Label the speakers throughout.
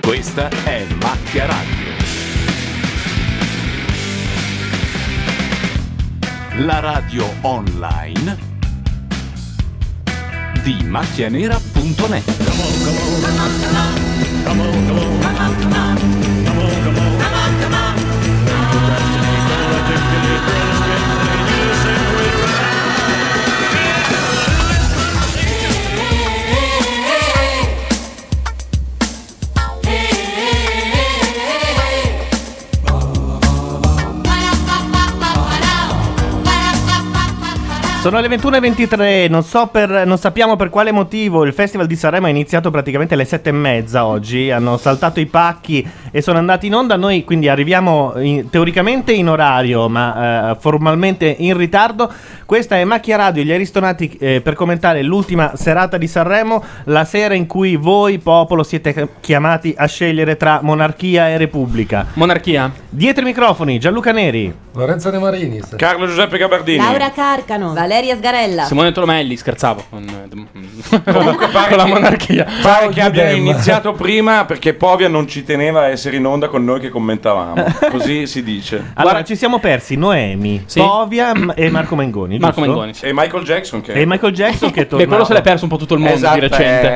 Speaker 1: Questa è Macchia Radio. La radio online di macchianera.net.
Speaker 2: Sono le 21.23, non, so per- non sappiamo per quale motivo il Festival di Sanremo è iniziato praticamente alle 7.30 oggi, hanno saltato i pacchi e sono andati in onda, noi quindi arriviamo in- teoricamente in orario ma eh, formalmente in ritardo. Questa è Macchia Radio, gli Aristonati eh, per commentare l'ultima serata di Sanremo, la sera in cui voi popolo siete chiamati a scegliere tra monarchia e repubblica.
Speaker 3: Monarchia.
Speaker 2: Dietro i microfoni Gianluca Neri.
Speaker 4: Lorenzo De Marini.
Speaker 3: Carlo Giuseppe Gabardini.
Speaker 5: Laura Carcano, Valeria Sgarella.
Speaker 3: Simone Tolomelli, scherzavo. Con, con la monarchia.
Speaker 6: Pare che abbiano iniziato prima perché Povia non ci teneva a essere in onda con noi che commentavamo. Così si dice.
Speaker 2: Allora, ci siamo persi Noemi, Povia m- e Marco Mengoni.
Speaker 6: Marco
Speaker 2: giusto?
Speaker 6: Mengoni, E Michael Jackson che...
Speaker 2: E Michael Jackson che torna.
Speaker 3: Beh, quello se l'è perso un po' tutto il mondo
Speaker 6: Esatto,
Speaker 3: di recente.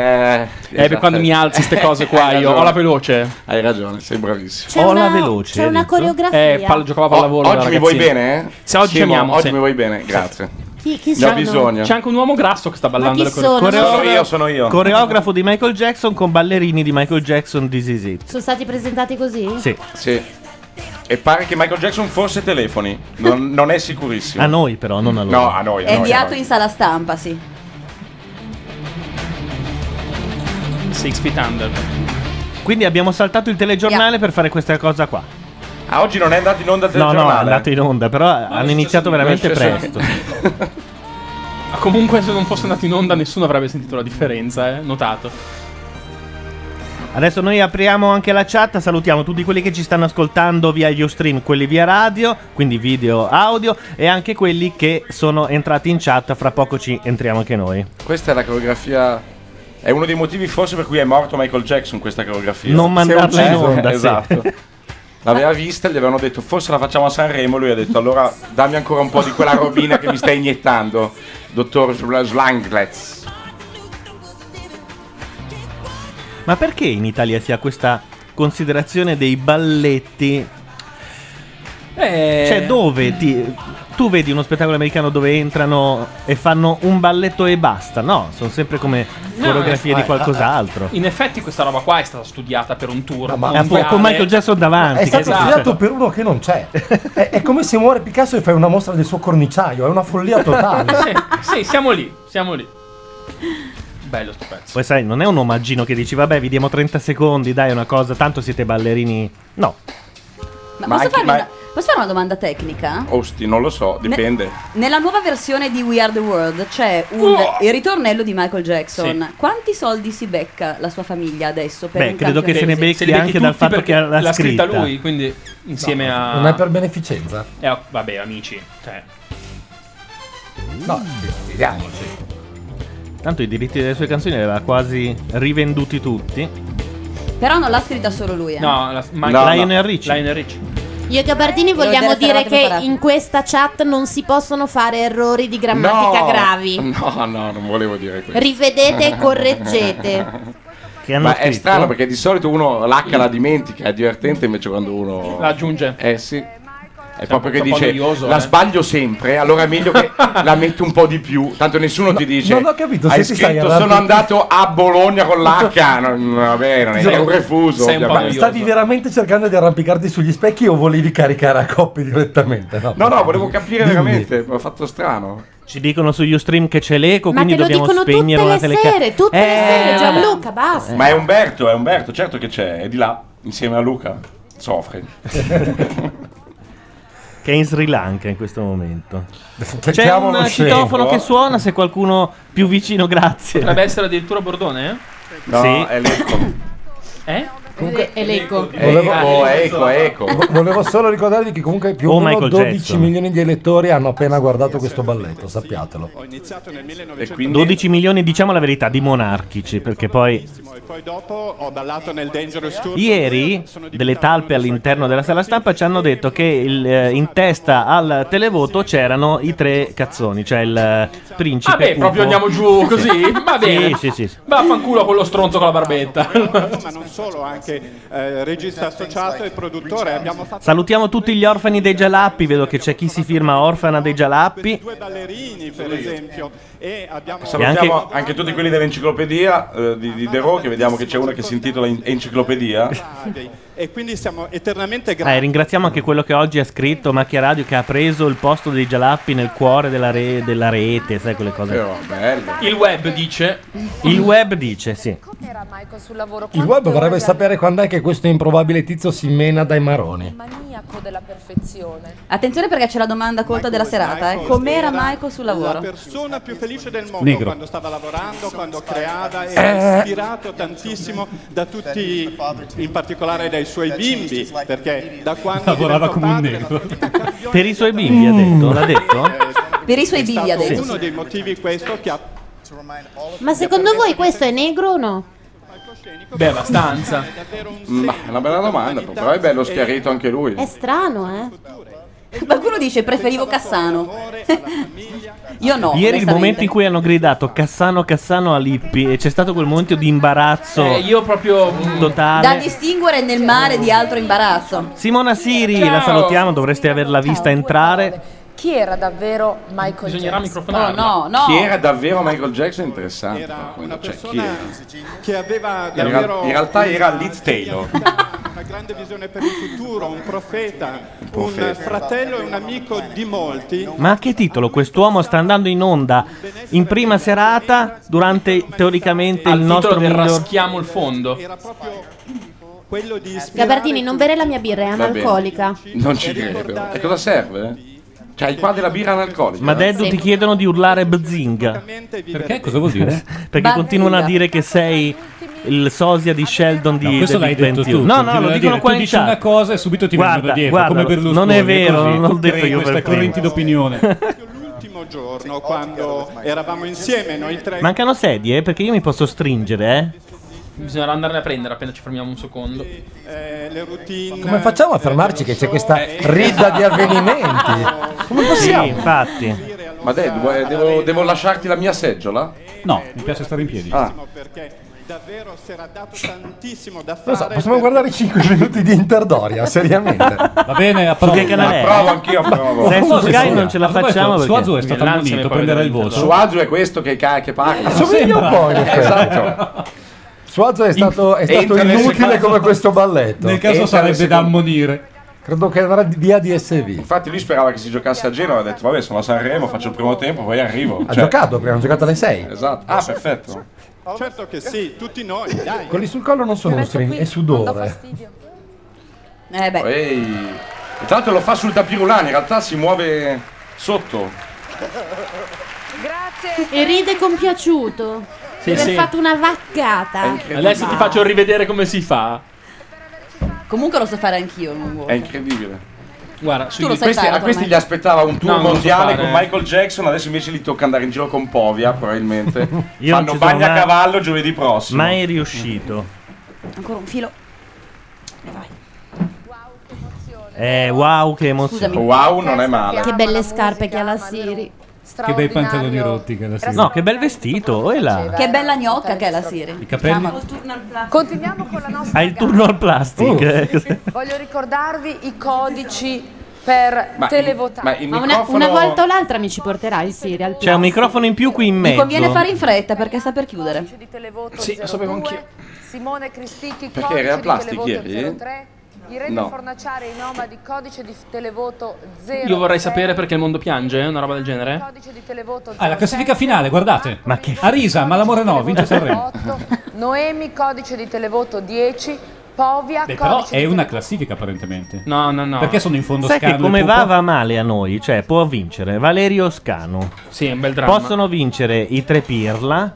Speaker 6: eh,
Speaker 3: Eh,
Speaker 6: esatto.
Speaker 3: quando mi alzi queste cose qua,
Speaker 6: Hai
Speaker 3: io ho
Speaker 6: ragione.
Speaker 3: la veloce.
Speaker 6: Hai ragione, sei bravissimo.
Speaker 5: C'è una- c'è una coreografia.
Speaker 3: Eh, pal- giocavo a
Speaker 6: O-
Speaker 3: pallavolo.
Speaker 6: oggi mi vuoi bene, eh?
Speaker 3: Se oggi
Speaker 6: Simo,
Speaker 3: ci amiamo,
Speaker 6: oggi
Speaker 3: sì.
Speaker 6: mi vuoi bene, grazie.
Speaker 5: Chi, chi
Speaker 6: Ne
Speaker 5: sono?
Speaker 6: ho bisogno.
Speaker 3: C'è anche un uomo grasso che sta ballando
Speaker 5: Ma chi
Speaker 3: le cose.
Speaker 5: sono? Sono
Speaker 6: io, sono io.
Speaker 2: Coreografo di Michael Jackson con ballerini di Michael Jackson di ZZ.
Speaker 5: Sono stati presentati così?
Speaker 2: Sì.
Speaker 6: E pare che Michael Jackson forse telefoni. Non, non è sicurissimo.
Speaker 2: A noi però, non a loro.
Speaker 6: No, a noi.
Speaker 7: È
Speaker 6: A noi, a
Speaker 7: inviato
Speaker 6: noi.
Speaker 7: in sala stampa, sì.
Speaker 3: Six Feet Under.
Speaker 2: Quindi abbiamo saltato il telegiornale per fare questa cosa qua.
Speaker 6: Ah, oggi non è andato in onda il
Speaker 2: No, no, è
Speaker 6: telegiornale?
Speaker 2: andato in onda, però hanno iniziato veramente presto.
Speaker 3: Ma comunque, se non fosse andato in onda, nessuno avrebbe sentito la differenza, eh? Notato.
Speaker 2: Adesso noi apriamo anche la chat, salutiamo tutti quelli che ci stanno ascoltando via Ustream, quelli via radio, quindi video, audio e anche quelli che sono entrati in chat, fra poco ci entriamo anche noi.
Speaker 6: Questa è la coreografia. È uno dei motivi forse per cui è morto Michael Jackson questa coreografia.
Speaker 2: Non
Speaker 6: Si è
Speaker 2: mandarla in
Speaker 6: ucciso.
Speaker 2: onda, sì.
Speaker 6: Esatto. L'aveva vista e gli avevano detto forse la facciamo a Sanremo. Lui ha detto allora dammi ancora un po' di quella robina che mi stai iniettando, dottor Sl- Slanglets.
Speaker 2: Ma perché in Italia si ha questa considerazione dei balletti?
Speaker 3: Eh...
Speaker 2: Cioè, dove ti- tu vedi uno spettacolo americano dove entrano e fanno un balletto e basta? No, sono sempre come
Speaker 3: No,
Speaker 2: coreografie
Speaker 3: eh,
Speaker 2: di
Speaker 3: eh,
Speaker 2: qualcos'altro.
Speaker 3: In effetti, questa roba qua è stata studiata per un tour.
Speaker 2: Eh, appunto, con Michael Jackson davanti.
Speaker 4: È stato
Speaker 2: esatto.
Speaker 4: studiato per uno che non c'è. È, è come se muore Picasso e fai una mostra del suo corniciaio. È una follia totale.
Speaker 3: sì, sì, siamo lì. Siamo lì. Bello sto pezzo.
Speaker 2: Poi sai, non è un omaggino che dici, vabbè, vi diamo 30 secondi, dai, è una cosa, tanto siete ballerini. No.
Speaker 7: Ma,
Speaker 6: Ma
Speaker 7: posso,
Speaker 6: anche-
Speaker 7: farvi
Speaker 6: ma-
Speaker 7: una, posso fare una domanda tecnica?
Speaker 6: Osti, non lo so, dipende.
Speaker 7: Nella nuova versione di We Are the World c'è un- il ritornello di Michael Jackson. Quanti soldi si becca la sua famiglia adesso per
Speaker 2: Beh,
Speaker 7: un
Speaker 2: credo che se ne
Speaker 7: campionato?
Speaker 2: becchi,
Speaker 3: Se li becchi
Speaker 2: anche dal
Speaker 3: tutti
Speaker 2: fatto
Speaker 3: perché
Speaker 2: che l'ha,
Speaker 3: l'ha scritta
Speaker 2: scritta
Speaker 3: lui, quindi insieme a.
Speaker 4: Non è per beneficenza.
Speaker 3: Eh, oh, vabbè, amici. Cioè.
Speaker 4: No, vediamoci.
Speaker 2: Tanto i diritti delle sue canzoni li aveva quasi rivenduti tutti.
Speaker 7: Però non l'ha scritta solo lui. Eh.
Speaker 3: No, Ah, la, ma
Speaker 2: No, Lionel no. Richie.
Speaker 3: Lionel Richie.
Speaker 5: Io e Gabardini
Speaker 7: Devo
Speaker 5: vogliamo
Speaker 7: dire,
Speaker 5: dire
Speaker 7: stavate
Speaker 5: che
Speaker 7: preparati.
Speaker 5: in questa chat non si possono fare errori di grammatica
Speaker 6: no!
Speaker 5: gravi.
Speaker 6: No, no, non volevo dire questo.
Speaker 5: Rivedete e correggete.
Speaker 2: Che hanno
Speaker 6: Ma è
Speaker 2: scritto.
Speaker 6: strano perché di solito uno l'H la dimentica, è divertente invece quando uno...
Speaker 3: La aggiunge.
Speaker 6: Eh sì. È proprio che
Speaker 3: un po'
Speaker 6: dice
Speaker 3: Cioè, noioso,
Speaker 6: la
Speaker 3: eh."
Speaker 6: sbaglio sempre, allora è meglio che la metto un po' di più. Tanto nessuno ti dice.
Speaker 4: non ho capito se
Speaker 6: Hai
Speaker 4: ti stai
Speaker 6: scritto
Speaker 4: arrabbi-
Speaker 6: sono andato a Bologna con l'H. Non, vabbè, non è, è un refuso.
Speaker 3: Sei un po'
Speaker 6: ovviamente.
Speaker 3: noioso.
Speaker 4: Stavi veramente cercando di arrampicarti sugli specchi o volevi caricare a coppie direttamente? No,
Speaker 6: No, no, volevo capire
Speaker 4: Dimmi.
Speaker 6: veramente. Mi ha fatto strano.
Speaker 2: Ci dicono su Ustream che c'è
Speaker 8: Ecco,
Speaker 2: l'eco,
Speaker 5: Ma
Speaker 2: quindi
Speaker 5: te lo
Speaker 2: dobbiamo
Speaker 5: dicono tutte
Speaker 2: spegnere la
Speaker 5: le
Speaker 2: telecamera.
Speaker 5: sere, tutte le sere, Gianluca, basta.
Speaker 6: Ma è Umberto, è Umberto, certo che c'è, è di là, insieme a Luca. Soffre.
Speaker 2: Che è in Sri Lanka in questo momento. C'è
Speaker 4: Cerchiamo
Speaker 2: un
Speaker 4: uno scemo.
Speaker 2: citofono che suona, se qualcuno più vicino, grazie.
Speaker 3: Potrebbe essere addirittura Bordone,
Speaker 6: No,
Speaker 2: Sì.
Speaker 6: è l'eco.
Speaker 3: eh? Eh?
Speaker 5: È l'eco.
Speaker 4: Volevo-
Speaker 6: Oh, ecco, ecco.
Speaker 4: Vo- Volevo solo ricordarvi che comunque più
Speaker 2: Oh,
Speaker 4: o meno
Speaker 2: Michael
Speaker 4: 12
Speaker 2: Jackson.
Speaker 4: milioni di elettori hanno appena guardato questo balletto, sappiatelo.
Speaker 9: Ho iniziato nel 1900
Speaker 6: E quindi
Speaker 2: 12 milioni, diciamo la verità, di monarchici, perché poi
Speaker 9: e poi dopo ho ballato nel Dangerous Tour.
Speaker 2: Ieri delle talpe all'interno della sala stampa ci hanno detto che il, eh, in testa al televoto c'erano i tre cazzoni, cioè il eh, principe.
Speaker 3: Vabbè,
Speaker 2: Ugo.
Speaker 3: proprio andiamo giù così? Va bene.
Speaker 2: Sì, sì, sì.
Speaker 3: Vaffanculo a quello stronzo con la barbetta.
Speaker 9: ma non solo, anche eh, regista associato e produttore. Abbiamo fatto
Speaker 2: Salutiamo tutti gli orfani dei Gialappi, vedo che c'è chi si firma orfana dei Gialappi.
Speaker 9: due ballerini, per esempio, e abbiamo
Speaker 6: Salutiamo anche... tutti quelli dell'enciclopedia eh, di, di De Roo, che vediamo che c'è uno che si intitola en- Enciclopedia.
Speaker 9: e quindi siamo eternamente grati.
Speaker 2: Eh, ringraziamo anche quello che oggi ha scritto Macchia Radio che ha preso il posto dei Gialappi nel cuore della, re- della rete, sai quelle
Speaker 6: Eh,
Speaker 2: cose.
Speaker 6: oh, bello.
Speaker 3: Il web dice:
Speaker 2: Il web dice, sì.
Speaker 10: Era Michael sul lavoro.
Speaker 4: Il web vorrebbe sapere quando è che questo improbabile tizio si mena dai maroni.
Speaker 10: maniaco della perfezione.
Speaker 7: Attenzione perché c'è la domanda colta della serata. Eh. Com'era Michael sul
Speaker 9: La
Speaker 7: lavoro?
Speaker 9: persona più felice del mondo
Speaker 11: Negro. Eh.
Speaker 9: quando stava lavorando, quando creava e era ispirato tantissimo da tutti, in particolare dai suoi bimbi, perché da quando
Speaker 11: Lavorava
Speaker 9: diventò
Speaker 11: come un
Speaker 9: padre,
Speaker 11: negro.
Speaker 2: Per i suoi bimbi
Speaker 7: Mm.
Speaker 2: ha detto, l'ha detto?
Speaker 7: Per i suoi bimbi
Speaker 9: è stato
Speaker 7: adesso.
Speaker 9: uno dei motivi questo che ha
Speaker 5: Ma secondo voi questo è negro o no?
Speaker 3: Beh, abbastanza.
Speaker 9: davvero un
Speaker 6: Ma è una bella domanda, però è bello schiarito anche lui.
Speaker 5: È strano, eh?
Speaker 7: Qualcuno dice preferivo Cassano.
Speaker 9: amore alla famiglia.
Speaker 7: Io no.
Speaker 2: Ieri il
Speaker 7: onestamente.
Speaker 2: momento in cui hanno gridato Cassano Cassano a Lippi e c'è stato quel momento di imbarazzo
Speaker 3: Eh, io proprio. mm,
Speaker 7: Da
Speaker 2: totale.
Speaker 7: distinguere nel mare di altro imbarazzo.
Speaker 2: Simona Siri,
Speaker 3: Ciao.
Speaker 2: la salutiamo, dovreste averla vista entrare.
Speaker 10: Chi era davvero Michael
Speaker 3: bisognerà
Speaker 10: Jackson?
Speaker 7: No,
Speaker 3: microfonare.
Speaker 5: Oh,
Speaker 7: no, no.
Speaker 6: Chi era davvero Michael Jackson è interessante.
Speaker 9: Era una
Speaker 6: quello, cioè, chi
Speaker 9: persona
Speaker 6: era?
Speaker 9: che aveva
Speaker 6: In,
Speaker 9: davvero
Speaker 6: real- in realtà era
Speaker 9: una-
Speaker 6: Liz Taylor.
Speaker 9: una grande visione per il futuro, un profeta, un,
Speaker 6: profeta.
Speaker 9: fratello e un amico di molti.
Speaker 2: Ma a che titolo? Quest'uomo sta andando in onda in prima serata durante teoricamente
Speaker 3: Al
Speaker 2: il nostro
Speaker 3: titolo del
Speaker 2: miglior...
Speaker 3: raschiamo il fondo.
Speaker 9: Era proprio quello di ispirare
Speaker 5: Gabertini, non bere la mia birra, è
Speaker 6: Va bene.
Speaker 5: analcolica.
Speaker 6: Non ci credo. E cosa serve? Cioè, hai qua della birra analcolica?
Speaker 2: Ma Deddu ti chiedono di urlare Bzinga
Speaker 9: praticamente vivere-
Speaker 11: Perché? Eh, Cosa vuol dire?
Speaker 2: perché
Speaker 7: Bazinga.
Speaker 2: continuano a dire che sei il sosia di Sheldon di
Speaker 11: No, questo
Speaker 2: The
Speaker 11: l'hai
Speaker 2: Big
Speaker 11: detto
Speaker 2: Bang
Speaker 11: tu.
Speaker 2: Theory. No, no,
Speaker 11: continui
Speaker 2: lo
Speaker 11: a
Speaker 2: dicono
Speaker 11: dire.
Speaker 2: qua
Speaker 11: Tu
Speaker 2: in
Speaker 11: dici una
Speaker 2: chat.
Speaker 11: cosa e subito ti
Speaker 2: Guarda,
Speaker 11: vengono da dietro,
Speaker 2: guardalo,
Speaker 11: come Berlusconi.
Speaker 2: non è vero,
Speaker 11: così,
Speaker 2: non l'ho
Speaker 11: tu
Speaker 2: detto
Speaker 11: crei
Speaker 2: io per
Speaker 11: questa
Speaker 2: primo.
Speaker 11: corrente d'opinione.
Speaker 9: proprio l'ultimo giorno quando eravamo insieme noi tre
Speaker 2: Mancano sedie eh, perché io mi posso stringere, eh?
Speaker 3: Bisognerà andarne a prendere appena ci fermiamo un secondo.
Speaker 9: eh, le routine
Speaker 4: Come facciamo a
Speaker 9: eh,
Speaker 4: fermarci che
Speaker 9: dello
Speaker 4: c'è
Speaker 9: show
Speaker 4: questa
Speaker 9: e-
Speaker 4: ridda di avvenimenti? Come
Speaker 2: Sì,
Speaker 4: possiamo?
Speaker 2: infatti.
Speaker 6: Ma Deddu, vuoi- devo, devo lasciarti la mia seggiola?
Speaker 11: No, mi piace stare in piedi.
Speaker 6: Ah,
Speaker 9: perché davvero si era dato tantissimo da fare
Speaker 4: Non so, possiamo
Speaker 9: per-
Speaker 4: guardare 5 minuti di Interdoria, seriamente.
Speaker 11: Va bene, a
Speaker 2: che canale
Speaker 11: parola.
Speaker 2: è?
Speaker 6: provo anch'io, provo.
Speaker 2: Se è su
Speaker 11: Cosa
Speaker 2: Sky
Speaker 11: sia?
Speaker 2: non ce la
Speaker 11: Ma questo-
Speaker 2: facciamo perché...
Speaker 11: Suazo è stato
Speaker 3: Milan se ne
Speaker 11: ammonito,
Speaker 3: può
Speaker 11: prenderà il
Speaker 3: vedere
Speaker 11: voto.
Speaker 6: Suazu è questo che, ca- che parla.
Speaker 4: Somiglia un po' in effetti.
Speaker 6: Esatto.
Speaker 4: Suazo è stato, è stato
Speaker 6: entra nel
Speaker 4: inutile
Speaker 6: secondo-
Speaker 4: come questo balletto.
Speaker 11: Nel caso
Speaker 6: Entra nel
Speaker 11: sarebbe da
Speaker 6: secondo-
Speaker 11: ammonire.
Speaker 4: Credo che andrà di- via DSV.
Speaker 6: Infatti lui sperava che si giocasse a Genova, ha detto vabbè sono a Sanremo, faccio il primo tempo, poi arrivo.
Speaker 4: Ha
Speaker 6: Cioè,
Speaker 4: giocato perché hanno giocato alle 6.
Speaker 6: Esatto. Ah, perfetto.
Speaker 9: certo che sì tutti noi dai
Speaker 4: Quelli sul collo non sono string, è
Speaker 10: Non do
Speaker 4: sudore.
Speaker 10: fastidio.
Speaker 7: Eh beh.
Speaker 6: Ehi. E tra l'altro lo fa sul tapirulano, in realtà si muove sotto.
Speaker 5: E ride compiaciuto.
Speaker 3: Sì,
Speaker 5: per aver
Speaker 3: sì.
Speaker 5: fatto una
Speaker 6: È
Speaker 8: Ah.
Speaker 5: vaccata.
Speaker 6: incredibile.
Speaker 3: Adesso ti faccio rivedere come si fa.
Speaker 7: Comunque lo so fare anch'io. Non
Speaker 6: È
Speaker 7: vuoi.
Speaker 6: incredibile.
Speaker 3: Guarda, sui
Speaker 7: Tu lo sai
Speaker 6: Questi-
Speaker 7: fare
Speaker 6: a
Speaker 7: ormai.
Speaker 6: questi gli aspettava un tour
Speaker 3: No, non lo so
Speaker 6: mondiale
Speaker 11: eh.
Speaker 3: fare.
Speaker 6: con Michael Jackson, adesso invece li tocca andare in giro con Povia, probabilmente.
Speaker 2: Io non ci
Speaker 6: Fanno
Speaker 2: sono
Speaker 6: bagna a
Speaker 2: mai-
Speaker 6: cavallo giovedì prossimo.
Speaker 2: Mai riuscito.
Speaker 7: Ancora un filo. E vai.
Speaker 2: Eh, wow, che emozione.
Speaker 7: Scusami.
Speaker 6: Wow, non è male.
Speaker 5: Che belle scarpe che ha la Siri.
Speaker 11: Che bei pantaloni rotti che la
Speaker 10: Era
Speaker 11: Siri.
Speaker 2: No, che bel vestito, oh e là.
Speaker 7: Che bella gnocca che è la
Speaker 11: I
Speaker 7: Siri.
Speaker 11: capelli?
Speaker 10: Continuiamo con la nostra
Speaker 2: Hai il turno al
Speaker 7: Oh.
Speaker 2: plastic. eh.
Speaker 10: gara. Voglio ricordarvi i codici per
Speaker 6: Ma,
Speaker 10: televotare.
Speaker 6: ma il
Speaker 5: Ma una,
Speaker 6: microfono...
Speaker 5: una volta o l'altra mi ci porterà il Siri al
Speaker 2: C'è un
Speaker 5: plastic.
Speaker 2: microfono in più qui in
Speaker 7: Mi
Speaker 2: mezzo.
Speaker 7: conviene fare in fretta perché sta per chiudere.
Speaker 10: Codice di televoto
Speaker 3: Sì, lo sapevo
Speaker 10: 02,
Speaker 3: anch'io.
Speaker 10: Simone Cristicchi,
Speaker 6: Perché
Speaker 10: codice
Speaker 6: era
Speaker 10: di
Speaker 6: plastic
Speaker 10: televoto
Speaker 6: ieri?
Speaker 10: 03. Irene
Speaker 6: No.
Speaker 10: Fornaciari, i nomadi, codice di televoto 0.
Speaker 3: Io vorrei sapere perché il mondo piange, eh, una roba del genere.
Speaker 10: Codice di televoto
Speaker 11: Ah, la
Speaker 10: 07.
Speaker 11: classifica finale, guardate.
Speaker 2: Ma che f-
Speaker 11: Arisa, Malamore no, vince Sanremo.
Speaker 10: 08, Noemi, codice di televoto 10. Povia,
Speaker 11: Beh, però
Speaker 10: codice
Speaker 11: è
Speaker 10: di
Speaker 11: una
Speaker 10: televoto-
Speaker 11: classifica apparentemente.
Speaker 3: No, no, no.
Speaker 11: Perché sono in fondo
Speaker 2: Sai che
Speaker 11: Scano e
Speaker 2: come
Speaker 11: Pupo?
Speaker 2: va va male a noi, cioè può vincere Valerio Scano.
Speaker 3: Sì, è un bel dramma.
Speaker 2: Possono vincere i tre Pirla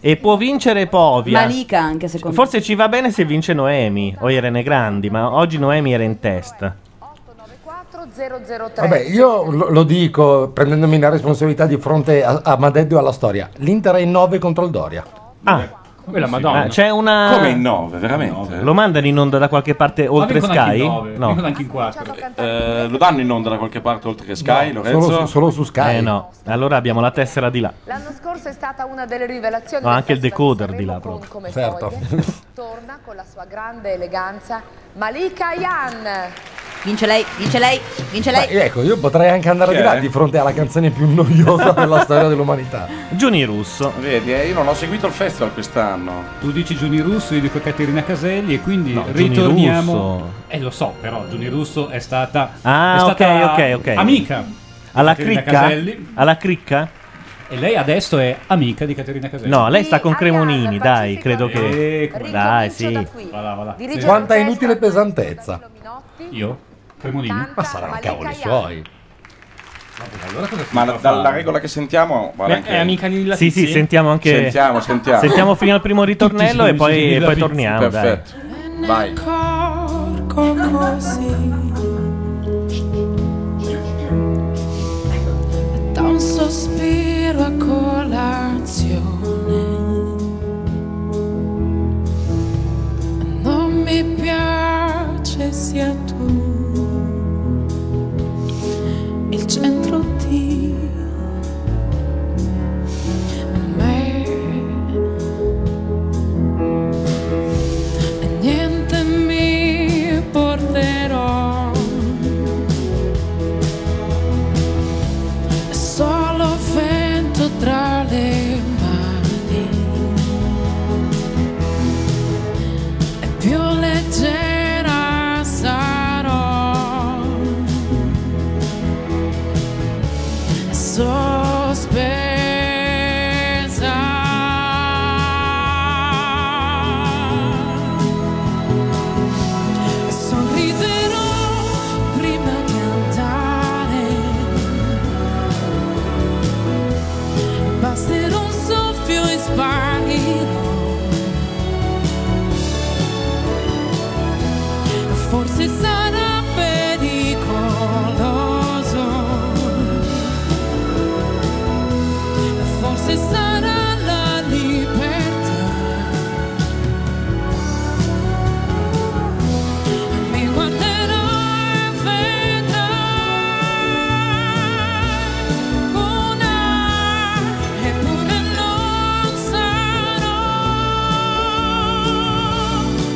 Speaker 2: E può vincere Povia.
Speaker 7: Malika anche secondo me.
Speaker 2: Forse ci va bene se vince Noemi o Irene Grandi, ma oggi Noemi era in test.
Speaker 10: 4003.
Speaker 4: Vabbè, io lo, lo dico prendendomi la responsabilità di fronte a, a Madeddu e alla storia. L'Inter è in 9 contro il Doria.
Speaker 2: Ah,
Speaker 3: quella Madonna.
Speaker 2: c'è una
Speaker 6: Come in 9, veramente?
Speaker 2: Lo mandano in onda da qualche parte oltre
Speaker 6: vincono anche
Speaker 2: Sky?
Speaker 6: in nove,
Speaker 2: No.
Speaker 6: vincono anche in Eh, lo danno in onda da qualche parte oltre che Sky,
Speaker 2: No,
Speaker 6: Lorenzo?
Speaker 2: solo su- solo su Sky. Eh no. Allora abbiamo la tessera di là.
Speaker 10: L'anno scorso è stata una delle rivelazioni
Speaker 2: No,
Speaker 10: del
Speaker 2: anche il
Speaker 10: Festival
Speaker 2: decoder
Speaker 10: di
Speaker 2: di là
Speaker 10: Sanremo
Speaker 2: proprio.
Speaker 10: con Come
Speaker 2: Certo.
Speaker 10: Foglie. Torna con la sua grande eleganza Malika Yan.
Speaker 7: Vince lei, vince lei, vince lei.
Speaker 4: Beh, ecco, io potrei anche andare
Speaker 6: Chi
Speaker 4: di là
Speaker 6: è?
Speaker 4: di fronte alla canzone più noiosa della storia dell'umanità.
Speaker 2: Giuni Russo.
Speaker 6: Vedi, eh, io non ho seguito il festival quest'anno.
Speaker 11: Tu dici Giuni Russo, io dico Caterina Caselli e quindi
Speaker 6: Giuni
Speaker 11: ritorniamo.
Speaker 6: Russo.
Speaker 11: Eh lo so, però Giuni Russo è stata,
Speaker 2: Ah,
Speaker 11: è stata
Speaker 2: ok, ok, ok.
Speaker 11: amica.
Speaker 2: Alla
Speaker 11: Caterina
Speaker 2: cricca?
Speaker 11: Caselli.
Speaker 2: Alla cricca?
Speaker 11: E lei adesso è amica di Caterina Caselli.
Speaker 2: No, lei sta con Cremonini, dai, credo che.
Speaker 11: Eh,
Speaker 2: Dai, sì.
Speaker 11: Va là, va là.
Speaker 10: Dirige
Speaker 4: Quanta inutile pesantezza.
Speaker 11: Io? Cremonini?
Speaker 4: Ma saranno cavoli suoi.
Speaker 11: Allora cosa
Speaker 6: Ma dalla regola che sentiamo... guarda
Speaker 2: Beh,
Speaker 6: anche-
Speaker 2: è amica di La Sì, Pizzi? sì, sentiamo anche-
Speaker 6: Sentiamo, sentiamo.
Speaker 2: Sentiamo fino al primo ritornello e
Speaker 6: sono vicini
Speaker 2: poi, e
Speaker 6: alla
Speaker 2: poi
Speaker 6: pizza.
Speaker 2: torniamo. Dai.
Speaker 6: Perfetto. Vai.
Speaker 12: Corco così da un sospiro a colazione non mi piace sia tu il centro di me niente mi porterò. Solo vento tra le mani. E più leggera sarò. Sospesa. Sorriderò prima che andare. Basterò un soffio e sbaglierò. Forse sarà pericoloso. Forse sarà la libertà. Mi guarderò e vedrò una, eppure non sarò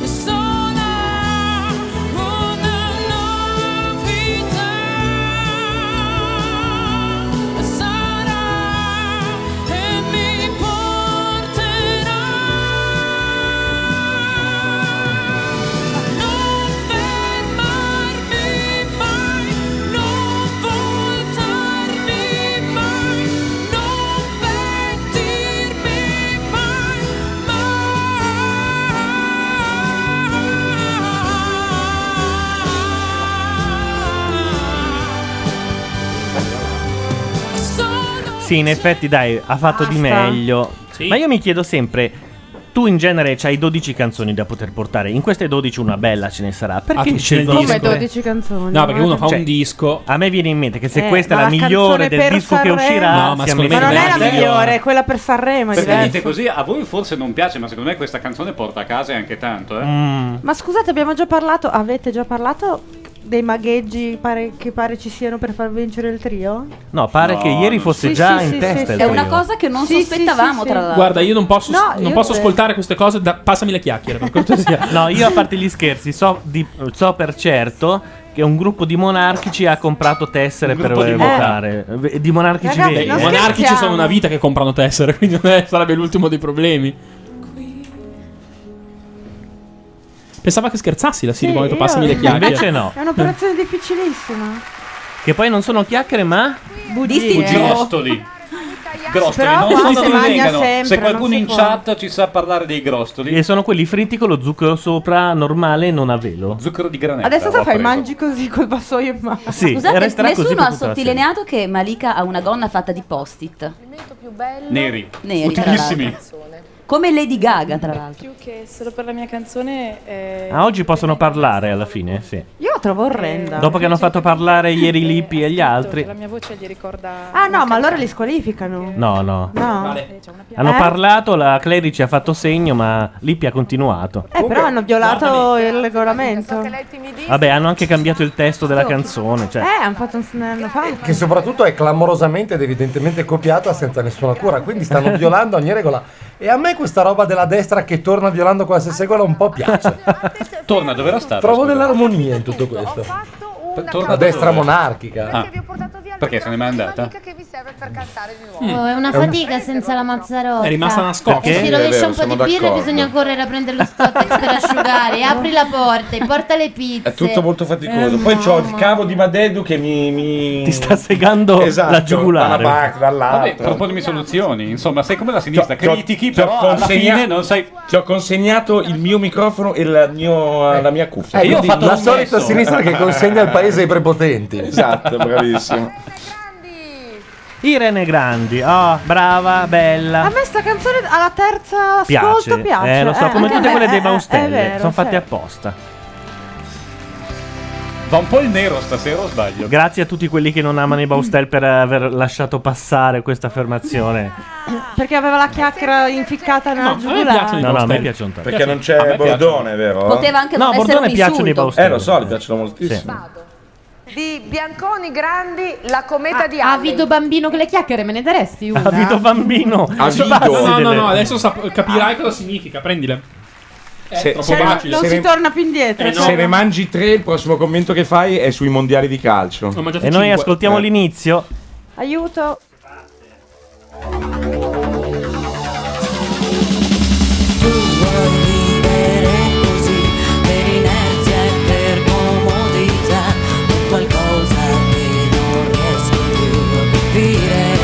Speaker 12: sola, una novità sarà e mi porterà.
Speaker 2: Sì, in effetti, dai, ha fatto di
Speaker 12: Basta.
Speaker 2: meglio. Ma io mi chiedo sempre. Tu in genere hai 12 canzoni da poter portare, in queste 12 una bella ce ne sarà.
Speaker 11: Ah,
Speaker 2: Perché
Speaker 3: tutti
Speaker 2: scelgono
Speaker 13: Come
Speaker 2: queste?
Speaker 13: 12 canzoni.
Speaker 2: Cioè,
Speaker 13: Cioè,
Speaker 2: A me viene in mente che se
Speaker 13: eh,
Speaker 2: questa è
Speaker 13: ma
Speaker 2: la
Speaker 13: canzone
Speaker 2: migliore del
Speaker 13: per
Speaker 2: disco
Speaker 13: Sanremo-
Speaker 2: che uscirà,
Speaker 13: No, ma,
Speaker 2: siamo
Speaker 11: secondo me
Speaker 13: non è la
Speaker 11: non è la
Speaker 13: migliore,
Speaker 11: migliore.
Speaker 13: quella per Sanremo è
Speaker 11: Perché
Speaker 7: certo.
Speaker 13: diversa.
Speaker 11: dite così? A voi forse non piace, ma secondo me questa canzone porta a casa e anche tanto.
Speaker 7: Mm.
Speaker 11: Eh?
Speaker 13: Ma scusate, abbiamo già parlato, avete già parlato dei magheggi pare- che pare ci siano per far vincere il trio?
Speaker 2: No, pare
Speaker 3: Oh, No,
Speaker 2: che ieri fosse
Speaker 13: Sì,
Speaker 2: già
Speaker 13: sì,
Speaker 2: in
Speaker 13: sì,
Speaker 2: testa
Speaker 13: sì,
Speaker 2: il
Speaker 13: sì. È
Speaker 2: trio.
Speaker 13: una cosa- eh.
Speaker 7: Cosa che non
Speaker 13: Sì, sì,
Speaker 7: sospettavamo
Speaker 13: sì, sì.
Speaker 7: tra l'altro.
Speaker 3: Guarda, io non posso,
Speaker 7: No,
Speaker 3: non
Speaker 7: io
Speaker 3: posso
Speaker 7: te-
Speaker 3: ascoltare queste cose, da- passami le chiacchiere per cortesia.
Speaker 2: No, io a parte gli scherzi, so, di- so per certo che un gruppo di monarchici ha comprato tessere
Speaker 3: Un
Speaker 2: per
Speaker 3: gruppo di
Speaker 2: eh,
Speaker 3: monarchici.
Speaker 2: votare. Eh, Di monarchici veri.
Speaker 3: I monarchici sono una vita che comprano tessere, quindi non è- sarebbe l'ultimo dei problemi. Pensava che scherzassi la Siri
Speaker 13: Sì,
Speaker 3: quando ho detto
Speaker 13: io-
Speaker 3: passami le chiacchiere.
Speaker 2: Invece no.
Speaker 13: È un'operazione difficilissima.
Speaker 2: Che poi non sono chiacchiere, ma.
Speaker 13: Bugie.
Speaker 11: Grostoli. Grostoli,
Speaker 13: Però
Speaker 11: non
Speaker 13: qua
Speaker 11: sono
Speaker 13: si
Speaker 11: dove
Speaker 13: mangia
Speaker 11: vengano.
Speaker 13: sempre,
Speaker 11: Se
Speaker 13: non
Speaker 11: qualcuno
Speaker 13: si
Speaker 11: in
Speaker 13: può.
Speaker 11: chat ci sa parlare dei grostoli,
Speaker 2: E sono quelli fritti con lo zucchero sopra normale e non a velo.
Speaker 11: Zucchero di granella.
Speaker 2: Eh,
Speaker 13: Adesso cosa fai? Mangi così col vassoio in mano.
Speaker 2: Sì,
Speaker 7: Scusate,
Speaker 2: resterà così
Speaker 7: nessuno
Speaker 2: per
Speaker 7: ha
Speaker 2: tutta la
Speaker 7: sottolineato che Malika ha una gonna fatta di post-it.
Speaker 11: Neri.
Speaker 7: Neri, tra
Speaker 11: Utilissimi.
Speaker 7: l'altro. Come Lady Gaga, tra l'altro.
Speaker 14: Più che solo per la mia canzone. eh,
Speaker 2: Ah, oggi possono parlare alla fine, sì.
Speaker 13: Io la trovo orrenda.
Speaker 2: Dopo che hanno fatto parlare ieri Lippi e gli altri.
Speaker 14: La mia voce gli ricorda.
Speaker 13: Ah no, ma allora li squalificano.
Speaker 2: No, no.
Speaker 13: No.
Speaker 2: Hanno
Speaker 13: Eh?
Speaker 2: parlato, la Clerici ha fatto segno, ma Lippi ha continuato.
Speaker 13: Eh, però hanno violato il regolamento. Eh,
Speaker 2: Vabbè, hanno anche cambiato il testo della canzone.
Speaker 7: Eh.
Speaker 2: Cioè.
Speaker 13: hanno fatto un ne hanno fatto.
Speaker 4: Che soprattutto è clamorosamente ed evidentemente copiata senza nessuna cura, quindi stanno violando ogni regola. E a me questa roba della destra che torna violando qualsiasi regola un po' piace.
Speaker 11: Torna dove era stato?
Speaker 4: Trovo dell'armonia in tutto questo.
Speaker 11: P-
Speaker 4: La destra
Speaker 11: dove?
Speaker 4: monarchica.
Speaker 11: Ah. Perché se n'è mai andata?
Speaker 8: Oh, è una fatica senza la mazzarotta.
Speaker 11: È rimasta nascosta.
Speaker 8: E
Speaker 11: Perché?
Speaker 8: si
Speaker 11: È vero,
Speaker 8: rovescia un po'
Speaker 11: sono
Speaker 8: di birra e
Speaker 11: d'accordo.
Speaker 8: bisogna correre a prendere lo scottex per asciugare. Apri la porta, e porta le pizze.
Speaker 6: È tutto molto faticoso.
Speaker 8: Eh,
Speaker 6: Poi c'ho il
Speaker 8: mamma.
Speaker 6: cavo di Madeddu che mi. mi...
Speaker 2: Ti sta segando
Speaker 6: Esatto,
Speaker 2: la giugulare.
Speaker 6: dalla parte,
Speaker 11: Vabbè,
Speaker 6: dall'altra.
Speaker 11: proponimi soluzioni. Insomma, sei come la sinistra,
Speaker 6: Ti ho-
Speaker 11: critichi,
Speaker 6: ti ho
Speaker 11: però alla
Speaker 6: consegna-
Speaker 11: fine non sai.
Speaker 6: Ti ho consegnato il mio microfono e la, mio- la mia cuffia.
Speaker 4: Eh, quindi la solita sinistra che consegna il paese ai prepotenti.
Speaker 6: Esatto, bravissimo.
Speaker 2: Irene Grandi, oh, brava,
Speaker 13: A
Speaker 2: bella.
Speaker 13: me sta canzone alla terza ascolto
Speaker 2: Ah. Piace.
Speaker 13: piace.
Speaker 2: Eh, lo so, come
Speaker 13: anche
Speaker 2: tutte
Speaker 13: a me,
Speaker 2: quelle dei
Speaker 13: eh, eh, è
Speaker 2: Baustelle.
Speaker 13: vero,
Speaker 2: Sono fatte
Speaker 13: sì.
Speaker 2: apposta.
Speaker 11: Va un po' il nero stasera, o sbaglio?
Speaker 2: Grazie a tutti quelli che non amano i Baustelle per aver lasciato passare questa affermazione.
Speaker 13: Perché aveva la chiacchiera inficcata nella giugulare.
Speaker 2: No, no, a me piacciono tanto.
Speaker 6: Perché non c'è Bordone, vero?
Speaker 13: Poteva anche
Speaker 2: No, non essere Bordone un piacciono insulto. i Baustelle.
Speaker 6: Eh, lo so, gli piacciono moltissimo.
Speaker 10: Di Bianconi Grandi, la cometa di
Speaker 8: Ah,
Speaker 10: Halley.
Speaker 8: Avido bambino con le chiacchiere, me ne daresti una?
Speaker 2: Vito Bambino.
Speaker 3: Adesso-
Speaker 2: Basta
Speaker 3: Eh? No, no,
Speaker 2: delle-
Speaker 3: no, adesso sap- capirai cosa significa. Prendile. Eh, È
Speaker 6: Se-
Speaker 3: troppo
Speaker 6: se- Eh,
Speaker 3: facile.
Speaker 13: Cioè, Non si torna più indietro. cioè.
Speaker 6: Se ne mangi tre, il prossimo commento che fai è sui mondiali di calcio. Eh.
Speaker 2: E noi ascoltiamo l'inizio.
Speaker 13: Aiuto.
Speaker 12: per inerzia e per comodità è qualcosa che non riesco più a capire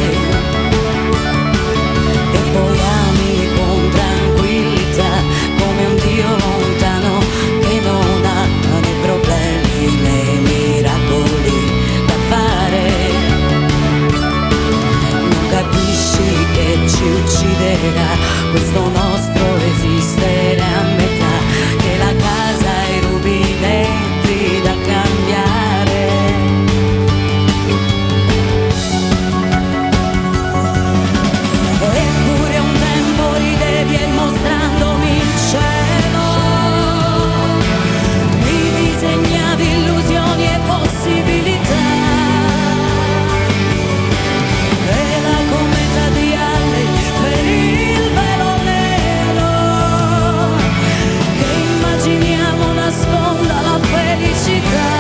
Speaker 12: e poi ami con tranquillità come un dio lontano che non ha né problemi né miracoli da fare non capisci che ci ucciderà questo nostro resistere a metà, che la casa ha i rubinetti da cambiare. Eppure un tempo ridevi e mostrandomi il cielo, mi disegnavi illusioni e possibilità. E la cometa di Halley per il velo nero Che immaginiamo nasconda la felicità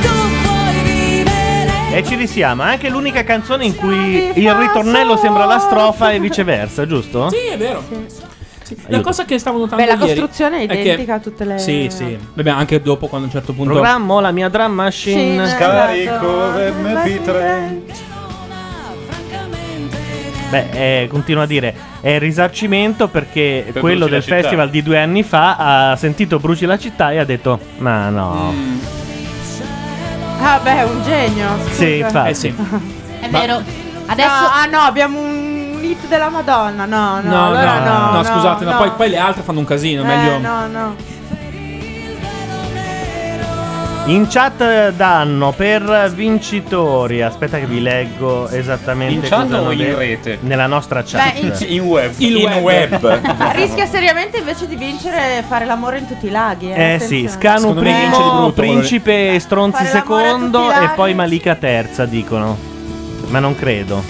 Speaker 12: Tu puoi vivere
Speaker 2: E ci risiamo. È anche l'unica canzone in cui il ritornello sembra la strofa e viceversa, giusto?
Speaker 3: Sì, è vero. Sì. La
Speaker 2: Aiuto.
Speaker 3: cosa che stavo notando
Speaker 13: Beh, la
Speaker 3: ieri
Speaker 13: costruzione è
Speaker 3: che-
Speaker 13: identica a tutte le-
Speaker 3: Sì, sì. Vabbè, anche dopo quando a un certo punto
Speaker 2: Programmo la mia drum machine.
Speaker 3: Sì,
Speaker 13: esatto.
Speaker 12: MP3.
Speaker 2: Beh, eh, continua a dire, è risarcimento perché
Speaker 11: Per
Speaker 2: quello
Speaker 11: Bruci la
Speaker 2: del
Speaker 11: città.
Speaker 2: festival di due anni fa ha sentito Bruci la città e ha detto, ma no.
Speaker 11: Mm.
Speaker 13: Ah, beh, un genio. scusa.
Speaker 2: Sì, infatti.
Speaker 13: È
Speaker 2: Ma-
Speaker 13: vero. Adesso... ah, no, abbiamo un hit della Madonna. No, no,
Speaker 3: No, no,
Speaker 13: allora no.
Speaker 3: no, scusate,
Speaker 13: no.
Speaker 3: ma poi, poi le altre fanno un casino,
Speaker 13: Eh,
Speaker 3: meglio.
Speaker 13: no, no.
Speaker 2: In chat eh, danno per vincitori, aspetta che vi leggo esattamente
Speaker 11: In chat
Speaker 2: cosa
Speaker 11: o
Speaker 2: hanno
Speaker 11: in
Speaker 2: detto.
Speaker 11: rete?
Speaker 2: Nella nostra chat.
Speaker 13: Beh, in-
Speaker 11: In web.
Speaker 6: Il
Speaker 11: In
Speaker 6: web.
Speaker 13: Ah, rischia seriamente invece di vincere fare l'amore in tutti i laghi.
Speaker 2: Eh sì, Scanu
Speaker 13: Secondo me vince di
Speaker 2: primo,
Speaker 13: brutto,
Speaker 2: Principe e Stronzi
Speaker 13: Fare l'amore a tutti i
Speaker 2: secondo e
Speaker 13: laghi.
Speaker 2: poi Malika terza, dicono. Ma non credo.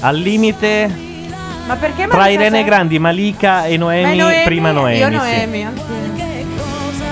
Speaker 2: Al limite
Speaker 13: Ma perché
Speaker 2: tra
Speaker 13: Marisa
Speaker 2: Irene
Speaker 13: sei-
Speaker 2: Grandi, Malika e Noemi,
Speaker 13: Ma Noemi,
Speaker 2: prima Noemi.
Speaker 13: Io
Speaker 2: sì.
Speaker 13: Noemi, anch'io.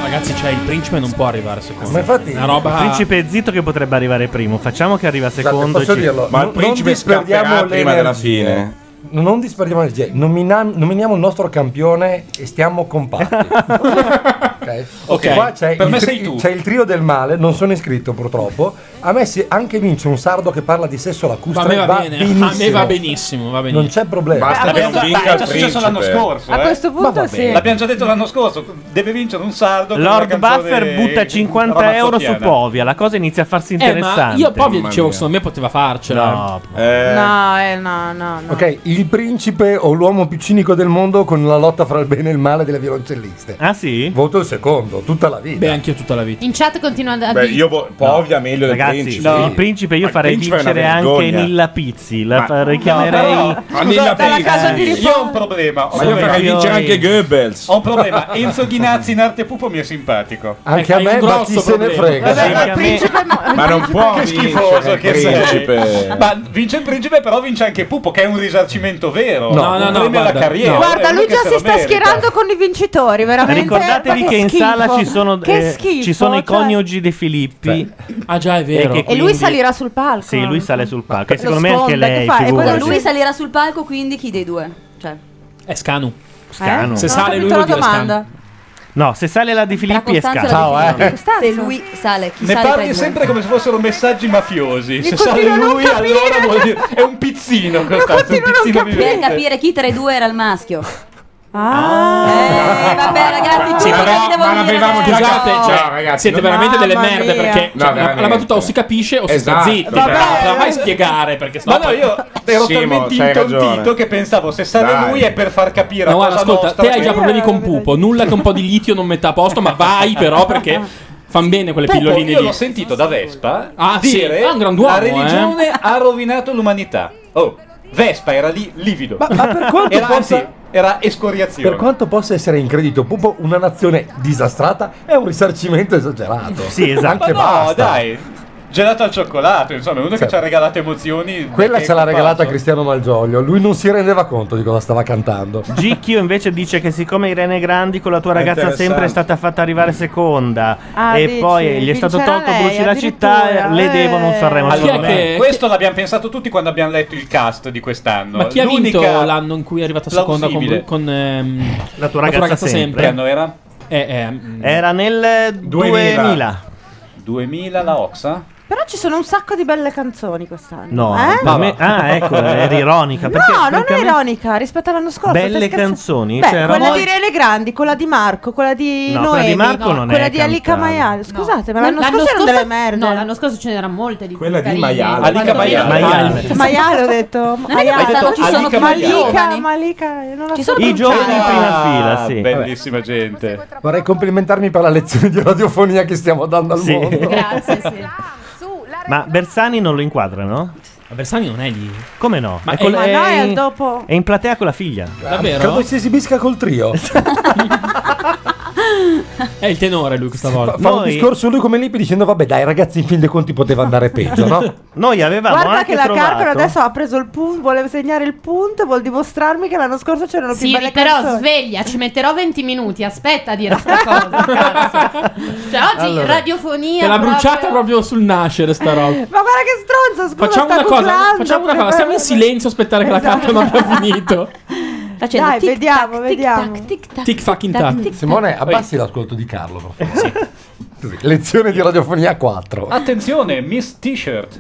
Speaker 3: Ragazzi, cioè, il principe non può arrivare secondo.
Speaker 2: Ma
Speaker 3: infatti, una roba
Speaker 2: Il principe zitto che potrebbe arrivare primo. Facciamo che arriva secondo.
Speaker 4: Esatto, posso
Speaker 2: e ci-
Speaker 4: dirlo? Ma il Non principe disperdiamo scapperà le prima della energie. fine. Non disperdiamo energie, nomina- nominiamo il nostro campione e stiamo compatti. ok.
Speaker 3: Ok,
Speaker 4: Qua c'è
Speaker 3: per
Speaker 4: il
Speaker 3: me
Speaker 4: tri-
Speaker 3: sei tu.
Speaker 4: C'è il trio del male, non sono iscritto purtroppo. A me si anche vince un sardo che parla di sesso
Speaker 3: Ma
Speaker 4: lacustre.
Speaker 3: a me va,
Speaker 4: va
Speaker 3: bene,
Speaker 4: benissimo.
Speaker 3: a me va benissimo, va benissimo.
Speaker 4: Non c'è problema.
Speaker 11: Basta che non vinca il principe. A questo
Speaker 4: punto Ma va sì. bene.
Speaker 11: L'abbiamo già detto l'anno scorso, deve vincere un saldo. con
Speaker 2: Lord
Speaker 11: una canzone
Speaker 2: Buffer butta 50 euro su
Speaker 11: ramazzotiana.
Speaker 2: Povia. La cosa inizia a farsi
Speaker 11: Eh, ma
Speaker 2: interessante.
Speaker 11: io Povia
Speaker 2: Mamma
Speaker 11: dicevo,
Speaker 2: mia.
Speaker 3: Secondo me poteva farcela.
Speaker 2: No,
Speaker 13: No, eh, no, no, no.
Speaker 4: Ok, il principe o l'uomo più cinico del mondo con la lotta fra il bene e il male delle violoncelliste.
Speaker 2: Ah sì?
Speaker 4: Voto il secondo, tutta la vita.
Speaker 3: Beh, anche io tutta la vita.
Speaker 8: In chat continua a
Speaker 6: Beh,
Speaker 8: dire.
Speaker 6: io vo- Povia meglio del
Speaker 2: Ragazzi,
Speaker 6: principe.
Speaker 2: il principe io
Speaker 6: Ma il
Speaker 2: farei
Speaker 6: principe è una
Speaker 2: vincere anche
Speaker 6: vergogna.
Speaker 2: Nilla Pizzi. La fa- richiamerei.
Speaker 11: No, però-
Speaker 6: Nilla
Speaker 11: Scusate,
Speaker 6: Pizzi.
Speaker 11: Io ho un problema. ho
Speaker 6: Ma io
Speaker 11: un
Speaker 6: farei
Speaker 11: problema.
Speaker 6: vincere anche Goebbels.
Speaker 11: Ho un problema. Enzo Ghinazzi in arte pupo mi è simpatico.
Speaker 4: Anche a me, ma chi se ne frega.
Speaker 6: Ma non può
Speaker 11: che
Speaker 6: vincere
Speaker 11: schifoso
Speaker 6: il
Speaker 11: che
Speaker 6: principe.
Speaker 11: sei. Ma vince il principe, però vince anche Pupo, che è un risarcimento vero.
Speaker 6: No, no,
Speaker 11: Un
Speaker 6: no,
Speaker 11: premio alla
Speaker 6: guarda,
Speaker 11: carriera.
Speaker 6: no.
Speaker 13: Guarda,
Speaker 11: È
Speaker 13: lui
Speaker 11: che
Speaker 13: già
Speaker 11: se
Speaker 13: si
Speaker 11: lo
Speaker 13: sta
Speaker 11: merita.
Speaker 13: schierando con i vincitori, veramente.
Speaker 2: Ricordatevi
Speaker 13: ma
Speaker 2: che in
Speaker 13: schifo.
Speaker 2: sala ci sono,
Speaker 13: Che
Speaker 2: eh,
Speaker 13: schifo,
Speaker 2: ci sono i
Speaker 13: cioè.
Speaker 2: coniugi De Filippi.
Speaker 3: Ah, già, è
Speaker 2: vero.
Speaker 13: E lui salirà sul palco.
Speaker 2: Sì, lui sale sul palco. E
Speaker 13: Lo
Speaker 2: secondo me anche
Speaker 13: sponda, che
Speaker 2: lei.
Speaker 13: fa? E quello
Speaker 2: figurati.
Speaker 7: Lui salirà sul palco, quindi chi dei due? Cioè,
Speaker 3: È Scanu.
Speaker 2: Scanu.
Speaker 3: Se
Speaker 2: Non ho
Speaker 3: sale lui
Speaker 7: Eh? capito
Speaker 3: lo
Speaker 7: la
Speaker 3: dire Scanu.
Speaker 7: domanda.
Speaker 2: No, se sale la De Filippi è eh.
Speaker 7: Costanza
Speaker 2: scatto.
Speaker 7: e la De Filippi. Se lui sale, chi
Speaker 11: Ne
Speaker 7: sale tra i
Speaker 11: parli
Speaker 7: due?
Speaker 11: sempre come se fossero messaggi mafiosi.
Speaker 7: Mi
Speaker 11: Se sale
Speaker 7: continuo a non
Speaker 11: lui, allora vuol dire è un pizzino. Costanzo, un pizzino
Speaker 7: Per
Speaker 11: vivente.
Speaker 7: capire chi tra i due era il maschio.
Speaker 13: Ah,
Speaker 7: eh, vabbè, ragazzi, ci
Speaker 3: Sì,
Speaker 7: cosa
Speaker 3: però-
Speaker 7: vi devo
Speaker 3: ma
Speaker 7: dire?
Speaker 3: l'avevamo già Scusate,
Speaker 7: No.
Speaker 3: cioè, siete veramente delle merde perché cioè, la- la battuta o si capisce o
Speaker 6: Esatto.
Speaker 3: si sta zitti.
Speaker 6: Vabbè,
Speaker 3: Vabbè, la
Speaker 6: eh.
Speaker 3: fai spiegare perché sennò
Speaker 11: Ma no,
Speaker 3: poi-
Speaker 11: io ero talmente intontito che pensavo se sale
Speaker 3: Dai.
Speaker 11: lui è per far capire
Speaker 3: No,
Speaker 11: a
Speaker 3: guarda,
Speaker 11: cosa
Speaker 3: ascolta,
Speaker 11: nostra
Speaker 3: te hai
Speaker 11: che-
Speaker 3: già problemi con Pupo, nulla che un po' di litio non metta a posto, ma vai però perché fan bene quelle
Speaker 11: Pupo,
Speaker 3: pilloline
Speaker 11: io
Speaker 3: lì.
Speaker 11: l'ho sentito da Vespa
Speaker 3: Ah, sì,
Speaker 11: dire
Speaker 3: è un eh. grand'uomo,
Speaker 11: la religione ha rovinato l'umanità. Oh, Vespa era lì livido. Ma,
Speaker 4: per quanto
Speaker 11: era,
Speaker 4: possa-
Speaker 11: anzi, era escoriazione.
Speaker 4: Per quanto possa essere incredito, Pupo, una nazione disastrata è un risarcimento esagerato.
Speaker 3: esatto.
Speaker 11: Ma
Speaker 4: Anche
Speaker 11: no,
Speaker 4: esatto, basta.
Speaker 11: dai. Gelato al cioccolato, insomma, è uno che ci ha regalato emozioni.
Speaker 4: Quella
Speaker 11: perché
Speaker 4: ce l'ha
Speaker 11: è
Speaker 4: regalata
Speaker 11: comparso.
Speaker 4: Cristiano Malgioglio. Lui non si rendeva conto di cosa stava cantando.
Speaker 11: Cioè,
Speaker 2: GQ invece dice che siccome Irene Grandi con la tua ragazza
Speaker 4: interessante.
Speaker 2: sempre è stata fatta arrivare seconda
Speaker 4: Ah,
Speaker 2: e
Speaker 4: dici,
Speaker 2: poi gli è stato
Speaker 4: vincerà
Speaker 2: tolto
Speaker 4: lei,
Speaker 2: Bruci la città,
Speaker 4: addirittura,
Speaker 2: le devono un Sanremo.
Speaker 11: Ma chi è
Speaker 2: secondo me.
Speaker 11: che- Questo l'abbiamo pensato tutti quando abbiamo letto il cast di quest'anno.
Speaker 3: Ma chi ha
Speaker 11: L'unica-
Speaker 3: vinto l'anno in cui è arrivata seconda con,
Speaker 11: plausibile.
Speaker 3: con, ehm,
Speaker 2: la tua ragazza sempre.
Speaker 3: sempre?
Speaker 2: Che anno
Speaker 11: era?
Speaker 3: Eh, mm.
Speaker 2: Era nel
Speaker 11: 2000.
Speaker 2: 2000.
Speaker 11: 2000 la Oxa?
Speaker 13: Però ci sono un sacco di belle canzoni quest'anno.
Speaker 2: No,
Speaker 13: eh?
Speaker 2: per me- ah, ecco, era ironica. Perché
Speaker 13: no, non è
Speaker 2: francamente-
Speaker 13: ironica rispetto all'anno scorso.
Speaker 2: Belle
Speaker 13: stai scherzando?
Speaker 2: canzoni?
Speaker 13: Beh,
Speaker 2: C'era
Speaker 13: quella
Speaker 2: Mo-
Speaker 13: di Irene Grandi, quella di Marco, quella di
Speaker 2: No,
Speaker 13: Noemi,
Speaker 2: quella di Marco non è
Speaker 13: quella di Alica
Speaker 2: cantare.
Speaker 13: Maiale. Scusate, ma l'anno, scorso erano delle merde.
Speaker 8: No, l'anno scorso ce n'era molte di
Speaker 6: Quella di
Speaker 8: carine.
Speaker 6: Maiale.
Speaker 8: Quando
Speaker 6: Alica
Speaker 8: vedi-
Speaker 6: Maiale.
Speaker 13: Maiale. Maiale ho detto. Maiale.
Speaker 7: quest'anno
Speaker 13: Ho detto
Speaker 7: ci sono più
Speaker 13: Malika,
Speaker 7: giovani?
Speaker 13: Malika, non la
Speaker 7: Ci
Speaker 13: so
Speaker 7: sono più
Speaker 13: più giovani.
Speaker 7: giovani?
Speaker 4: prima fila, sì.
Speaker 11: Bellissima gente.
Speaker 4: Vorrei complimentarmi per la lezione di radiofonia che stiamo dando al
Speaker 2: Sì.
Speaker 4: mondo.
Speaker 2: Grazie, Ma Bersani non lo inquadra, no?
Speaker 3: Bersani non è lì.
Speaker 2: Come no?
Speaker 3: Ma è-
Speaker 2: col-
Speaker 3: ma no, è al
Speaker 13: dopo.
Speaker 2: È in platea con la figlia.
Speaker 3: Davvero?
Speaker 4: Credo si esibisca col trio. Fa
Speaker 3: È il tenore lui questa volta.
Speaker 4: un discorso lui come Lippi dicendo vabbè dai ragazzi in fin dei conti poteva andare peggio, no?
Speaker 2: Noi avevamo
Speaker 13: Guarda
Speaker 2: anche
Speaker 13: che la
Speaker 2: trovato...
Speaker 13: Carcano adesso ha preso il punto, vuole segnare il punto e vuol dimostrarmi che l'anno scorso c'erano più
Speaker 8: Sì,
Speaker 13: belle
Speaker 8: però
Speaker 13: canzoni.
Speaker 8: sveglia, ci metterò 20 minuti, aspetta a dire sta cosa, cazzo. Cioè, oggi
Speaker 3: Allora,
Speaker 8: radiofonia
Speaker 3: Te l'ha bruciata
Speaker 8: proprio-
Speaker 3: proprio sul nascere sta roba.
Speaker 13: Ma guarda che stronzo, scusa,
Speaker 3: Facciamo
Speaker 13: sta
Speaker 3: una cosa,
Speaker 13: cuclando.
Speaker 3: facciamo una cosa, stiamo in silenzio a aspettare che la carta non abbia finito.
Speaker 7: Facendo
Speaker 13: Dai,
Speaker 7: tic,
Speaker 13: vediamo, vediamo.
Speaker 3: Tic fucking
Speaker 13: tac,
Speaker 3: tac.
Speaker 13: tic,
Speaker 4: Simone, abbassi l'ascolto di Carlo, per favore. Così, Lezione di radiofonia 4.
Speaker 11: Attenzione, Miss T-shirt.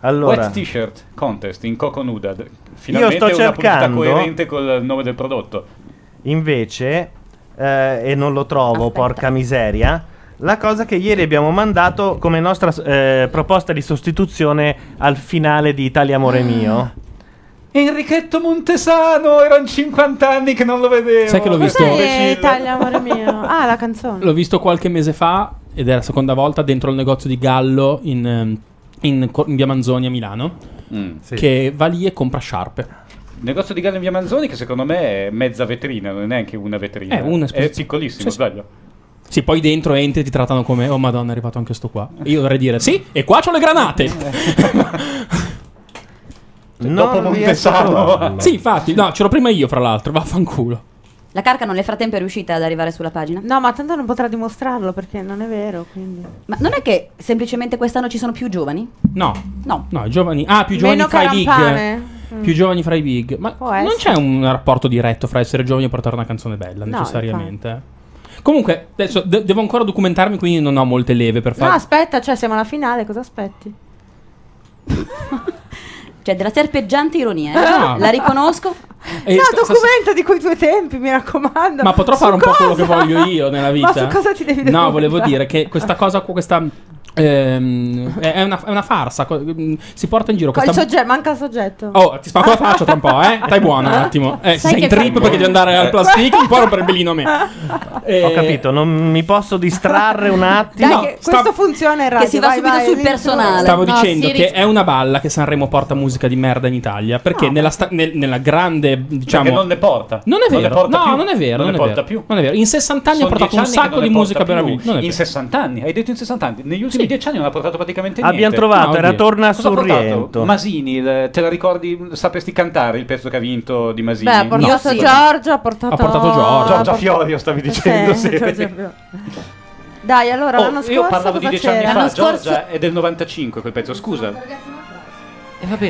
Speaker 2: Allora.
Speaker 11: Wet T-shirt contest in Coco Nuda. Finalmente
Speaker 2: sto
Speaker 11: una pubblicità
Speaker 2: cercando-
Speaker 11: coerente col nome del prodotto.
Speaker 2: Invece, eh, e non lo trovo, porca miseria. La cosa che ieri abbiamo mandato come nostra eh, proposta di sostituzione al finale di Italia
Speaker 11: Ah.
Speaker 2: Amore Mio.
Speaker 11: Enrichetto Montesano, erano 50 anni che non lo vedevo.
Speaker 3: Sai che l'ho visto?
Speaker 13: Cos'è Italia, amore mio? Ah, la canzone.
Speaker 3: L'ho visto qualche mese fa ed è la seconda volta dentro il negozio di Gallo in, ehm, in co- in via Manzoni a Milano.
Speaker 2: Mm,
Speaker 3: Che va lì e compra sciarpe.
Speaker 11: Il negozio di Gallo in Via Manzoni, che secondo me è mezza vetrina, non è neanche una vetrina.
Speaker 3: È una
Speaker 11: è
Speaker 3: esposizione.
Speaker 11: piccolissimo,
Speaker 3: Sì,
Speaker 2: cioè,
Speaker 3: sì.
Speaker 11: sbaglio.
Speaker 3: Sì, poi dentro entri e ti trattano come Oh madonna, è arrivato anche sto qua. Io dovrei dire Sì, e qua c'ho le granate. Cioè,
Speaker 11: Dopo Montesano.
Speaker 3: Sì, infatti, no, c'ero prima io, fra l'altro. Vaffanculo.
Speaker 7: La Carca non nel frattempo è riuscita ad arrivare sulla pagina?
Speaker 13: No, ma tanto non potrà dimostrarlo perché non è vero, quindi.
Speaker 7: Ma non è che semplicemente quest'anno ci sono più giovani?
Speaker 3: No.
Speaker 7: No.
Speaker 3: No, i giovani. Ah, più giovani
Speaker 7: Meno
Speaker 3: fra i big.
Speaker 7: carampane.
Speaker 13: Mm.
Speaker 3: Più giovani fra i big. Ma
Speaker 13: Può
Speaker 3: non
Speaker 13: essere.
Speaker 3: c'è un rapporto diretto fra essere giovani e portare una canzone bella,
Speaker 13: No,
Speaker 3: necessariamente. Comunque, adesso de- devo ancora documentarmi, quindi non ho molte leve per
Speaker 13: No,
Speaker 3: fare.
Speaker 13: aspetta, cioè siamo alla finale, cosa aspetti?
Speaker 7: Cioè, della serpeggiante ironia. eh.
Speaker 3: Ah.
Speaker 7: La riconosco.
Speaker 3: E
Speaker 13: no,
Speaker 3: sta-
Speaker 13: documenta di quei tuoi tempi, mi raccomando.
Speaker 3: Ma potrò
Speaker 13: Su
Speaker 3: fare un po'
Speaker 13: cosa?
Speaker 3: quello che voglio io nella vita.
Speaker 13: Ma su cosa ti devi
Speaker 3: No, volevo
Speaker 13: documentare?
Speaker 3: dire che questa cosa, qua, questa. ehm, è, è una, è una farsa. co- mm, Si porta in giro
Speaker 13: Col
Speaker 3: questa.
Speaker 13: soggetto, manca il soggetto.
Speaker 3: Oh, ti spacco la faccia tra un po', eh? Stai buona un attimo. Eh,
Speaker 13: Sai
Speaker 3: sei in
Speaker 13: che-
Speaker 3: trip perché devi andare al plastic, un po' rompere il belino a me. Eh,
Speaker 2: Ho capito, non mi posso distrarre un attimo.
Speaker 13: Dai, che questo funziona in radio.
Speaker 7: si va
Speaker 13: vai,
Speaker 7: subito
Speaker 13: vai,
Speaker 7: sul
Speaker 13: dentro.
Speaker 7: personale.
Speaker 3: Stavo
Speaker 7: No,
Speaker 3: dicendo
Speaker 7: si
Speaker 3: che
Speaker 7: ris-
Speaker 3: è una balla che Sanremo porta musica di merda in Italia. Perché nella, sta- nel- nella grande, diciamo.
Speaker 11: Perché non ne porta.
Speaker 3: Non è
Speaker 11: Non ne
Speaker 3: vero.
Speaker 11: porta
Speaker 3: no,
Speaker 11: più.
Speaker 3: non è vero.
Speaker 11: Non ne
Speaker 3: è vero.
Speaker 11: porta più.
Speaker 3: Non è vero. In 60 anni ha
Speaker 11: Sono
Speaker 3: portato un
Speaker 11: dieci anni che
Speaker 3: sacco
Speaker 11: non
Speaker 3: di
Speaker 11: ne
Speaker 3: musica
Speaker 11: porta più.
Speaker 3: meravigliosa. Non è
Speaker 11: In
Speaker 3: vero.
Speaker 11: 60 anni, hai detto in 60 anni. Negli ultimi dieci anni non ha portato praticamente
Speaker 2: Abbiamo
Speaker 11: niente.
Speaker 2: trovato,
Speaker 11: No,
Speaker 2: era
Speaker 11: oddio.
Speaker 2: torna
Speaker 11: Cosa ha
Speaker 2: sul
Speaker 11: portato?
Speaker 2: riento.
Speaker 11: Masini, il- te la ricordi? Sapresti cantare il pezzo che ha vinto di Masini?
Speaker 13: Beh, ha portato Eh, Giorgio, ha portato...
Speaker 11: Giorgia Fiorio, stavi dicendo.
Speaker 13: Sì,
Speaker 11: sì.
Speaker 13: Giorgia Fiorio. Cioè, Dai, allora
Speaker 11: Oh,
Speaker 13: l'anno scorso
Speaker 11: io parlavo di
Speaker 13: cosa
Speaker 11: dieci anni
Speaker 13: c'era?
Speaker 11: fa, Giorgia è del 95 quel pezzo, scusa.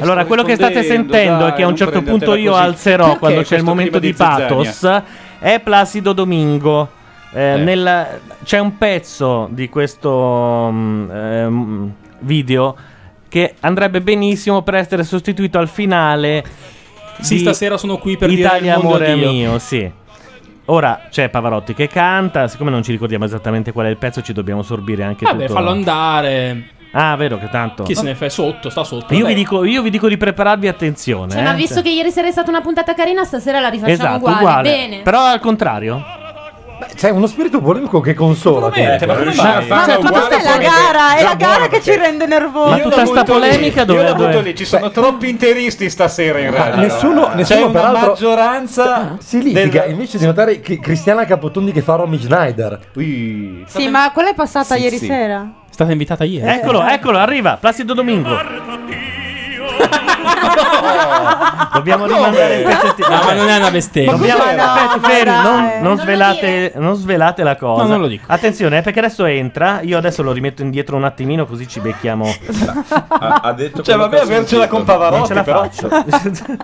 Speaker 2: Allora, quello che state
Speaker 11: rispondendo,
Speaker 2: sentendo
Speaker 11: dai,
Speaker 2: è che a un
Speaker 11: non
Speaker 2: certo
Speaker 11: prendetela
Speaker 2: punto io
Speaker 11: così.
Speaker 2: alzerò
Speaker 11: Perché
Speaker 2: quando c'è il
Speaker 11: questo
Speaker 2: momento di,
Speaker 11: clima
Speaker 2: pathos.
Speaker 11: zizzania?
Speaker 2: È Placido Domingo. Eh, nel- c'è un pezzo di questo mm, ehm, video che andrebbe benissimo per essere sostituito al finale.
Speaker 3: Sì,
Speaker 2: di
Speaker 3: stasera sono qui per dire
Speaker 2: Italia
Speaker 3: il mondo
Speaker 2: amore
Speaker 3: a Dio.
Speaker 2: mio, sì. Ora c'è Pavarotti che canta, siccome non ci ricordiamo esattamente qual è il pezzo, ci dobbiamo sorbire anche
Speaker 3: Vabbè,
Speaker 2: tutto.
Speaker 3: fallo andare.
Speaker 2: Ah, vero che tanto.
Speaker 3: Chi se ne fa? È sotto, sta sotto.
Speaker 2: Io
Speaker 3: vabbè.
Speaker 2: vi, dico, io vi dico di prepararvi attenzione.
Speaker 8: Cioè,
Speaker 2: eh.
Speaker 8: ma visto
Speaker 2: Cioè-
Speaker 8: che ieri sera è stata una puntata carina, stasera la rifacciamo
Speaker 2: Esatto,
Speaker 8: uguale.
Speaker 2: uguale.
Speaker 8: Bene.
Speaker 2: Però al contrario.
Speaker 4: C'è uno spirito polemico che eh. consola.
Speaker 2: Veramente, cioè, ma come
Speaker 4: comunque.
Speaker 2: mai? Ma- ma
Speaker 13: Ma questa Cioè, è la gara, è la gara che ci rende nervosi.
Speaker 4: Ma tutta sta polemica dove-
Speaker 11: Io la butto
Speaker 4: dove-
Speaker 11: lì, ci sono troppi interisti stasera in radio.
Speaker 4: Nessuno, nessuno
Speaker 11: C'è una
Speaker 4: peraltro,
Speaker 11: maggioranza
Speaker 4: si litiga invece di notare che Cristiana Capotondi che fa Romy Schneider.
Speaker 13: Sì, ma quella è passata
Speaker 4: Sì,
Speaker 13: ieri
Speaker 4: sì.
Speaker 13: sera.
Speaker 3: È stata invitata ieri.
Speaker 2: Eh, Eccolo, eccolo, arriva Placido Domingo. Dobbiamo rimandare il pezzettino.
Speaker 3: No, ma non è una bestemmia.
Speaker 2: Dobbiamo...
Speaker 3: Ma no,
Speaker 2: Aspetta,
Speaker 3: ma
Speaker 2: fermi,
Speaker 3: dai.
Speaker 2: non, non
Speaker 3: Non lo
Speaker 2: svelate, non svelate la cosa.
Speaker 3: No, non lo dico.
Speaker 2: Attenzione, eh, perché adesso entra. Io adesso lo rimetto indietro un attimino, così ci becchiamo.
Speaker 6: Ha, ha detto
Speaker 2: Cioè,
Speaker 6: quello
Speaker 2: vabbè,
Speaker 6: che ho
Speaker 2: avercela
Speaker 6: sentito.
Speaker 2: con Pavarotti, Non ce la però. faccio.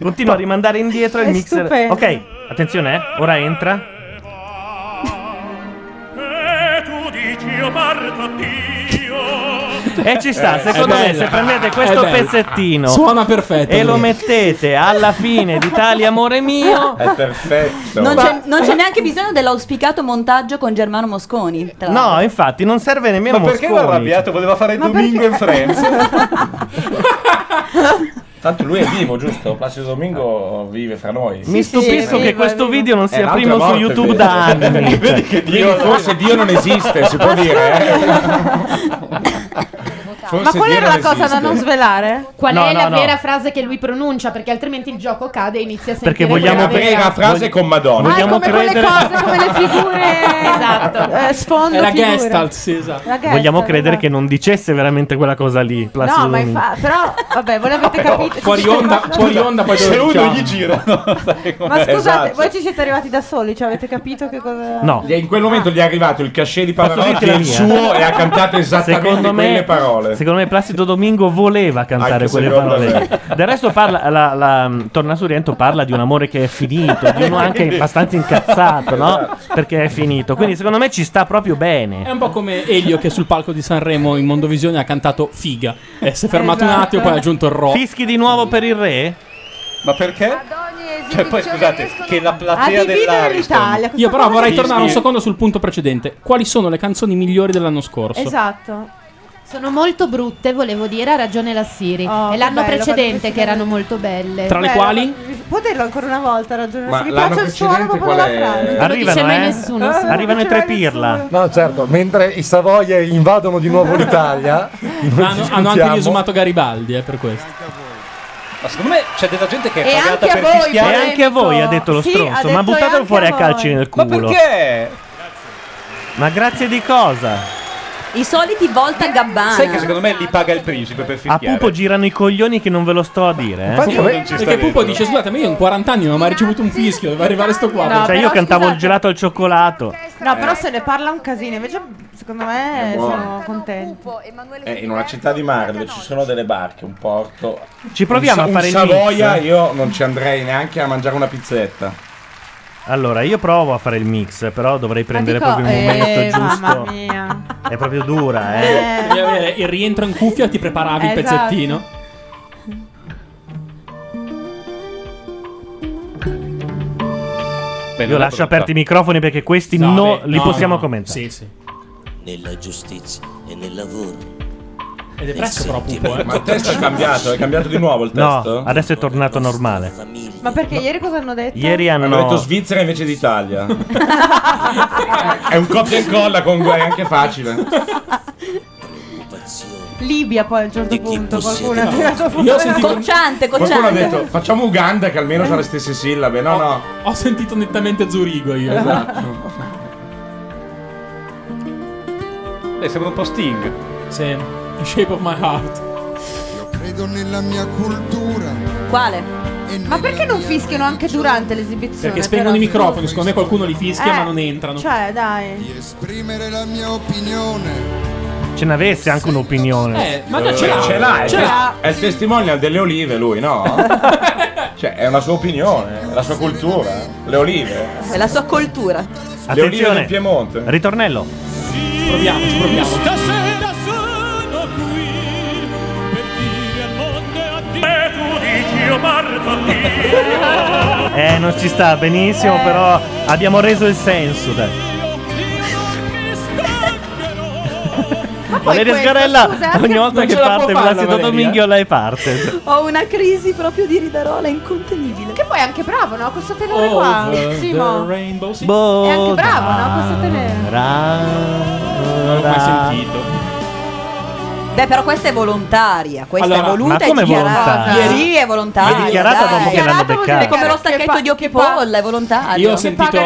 Speaker 2: Continua a rimandare indietro il
Speaker 6: È
Speaker 2: mixer.
Speaker 6: stupendo.
Speaker 2: Ok, attenzione, eh, ora entra. E ci sta,
Speaker 3: Eh,
Speaker 2: secondo
Speaker 3: è
Speaker 2: me
Speaker 3: bella.
Speaker 2: se prendete
Speaker 3: È
Speaker 2: questo
Speaker 3: bella.
Speaker 2: pezzettino
Speaker 3: Suona perfetto.
Speaker 2: e lo mettete alla fine d'Italia amore mio
Speaker 6: È perfetto.
Speaker 7: Non, c'è, non c'è neanche bisogno dell'auspicato montaggio con Germano Mosconi. tra l'altro.
Speaker 2: No, infatti non serve nemmeno
Speaker 11: Ma perché era
Speaker 2: Mosconi.
Speaker 11: arrabbiato? Voleva fare il Domingo in
Speaker 13: Ah,
Speaker 11: Friends.
Speaker 6: Tanto lui è vivo, giusto? Placido Domingo vive fra noi.
Speaker 2: Mi stupisco che questo video non sia
Speaker 6: Eh, l'altro è
Speaker 2: primo su
Speaker 6: morto,
Speaker 2: YouTube
Speaker 6: è
Speaker 2: da
Speaker 6: vero.
Speaker 2: anni.
Speaker 6: Vedi che Dio- Vedi, forse Dio non esiste, si può dire, eh? Forse
Speaker 13: ma qual
Speaker 6: Dio
Speaker 13: era
Speaker 6: non
Speaker 13: la cosa da
Speaker 6: esiste.
Speaker 13: non svelare?
Speaker 8: Qual
Speaker 6: No,
Speaker 8: è
Speaker 6: no,
Speaker 8: la
Speaker 6: no.
Speaker 8: vera frase che lui pronuncia? Perché altrimenti il gioco cade e inizia a sentire
Speaker 6: Perché vogliamo
Speaker 8: quella vera.
Speaker 6: aprire la frase con Madonna.
Speaker 8: Vogliamo
Speaker 13: Ah, come quelle
Speaker 8: credere-
Speaker 13: cose, come le figure
Speaker 8: Esatto.
Speaker 13: eh, sfondo
Speaker 3: È la
Speaker 13: figure.
Speaker 3: Gestalt, sì, esatto.
Speaker 13: La Gestalt,
Speaker 2: Vogliamo credere
Speaker 13: esatto.
Speaker 2: che non dicesse veramente quella cosa lì. Placido
Speaker 13: No, ma
Speaker 2: Domingo.
Speaker 13: infatti, però vabbè, voi l'avete capito.
Speaker 2: fuori onda- fuori onda poi
Speaker 11: se
Speaker 2: lo
Speaker 11: uno
Speaker 2: diciamo.
Speaker 11: gli gira. no, sai com'è.
Speaker 13: Ma scusate,
Speaker 6: Esatto.
Speaker 13: voi ci siete arrivati da soli, cioè avete capito che cosa
Speaker 2: No.
Speaker 6: Gli è- In quel momento gli è arrivato il cachet di
Speaker 2: Posso
Speaker 6: Pavarotti
Speaker 2: dirtela
Speaker 6: e il
Speaker 2: mia?
Speaker 6: suo e ha cantato esattamente
Speaker 2: Secondo me-
Speaker 6: quelle parole.
Speaker 2: Secondo me Placido Domingo voleva cantare
Speaker 6: Anche
Speaker 2: quelle
Speaker 6: secondo
Speaker 2: parole. lì. Del resto parla, la, la, mm, Torna su Riento parla di un amore che è finito, di uno anche
Speaker 3: Quindi-
Speaker 2: abbastanza incazzato, no?
Speaker 6: Esatto.
Speaker 2: Perché è finito. Quindi secondo me ci sta proprio
Speaker 3: È
Speaker 2: bene.
Speaker 3: un po' come Elio che sul palco di Sanremo in Mondovisione ha cantato Figa. E si è fermato un
Speaker 2: Esatto.
Speaker 3: attimo, poi ha aggiunto il Ro.
Speaker 2: Fischi di nuovo per il re?
Speaker 11: Ma perché? Cioè, poi scusate, che la platea dell'Ariston.
Speaker 3: Io però vorrei
Speaker 11: Disney.
Speaker 3: tornare un secondo sul punto precedente. Quali sono le canzoni migliori dell'anno scorso?
Speaker 8: Esatto. Sono molto brutte, volevo dire, ha ragione la Siri.
Speaker 13: Oh, che
Speaker 8: e l'anno
Speaker 13: bello, quando
Speaker 8: precedente
Speaker 13: si
Speaker 8: che erano molto belle.
Speaker 3: Tra
Speaker 2: ecco,
Speaker 3: le quali?
Speaker 13: Può dirlo ancora una volta, ragione.
Speaker 2: Ma
Speaker 13: Se mi
Speaker 2: l'anno
Speaker 13: piace il suono
Speaker 2: precedente
Speaker 13: proprio della
Speaker 2: qual è?
Speaker 13: frase.
Speaker 2: Non lo dice Arrivano, mai eh? nessuno, sì. Arrivano
Speaker 13: Non
Speaker 2: i
Speaker 13: lo dice
Speaker 2: tre
Speaker 13: mai
Speaker 2: pirla.
Speaker 13: nessuno.
Speaker 4: No, certo, mentre i Savoia invadono di nuovo l'Italia, noi
Speaker 3: Ma hanno, hanno
Speaker 4: ci
Speaker 3: anche
Speaker 4: scusiamo.
Speaker 3: riesumato Garibaldi, eh, per questo.
Speaker 11: Ma secondo me c'è della gente che
Speaker 4: E
Speaker 11: è pagata
Speaker 4: anche a
Speaker 11: per
Speaker 4: voi,
Speaker 11: fischiare.
Speaker 2: E anche a voi ha detto lo stronzo, ma buttatelo fuori a calci nel
Speaker 11: Ma
Speaker 2: culo.
Speaker 11: perché?
Speaker 2: Ma grazie di cosa?
Speaker 7: I soliti volta
Speaker 4: Ah,
Speaker 7: gabbana.
Speaker 11: Sai che secondo me li paga il principe per
Speaker 2: A
Speaker 11: fischiare.
Speaker 2: Pupo girano i coglioni che non ve lo sto a dire. Eh.
Speaker 3: Perché Pupo dice: Scusate, ma io in 40 anni non ho mai ricevuto un fischio, deve arrivare sto qua.
Speaker 13: No,
Speaker 2: cioè, io
Speaker 13: però
Speaker 2: cantavo
Speaker 13: scusate.
Speaker 2: il gelato al cioccolato.
Speaker 13: No, però se ne parla un casino. Invece, secondo me,
Speaker 6: Eh. È buono.
Speaker 13: sono contenti.
Speaker 6: Eh, in una città di mare dove ci sono delle barche, un porto.
Speaker 2: Ci proviamo
Speaker 6: Un
Speaker 2: a
Speaker 6: sa-
Speaker 2: fare il
Speaker 6: un Savoia,
Speaker 2: mix.
Speaker 6: io non ci andrei neanche a mangiare una pizzetta.
Speaker 2: Allora, io provo a fare il mix, però dovrei prendere
Speaker 13: dico,
Speaker 2: proprio il momento
Speaker 13: eh,
Speaker 2: giusto.
Speaker 13: Mamma mia.
Speaker 2: È proprio dura, eh.
Speaker 3: Devi avere il rientro in cuffia, ti preparavi il
Speaker 13: Esatto.
Speaker 3: pezzettino.
Speaker 2: Io lascio aperti i microfoni perché questi no,
Speaker 3: beh,
Speaker 2: li
Speaker 3: no,
Speaker 2: possiamo
Speaker 3: no.
Speaker 2: commentare.
Speaker 3: Sì, sì.
Speaker 15: nella giustizia e nel lavoro.
Speaker 3: Ed è
Speaker 15: Nel
Speaker 3: fresco però,
Speaker 15: sentimento.
Speaker 3: Pupo, eh.
Speaker 6: Ma il testo è cambiato, è cambiato di nuovo il testo?
Speaker 2: No, adesso è tornato normale.
Speaker 13: Ma perché ieri cosa hanno detto?
Speaker 2: Ieri hanno-
Speaker 6: detto Svizzera invece d'Italia. è un coppia e incolla con è anche facile.
Speaker 13: Libia poi a un certo punto qualcuno ha
Speaker 6: No.
Speaker 13: tirato fuori.
Speaker 6: Io ho sentito-
Speaker 7: Cocciante,
Speaker 6: Qualcuno ha
Speaker 7: cocciante.
Speaker 6: detto facciamo Uganda che
Speaker 13: Eh.
Speaker 6: almeno sa le stesse sillabe. No, no.
Speaker 3: Ho sentito nettamente Zurigo io.
Speaker 6: Esatto.
Speaker 3: Lei sembra Eh, un po' Sting. Sì. The shape of my heart.
Speaker 16: Credo nella mia cultura.
Speaker 7: Quale?
Speaker 13: Ma perché non fischiano anche durante l'esibizione?
Speaker 3: Perché spengono i
Speaker 13: però?
Speaker 3: microfoni, secondo me qualcuno li fischia
Speaker 13: Eh,
Speaker 3: ma non entrano.
Speaker 13: Cioè, dai.
Speaker 16: Esprimere la mia opinione.
Speaker 2: Ce n'avesse anche un'opinione.
Speaker 3: Eh, ma dai, ce l'ha,
Speaker 6: ce l'ha, è-
Speaker 3: ce l'ha.
Speaker 6: È il testimonial delle olive lui, no? cioè, è una sua opinione, è la sua cultura, eh. le olive.
Speaker 7: È la sua cultura.
Speaker 6: Le olive del
Speaker 2: Attenzione,
Speaker 6: Piemonte.
Speaker 2: ritornello.
Speaker 3: Proviamoci, proviamo.
Speaker 17: Stasera sono qui per dire al mondo e a te. Beh, tu dici io Marta mia.
Speaker 2: Eh, non ci sta benissimo,
Speaker 17: Eh.
Speaker 2: però abbiamo reso il senso. Dai.
Speaker 7: Ma poi
Speaker 2: Valeria
Speaker 7: questo,
Speaker 2: Sgarella,
Speaker 7: scusa,
Speaker 2: ogni
Speaker 7: anche-
Speaker 2: volta
Speaker 7: Non
Speaker 2: che
Speaker 7: ce la può
Speaker 2: parte
Speaker 7: farla,
Speaker 2: Placido
Speaker 7: Valeria.
Speaker 2: Dominghiola e parte.
Speaker 7: Ho una crisi proprio di ridarola incontenibile.
Speaker 13: Che poi è anche bravo, no? Questo tenore
Speaker 6: eh.
Speaker 13: qua.
Speaker 2: Over
Speaker 13: Simo.
Speaker 2: the
Speaker 3: Rainbow, sì.
Speaker 13: È anche bravo, no?
Speaker 2: Ah,
Speaker 13: Questo tenere.
Speaker 2: Non
Speaker 3: l'ho mai sentito.
Speaker 7: Beh, però questa è volontaria. Questa è
Speaker 2: Allora,
Speaker 7: voluta
Speaker 2: ma come
Speaker 7: e dichiarata.
Speaker 2: volontaria?
Speaker 7: Ieri è volontaria.
Speaker 2: È dichiarata
Speaker 7: dai.
Speaker 2: dopo che l'hanno beccata.
Speaker 7: È come lo stacchetto di occhi polla, è volontario.
Speaker 3: Io ho sentito,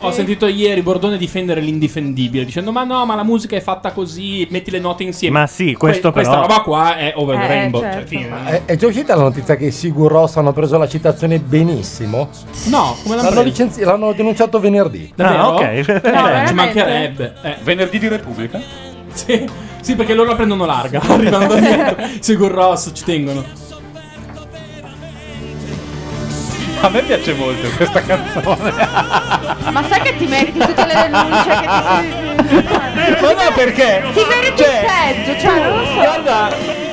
Speaker 3: ho sentito ieri Bordone difendere l'indifendibile dicendo ma no, ma la musica è fatta così, metti le note insieme.
Speaker 2: Ma sì, questo
Speaker 3: questa
Speaker 2: però-
Speaker 3: roba qua è over the
Speaker 13: Eh,
Speaker 3: rainbow.
Speaker 13: certo.
Speaker 3: cioè, fine.
Speaker 4: È, Eh, è già uscita la notizia che i Sigur Ross hanno preso la citazione benissimo?
Speaker 3: No, come l'hanno
Speaker 4: l'hanno,
Speaker 3: preso?
Speaker 4: licenzi- l'hanno denunciato venerdì.
Speaker 2: Ah,
Speaker 3: Davvero? Eh,
Speaker 4: Bene.
Speaker 3: ci mancherebbe. Venerdì di Repubblica? Sì, sì, perché loro la prendono larga. Arrivano da dietro. Sigur Ross ci tengono.
Speaker 11: A me piace molto questa canzone.
Speaker 13: Ma sai che ti meriti tutte le denunce che ti
Speaker 11: Ma no, perché?
Speaker 13: Ti meriti
Speaker 11: Cioè,
Speaker 13: il peggio, cioè, non lo so.
Speaker 11: Guarda,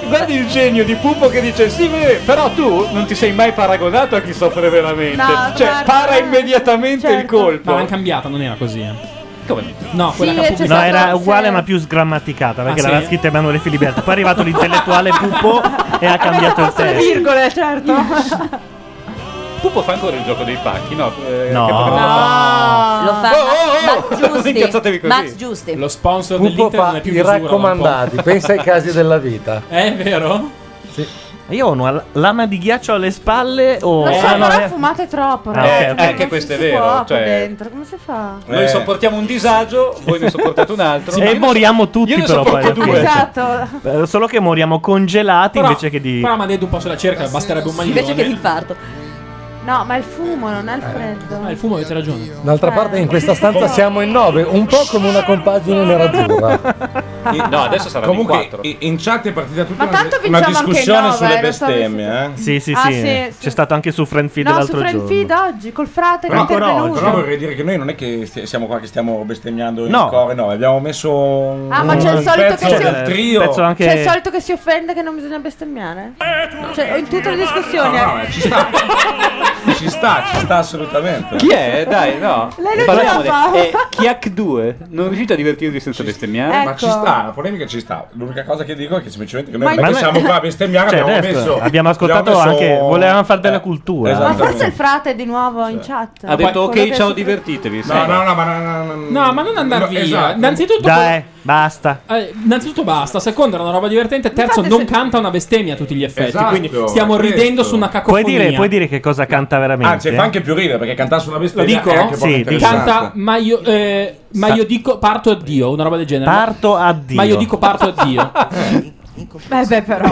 Speaker 11: guarda il genio di Pupo che dice: Sì, beh, però tu non ti sei mai paragonato a chi soffre veramente.
Speaker 3: No,
Speaker 11: cioè,
Speaker 3: guarda,
Speaker 11: para immediatamente il
Speaker 13: Certo.
Speaker 11: colpo.
Speaker 3: Ma l'hanno cambiata, non era così. Come? No, quella
Speaker 11: Sì,
Speaker 3: che ha
Speaker 11: c'è
Speaker 3: pubblicato.
Speaker 2: No, era uguale ma più sgrammaticata perché
Speaker 3: Ah, sì?
Speaker 2: l'aveva scritta Emanuele Filiberto. Poi è arrivato l'intellettuale Pupo e ha cambiato il
Speaker 13: le
Speaker 2: testo.
Speaker 13: virgole, certo.
Speaker 11: Pupo fa ancora il gioco dei pacchi, no? Eh,
Speaker 2: No. che Pokémon
Speaker 7: Lo fa
Speaker 11: Oh, oh, oh!
Speaker 7: Max Giusti.
Speaker 11: Incazzatevi così.
Speaker 7: Max Giusti.
Speaker 3: Lo sponsor
Speaker 4: Pupo
Speaker 3: dell'Inter non
Speaker 4: fa
Speaker 3: è più
Speaker 4: i
Speaker 3: misura,
Speaker 4: raccomandati,
Speaker 3: un po'.
Speaker 4: pensa ai casi della vita.
Speaker 3: Eh, È vero?
Speaker 2: Io ho una lama di ghiaccio alle spalle o...
Speaker 13: Lo so,
Speaker 2: Ah, no,
Speaker 13: però
Speaker 2: eh.
Speaker 13: fumate troppo,
Speaker 2: Ah,
Speaker 13: ragazzi.
Speaker 2: ok, ok.
Speaker 13: Come
Speaker 2: Eh, che
Speaker 13: si
Speaker 11: questo è
Speaker 13: si
Speaker 11: vero,
Speaker 13: può qua
Speaker 11: cioè-
Speaker 13: dentro? Come si fa?
Speaker 11: Noi sopportiamo un disagio, voi ne sopportate un altro.
Speaker 2: e moriamo tutti
Speaker 11: io ne
Speaker 2: però poi
Speaker 11: sopporto
Speaker 2: alla fine.
Speaker 13: Esatto.
Speaker 2: Eh, Solo che moriamo congelati
Speaker 3: Però-
Speaker 2: invece che di...
Speaker 3: Però Amadeus un po' se la cerca, basterebbe un maglione.
Speaker 7: Invece che l'infarto.
Speaker 13: No, ma il fumo non è il
Speaker 6: Eh,
Speaker 13: freddo.
Speaker 3: Ma Ah, il fumo avete ragione.
Speaker 4: D'altra parte in questa stanza siamo in nove, un po' come una compagine nerazzurra.
Speaker 11: No, adesso sarà di
Speaker 6: Comunque,
Speaker 11: quattro.
Speaker 6: i- in chat è partita tutta
Speaker 13: Ma
Speaker 6: una,
Speaker 13: tanto
Speaker 6: una
Speaker 13: vinciamo anche
Speaker 6: discussione
Speaker 13: nove,
Speaker 6: sulle
Speaker 13: lo so,
Speaker 6: bestemmie. Eh?
Speaker 2: Sì, sì,
Speaker 13: Ah,
Speaker 2: sì.
Speaker 13: sì, sì.
Speaker 2: C'è stato anche su Friend Feed
Speaker 13: No, su
Speaker 2: l'altro
Speaker 13: Friend
Speaker 2: giorno.
Speaker 13: Feed oggi, col frate che è
Speaker 6: eh. Però, però,
Speaker 13: intervenuto.
Speaker 6: però vorrei dire che noi non è che sti- siamo qua che stiamo bestemmiando in
Speaker 2: No.
Speaker 6: cuore, no, abbiamo messo un,
Speaker 13: Ah, ma c'è il
Speaker 6: un
Speaker 13: solito
Speaker 6: pezzo
Speaker 13: che si-
Speaker 6: del trio.
Speaker 2: Pezzo anche-
Speaker 13: C'è Cioè, il solito che si offende che non bisogna bestemmiare? Cioè, in tutte le discussioni.
Speaker 6: No, no, eh, ci sta. ci sta, ci sta assolutamente.
Speaker 11: Chi è? Dai, no.
Speaker 13: Lei non
Speaker 11: Parliamo
Speaker 13: ce la fa.
Speaker 11: di- eh, Chiac 2. Non riuscite a divertirvi senza bestemmiare?
Speaker 6: Ma ci sta, la polemica ci sta. L'unica cosa che dico è che semplicemente che noi
Speaker 11: Ma-
Speaker 6: non è che
Speaker 11: Ma-
Speaker 6: siamo qua a bestemmiare,
Speaker 2: Cioè,
Speaker 6: abbiamo
Speaker 2: adesso
Speaker 6: messo.
Speaker 2: abbiamo ascoltato
Speaker 6: abbiamo messo- Eh, esatto.
Speaker 2: anche... Volevamo far bella cultura.
Speaker 13: Ma forse il frate è di nuovo in chat.
Speaker 11: Ha detto
Speaker 13: Quello
Speaker 11: ok,
Speaker 13: che-
Speaker 11: ciao, divertitevi.
Speaker 6: No, no, no, ma no, no,
Speaker 3: No, ma non andare
Speaker 6: No,
Speaker 3: via.
Speaker 6: esatto.
Speaker 3: Innanzitutto,
Speaker 2: Dai, basta.
Speaker 3: eh, innanzitutto basta. Secondo, era una roba divertente. Terzo, non canta una bestemmia a tutti gli effetti.
Speaker 6: Esatto,
Speaker 3: quindi stiamo
Speaker 6: è questo.
Speaker 3: ridendo su una
Speaker 2: Puoi
Speaker 3: cacofonia.
Speaker 2: dire, puoi dire che cosa canta veramente?
Speaker 6: Anzi, fa anche più ridere perché cantare sulla
Speaker 3: Lo
Speaker 6: bestemmia è
Speaker 3: dico?
Speaker 6: anche poco interessante.
Speaker 3: Canta, ma io, eh, ma
Speaker 2: Sa-
Speaker 3: io dico parto a Dio, una roba del genere.
Speaker 2: Parto a Dio.
Speaker 3: Ma io dico parto a Dio.
Speaker 13: Beh, beh, però.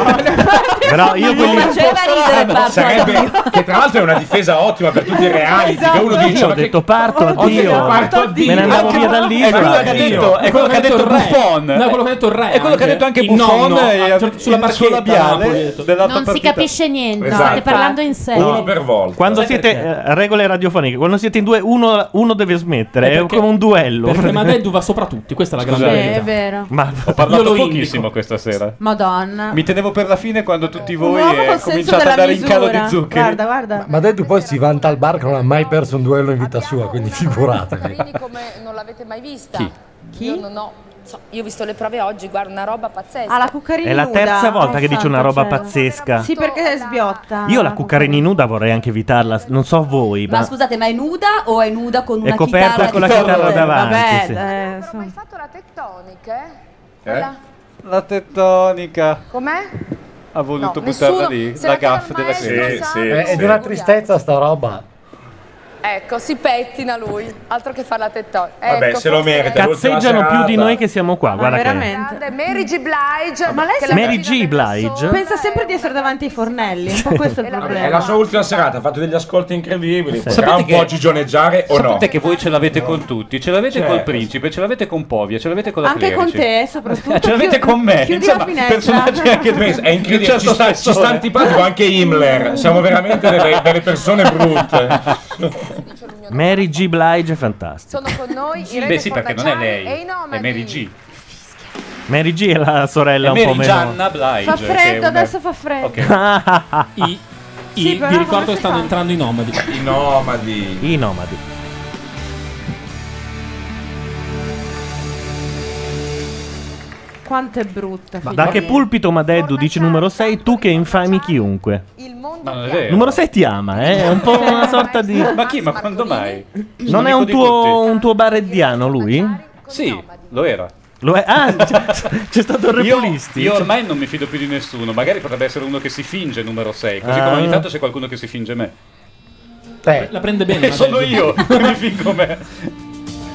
Speaker 2: Però io
Speaker 13: Non
Speaker 2: quelli-
Speaker 13: faceva ridere, Bartolo.
Speaker 6: Sarebbe, che tra l'altro è una difesa ottima per tutti i reality.
Speaker 13: Esatto.
Speaker 6: Che uno dice:
Speaker 2: Io ho
Speaker 6: ma che-
Speaker 2: detto parto, addio.
Speaker 6: Oddio, parto, addio.
Speaker 2: Me ne andavo
Speaker 6: Anche-
Speaker 2: via
Speaker 6: "Ah, è quello
Speaker 2: dall'isola.
Speaker 6: che ha
Speaker 2: Addio.
Speaker 6: detto- è quello che ha detto Buffon.
Speaker 3: No, quello che ha detto il re.
Speaker 11: È quello che ha detto anche
Speaker 3: Il
Speaker 11: Buffon,
Speaker 3: nonno,
Speaker 11: eh,
Speaker 3: a- cioè, sulla
Speaker 11: il suo
Speaker 3: barchetta.
Speaker 11: labiale.
Speaker 3: Napoli, ha detto.
Speaker 8: Non si capisce niente,
Speaker 2: Esatto.
Speaker 8: state parlando in serio.
Speaker 6: per volta.
Speaker 2: Quando siete eh, regole radiofoniche, quando siete in due, uno, uno deve smettere.
Speaker 3: Eh,
Speaker 2: È
Speaker 3: perché-
Speaker 2: come un duello.
Speaker 3: Perché Madeddu va sopra tutti, questa è la grande
Speaker 2: Scusate.
Speaker 8: Sì, è
Speaker 3: verità.
Speaker 8: vero.
Speaker 2: Ma
Speaker 11: Ho parlato pochissimo questa sera.
Speaker 8: Madonna.
Speaker 11: Mi tenevo per la fine quando tutti voi
Speaker 13: uomo col
Speaker 11: eh,
Speaker 13: senso
Speaker 11: cominciate a
Speaker 13: della
Speaker 11: dare in calo di
Speaker 13: misura.
Speaker 11: zuccheri.
Speaker 13: Guarda, guarda.
Speaker 4: Ma detto poi si vanta al bar che non ha mai perso un duello in vita sua, quindi figuratevi.
Speaker 10: come Eh, non l'avete mai vista.
Speaker 4: Chi?
Speaker 10: Io non ho. so, io ho visto le prove oggi, guarda una roba pazzesca.
Speaker 13: Ah, la cuccarini
Speaker 2: È la
Speaker 13: nuda.
Speaker 2: terza volta
Speaker 13: Eh,
Speaker 2: che dice una
Speaker 13: santo
Speaker 10: esatto,
Speaker 2: roba
Speaker 13: cielo.
Speaker 2: pazzesca.
Speaker 13: Sì, perché è sbiotta.
Speaker 2: Io la Cuccarini nuda vorrei anche evitarla. Non so voi,
Speaker 7: Ma
Speaker 2: ma.
Speaker 7: scusate, ma è nuda o è nuda con una
Speaker 2: È coperta
Speaker 7: chitarra
Speaker 2: con
Speaker 7: di
Speaker 2: la
Speaker 7: fronte?
Speaker 2: chitarra davanti.
Speaker 13: Vabbè,
Speaker 2: sì.
Speaker 13: eh,
Speaker 10: Hai fatto la tettonica, eh?
Speaker 11: Eh?
Speaker 10: Quella-
Speaker 11: La tettonica
Speaker 10: Com'è?
Speaker 11: ha voluto
Speaker 10: No,
Speaker 11: buttarla
Speaker 10: nessuno-
Speaker 11: lì,
Speaker 10: se
Speaker 11: la
Speaker 10: la chiama
Speaker 11: gaff della
Speaker 10: maestro,
Speaker 11: crisi.
Speaker 10: sa- Sì,
Speaker 4: Eh, È di una tristezza sta roba.
Speaker 10: Ecco, si pettina lui, altro che fare la tettonica. Ecco,
Speaker 6: Vabbè, se lo
Speaker 10: forse lei-
Speaker 6: merita.
Speaker 2: Cazzeggiano più di noi che siamo qua. Guarda che.
Speaker 10: Grande Mary G. Blige,
Speaker 13: Ma lei
Speaker 10: che
Speaker 13: si-
Speaker 10: la-
Speaker 2: Mary G. Blige.
Speaker 13: Pensa sempre di essere davanti ai fornelli, un po' questo è il
Speaker 6: Vabbè, È la
Speaker 13: problema.
Speaker 6: sua ultima serata, ha fatto degli ascolti incredibili.
Speaker 11: Sì.
Speaker 6: Potrà
Speaker 11: Sapete
Speaker 6: un
Speaker 11: che-
Speaker 6: po' gigioneggiare o no?
Speaker 11: Sapete che voi ce l'avete con tutti, ce l'avete
Speaker 6: Certo.
Speaker 11: col principe, ce l'avete con Povia, ce l'avete con la
Speaker 13: Anche con
Speaker 11: Clerici.
Speaker 13: te, soprattutto.
Speaker 11: Ce
Speaker 13: Chiudi-
Speaker 11: l'avete Cioè, con me,
Speaker 13: Chiudi
Speaker 11: insomma,
Speaker 13: la finestra.
Speaker 11: personaggi anche
Speaker 6: Pensa, È incredibile,
Speaker 11: Certo
Speaker 6: ci, sta, ci
Speaker 11: spessore.
Speaker 6: sta antipatico anche Himmler. Siamo veramente delle, delle persone brutte.
Speaker 2: Mary G. Blige è fantastica.
Speaker 10: Sono con noi Irene
Speaker 11: Beh sì, perché non è lei,
Speaker 10: Fornaciari e i
Speaker 11: è
Speaker 10: nomadi.
Speaker 11: Mary G.
Speaker 2: Mary G. è la
Speaker 11: È
Speaker 2: sorella un po'
Speaker 11: Mary
Speaker 2: meno.
Speaker 11: Gianna Blige.
Speaker 13: Fa
Speaker 11: che è
Speaker 13: freddo,
Speaker 11: una-
Speaker 13: adesso fa freddo.
Speaker 2: I,
Speaker 3: I- Sì, però vi ricordo come che si stanno fa? entrando i nomadi.
Speaker 6: I nomadi.
Speaker 2: I nomadi.
Speaker 13: Quanto è brutta.
Speaker 2: Da che pulpito Madeddu dici numero 6, tu che infami chiunque.
Speaker 11: Ma non è vero.
Speaker 2: Numero 6 ti ama, eh? È un po' una sorta di.
Speaker 11: Ma chi? Ma quando mai?
Speaker 2: Non è
Speaker 11: Amico
Speaker 2: un
Speaker 11: di
Speaker 2: tuo, un tuo barreddiano lui?
Speaker 11: tutti. Sì, lo era.
Speaker 2: Lo è? Ah, c'è, c'è stato il
Speaker 11: Io,
Speaker 2: repulisti. cioè.
Speaker 11: io ormai non mi fido più di nessuno, magari potrebbe essere uno che si finge numero 6, così
Speaker 2: Ah. Eh.
Speaker 11: come ogni tanto c'è qualcuno che si finge me.
Speaker 3: La prende bene.
Speaker 11: E
Speaker 3: Madeddu.
Speaker 11: sono io che mi fingo me.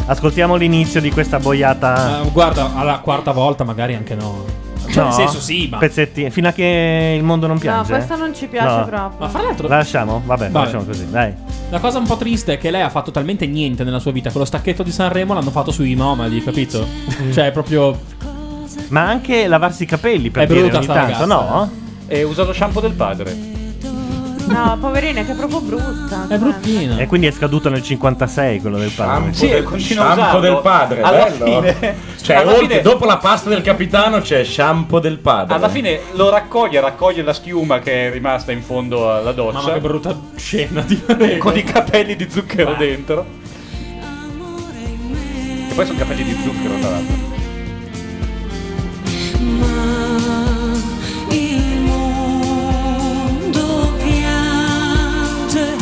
Speaker 2: Ascoltiamo l'inizio di questa boiata.
Speaker 3: Eh, guarda, alla quarta volta magari anche no. Cioè,
Speaker 2: No?
Speaker 3: nel senso sì, ma...
Speaker 2: Pezzettini, fino a che il mondo non piange.
Speaker 13: questo non ci piace proprio. Ma fra l'altro-
Speaker 2: La lasciamo? Vabbè, la
Speaker 3: Vabbè.
Speaker 2: lasciamo così, dai.
Speaker 3: La cosa un po' triste è che lei ha fatto talmente niente nella sua vita che lo stacchetto di Sanremo l'hanno fatto sui nomadi, capito? cioè, è proprio...
Speaker 2: Mm.
Speaker 3: Eh,
Speaker 2: Ma anche lavarsi i capelli per
Speaker 3: È
Speaker 2: dire
Speaker 3: brutta
Speaker 2: ogni
Speaker 3: sta
Speaker 2: tanto,
Speaker 3: ragazza, eh.
Speaker 2: no?
Speaker 11: E usa lo shampoo del padre.
Speaker 13: No, poverina, che è proprio brutta. È
Speaker 3: bruttina.
Speaker 2: E quindi è scaduto nel 56 quello del padre.
Speaker 11: Sì, e continua a
Speaker 6: shampoo
Speaker 11: usarlo.
Speaker 6: del padre,
Speaker 11: Alla
Speaker 6: bello.
Speaker 11: fine-
Speaker 6: Cioè,
Speaker 11: alla
Speaker 6: oltre-
Speaker 11: fine-
Speaker 6: dopo la pasta del capitano c'è shampoo del padre.
Speaker 11: Alla fine lo raccoglie, raccoglie la schiuma che è rimasta in fondo alla doccia.
Speaker 3: Mamma, che brutta scena di
Speaker 11: Con i capelli di zucchero dentro. E poi sono capelli di zucchero, tra l'altro.
Speaker 12: Ma il mondo piange,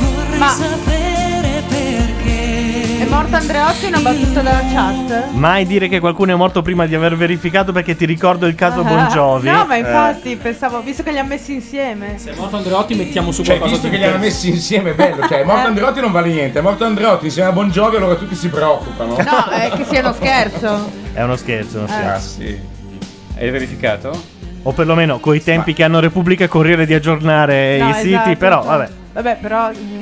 Speaker 12: vorrei sapere perché.
Speaker 13: È morta Andreotti una battuta dalla chat?
Speaker 2: Mai dire che qualcuno è morto prima di aver verificato perché ti ricordo il caso Eh, Bongiovi.
Speaker 13: Ah, No, ma infatti, pensavo, visto che li ha messi insieme.
Speaker 3: Se è morto Andreotti mettiamo su
Speaker 6: Cioè,
Speaker 3: qualcosa
Speaker 6: visto
Speaker 3: di
Speaker 6: che li hanno
Speaker 3: diverso.
Speaker 6: messi insieme, è bello. Cioè, è
Speaker 13: Eh.
Speaker 6: morto Andreotti non vale niente. È morto Andreotti insieme a Bongiovi, allora tutti si preoccupano.
Speaker 13: No, è che sia uno scherzo.
Speaker 2: È uno scherzo,
Speaker 13: Eh.
Speaker 2: uno scherzo.
Speaker 11: Ah, sì. Hai verificato?
Speaker 2: O perlomeno coi tempi che hanno Repubblica e Corriere di aggiornare
Speaker 13: No,
Speaker 2: i siti,
Speaker 13: esatto,
Speaker 2: però
Speaker 13: esatto.
Speaker 2: vabbè.
Speaker 13: Vabbè, però. mm,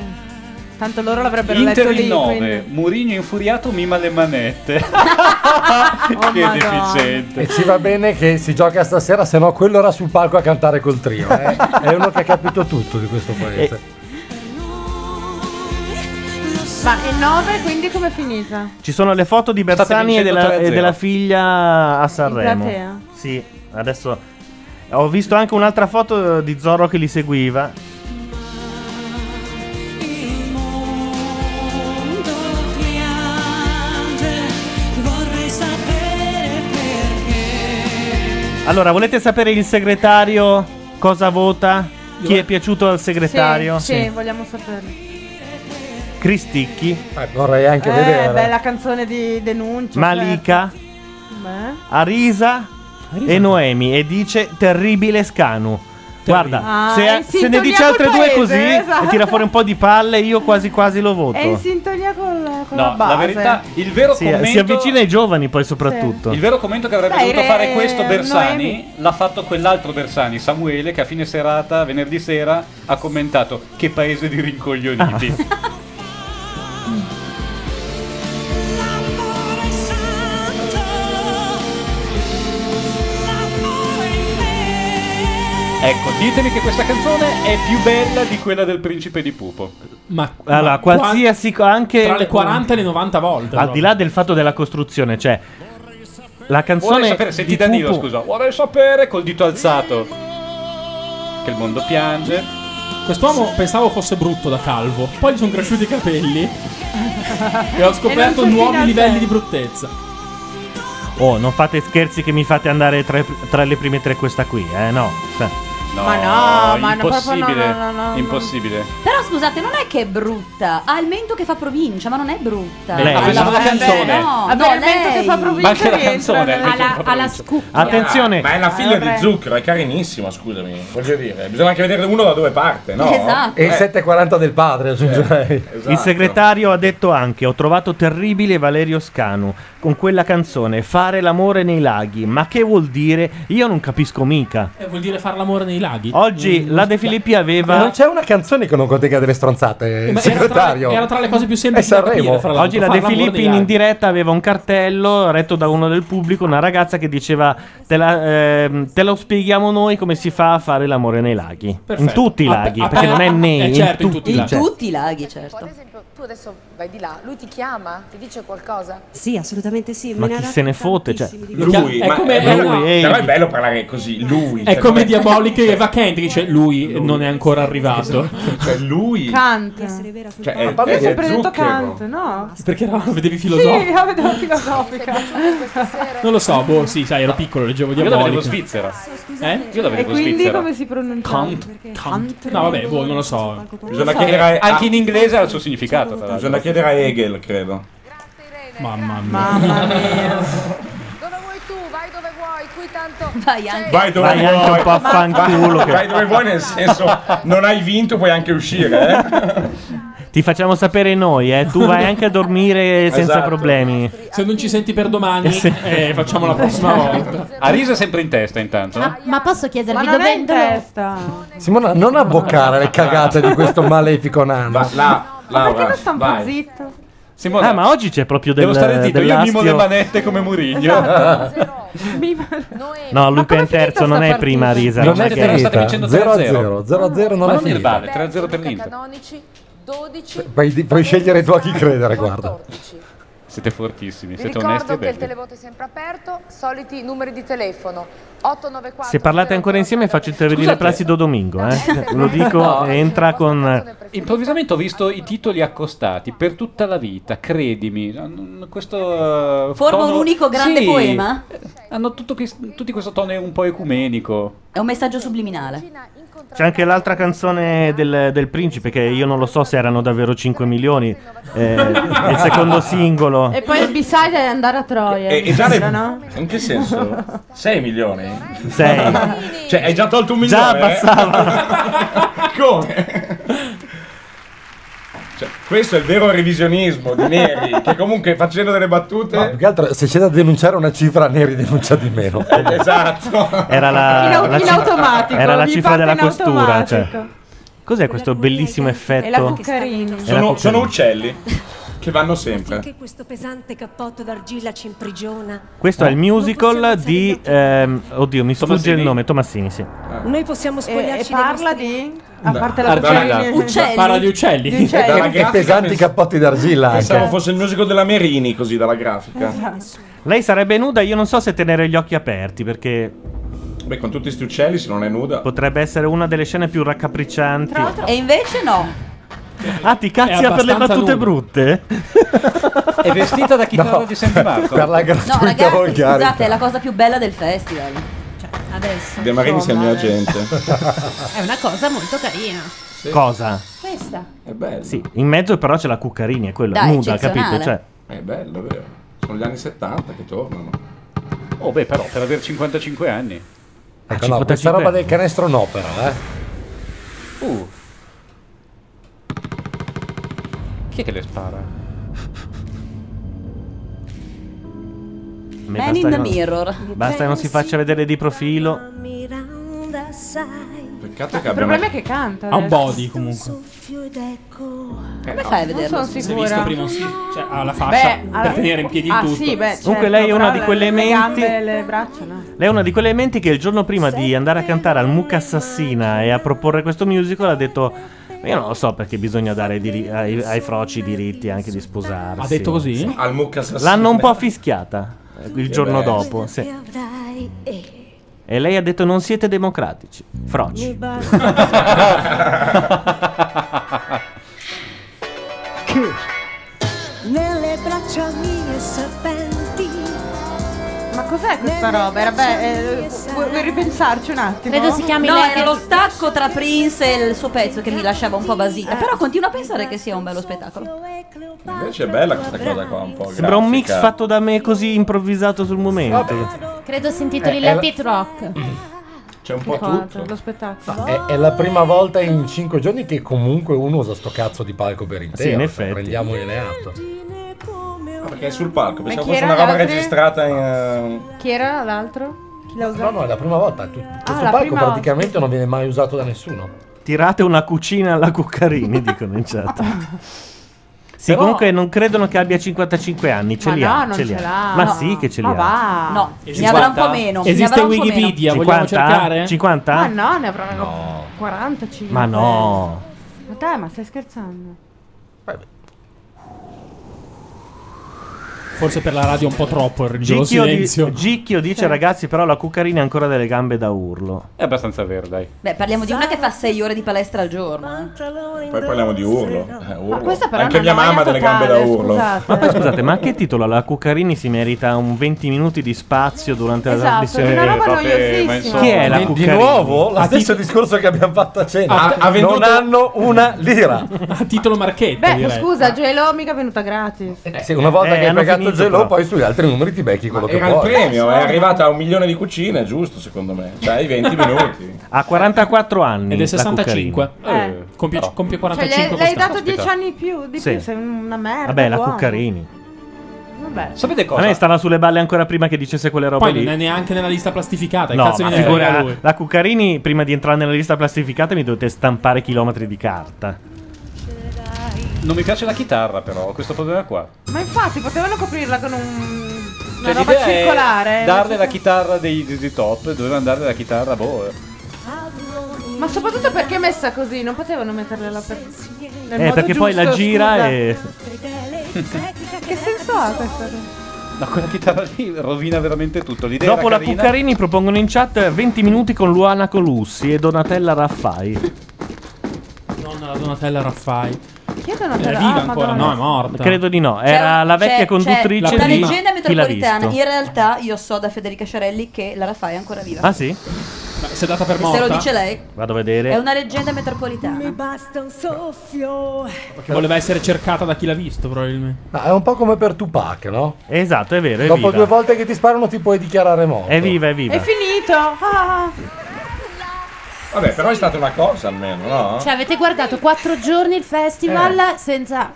Speaker 13: Tanto loro l'avrebbero
Speaker 11: Inter
Speaker 13: letto
Speaker 11: il
Speaker 13: lì.
Speaker 11: 9,
Speaker 13: quindi-
Speaker 11: Murigno infuriato mima le manette.
Speaker 13: Oh,
Speaker 11: che deficiente.
Speaker 4: E ci va bene che si gioca stasera, se no quello era sul palco a cantare col trio. eh. È uno che ha capito tutto di questo paese.
Speaker 3: Eh.
Speaker 13: Ma il 9 quindi com'è finita?
Speaker 2: Ci sono le foto di
Speaker 11: State
Speaker 2: Bersani e
Speaker 11: vincendo
Speaker 2: della,
Speaker 11: 3-0.
Speaker 2: e della figlia a Sanremo.
Speaker 13: platea?
Speaker 2: Sì, adesso ho visto anche un'altra foto di Zorro che li seguiva.
Speaker 12: Vorrei sapere perché.
Speaker 2: Allora, volete sapere il segretario cosa vota? Chi è piaciuto al segretario?
Speaker 13: Sì, sì, vogliamo saperlo.
Speaker 2: Cristicchi,
Speaker 11: Ah,
Speaker 4: vorrei anche
Speaker 13: eh,
Speaker 2: vedere.
Speaker 13: beh, la canzone di Denuncia.
Speaker 2: Malika,
Speaker 13: certo. Beh.
Speaker 2: Arisa, e Noemi e dice terribile Scanu. Guarda,
Speaker 13: Ah, è in
Speaker 2: se, se
Speaker 13: sintonia
Speaker 2: ne dice
Speaker 13: col
Speaker 2: altre due
Speaker 13: paese,
Speaker 2: così
Speaker 13: esatto.
Speaker 2: e tira fuori un po' di palle, io quasi quasi lo voto.
Speaker 13: È in sintonia col- con
Speaker 2: No,
Speaker 13: la
Speaker 2: la
Speaker 13: base.
Speaker 11: verità- il vero
Speaker 2: si,
Speaker 11: commento-
Speaker 2: si avvicina ai giovani poi soprattutto.
Speaker 11: Il vero commento che avrebbe
Speaker 13: Dai,
Speaker 11: dovuto
Speaker 13: re- eh,
Speaker 11: fare questo Bersani
Speaker 13: Noemi.
Speaker 11: l'ha fatto quell'altro Bersani, Samuele, che a fine serata, venerdì sera, ha commentato che paese di rincoglioniti. ecco, ditemi che questa canzone è più bella di quella del Principe di Pupo.
Speaker 3: Ma
Speaker 2: Allora, qualsiasi co- anche
Speaker 11: tra le 40
Speaker 3: e le 90 volte.
Speaker 2: Al di là del fatto della costruzione, cioè la canzone
Speaker 11: Vorrei sapere, senti
Speaker 2: di
Speaker 11: Danilo,
Speaker 2: Pupo-
Speaker 11: scusa, vorrei sapere col dito alzato che il mondo piange.
Speaker 3: Quest'uomo pensavo fosse brutto da calvo, poi gli sono cresciuti i capelli e ho scoperto
Speaker 11: sono
Speaker 3: nuovi
Speaker 11: finalmente.
Speaker 3: livelli di bruttezza.
Speaker 2: Oh, non fate scherzi che mi fate andare tra, tra le prime tre questa qui, eh no. Cioè,
Speaker 5: Ma no, ma no, proprio no,
Speaker 11: impossibile,
Speaker 5: no, no, no, no.
Speaker 11: impossibile.
Speaker 7: Però scusate, non è che è brutta. Ha il mento che fa provincia, ma non è brutta.
Speaker 11: Lei.
Speaker 7: Ha
Speaker 11: Ah, pensavo alla canzone.
Speaker 7: No,
Speaker 13: Vabbè,
Speaker 7: no,
Speaker 13: il mento
Speaker 7: lei.
Speaker 13: che fa provincia
Speaker 11: Ma anche la canzone.
Speaker 7: Alla, alla scucchia.
Speaker 2: Attenzione.
Speaker 6: ma è la figlia
Speaker 7: Vabbè.
Speaker 6: di zucchero, è carinissima, scusami. Voglio dire, bisogna anche vedere uno da dove parte, no? Eh,
Speaker 4: E il 740 del padre, aggiungerei.
Speaker 2: cioè,
Speaker 11: Esatto.
Speaker 2: Il segretario ha detto anche: Ho trovato terribile Valerio Scanu con quella canzone Fare l'amore nei laghi. Ma che vuol dire? Io non capisco mica.
Speaker 3: Eh, vuol dire far l'amore nei laghi. Mm,
Speaker 2: Oggi la De Filippi aveva.
Speaker 4: Non c'è una canzone che non contenga delle stronzate, il
Speaker 3: Eh, Ma era, tra le,
Speaker 4: segretario.
Speaker 3: era tra le cose più
Speaker 4: È
Speaker 3: semplici da
Speaker 4: Sanremo.
Speaker 3: capire, fra l'altro.
Speaker 2: Oggi la
Speaker 3: Far
Speaker 2: De
Speaker 3: l'amore
Speaker 2: Filippi
Speaker 3: nei
Speaker 2: in
Speaker 3: laghi.
Speaker 2: diretta aveva un cartello retto da uno del pubblico, una ragazza che diceva te, la- ehm, te lo spieghiamo noi come si fa a fare l'amore nei laghi. In
Speaker 3: Perfetto.
Speaker 2: tutti i
Speaker 3: Ah,
Speaker 2: laghi,
Speaker 3: ah,
Speaker 2: perché non è nei,
Speaker 3: eh, certo, in tutti i
Speaker 7: In
Speaker 2: Cioè,
Speaker 7: tutti i laghi, certo.
Speaker 10: Ad esempio, tu adesso vai di là, lui ti chiama, ti dice qualcosa?
Speaker 12: Sì, assolutamente sì.
Speaker 2: Ma chi se ne fotte? Cioè,
Speaker 6: Lui,
Speaker 3: È
Speaker 6: ma-
Speaker 3: come-
Speaker 6: eh,
Speaker 3: lui,
Speaker 6: no,
Speaker 3: eh.
Speaker 6: però è bello parlare così, lui.
Speaker 3: È
Speaker 6: cioè,
Speaker 3: come
Speaker 6: non
Speaker 3: Diabolica e Eva Kendrick, cioè lui, non è ancora arrivato.
Speaker 6: Cioè lui...
Speaker 13: Canta.
Speaker 3: Cioè,
Speaker 13: Ma
Speaker 3: è-
Speaker 13: poi
Speaker 3: è-
Speaker 13: ho sempre
Speaker 3: è
Speaker 13: detto
Speaker 3: zucchero.
Speaker 13: canta, no?
Speaker 3: Perché eravamo, vedevi
Speaker 13: Sì,
Speaker 3: filosofo?
Speaker 13: la vedo filosofica.
Speaker 3: Non lo so, boh, sì, sai, ero piccolo, leggevo
Speaker 11: Io la
Speaker 3: Diabolica.
Speaker 11: vedevo svizzera.
Speaker 3: Eh?
Speaker 11: Io la
Speaker 13: E
Speaker 11: vedevo
Speaker 13: quindi
Speaker 11: svizzera.
Speaker 13: come si pronuncia?
Speaker 11: Kant.
Speaker 13: Kant.
Speaker 3: No, vabbè, boh, non lo so.
Speaker 6: Bisogna chiedere a-
Speaker 11: Anche
Speaker 6: a-
Speaker 11: in inglese ha il suo significato. tra l'altro.
Speaker 6: Bisogna chiedere a Hegel, credo.
Speaker 3: Mamma mia.
Speaker 13: Mamma mia.
Speaker 10: Dove vuoi tu? Vai dove vuoi, qui tanto.
Speaker 7: Vai anche.
Speaker 6: Vai dove
Speaker 2: Vai
Speaker 6: vuoi.
Speaker 2: anche un po' a fanculo che-
Speaker 6: Vai dove vuoi, nel senso, non hai vinto, puoi anche uscire, eh?
Speaker 2: Ti facciamo sapere noi, eh. tu vai anche a dormire senza
Speaker 6: Esatto.
Speaker 2: problemi.
Speaker 3: Se non ci senti per domani,
Speaker 2: Sì.
Speaker 3: eh, facciamo la prossima
Speaker 13: Esatto.
Speaker 3: volta.
Speaker 11: Arisa è sempre in testa intanto. no?
Speaker 8: Ma posso chiedervi
Speaker 13: Ma non è
Speaker 8: dove,
Speaker 13: in
Speaker 8: dove,
Speaker 13: testa.
Speaker 4: Simona, non abboccare le cagate di questo malefico nano.
Speaker 6: Va, là,
Speaker 13: Perché
Speaker 6: Laura,
Speaker 13: non sta un po'
Speaker 6: vai.
Speaker 13: zitto?
Speaker 11: Simona,
Speaker 2: ah, ma oggi c'è proprio del
Speaker 11: devo stare zitto, io mimo le
Speaker 2: dell'astio.
Speaker 11: manette come Murigno.
Speaker 5: Esatto.
Speaker 13: Mi-
Speaker 2: No, Ah, lui è in terzo, non è prima risa.
Speaker 4: Non è
Speaker 2: che-
Speaker 11: State
Speaker 4: finita.
Speaker 11: vincendo
Speaker 4: 0 a
Speaker 11: 0.
Speaker 4: 0. 0 a 0 non
Speaker 11: Ma
Speaker 4: è
Speaker 11: non il
Speaker 4: finita.
Speaker 11: vale, 3-0 per l'Inter.
Speaker 10: Canonici, 12.
Speaker 4: Puoi, di- puoi scegliere tu a chi credere, guarda.
Speaker 11: Siete fortissimi,
Speaker 10: Vi
Speaker 11: siete
Speaker 10: ricordo
Speaker 11: onesti e
Speaker 10: che il
Speaker 11: belli.
Speaker 10: televoto è sempre aperto, soliti numeri di telefono 894.
Speaker 2: Se parlate ancora insieme faccio intervenire
Speaker 11: Scusate.
Speaker 2: Placido Domingo, eh. Lo dico, entra con...
Speaker 11: Improvvisamente ho visto i titoli accostati per tutta la vita, credimi. hanno Questo eh,
Speaker 7: Forma
Speaker 11: tono-
Speaker 7: un unico grande
Speaker 11: Sì,
Speaker 7: poema?
Speaker 11: Hanno tutto che- tutti questo tono un po' ecumenico.
Speaker 7: È un messaggio subliminale.
Speaker 2: C'è anche l'altra canzone del, del principe che io non lo so se erano davvero 5 milioni. eh, il secondo singolo.
Speaker 13: E poi il B-side è andare a Troia.
Speaker 6: E, e già
Speaker 13: mi
Speaker 6: ne-
Speaker 13: sembra, no?
Speaker 6: In che senso? 6 milioni?
Speaker 2: Sei.
Speaker 6: Cioè, hai già tolto un
Speaker 2: Già
Speaker 6: milione?
Speaker 2: abbassava.
Speaker 6: Come? Cioè, questo è il vero revisionismo di Neri, che comunque facendo delle
Speaker 4: Più
Speaker 6: battute...
Speaker 4: che altro, se c'è da denunciare una cifra, Neri denuncia di meno.
Speaker 6: Eh, Esatto.
Speaker 2: Era
Speaker 13: In
Speaker 2: la,
Speaker 13: au-
Speaker 2: la
Speaker 13: in
Speaker 2: cif-
Speaker 13: automatico,
Speaker 2: era la
Speaker 13: gli
Speaker 2: cifra
Speaker 13: fate
Speaker 2: della
Speaker 13: in
Speaker 2: questura. cioè.
Speaker 13: automatico.
Speaker 2: Cos'è questo bellissimo
Speaker 13: E la
Speaker 2: effetto?
Speaker 13: Cuccarini.
Speaker 2: È la
Speaker 6: Sono,
Speaker 2: cucina.
Speaker 6: sono uccelli che vanno sempre.
Speaker 18: Che questo pesante cappotto d'argilla ci imprigiona.
Speaker 2: Questo è il musical di. ehm, oddio, mi sfugge il nome, Tomassini, sì.
Speaker 12: Eh,
Speaker 18: Noi possiamo
Speaker 13: E, e
Speaker 18: spogliarci
Speaker 13: parla
Speaker 18: dei
Speaker 13: di... A parte la
Speaker 2: Argilla.
Speaker 13: Cuccarini.
Speaker 2: Uccelli.
Speaker 3: Ah, eh, Parla di uccelli.
Speaker 13: Di uccelli.
Speaker 6: Dalla
Speaker 4: Che
Speaker 6: grafica
Speaker 4: pesanti cappotti d'argilla.
Speaker 6: Pensavo
Speaker 4: anche.
Speaker 6: fosse il musical della Merini, così, dalla grafica.
Speaker 2: Esatto. Lei sarebbe nuda, io non so se tenere gli occhi aperti perché
Speaker 6: Beh, con tutti questi uccelli, se non è nuda...
Speaker 2: potrebbe essere una delle scene più raccapriccianti.
Speaker 7: E invece no.
Speaker 2: Ah, ti cazzia per le
Speaker 3: abbastanza
Speaker 2: battute
Speaker 3: nudo.
Speaker 2: brutte?
Speaker 11: È vestita da chitarra di San Marco.
Speaker 4: Per la
Speaker 7: No,
Speaker 4: gratuita
Speaker 7: ragazzi,
Speaker 4: volgarità.
Speaker 7: scusate, è la cosa più bella del festival. Cioè, adesso.
Speaker 6: De Marini sia il mio agente.
Speaker 8: È una cosa molto carina.
Speaker 2: Cosa?
Speaker 8: Questa.
Speaker 6: È bello.
Speaker 2: Sì, in mezzo però c'è la Cuccarini, è quella
Speaker 8: Dai,
Speaker 2: nuda,
Speaker 8: eccezionale.
Speaker 2: capito? Cioè,
Speaker 6: È Eh? bello, vero? Sono gli anni 70 che tornano.
Speaker 11: Oh, beh, però, per aver 55 anni.
Speaker 4: Ecco, no, questa
Speaker 2: 55
Speaker 4: roba del canestro no però, eh.
Speaker 11: Uh. Chi è che le spara?
Speaker 2: Me
Speaker 7: Man
Speaker 2: basta
Speaker 7: in
Speaker 2: che
Speaker 7: the
Speaker 2: non-
Speaker 7: mirror.
Speaker 2: Basta che non si faccia vedere di profilo.
Speaker 18: Miranda, sai.
Speaker 6: Peccato
Speaker 13: che Il problema è che canta.
Speaker 2: Ha un
Speaker 13: adesso.
Speaker 2: body comunque.
Speaker 18: Soffio ed ecco.
Speaker 7: Come fai a vederlo?
Speaker 13: Non sono
Speaker 3: Si è
Speaker 13: sicura.
Speaker 3: visto prima, sì. Cioè, ha la fascia
Speaker 13: Beh,
Speaker 3: per
Speaker 13: allora-
Speaker 3: tenere in piedi
Speaker 13: ah,
Speaker 3: tutto.
Speaker 13: Sì, beh,
Speaker 2: Comunque
Speaker 13: certo,
Speaker 2: lei è una
Speaker 13: però
Speaker 2: di
Speaker 13: le-
Speaker 2: quegli elementi-
Speaker 13: Le gambe, e le braccia, no?
Speaker 2: Lei è uno di quegli elementi che il giorno prima di andare a cantare al Mucca Assassina e a proporre questo musical ha detto io non lo so perché bisogna dare ai diri- ai, ai froci i diritti anche di sposarsi.
Speaker 3: Ha detto così?
Speaker 2: Sì.
Speaker 6: Al Mucca Assassina.
Speaker 2: L'hanno un po' fischiata eh, il giorno
Speaker 6: bestia.
Speaker 2: dopo. sì. E lei ha detto non siete democratici. Froci.
Speaker 18: Nelle braccia mie serpenti.
Speaker 13: Ma cos'è questa roba? Era beh, eh, vuoi, vuoi ripensarci un attimo?
Speaker 7: Credo si chiami No, era lo stacco tra Prince e il suo pezzo che mi lasciava un po' basita. Però continuo a pensare che sia un bello spettacolo.
Speaker 6: Invece è bella questa cosa qua un po'.
Speaker 2: Sembra un mix
Speaker 6: grafica.
Speaker 2: fatto da me così improvvisato sul momento.
Speaker 8: Credo si intitoli
Speaker 4: Eh,
Speaker 8: Let
Speaker 4: era-
Speaker 8: It Rock.
Speaker 6: C'è un
Speaker 4: po'
Speaker 8: Ricordo,
Speaker 4: tutto.
Speaker 8: Lo spettacolo.
Speaker 4: È, è la prima volta in cinque giorni che comunque uno usa sto cazzo di palco per intero.
Speaker 2: in
Speaker 4: cioè,
Speaker 2: effetti.
Speaker 4: Prendiamogliene atto.
Speaker 6: Ah, perché è sul palco. Pensavo
Speaker 13: chi
Speaker 6: fosse
Speaker 13: era
Speaker 6: una roba
Speaker 13: gli altri?
Speaker 6: registrata in. eh,
Speaker 13: Chi era l'altro? Chi l'ha
Speaker 4: No,
Speaker 13: usato?
Speaker 4: no, è la prima volta. Tu- Questo
Speaker 13: Ah, la
Speaker 4: palco
Speaker 13: prima
Speaker 4: praticamente non viene mai usato da nessuno.
Speaker 2: Tirate una cucina alla Cuccarini, dicono in chat. Sì,
Speaker 13: Però-
Speaker 2: comunque non credono che abbia 55 anni, ce
Speaker 13: Ma
Speaker 2: li
Speaker 13: no,
Speaker 2: ha,
Speaker 13: non
Speaker 2: ce li
Speaker 13: ce
Speaker 2: ha.
Speaker 13: l'ha.
Speaker 2: Ma
Speaker 13: No.
Speaker 2: sì che ce li
Speaker 13: Ma
Speaker 2: ha.
Speaker 13: va.
Speaker 7: No,
Speaker 13: Esiste-
Speaker 7: ne avrà un po' meno. ne
Speaker 2: Esiste
Speaker 7: avrà un po' meno.
Speaker 2: Wikipedia, vogliamo
Speaker 3: 50?
Speaker 2: cercare? 50?
Speaker 13: Ma no, ne avrà una 45.
Speaker 2: Ma no.
Speaker 13: Ma dai, ma stai scherzando?
Speaker 3: Forse per la radio è un po' troppo il rigoroso
Speaker 2: Gicchio, di-
Speaker 3: silenzio.
Speaker 2: Gicchio dice
Speaker 3: Sì.
Speaker 2: ragazzi però la Cuccarini ha ancora delle gambe da urlo.
Speaker 11: È abbastanza vero, dai.
Speaker 7: Beh, parliamo di una che fa 6 ore di palestra al giorno. eh.
Speaker 6: Poi parliamo di urlo. Eh, urlo.
Speaker 7: Ah, questa però
Speaker 6: Anche
Speaker 7: è una
Speaker 6: mia mamma
Speaker 7: noia
Speaker 6: ha delle gambe da
Speaker 7: totale,
Speaker 6: urlo.
Speaker 7: scusate.
Speaker 2: Ma poi scusate, ma a che titolo la Cuccarini si merita un 20 minuti di spazio durante
Speaker 13: Esatto,
Speaker 2: la trasmissione?
Speaker 13: una roba
Speaker 6: vabbè,
Speaker 13: noiosissima.
Speaker 6: ma insomma.
Speaker 2: Chi è la
Speaker 6: Di- di
Speaker 2: Cuccarini?
Speaker 4: nuovo? Lo stesso discorso che abbiamo fatto a cena.
Speaker 2: Ha- ha venduto-
Speaker 4: Non hanno una lira.
Speaker 3: A titolo marchetto,
Speaker 13: Beh,
Speaker 3: direi.
Speaker 13: scusa, Gelo mica è venuta gratis.
Speaker 4: Sì, una volta
Speaker 6: Eh,
Speaker 4: che hai
Speaker 6: hanno
Speaker 4: pagato
Speaker 6: finito,
Speaker 4: Gelò,
Speaker 6: però.
Speaker 4: poi sugli altri numeri ti becchi quello che
Speaker 6: Era il
Speaker 4: vuoi.
Speaker 6: premio, è arrivata a un milione di cucine, giusto secondo me. Dai, 20 minuti.
Speaker 2: Ha 44 anni.
Speaker 3: Ed è
Speaker 2: la
Speaker 3: 65.
Speaker 2: Cuccarini.
Speaker 13: Eh.
Speaker 3: Compie,
Speaker 13: Cioè,
Speaker 3: compie 45
Speaker 13: gli hai, le hai
Speaker 3: quest'anno.
Speaker 13: dato 10 anni più, di
Speaker 2: Sì.
Speaker 13: più, sei una merda.
Speaker 2: Vabbè, la
Speaker 13: uomo.
Speaker 2: Cuccarini.
Speaker 13: Vabbè.
Speaker 11: Sapete
Speaker 2: A me stava sulle balle ancora prima che dicesse quelle robe
Speaker 3: Poi
Speaker 2: lì.
Speaker 3: non è neanche nella lista plastificata.
Speaker 2: No,
Speaker 3: cazzo
Speaker 2: ma
Speaker 3: gliene frega
Speaker 2: figura-
Speaker 13: Eh,
Speaker 3: lui.
Speaker 2: la Cuccarini prima di entrare nella lista plastificata mi dovete stampare chilometri di carta.
Speaker 11: Non mi piace la chitarra, però, ho questo problema qua.
Speaker 13: Ma infatti, potevano coprirla con un. Una
Speaker 11: Cioè,
Speaker 13: roba
Speaker 11: l'idea è
Speaker 13: circolare.
Speaker 11: Darle la chitarra dei, dei, dei top, dovevano darle la chitarra, boh. eh.
Speaker 13: Ma soprattutto perché è messa così? Non potevano metterla là per. nel
Speaker 2: eh,
Speaker 13: modo
Speaker 2: perché poi la
Speaker 13: giusto,
Speaker 2: gira
Speaker 13: scusa.
Speaker 2: e.
Speaker 13: Che senso ha questa cosa?
Speaker 11: No, quella chitarra lì rovina veramente tutto. L'idea
Speaker 2: Dopo
Speaker 11: era
Speaker 2: la
Speaker 11: carina.
Speaker 2: Cuccarini propongono in chat 20 minuti con Luana Colussi e Donatella Raffai.
Speaker 3: Nonna la Donatella Raffai.
Speaker 13: Chi è
Speaker 3: È
Speaker 13: Donatella?
Speaker 3: viva
Speaker 13: Ah,
Speaker 3: ancora,
Speaker 13: Madonna.
Speaker 3: no, è morta.
Speaker 2: Credo di no, era la vecchia
Speaker 7: C'è-
Speaker 2: conduttrice
Speaker 7: c'è
Speaker 2: di
Speaker 7: la leggenda
Speaker 2: Chi l'ha
Speaker 7: metropolitana.
Speaker 2: visto?
Speaker 7: In realtà io so da Federica Sciarelli che la Raffaele è ancora viva.
Speaker 2: Ah sì?
Speaker 3: Ma si è data per
Speaker 7: Se
Speaker 3: morta.
Speaker 7: lo dice lei.
Speaker 2: Vado a vedere.
Speaker 7: È una leggenda metropolitana. Mi
Speaker 18: basta un soffio.
Speaker 3: Che voleva essere cercata da chi l'ha visto, probabilmente.
Speaker 4: Ma è un po' come per Tupac, no?
Speaker 2: Esatto, è vero, è
Speaker 4: Dopo
Speaker 2: viva.
Speaker 4: due volte che ti sparano ti puoi dichiarare morto.
Speaker 2: È viva, è viva.
Speaker 13: È finito! Ah.
Speaker 6: Vabbè, però è stata una cosa almeno, no?
Speaker 8: Cioè, avete guardato quattro giorni il festival
Speaker 6: Eh.
Speaker 8: senza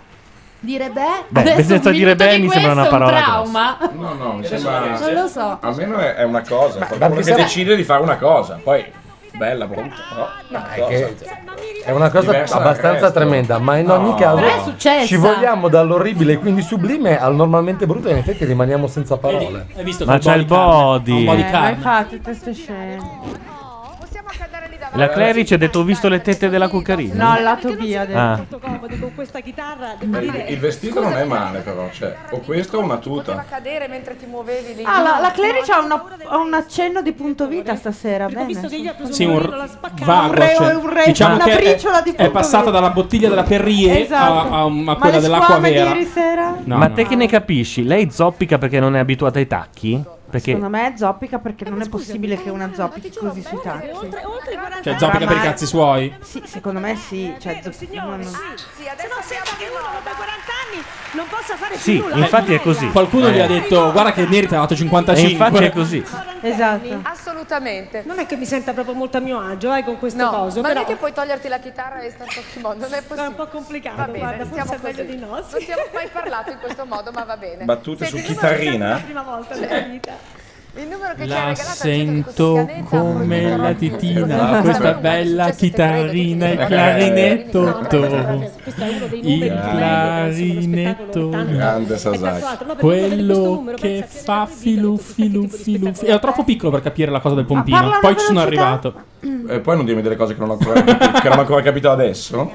Speaker 8: dire beh.
Speaker 2: Beh,
Speaker 8: Adesso
Speaker 2: senza
Speaker 8: un
Speaker 2: dire
Speaker 8: minuto
Speaker 2: beh
Speaker 8: di
Speaker 2: mi sembra una
Speaker 8: questo è
Speaker 2: parola
Speaker 8: un trauma.
Speaker 6: No, no, mi
Speaker 8: Non
Speaker 6: sembra.
Speaker 8: lo so.
Speaker 6: Almeno è, è una cosa.
Speaker 4: ma
Speaker 6: qualcuno
Speaker 4: perché
Speaker 6: che
Speaker 4: sarà-
Speaker 6: decide di fare una cosa. Poi, bella, brutta, però. una
Speaker 4: è
Speaker 6: cosa.
Speaker 4: che- È una cosa
Speaker 6: Diversa dal
Speaker 4: abbastanza
Speaker 6: resto.
Speaker 4: tremenda, ma in
Speaker 6: No.
Speaker 4: ogni
Speaker 6: Però è
Speaker 4: caso
Speaker 8: successa.
Speaker 4: ci vogliamo dall'orribile e quindi sublime al normalmente brutto e in effetti rimaniamo senza parole.
Speaker 3: Hai visto
Speaker 2: Ma
Speaker 3: che
Speaker 2: c'è il body.
Speaker 13: Eh, ma infatti, te stai scemo.
Speaker 2: La Clary ci ha detto ho visto le tette della Cuccarini.
Speaker 13: No, la Tobia ha detto.
Speaker 2: Mm. Ah.
Speaker 18: comodo con questa chitarra.
Speaker 6: Ma Il, il vestito non è male, però. Cioè, o questo o una tuta.
Speaker 10: cadere mentre ti muovevi lì.
Speaker 13: Ah, la, la Clerici ha, una- ha un accenno di punto vita stasera. Bene.
Speaker 3: Sì, un
Speaker 13: Un
Speaker 3: vago
Speaker 13: re-
Speaker 2: cioè,
Speaker 3: accento.
Speaker 13: un re-
Speaker 3: diciamo
Speaker 13: una
Speaker 3: che è,
Speaker 13: briciola di
Speaker 3: è
Speaker 13: punto
Speaker 3: passata
Speaker 13: verde.
Speaker 3: dalla bottiglia della Perrier
Speaker 13: Esatto.
Speaker 3: a, a- a
Speaker 13: Ma
Speaker 3: quella
Speaker 13: le
Speaker 3: dell'acqua
Speaker 13: squame di
Speaker 3: vera.
Speaker 13: ieri sera?
Speaker 3: No,
Speaker 2: Ma
Speaker 3: no.
Speaker 2: te che ne capisci? Lei zoppica perché non è abituata ai tacchi? Perché
Speaker 13: Secondo me è zoppica perché non è possibile che una zoppichi così sui tacchi.
Speaker 3: Cioè, zoppica per i
Speaker 13: Ramar-
Speaker 3: cazzi suoi.
Speaker 13: Sì, secondo me sì. Cioè, zo- non-
Speaker 19: Anzi, adesso sembra che uno dopo i 40 anni non possa fare
Speaker 2: Sì,
Speaker 19: più nulla.
Speaker 2: infatti è così.
Speaker 3: Qualcuno
Speaker 2: Eh.
Speaker 3: gli ha detto, guarda che merita, ha fatto 55.
Speaker 2: E infatti è così.
Speaker 13: Esatto.
Speaker 10: Assolutamente.
Speaker 19: Non è che mi senta proprio molto a mio agio, eh, con questo
Speaker 10: No,
Speaker 19: coso.
Speaker 10: ma non
Speaker 19: però
Speaker 10: è che puoi toglierti la chitarra e stare in modo, non è possibile. È un po' complicato, va bene,
Speaker 19: guarda, forse
Speaker 10: stiamo
Speaker 19: è meglio
Speaker 10: così.
Speaker 19: di no, sì.
Speaker 10: Non siamo mai parlato in questo modo, ma va bene.
Speaker 6: Battute
Speaker 10: Senti,
Speaker 6: su
Speaker 10: il numero che
Speaker 6: chitarrina?
Speaker 10: c'è la prima volta nella vita. Il numero che ci hai
Speaker 3: La
Speaker 10: regalato
Speaker 3: sento come la titina,
Speaker 10: Esatto.
Speaker 3: questa bella chitarrina, il clarinetto. Il clarinetto.
Speaker 6: Grande
Speaker 3: Sasaki. Esatto. Quello che fa filu filu filu. filu. Ero troppo piccolo per capire la cosa del pompino.
Speaker 6: parla
Speaker 3: Poi
Speaker 6: una
Speaker 3: ci sono
Speaker 6: velocità?
Speaker 3: arrivato.
Speaker 6: E poi non dirmi delle cose che non ho ancora capito, che non ho ancora capito adesso.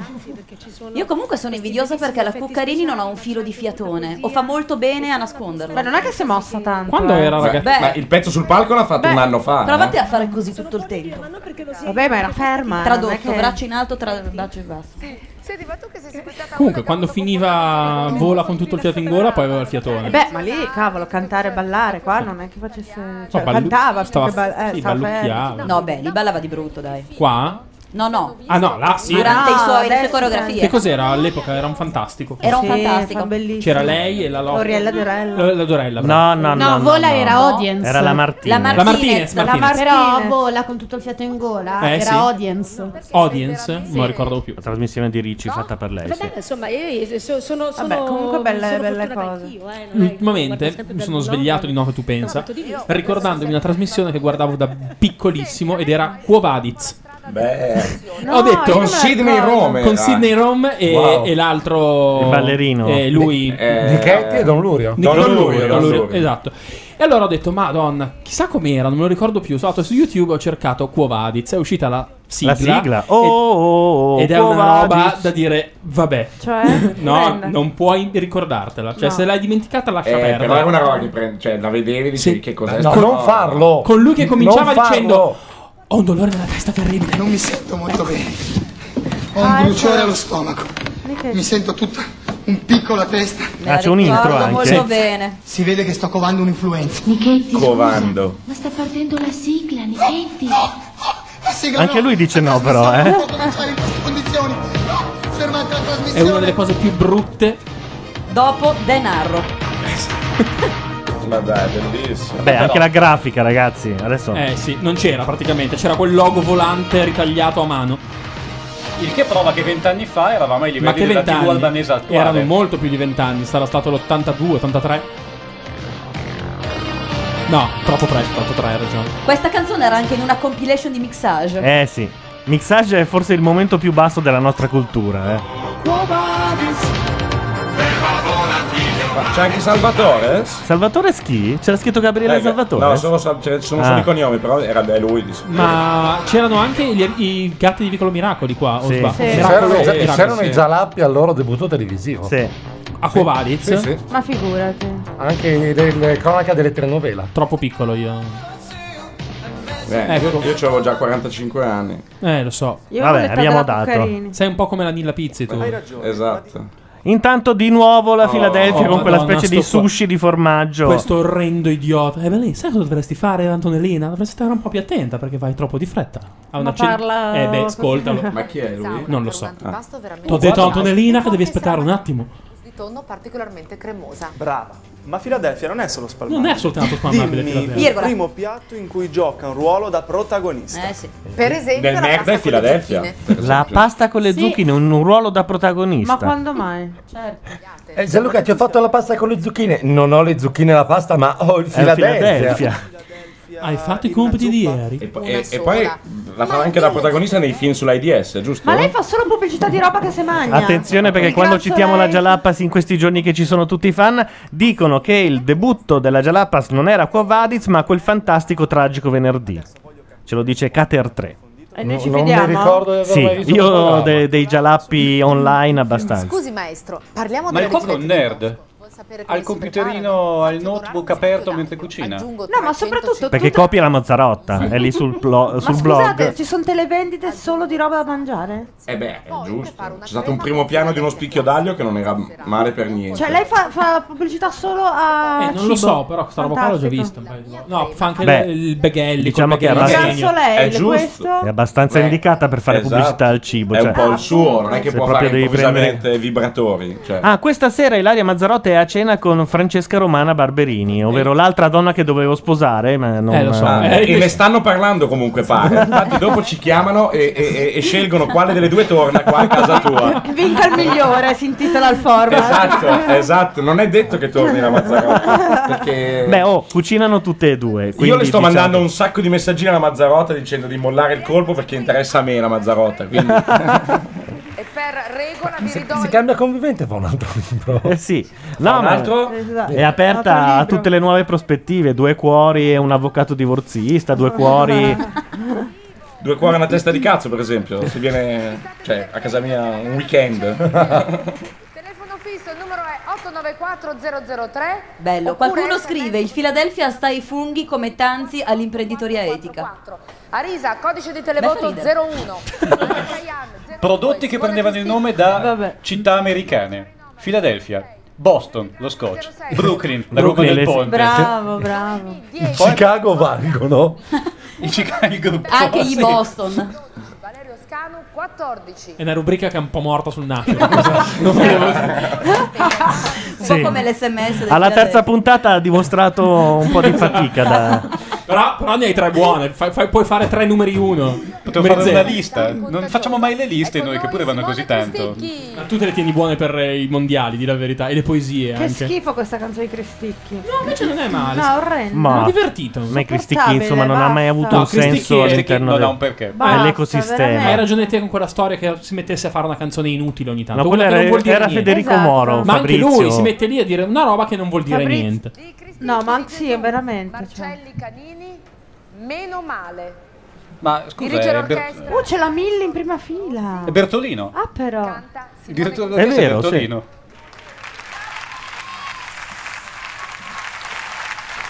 Speaker 7: Eh, Io comunque sono invidiosa perché la Cuccarini non ha un filo di fiatone o fa molto bene a nasconderlo. Ma
Speaker 13: non è che si è mossa tanto. eh.
Speaker 6: Quando era
Speaker 7: ragazza?
Speaker 6: ragazzo? Ma il pezzo sul palco l'ha fatto un anno fa.
Speaker 7: Provate
Speaker 6: eh?
Speaker 7: a fare così tutto il tempo.
Speaker 13: Vabbè, ma era ferma. non è
Speaker 7: Tradotto,
Speaker 13: che- Eh,
Speaker 7: braccio in alto, tra- braccio in basso.
Speaker 10: Senti, ma tu che sei spostata
Speaker 3: Comunque, quando finiva vola con tutto il fiato in gola, poi aveva il fiatone.
Speaker 13: Eh, Beh, ma lì, cavolo, cantare e ballare qua non è che facesse. Cioè,
Speaker 3: ballu-
Speaker 13: cantava,
Speaker 3: stava-
Speaker 13: più che ball- eh,
Speaker 3: sì,
Speaker 13: stava fermo.
Speaker 3: ballucchiava.
Speaker 7: No, beh, li ballava di brutto, dai.
Speaker 3: Qua?
Speaker 7: No, no.
Speaker 3: Ah no, là sì.
Speaker 7: Durante i suoi- le sue
Speaker 13: adesso-
Speaker 7: coreografie.
Speaker 3: Che cos'era all'epoca? Era un fantastico.
Speaker 7: Era un
Speaker 13: Sì,
Speaker 7: fantastico.
Speaker 13: fa bellissimo.
Speaker 3: C'era lei e la Lotta.
Speaker 13: Oriella Dorella.
Speaker 3: La, la Dorella. No,
Speaker 2: no,
Speaker 8: No, Vola era audience.
Speaker 2: Era la Martinez.
Speaker 8: Martinez.
Speaker 3: La
Speaker 13: Eh,
Speaker 3: Martinez,
Speaker 8: La
Speaker 3: Martinez.
Speaker 8: Però boh, Vola con tutto il fiato in gola
Speaker 3: Eh,
Speaker 8: era
Speaker 3: sì.
Speaker 8: audience.
Speaker 3: Audience, non lo ricordavo più.
Speaker 2: La trasmissione di Ricci fatta per lei.
Speaker 19: Vabbè, Eh, insomma, io io so- sono, sono
Speaker 13: Vabbè, comunque belle-
Speaker 19: sono
Speaker 13: belle
Speaker 19: fortunata
Speaker 13: cose.
Speaker 19: anch'io, eh,
Speaker 10: Mm.
Speaker 19: non è- guardo
Speaker 3: Ultimamente
Speaker 19: sempre
Speaker 3: mi
Speaker 19: dal
Speaker 3: sono
Speaker 19: blog.
Speaker 3: svegliato di notte, tu pensa,
Speaker 19: fatto di più.
Speaker 3: ricordandomi una trasmissione che guardavo da piccolissimo ed era Quo Vadis.
Speaker 6: Beh,
Speaker 3: Ho detto
Speaker 6: con Sidney Rome. Ah.
Speaker 3: Con Sidney Rome e,
Speaker 6: Wow.
Speaker 3: e l'altro.
Speaker 2: Il ballerino.
Speaker 3: E lui.
Speaker 6: Eh, Nichetti e Don Lurio.
Speaker 3: Nic-
Speaker 6: Don Lurio, Don
Speaker 3: Don
Speaker 6: Lurio.
Speaker 3: Esatto. E allora ho detto, Madonna, chissà com'era, non me lo ricordo più. Sono andato su YouTube, ho cercato Quo Vadis, è uscita la sigla.
Speaker 2: La sigla.
Speaker 3: E-
Speaker 2: Oh, oh, oh,
Speaker 3: ed è
Speaker 2: Quo
Speaker 3: una roba
Speaker 2: Vadis.
Speaker 3: da dire, vabbè.
Speaker 13: Cioè?
Speaker 3: No,
Speaker 6: Prende.
Speaker 3: non puoi ricordartela. Cioè,
Speaker 6: No.
Speaker 3: se l'hai dimenticata, lascia
Speaker 6: Eh,
Speaker 3: perdere.
Speaker 6: però è una roba che prende, cioè, la vedevi e dicevi che cos'è.
Speaker 4: No,
Speaker 6: sta
Speaker 4: non
Speaker 6: roba?
Speaker 4: farlo.
Speaker 3: Con lui che cominciava
Speaker 4: Non farlo.
Speaker 3: dicendo: Ho un dolore nella testa terribile. Ecco.
Speaker 20: Non mi sento molto bene. Ho
Speaker 13: Ah,
Speaker 20: un
Speaker 13: ecco.
Speaker 20: bruciore allo stomaco. Mi sento tutta un picco alla testa.
Speaker 7: Me la Ah, c'è un ricordo intro anche. molto bene.
Speaker 20: Si vede che sto covando un'influenza.
Speaker 6: Covando.
Speaker 20: Ma sta partendo la sigla, Nichetti. No, la sigla
Speaker 2: Anche
Speaker 20: no.
Speaker 2: lui dice no, però, eh.
Speaker 20: Non può cominciare in queste condizioni. No, fermate la
Speaker 3: È una
Speaker 20: trasmissione.
Speaker 3: delle cose più brutte.
Speaker 7: Dopo denaro.
Speaker 6: Ma dai, bellissimo.
Speaker 2: Beh, anche
Speaker 3: Però-
Speaker 2: la grafica, ragazzi. Adesso.
Speaker 3: Eh sì, non c'era praticamente, c'era quel logo volante ritagliato a mano.
Speaker 11: Il che prova che vent'anni fa eravamo ai
Speaker 3: Ma
Speaker 11: livelli
Speaker 3: che
Speaker 11: della TV
Speaker 3: vent'anni?
Speaker 11: albanese attuale.
Speaker 3: Erano molto più di vent'anni, sarà stato l'82, 83. No, troppo presto, 83 hai ragione.
Speaker 7: Questa canzone era anche in una compilation di mixage.
Speaker 2: Eh sì. Mixage è forse il momento più basso della nostra cultura, eh.
Speaker 6: Ma c'è anche Salvatore?
Speaker 2: Salvatore Schi? C'era scritto Gabriele
Speaker 6: Eh,
Speaker 2: Salvatore?
Speaker 6: No, solo, Sal- cioè, sono
Speaker 2: Ah.
Speaker 6: solo i cognomi, però era beh, lui. Di sicuro.
Speaker 3: Ma c'erano anche gli- er-, i gatti di Vicolo Miracoli qua, o
Speaker 6: Sì.
Speaker 3: sbaglio?
Speaker 6: Sì.
Speaker 3: Miracolo,
Speaker 4: C'erano, i-
Speaker 3: Miracolo,
Speaker 4: c'erano
Speaker 3: sì.
Speaker 4: i Zalappi al loro debutto televisivo.
Speaker 2: Sì.
Speaker 3: A Covaliz?
Speaker 4: Sì, sì.
Speaker 13: Ma figurati.
Speaker 4: Anche delle cronaca delle telenovela.
Speaker 3: Troppo piccolo io.
Speaker 6: Eh,
Speaker 3: Ecco.
Speaker 6: Io avevo già 45 anni.
Speaker 3: Eh, lo so.
Speaker 6: Io Vabbè, avevo l'età abbiamo della dato. Cuccarini.
Speaker 3: Sei un po' come la Nilla Pizzi tu.
Speaker 6: Hai ragione. Esatto.
Speaker 2: Intanto di nuovo la
Speaker 3: Oh,
Speaker 2: Filadelfia con quella
Speaker 3: Madonna,
Speaker 2: specie
Speaker 3: sto
Speaker 2: di
Speaker 3: qua-
Speaker 2: sushi di formaggio.
Speaker 3: Questo orrendo idiota. Eh, ma lei sai cosa dovresti fare, Antonellina? Dovresti stare un po' più attenta perché vai troppo di fretta. Ha
Speaker 13: Ma
Speaker 3: cen-
Speaker 13: parla-
Speaker 3: Eh, beh, ascoltalo.
Speaker 6: Ma chi è lui?
Speaker 3: Non lo so.
Speaker 6: Ah.
Speaker 3: Ti ho detto a Antonellina che devi aspettare un attimo.
Speaker 10: di tonno particolarmente cremosa.
Speaker 21: Brava. Ma Filadelfia non è solo spalmabile.
Speaker 3: Non è soltanto spalmabile,
Speaker 21: Dimmi
Speaker 3: Philadelphia.
Speaker 21: il
Speaker 3: Virgola.
Speaker 21: primo piatto in cui gioca un ruolo da protagonista.
Speaker 7: Eh sì.
Speaker 10: Per esempio, la pasta con le zucchine.
Speaker 2: La pasta con le
Speaker 13: Sì.
Speaker 2: zucchine, un, un ruolo da protagonista.
Speaker 13: Ma quando mai? Certo.
Speaker 4: Eh, Gianluca, ti ho fatto la pasta con le zucchine. Non ho le zucchine alla pasta, ma ho il Filadelfia.
Speaker 3: Hai fatto i compiti di ieri.
Speaker 6: E, po- e- e poi la fa anche da protagonista nei film sull'AIDS, giusto?
Speaker 13: Ma lei fa solo pubblicità di roba che si mangia.
Speaker 2: Attenzione perché
Speaker 13: Che
Speaker 2: quando
Speaker 13: cazzo
Speaker 2: citiamo la
Speaker 13: lei-
Speaker 2: Jalapas in questi giorni che ci sono tutti i fan dicono che il debutto della Jalapas non era Quo Vadis ma quel fantastico tragico venerdì. Ce lo dice Cater 3.
Speaker 13: E noi ci
Speaker 4: Non mi
Speaker 13: fidiamo?
Speaker 4: ricordo di aver mai
Speaker 2: Sì,
Speaker 4: visto
Speaker 2: io
Speaker 4: questo
Speaker 2: ho
Speaker 4: programma.
Speaker 2: de- dei Jalappi online abbastanza.
Speaker 10: Scusi maestro, parliamo
Speaker 11: Ma
Speaker 10: della
Speaker 11: il cuoco è un nerd.
Speaker 10: sapere come
Speaker 11: Al computerino, al notebook aperto mentre cucina.
Speaker 13: No, ma soprattutto
Speaker 2: Perché
Speaker 13: tutte-
Speaker 2: copia la Mazzarotta, è lì sul, plo-
Speaker 13: Ma
Speaker 2: sul
Speaker 13: scusate,
Speaker 2: blog.
Speaker 13: ci sono televendite solo di roba da mangiare?
Speaker 6: Eh beh, è giusto. C'è stato un primo piano di uno spicchio d'aglio che non era male per niente.
Speaker 13: Cioè, lei fa, fa pubblicità solo a.
Speaker 3: Eh, non lo so, però questa roba qua l'ho già vista. un paio di volte. No, fa anche
Speaker 2: Beh,
Speaker 3: il- il beghelli.
Speaker 2: diciamo
Speaker 3: col
Speaker 2: che è
Speaker 3: beghelli
Speaker 2: abbastanza-
Speaker 3: genio.
Speaker 13: Solei, È giusto.
Speaker 2: È abbastanza indicata per fare
Speaker 6: esatto.
Speaker 2: pubblicità al cibo.
Speaker 6: È
Speaker 2: cioè,
Speaker 6: un po' il suo, non è che
Speaker 2: se
Speaker 6: può
Speaker 2: proprio
Speaker 6: fare
Speaker 2: devi prendere-
Speaker 6: improvvisamente vibratori. Cioè.
Speaker 2: Ah, questa sera Ilaria Mazzarotta è a cena con Francesca Romana Barberini, ovvero l'altra donna che dovevo sposare, ma non Ah,
Speaker 6: Eh, lo so. Eh, e ne stanno parlando comunque, pare. Infatti, dopo ci chiamano e, e- e- e scelgono quale delle due torna qua a casa tua.
Speaker 13: Vinca il migliore, si intitola il format.
Speaker 6: Esatto, esatto. Non è detto che torni la Mazzarotta. Perché
Speaker 2: Beh, oh, cucinano tutte e due.
Speaker 6: io
Speaker 2: quindi
Speaker 6: le sto
Speaker 2: diciamo-
Speaker 6: mandando un sacco di messaggini alla Mazzarotta dicendo di mollare il colpo perché interessa a me la Mazzarotta. Quindi
Speaker 4: Se, se cambia convivente fa un altro libro.
Speaker 2: Eh sì, no,
Speaker 4: un
Speaker 2: ma
Speaker 4: altro?
Speaker 13: Esatto.
Speaker 2: è aperta a tutte le nuove prospettive, due cuori e un avvocato divorzista, due cuori...
Speaker 6: due cuori e una testa di cazzo, per esempio. Se viene cioè, a casa mia un weekend.
Speaker 10: Telefono fisso, il numero è 894 003.
Speaker 7: Bello,
Speaker 10: Oppure
Speaker 7: qualcuno
Speaker 10: SMS.
Speaker 7: scrive il Philadelphia sta ai funghi come Tanzi all'imprenditoria etica.
Speaker 10: Arisa, codice di televoto
Speaker 7: Beh, fa ridere.
Speaker 10: 01.
Speaker 11: Prodotti che prendevano il nome da città americane. Philadelphia, Boston, lo scotch, Brooklyn, la ruba
Speaker 4: Brooklyn,
Speaker 11: del
Speaker 4: le-
Speaker 11: ponte.
Speaker 13: Bravo, bravo.
Speaker 4: I Chicago valgono.
Speaker 11: I Chicago Group.
Speaker 3: Ah,
Speaker 7: Anche gli
Speaker 11: Sì.
Speaker 7: Boston.
Speaker 10: Valerio Scanu 14.
Speaker 3: È una rubrica che è un po' morta sul nacchio. Non volevo-
Speaker 7: Un
Speaker 2: Sì.
Speaker 7: po' come l'SMS.
Speaker 2: Alla terza puntata ha dimostrato un po' di fatica da...
Speaker 3: però, però ne hai tre buone. Fai- fai- puoi fare tre numeri uno.
Speaker 11: Potevo
Speaker 3: Numeri
Speaker 11: fare
Speaker 3: zero.
Speaker 11: una lista. Non facciamo mai le
Speaker 3: Ecco,
Speaker 11: liste noi che pure vanno così tanto.
Speaker 3: Ma tu te le tieni buone per eh, i mondiali, di la verità. E le poesie
Speaker 13: Che
Speaker 3: anche.
Speaker 13: schifo questa canzone di Cristicchi. No,
Speaker 3: invece non è male.
Speaker 13: No, è orrendo.
Speaker 2: Ma
Speaker 3: Ma divertito.
Speaker 2: A me Cristicchi, insomma, non ha mai avuto
Speaker 11: No,
Speaker 2: un
Speaker 11: Cristicchi-
Speaker 2: senso
Speaker 11: Cristicchi
Speaker 2: all'interno
Speaker 11: non ha
Speaker 2: del-
Speaker 11: un perché.
Speaker 3: Basta,
Speaker 2: dell'ecosistema.
Speaker 3: Hai ragione te con quella storia che si mettesse a fare una canzone inutile ogni tanto.
Speaker 2: No, quello
Speaker 3: Una che
Speaker 2: era-
Speaker 3: non vuol dire
Speaker 2: era
Speaker 3: niente.
Speaker 2: Federico Esatto. Moro,
Speaker 3: Ma anche
Speaker 2: Fabrizio.
Speaker 3: lui si mette lì a dire una roba che non vuol dire
Speaker 13: Fabrizio.
Speaker 3: niente.
Speaker 13: No, ma sì, veramente. Cioè.
Speaker 10: Marcelli Canini, meno male.
Speaker 11: Ma scusa,
Speaker 10: Dirige
Speaker 11: è, Ber-
Speaker 10: l'orchestra.
Speaker 13: Uh, c'è la Milli in prima fila.
Speaker 11: è Bertolino.
Speaker 13: Ah, però.
Speaker 11: Il direttore
Speaker 2: È
Speaker 11: d'orchestra è
Speaker 2: vero,
Speaker 11: Bertolino.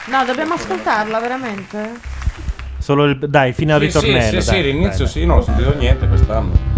Speaker 13: No, dobbiamo ascoltarla, veramente.
Speaker 2: Solo il... Dai, fino al
Speaker 6: Sì, sì,
Speaker 2: ritornello.
Speaker 6: Sì, sì,
Speaker 2: dai,
Speaker 6: l'inizio
Speaker 2: dai,
Speaker 6: sì, non ho sentito niente quest'anno.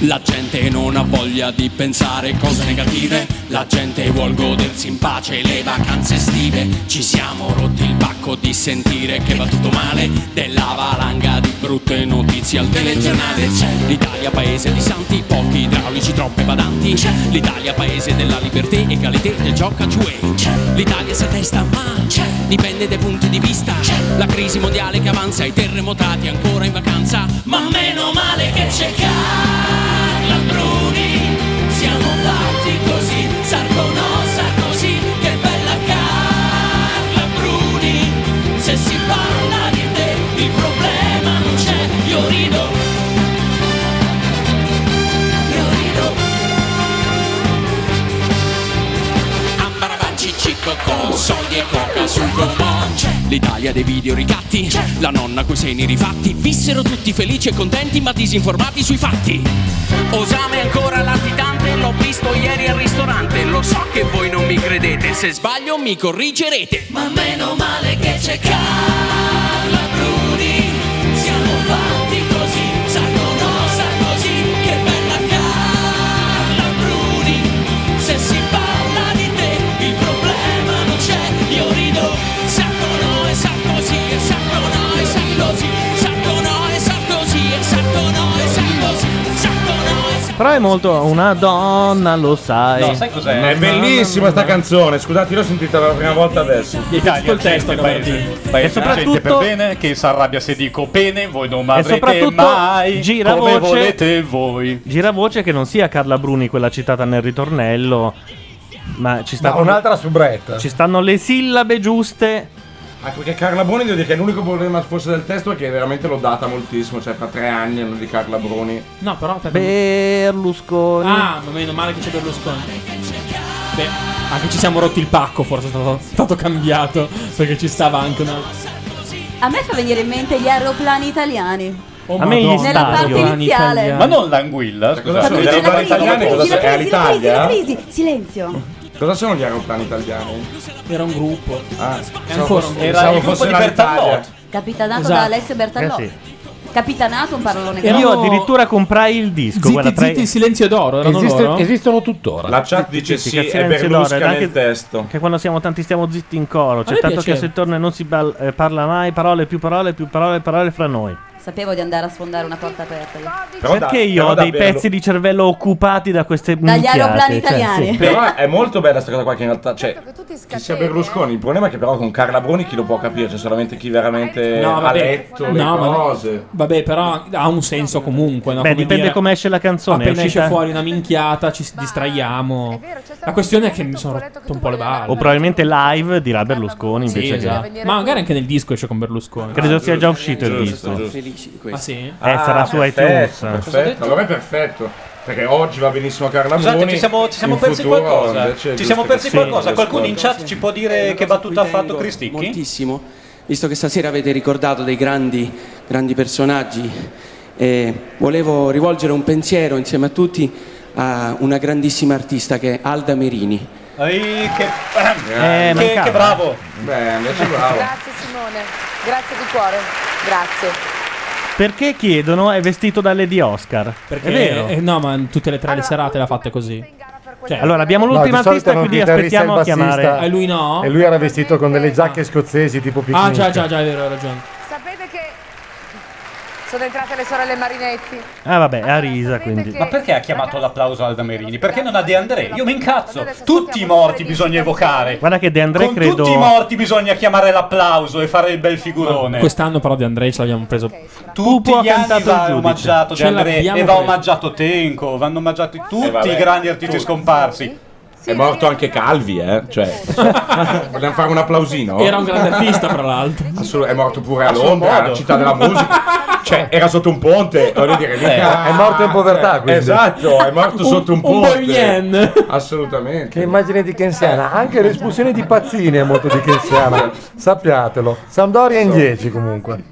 Speaker 1: La gente non ha voglia di pensare cose negative, la gente vuol godersi in pace le vacanze estive. Ci siamo rotti il pacco di sentire che va tutto male, della valanga di brutte notizie al telegiornale. C'è l'Italia paese di santi, pochi idraulici, troppe badanti. C'è l'Italia paese della libertà, egalité, del gioca giue. C'è l'Italia si testa, ma c'è, dipende dai punti di vista. C'è la crisi mondiale che avanza, i terremotati ancora in vacanza. Ma meno male che c'è Carla Bruni Siamo fatti così, Sarcono sa così Che bella Carla Bruni Se si parla di te il problema non c'è Io rido Io rido Ambarabanci, cicco, soldi e coca sul gommone C'è L'Italia dei video ricatti, la nonna coi seni rifatti, vissero tutti felici e contenti ma disinformati sui fatti. Osame ancora latitante, l'ho visto ieri al ristorante, lo so che voi non mi credete, se sbaglio mi corrigerete. Ma meno male che c'è Carla Bruni, siamo fatti così, sa no, sa così, che bella Carla Bruni, se si parla di te il problema non c'è, io rido, sacco no e sacco così, e sacco no e sacco così, sacco no e sacco così, e sacco no e sacco così, sacco no e
Speaker 2: Però è molto una donna, lo sai.
Speaker 6: No, sai cos'è? È bellissima sta canzone, Eh, scusate, io l'ho sentita per la prima volta adesso.
Speaker 11: L'Italia il testo è paese, paese
Speaker 6: E soprattutto-
Speaker 11: gente per bene che si arrabbia se dico bene, voi non m'avrete
Speaker 2: soprattutto
Speaker 11: mai
Speaker 2: gira
Speaker 11: come
Speaker 2: voce-
Speaker 11: volete voi.
Speaker 2: Gira voce che non sia Carla Bruni quella citata nel ritornello, ma ci sta
Speaker 6: No, un'altra
Speaker 2: subretta. Ci stanno le sillabe giuste.
Speaker 6: Anche perché Carla Bruni devo dire che l'unico problema forse del testo è che veramente l'ho data moltissimo, cioè fra tre anni hanno di Carla Bruni.
Speaker 3: No, però. per-
Speaker 2: Berlusconi.
Speaker 3: Ah, ma meno male che c'è Berlusconi. Beh, anche ci siamo rotti il pacco, forse è stato, stato cambiato. Perché ci stava anche una.
Speaker 7: A me fa venire in mente gli aeroplani italiani.
Speaker 3: Oh, A me gli
Speaker 7: Nella parte
Speaker 3: stadio.
Speaker 7: iniziale.
Speaker 11: Ma non l'anguilla, scusate.
Speaker 6: Cioè, sono gli aeroplani italiani? Cosa sono? È
Speaker 7: La
Speaker 6: all'Italia?
Speaker 7: crisi, silenzio.
Speaker 6: Cosa sono gli aeroplani italiani?
Speaker 3: Era un gruppo.
Speaker 6: Ah,
Speaker 3: ancora un-
Speaker 6: era il gruppo di Bertallò.
Speaker 7: Capitanato
Speaker 2: Esatto.
Speaker 7: da Alessio Bertallò.
Speaker 2: Eh sì.
Speaker 7: Capitanato un parolone
Speaker 2: E io
Speaker 7: grosso.
Speaker 2: addirittura comprai il disco.
Speaker 3: Zitti,
Speaker 2: guarda, tra-
Speaker 3: zitti, silenzio d'oro. Erano
Speaker 2: Esiste-
Speaker 3: loro?
Speaker 2: Esistono tuttora.
Speaker 6: La chat dice
Speaker 2: Zitti,
Speaker 6: sì,
Speaker 2: che
Speaker 6: e
Speaker 2: silenzio
Speaker 6: Berlusca
Speaker 2: d'oro, ed
Speaker 6: nel testo.
Speaker 2: Che quando siamo tanti stiamo zitti in coro. C'è
Speaker 7: me
Speaker 2: tanto
Speaker 7: piaceva.
Speaker 2: che se torna e non si bal- eh, parla mai. Parole, più parole, più parole, parole fra noi.
Speaker 7: Sapevo di andare a sfondare una porta aperta. io.
Speaker 2: Perché io ho dei pezzi di cervello occupati da queste
Speaker 7: Dagli
Speaker 2: minchiate,
Speaker 7: aeroplani
Speaker 2: cioè,
Speaker 7: italiani.
Speaker 2: sì.
Speaker 6: Però è molto bella sta cosa qua che in realtà cioè, chi sia Berlusconi, il problema è che però con Carla Bruni chi lo può capire, c'è solamente chi veramente
Speaker 3: No,
Speaker 6: ha
Speaker 3: vabbè.
Speaker 6: letto le
Speaker 3: No, ma-
Speaker 6: cose.
Speaker 3: Vabbè, però ha un senso comunque. No?
Speaker 2: Beh,
Speaker 3: Come
Speaker 2: dipende
Speaker 3: dire,
Speaker 2: come esce la canzone. è
Speaker 3: Appena esce
Speaker 2: uscita-
Speaker 3: fuori una minchiata, ci s- distraiamo. La questione è che mi sono rotto un po' le balle.
Speaker 2: O probabilmente live dirà Berlusconi
Speaker 3: Sì,
Speaker 2: invece che-
Speaker 3: esatto. Ma magari anche nel disco esce con Berlusconi.
Speaker 2: Credo sia già uscito il disco.
Speaker 3: Ah, sì?
Speaker 2: Eh, sarà su iTunes.
Speaker 6: Perfetto, perfetto. allora è perfetto. Perché oggi va benissimo Carla
Speaker 11: Scusate,
Speaker 6: Bruni.
Speaker 11: ci siamo, ci siamo
Speaker 6: in
Speaker 11: persi
Speaker 6: futuro
Speaker 11: qualcosa.
Speaker 6: invece è
Speaker 11: Ci
Speaker 6: giusto
Speaker 11: siamo
Speaker 6: che-
Speaker 11: persi
Speaker 6: Sì,
Speaker 11: qualcosa. Qualcuno in
Speaker 6: ascolta.
Speaker 11: chat ci può
Speaker 1: Eh,
Speaker 11: dire che battuta ha fatto Cristicchi?
Speaker 1: Moltissimo, visto che stasera avete ricordato dei grandi, grandi personaggi, eh, volevo rivolgere un pensiero insieme a tutti a una grandissima artista che è Alda Merini.
Speaker 11: Ehi, che,
Speaker 1: Eh,
Speaker 11: che-
Speaker 1: mancava.
Speaker 11: che bravo.
Speaker 6: Beh,
Speaker 10: Grazie Simone, grazie di cuore, grazie.
Speaker 2: Perché chiedono è vestito da Lady Oscar.
Speaker 3: Perché,
Speaker 2: È vero.
Speaker 3: eh, no, ma tutte le tre le serate l'ha fatte così.
Speaker 2: Cioè, allora, abbiamo l'ultima artista, quindi aspettiamo a chiamare.
Speaker 3: E lui no?
Speaker 4: E lui era vestito con delle giacche scozzesi tipo picnic.
Speaker 3: Ah, già, già, già, è vero, hai ragione.
Speaker 10: Sapete che sono entrate le sorelle Marinetti?
Speaker 2: Ah, vabbè, ha risa quindi.
Speaker 11: Ma perché ha chiamato l'applauso Alda Merini? Perché non a De André? Io mi incazzo. Tutti i morti bisogna evocare.
Speaker 2: Guarda che De André
Speaker 11: Con
Speaker 2: credo.
Speaker 11: tutti i morti bisogna chiamare l'applauso e fare il bel figurone.
Speaker 3: Quest'anno però di Andrei ce l'abbiamo preso.
Speaker 11: Tutti gli anni va omaggiato De
Speaker 3: Ce
Speaker 11: André
Speaker 3: l'abbiamo
Speaker 11: e va
Speaker 3: preso.
Speaker 11: omaggiato Tenco, vanno omaggiati tutti
Speaker 6: vabbè,
Speaker 11: i grandi artisti scomparsi.
Speaker 6: È morto anche Calvi, eh. Cioè, vogliamo fare un applausino?
Speaker 3: Era un grande artista, tra l'altro.
Speaker 6: è morto pure a
Speaker 11: A suo
Speaker 6: Londra,
Speaker 11: modo.
Speaker 6: la città della musica. Cioè, era sotto un ponte, voglio
Speaker 11: Eh,
Speaker 6: dire, mica-
Speaker 4: è morto in povertà, quindi.
Speaker 6: Eh. Ah, Esatto, è morto sotto un,
Speaker 4: un
Speaker 6: ponte. Assolutamente.
Speaker 4: Che immagine di Kensiana, anche l'espulsione di Pazzini è molto di Kensiana, sappiatelo. Sampdoria in 10 comunque.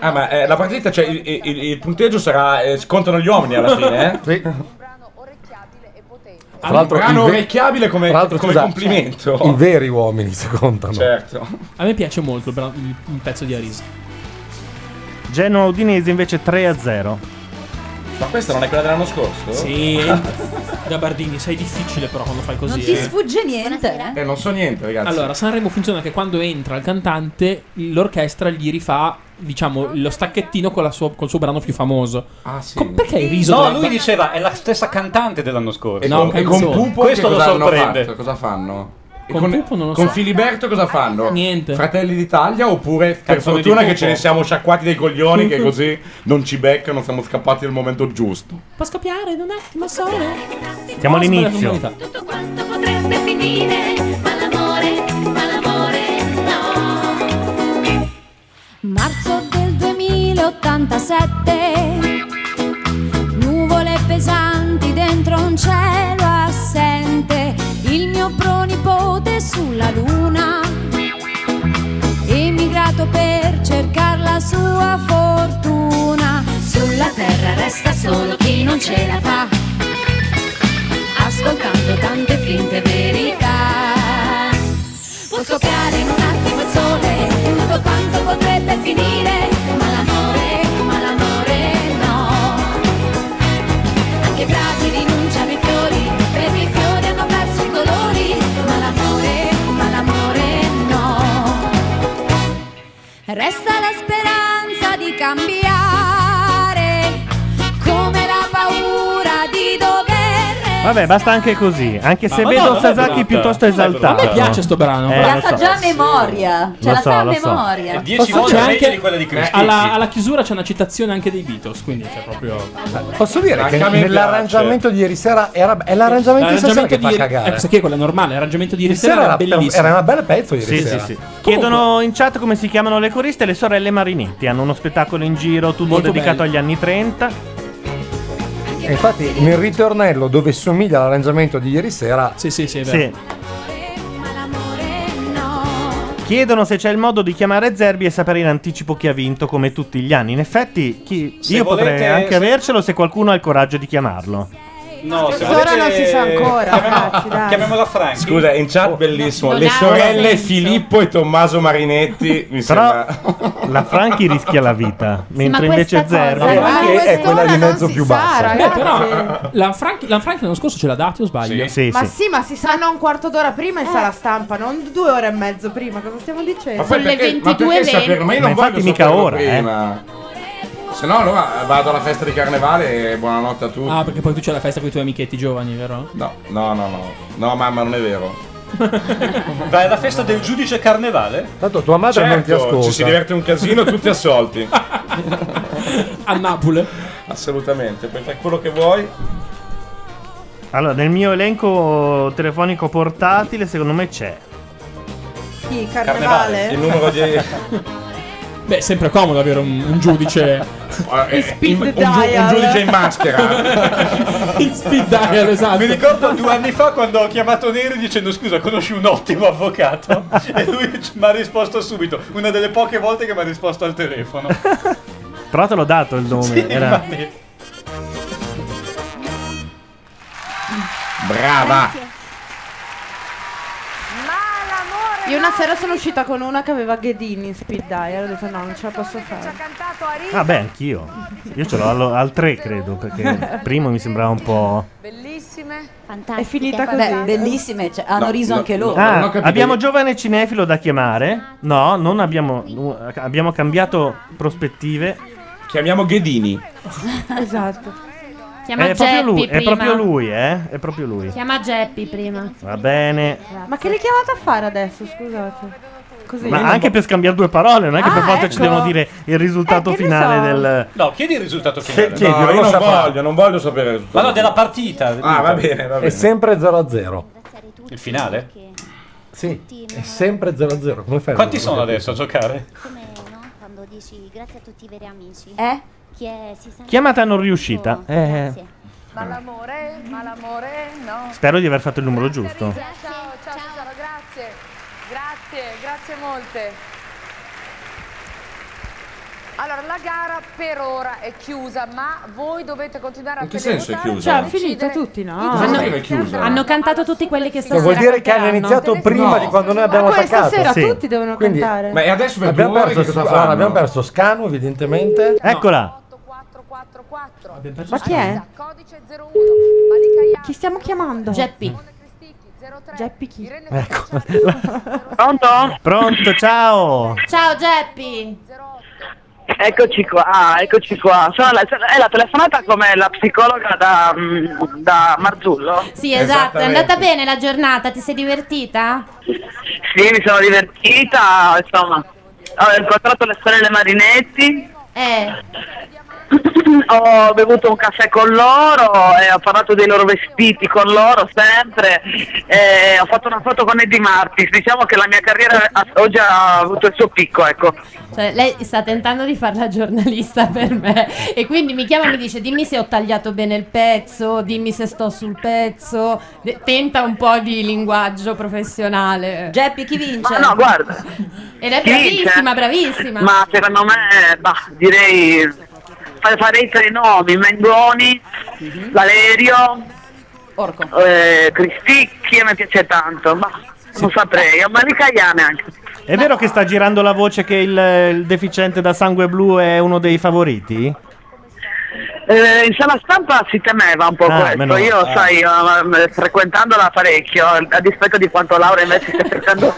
Speaker 6: Ah, ma eh, la partita, cioè, il, il- il punteggio sarà. eh, scontano gli uomini alla fine, eh?
Speaker 4: Sì.
Speaker 6: Tra l'altro,
Speaker 4: i
Speaker 6: brano
Speaker 4: ve-
Speaker 6: orecchiabile come,
Speaker 4: tra l'altro,
Speaker 6: come
Speaker 4: scusa,
Speaker 6: complimento.
Speaker 4: I veri uomini si contano.
Speaker 6: Certo.
Speaker 3: A me piace molto il, bra- il- il pezzo di Arisa.
Speaker 2: Genoa Udinese invece 3 a 0.
Speaker 6: Ma questa non è quella dell'anno scorso?
Speaker 3: Sì, Gabardini, sei difficile però quando fai così.
Speaker 7: Non ti
Speaker 3: eh.
Speaker 7: sfugge niente.
Speaker 6: Eh, non so niente, ragazzi.
Speaker 3: Allora, Sanremo funziona che quando entra il cantante, l'orchestra gli rifà, diciamo, lo stacchettino con la sua- col suo brano più famoso.
Speaker 6: Ah, sì.
Speaker 3: perché hai riso?
Speaker 11: No,
Speaker 3: durante-
Speaker 11: lui diceva è la stessa cantante dell'anno scorso.
Speaker 6: E con, e con Pupo
Speaker 11: questo
Speaker 6: che
Speaker 11: lo
Speaker 6: cosa hanno
Speaker 11: sorprende.
Speaker 6: fatto? Cosa fanno? E
Speaker 3: Con Pupo non lo
Speaker 6: con
Speaker 3: so.
Speaker 6: Filiberto cosa fanno?
Speaker 3: Niente.
Speaker 6: Fratelli d'Italia oppure per
Speaker 11: Canzone di
Speaker 6: fortuna che
Speaker 11: Pupo.
Speaker 6: ce ne siamo sciacquati dei coglioni che così non ci beccano, siamo scappati nel momento giusto.
Speaker 3: Può scoppiare in un attimo solo.
Speaker 2: Siamo
Speaker 3: Oh,
Speaker 2: all'inizio.
Speaker 3: sbagliato modalità.
Speaker 22: potreste finire, ma l'amore, ma l'amore no.
Speaker 12: Marzo del 2087, nuvole pesanti dentro un cielo assente, il mio pronipote sulla luna, emigrato per cercare la sua fortuna. Sulla terra resta solo chi non ce la fa, ascoltando tante finte verità. Può scoppiare in un attimo il sole, tutto quanto potrebbe finire, ma l'amore, ma l'amore no. Anche i bravi rinunciano ai fiori, perché i fiori hanno perso i colori, ma l'amore, ma l'amore no. Resta la speranza di cambiare, come la paura di dover
Speaker 2: Vabbè, basta anche così. Anche se
Speaker 3: Ma
Speaker 2: vedo
Speaker 3: no, non è
Speaker 2: Sasaki
Speaker 3: brutta.
Speaker 2: piuttosto
Speaker 3: Non è brutta.
Speaker 2: esaltato.
Speaker 3: A me piace sto brano,
Speaker 2: Eh,
Speaker 3: però.
Speaker 7: La
Speaker 2: lo
Speaker 7: sa
Speaker 2: so.
Speaker 7: già a memoria. Ce
Speaker 2: Lo
Speaker 7: la
Speaker 2: so,
Speaker 7: sa a
Speaker 2: lo so.
Speaker 7: memoria.
Speaker 11: Dieci
Speaker 3: Posso-
Speaker 11: volte
Speaker 3: c'è
Speaker 11: meglio
Speaker 3: anche-
Speaker 11: di quella di Cristicchi.
Speaker 3: Alla, alla chiusura c'è una citazione anche dei Beatles, quindi c'è proprio.
Speaker 4: Posso dire
Speaker 3: Anche
Speaker 4: che
Speaker 3: a me
Speaker 4: nell'arrangiamento di ieri sera era, è l'arrangiamento di stasera che fa cagare.
Speaker 6: eh,
Speaker 3: Ecco, sai che è quella normale. L'arrangiamento di ieri
Speaker 4: Ieri sera
Speaker 3: sera era
Speaker 4: era,
Speaker 3: bellissimo.
Speaker 4: era una bella pezzo ieri
Speaker 2: Sì,
Speaker 4: sera.
Speaker 2: sì, sì. Chiedono in chat come si chiamano le coriste, le sorelle Marinetti. Hanno uno spettacolo in giro, tutto
Speaker 3: Molto
Speaker 2: dedicato
Speaker 3: bello.
Speaker 2: agli anni 30.
Speaker 4: E infatti nel ritornello dove somiglia all'arrangiamento di ieri sera.
Speaker 3: Sì, sì, sì, è
Speaker 2: Sì. Chiedono se c'è il modo di chiamare Zerbi e sapere in anticipo chi ha vinto come tutti gli anni. In effetti, chi-
Speaker 11: Se
Speaker 2: io potrei
Speaker 11: volete-
Speaker 2: anche
Speaker 11: se-
Speaker 2: avercelo se qualcuno ha il coraggio di chiamarlo.
Speaker 11: No, se
Speaker 13: Tesoro
Speaker 11: volete-
Speaker 13: non si sa ancora, ragazzi,
Speaker 11: Chiamiamo,
Speaker 13: dai.
Speaker 11: chiamiamola Frank.
Speaker 6: Scusa, in chat
Speaker 3: Oh.
Speaker 6: bellissimo.
Speaker 11: non
Speaker 6: Le
Speaker 11: ha
Speaker 6: sorelle
Speaker 11: senso.
Speaker 6: Filippo e Tommaso Marinetti. Mi sembra.
Speaker 2: La Franchi rischia la vita, mentre
Speaker 6: ma
Speaker 2: invece
Speaker 6: questa cosa-
Speaker 2: Zerbi
Speaker 6: Ma Franchi è
Speaker 13: questa quella di ora non mezzo si
Speaker 2: più
Speaker 13: sa, bassa. ragazzi.
Speaker 3: però l'Anfranchi l'Anfranchi l'anno scorso ce l'ha dati o sbaglio?
Speaker 2: Sì,
Speaker 13: ma sì, ma si sanno un quarto d'ora prima
Speaker 8: Eh.
Speaker 13: in sala stampa, non due ore e mezzo prima. Cosa stiamo dicendo?
Speaker 6: Ma poi perché, ma perché saperlo? Ma io non voglio saperlo
Speaker 13: eh.
Speaker 6: prima.
Speaker 4: eh.
Speaker 6: Se no, allora vado alla festa di carnevale e buonanotte a tutti.
Speaker 3: Ah, perché poi tu c'è la festa con i tuoi amichetti giovani, vero?
Speaker 6: No, no, no, no. No, mamma, non è vero.
Speaker 11: Vai alla festa del giudice carnevale?
Speaker 4: Tanto tua madre non ti ascolta.
Speaker 6: Certo, Ci si diverte un casino, tutti assolti.
Speaker 3: a Napoli.
Speaker 6: Assolutamente, puoi fare quello che vuoi.
Speaker 2: Allora, nel mio elenco telefonico portatile, secondo me c'è.
Speaker 13: Chi, carnevale?
Speaker 3: Beh, è sempre comodo avere un, un giudice. Eh,
Speaker 13: speed un giu- un dial. giudice in
Speaker 6: maschera.
Speaker 3: in speed dial, esatto.
Speaker 11: Mi ricordo due anni fa quando ho chiamato Neri dicendo scusa, conosci un ottimo avvocato? e lui ci- mi ha risposto subito, una delle poche volte che mi ha risposto al telefono.
Speaker 2: Però te l'ho dato il nome.
Speaker 11: Sì,
Speaker 2: era-
Speaker 11: infatti.
Speaker 6: Brava.
Speaker 13: Io una sera sono uscita con una che aveva Ghedini in speed dial, ho detto no, non ce la posso fare.
Speaker 2: Ah, beh, anch'io. Io ce l'ho allo- al 3, credo, perché il primo mi sembrava un po'.
Speaker 10: Bellissime.
Speaker 12: Fantastiche.
Speaker 13: È finita così.
Speaker 12: Beh, bellissime, cioè, hanno
Speaker 6: No,
Speaker 12: riso
Speaker 6: no,
Speaker 12: anche
Speaker 6: no.
Speaker 12: loro.
Speaker 2: Ah,
Speaker 6: non ho capito.
Speaker 2: abbiamo giovane cinefilo da chiamare? No, non abbiamo. nu- Abbiamo cambiato prospettive.
Speaker 6: Chiamiamo Ghedini.
Speaker 13: esatto.
Speaker 8: Chiama
Speaker 2: è proprio
Speaker 8: Geppi
Speaker 2: lui,
Speaker 8: prima.
Speaker 2: è proprio lui, eh? È proprio lui.
Speaker 8: Chiama Geppi prima.
Speaker 2: Va bene.
Speaker 13: Ma che li chiamate a fare adesso, scusate? Così.
Speaker 2: Ma anche per scambiare due parole, non è che
Speaker 13: Ah,
Speaker 2: per forza ci
Speaker 13: ecco.
Speaker 2: devono dire il
Speaker 11: Eh,
Speaker 2: risultato finale del.
Speaker 11: No, chiedi il risultato finale.
Speaker 2: chiedi,
Speaker 6: No,
Speaker 2: non lo
Speaker 6: io non
Speaker 2: saprà.
Speaker 6: voglio, non voglio sapere il
Speaker 11: Ma
Speaker 6: risultato.
Speaker 11: no, della partita.
Speaker 6: Ah, va bene, va
Speaker 4: È
Speaker 6: bene.
Speaker 4: sempre 0 a 0.
Speaker 11: Il finale?
Speaker 4: Sì, è sempre 0 a 0. Come fai? a
Speaker 11: Quanti
Speaker 4: non
Speaker 11: sono
Speaker 4: capire?
Speaker 11: adesso a giocare?
Speaker 23: Quando dici grazie a tutti i veri amici.
Speaker 12: Eh?
Speaker 23: Chi è, si sa-
Speaker 2: Chiamata non riuscita. Eh,
Speaker 10: Ma l'amore, ma l'amore, no.
Speaker 2: spero di aver fatto il numero giusto.
Speaker 10: Ciao, ciao, ciao, tesoro, grazie. Grazie, grazie molte. Allora, la gara per ora è chiusa, ma voi dovete continuare a
Speaker 6: In che
Speaker 10: tenere
Speaker 6: senso è
Speaker 10: votare
Speaker 6: chiusa?
Speaker 10: e
Speaker 6: Cioè, ha
Speaker 13: finito
Speaker 10: decidere
Speaker 13: tutti, no?
Speaker 10: i
Speaker 13: Hanno-
Speaker 10: giudici.
Speaker 6: È chiusa.
Speaker 8: Hanno cantato tutti quelli che
Speaker 4: Cioè,
Speaker 8: stasera
Speaker 4: vuol dire che hanno
Speaker 8: canteranno.
Speaker 4: iniziato prima di quando noi abbiamo
Speaker 13: Ma poi
Speaker 4: attaccato.
Speaker 13: stasera tutti devono
Speaker 4: Quindi-
Speaker 13: cantare.
Speaker 6: Ma e adesso per
Speaker 4: abbiamo
Speaker 6: due ore
Speaker 4: perso,
Speaker 6: che cosa
Speaker 4: allora,
Speaker 6: fanno?
Speaker 4: abbiamo perso Scanu, evidentemente.
Speaker 2: Eccola.
Speaker 13: Ma chi è?
Speaker 10: Codice 01.
Speaker 13: Chi stiamo chiamando? Geppi. Geppi chi?
Speaker 2: Ecco. Pronto? Pronto, ciao.
Speaker 8: Ciao Geppi.
Speaker 24: Eccoci qua, ah, eccoci qua. Sono la, sono- è la telefonata come la psicologa da, mm, da Marzullo?
Speaker 8: Sì, esatto. È andata bene la giornata? Ti sei divertita?
Speaker 24: Sì, mi sono divertita, insomma. Ho incontrato le sorelle Marinetti,
Speaker 8: Eh.
Speaker 24: ho bevuto un caffè con loro, e ho parlato dei loro vestiti con loro sempre, e ho fatto una foto con Eddie Martis. Diciamo che la mia carriera ha- oggi ha avuto il suo picco, ecco.
Speaker 8: Cioè, lei sta tentando di fare la giornalista per me e quindi mi chiama e mi dice dimmi se ho tagliato bene il pezzo, dimmi se sto sul pezzo, De- tenta un po' di linguaggio professionale.
Speaker 12: Geppi chi vince?
Speaker 24: Ma no, guarda.
Speaker 8: Ed è
Speaker 24: Chi vince?
Speaker 8: bravissima, bravissima.
Speaker 24: Ma secondo me, bah, direi fa- farei tre nomi: Mengoni, Valerio, eh, Cristicchi. A me piace tanto, ma non saprei. Ma mica Iane anche.
Speaker 2: È vero che sta girando la voce che il, il deficiente da sangue blu è uno dei favoriti?
Speaker 24: Eh, in sala stampa si temeva un po'
Speaker 2: Ah, meno-
Speaker 24: questo. Io,
Speaker 2: ah.
Speaker 24: sai, eh, frequentandola parecchio, a dispetto di quanto Laura invece stia cercando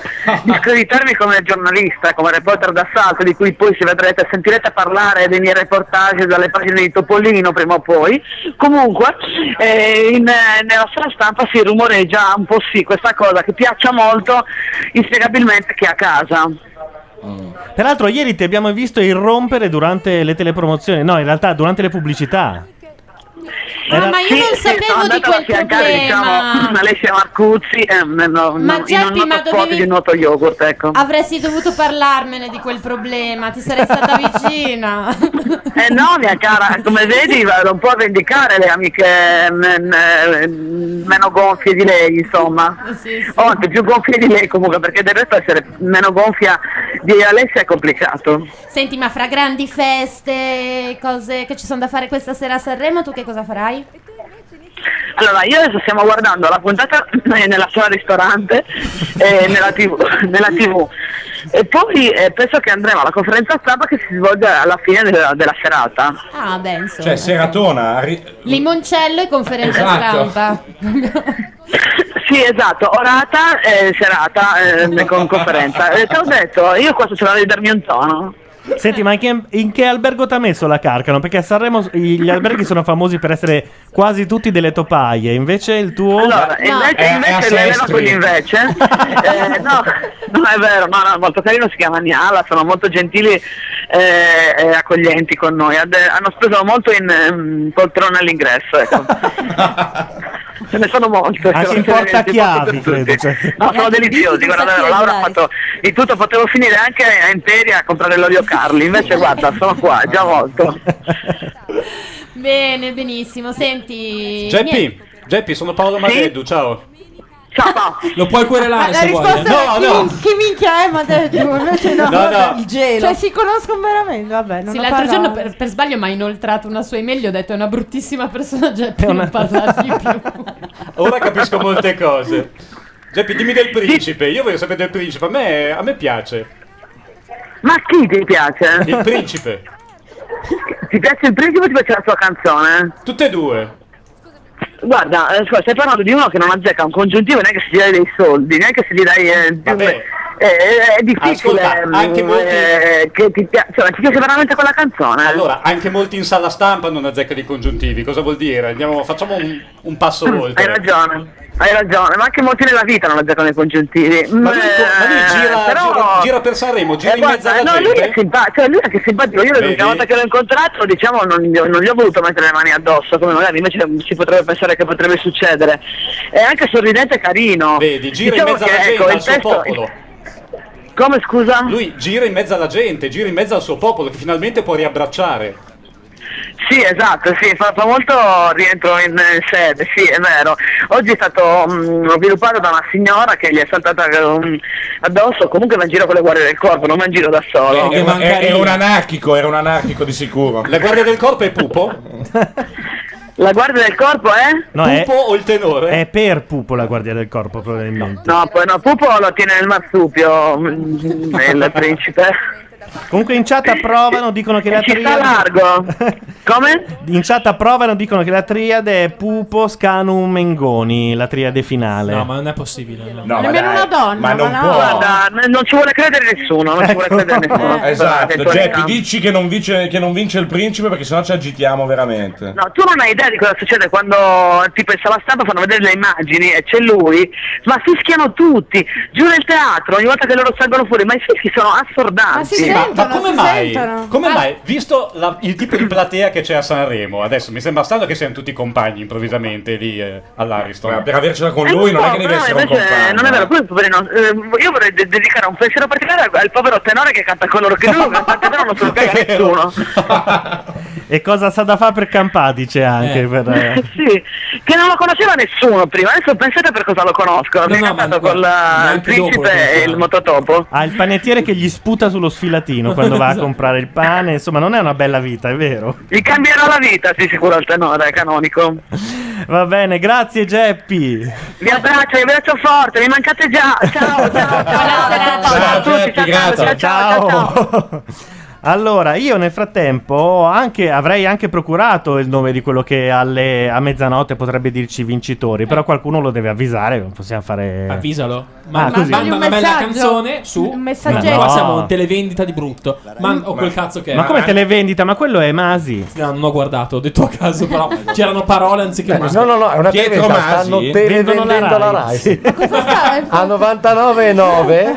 Speaker 24: di screditarmi come giornalista, come reporter d'assalto, di cui poi si vedrete, sentirete parlare dei miei reportage dalle pagine di Topolino prima o poi. Comunque, eh, in, eh, nella sala stampa si rumoreggia un po' sì questa cosa che piaccia molto, inspiegabilmente, che a casa.
Speaker 2: Peraltro, ieri ti abbiamo visto irrompere durante le telepromozioni. No, in realtà durante le pubblicità.
Speaker 8: Ah, ma io non sapevo di quel
Speaker 24: fiancare, diciamo,
Speaker 8: problema.
Speaker 24: Alessia Marcuzzi eh, no, no,
Speaker 8: Ma
Speaker 24: in
Speaker 8: Geppi,
Speaker 24: un
Speaker 8: ma
Speaker 24: noto spot
Speaker 8: dovevi- Ah.
Speaker 24: di un noto yogurt, ecco.
Speaker 8: Avresti dovuto parlarmene di quel problema, ti sarei stata vicina.
Speaker 24: Eh no, mia cara, come vedi va- non può vendicare le amiche mm, mm, meno gonfie di lei, insomma. O anche più gonfie di lei comunque, perché del resto essere meno gonfia di Alessia è complicato.
Speaker 8: Senti, ma fra grandi feste, cose che ci sono da fare questa sera a Sanremo, tu che cosa farai?
Speaker 24: Allora, io adesso stiamo guardando la puntata eh, nella sua ristorante, eh, nella TV, nella TV. E poi eh, penso che andremo alla conferenza stampa che si svolge alla fine della, della serata.
Speaker 8: Ah, beh, insomma.
Speaker 6: Cioè, seratona. arri-
Speaker 8: Limoncello e conferenza
Speaker 6: Esatto.
Speaker 8: stampa.
Speaker 24: Sì, esatto, orata e serata eh, con conferenza. Eh, te l'ho detto, io qua sto cercando di darmi un tono.
Speaker 2: Senti, ma in che, in che albergo t'ha messo la carcano? Perché a Sanremo s- gli alberghi sono famosi per essere quasi tutti delle topaie. Invece il tuo.
Speaker 24: Allora, invece, invece le vero quelli invece. eh, no, no, è vero, no, no, molto carino, si chiama Niala, sono molto gentili eh, e accoglienti con noi. Ad- hanno speso molto in ehm, poltrone all'ingresso, ecco. Ce ne sono molte.
Speaker 9: Ah,
Speaker 24: Cioè,
Speaker 2: Anche in portachiavi, credo. cioè.
Speaker 9: Eh,
Speaker 24: No, sono deliziosi, guarda, davvero, Laura ha fatto di tutto, potevo finire anche a Imperia a comprare l'olio Carli, invece guarda, sono qua, è già molto.
Speaker 8: Bene, benissimo. Senti. niente.
Speaker 11: Geppi, Geppi, sono Paolo Madreddu, ciao.
Speaker 24: Ciao Paolo.
Speaker 11: Lo puoi querelare
Speaker 13: la
Speaker 11: se vuoi.
Speaker 13: risposta era
Speaker 11: eh.
Speaker 13: chi, chi minchia è Madeddu? Invece no,
Speaker 11: No, no.
Speaker 8: Il gelo.
Speaker 13: Cioè si conoscono veramente, vabbè, non
Speaker 8: Sì,
Speaker 13: ho
Speaker 8: l'altro
Speaker 13: parole.
Speaker 8: giorno per, per sbaglio mi ha inoltrato una sua email, gli ho detto è una bruttissima persona, Geppi, non parlargli più.
Speaker 11: Ora capisco molte cose. Geppi, dimmi del principe. Io voglio sapere del principe. A me, a me piace.
Speaker 24: Ma chi ti piace?
Speaker 11: Il principe.
Speaker 24: Ti piace il principe o ti piace la sua canzone?
Speaker 11: Tutte e due.
Speaker 24: Guarda, eh, scusa, stai parlando di uno che non azzecca un congiuntivo neanche se gli dai dei soldi, neanche se gli dai... eh, eh, eh, è difficile
Speaker 11: Ascolta,
Speaker 24: ehm,
Speaker 11: anche molti-
Speaker 24: eh, che ti piace, cioè, ti piace veramente quella canzone.
Speaker 11: Allora, anche molti in sala stampa non azzeccano i congiuntivi. Cosa vuol dire? Andiamo, facciamo un, un passo oltre.
Speaker 24: Mm, Hai ragione, hai ragione, ma anche molti nella vita non azzeccano i congiuntivi.
Speaker 11: Ma lui, ma lui gira,
Speaker 24: Eh, però-
Speaker 11: gira- gira per Sanremo, gira in mezzo alla
Speaker 24: Eh, no,
Speaker 11: gente.
Speaker 24: lui è, simpa- cioè, lui è anche simpatico. Io l'ultima volta che l'ho incontrato, diciamo, non, gli ho- non gli ho voluto mettere le mani addosso, come magari invece si potrebbe pensare che potrebbe succedere. È anche sorridente e carino.
Speaker 11: Vedi, gira in mezzo alla
Speaker 24: che,
Speaker 11: gente,
Speaker 24: ecco,
Speaker 11: al
Speaker 24: il
Speaker 11: suo
Speaker 24: testo-
Speaker 11: popolo.
Speaker 24: Come scusa?
Speaker 11: Lui gira in mezzo alla gente, gira in mezzo al suo popolo che finalmente può riabbracciare.
Speaker 24: Sì, esatto, sì, fa, fa molto rientro in eh, sede, sì, è vero. Oggi è stato mm, sviluppato da una signora che gli è saltata mm, addosso, comunque va in giro con le guardie del corpo, non va in giro da
Speaker 2: Eh,
Speaker 24: solo.
Speaker 6: È, un- è- è un anarchico, era un anarchico di sicuro.
Speaker 11: La guardia del corpo è Pupo?
Speaker 24: La guardia del corpo eh? è?
Speaker 2: No, è-
Speaker 11: Pupo o il tenore?
Speaker 2: È per Pupo la guardia del corpo, probabilmente.
Speaker 24: No, poi no, Pupo lo tiene nel marsupio, mm, il principe.
Speaker 2: Comunque in chat approvano, dicono che la
Speaker 24: Ci sta
Speaker 2: triade.
Speaker 24: largo. Come?
Speaker 2: In chat approvano, dicono che la triade è Pupo, Scanum, Mengoni. La triade finale.
Speaker 3: No, ma non è possibile. No,
Speaker 24: Nemmeno dai, una donna, ma non ma no. può. Guarda, non ci vuole credere nessuno, non ci
Speaker 11: Ecco.
Speaker 24: vuole credere nessuno.
Speaker 6: Esatto,
Speaker 24: Guardate,
Speaker 6: Geppi,
Speaker 24: Tony,
Speaker 6: dici che non, vince, che non vince il principe perché sennò ci agitiamo veramente.
Speaker 24: No, tu non hai idea di cosa succede quando tipo in sala stampa fanno vedere le immagini e c'è lui, ma fischiano tutti, giù nel teatro, ogni volta che loro salgono fuori, ma i fischi sono assordanti.
Speaker 11: ma, ma come mai?
Speaker 13: Ah.
Speaker 11: Come mai? Visto la- il tipo di platea che c'è a Sanremo, adesso mi sembra strano che siamo tutti compagni improvvisamente lì eh, all'Ariston.
Speaker 6: Ma per avercela con
Speaker 24: Eh, lo so, però invece Non è vero, poi, poverino, eh, io vorrei de- dedicare un pensiero particolare al povero tenore che canta con loro che lui, cantante però non se lo caga nessuno.
Speaker 2: E cosa sa da fare per Campadice anche. Per, eh.
Speaker 24: sì, che non lo conosceva nessuno prima, adesso pensate per cosa lo conoscono, perché è cantato con la- il principe e il mototopo. Esatto.
Speaker 2: Ha Ah, il panettiere che gli sputa sullo sfilatino quando va a comprare il pane. Insomma, non è una bella vita, è vero.
Speaker 24: Gli cambierà la vita, sì, sicuro al tenore, è canonico.
Speaker 2: Va bene, grazie Geppi.
Speaker 24: Vi abbraccio, vi abbraccio forte, mi mancate già. Ciao, ciao, ciao. Ciao a tutti, ciao, ciao, ciao, ciao.
Speaker 2: Allora, io nel frattempo ho anche- avrei anche procurato il nome di quello che alle- a mezzanotte potrebbe dirci vincitori,
Speaker 3: Eh.
Speaker 2: però qualcuno lo deve avvisare, non possiamo fare...
Speaker 3: Avvisalo.
Speaker 2: Ma
Speaker 3: Ma
Speaker 2: così.
Speaker 3: mandami Ah, una bella
Speaker 13: messaggio.
Speaker 3: canzone su.
Speaker 13: Un messaggero.
Speaker 3: No,
Speaker 2: No.
Speaker 3: Qua siamo in televendita di brutto. Ma o quel cazzo che eh? è.
Speaker 2: Ma come televendita? Ma quello è Masi.
Speaker 3: No, non ho guardato, ho detto a caso, però c'erano parole anziché
Speaker 4: Eh,
Speaker 3: musica.
Speaker 4: no, no, no, è una
Speaker 3: Pietro
Speaker 4: televendita,
Speaker 3: Masi
Speaker 4: stanno
Speaker 3: vendono
Speaker 4: televendendo la Rai.
Speaker 3: Sì.
Speaker 4: A 99,9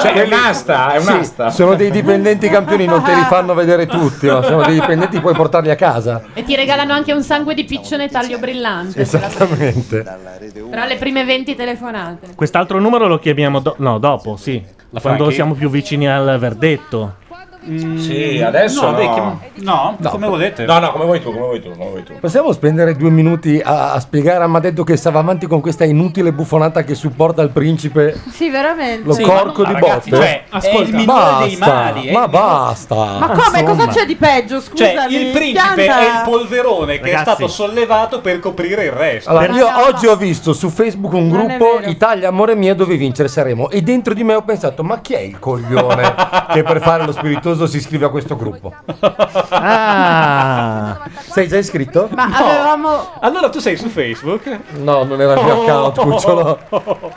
Speaker 6: Cioè, è un'asta, è
Speaker 4: Sì,
Speaker 6: un'asta.
Speaker 4: sono dei dipendenti campioni non te li fanno vedere tutti, ma sono dei dipendenti, puoi portarli a casa.
Speaker 8: E ti regalano anche un sangue di piccione taglio brillante.
Speaker 2: Esatto.
Speaker 4: Esattamente.
Speaker 8: Tra le prime 20 telefonate.
Speaker 2: Quest'altro numero lo chiamiamo do- no, dopo, sì. Quando
Speaker 11: Franchi?
Speaker 2: siamo più vicini al verdetto.
Speaker 6: Sì, adesso
Speaker 11: No,
Speaker 6: no.
Speaker 11: beh, chiam- no, come volete.
Speaker 6: No, no, come vuoi tu, come vuoi tu, come vuoi tu.
Speaker 4: Possiamo spendere due minuti a, a spiegare a Madeddo che stava avanti con questa inutile bufonata che supporta il principe
Speaker 13: Sì, veramente.
Speaker 4: lo corco di
Speaker 11: ragazzi,
Speaker 4: botte?
Speaker 3: eh,
Speaker 11: cioè, ascolta,
Speaker 2: Eh,
Speaker 11: è
Speaker 4: ma
Speaker 11: il minore dei
Speaker 4: basta,
Speaker 11: mali, è
Speaker 4: Ma
Speaker 11: il
Speaker 4: basta.
Speaker 13: Ma come? Cosa c'è di peggio? Scusami.
Speaker 11: Cioè, il principe
Speaker 13: pianta.
Speaker 11: è il polverone che
Speaker 4: Ragazzi.
Speaker 11: è stato sollevato per coprire il resto.
Speaker 4: Allora, io oggi ho visto su Facebook un
Speaker 11: Non è
Speaker 4: gruppo
Speaker 11: vero.
Speaker 4: Italia Amore Mia dove vincere saremo e dentro di me ho pensato ma chi è il coglione che per fare lo spiritoso si iscrive a questo gruppo?
Speaker 11: Ah.
Speaker 4: Sei già iscritto?
Speaker 13: Ma
Speaker 11: No.
Speaker 13: avevamo.
Speaker 11: Allora tu sei su Facebook? Oh.
Speaker 4: No, non era il mio account, cucciolo.
Speaker 2: Oh.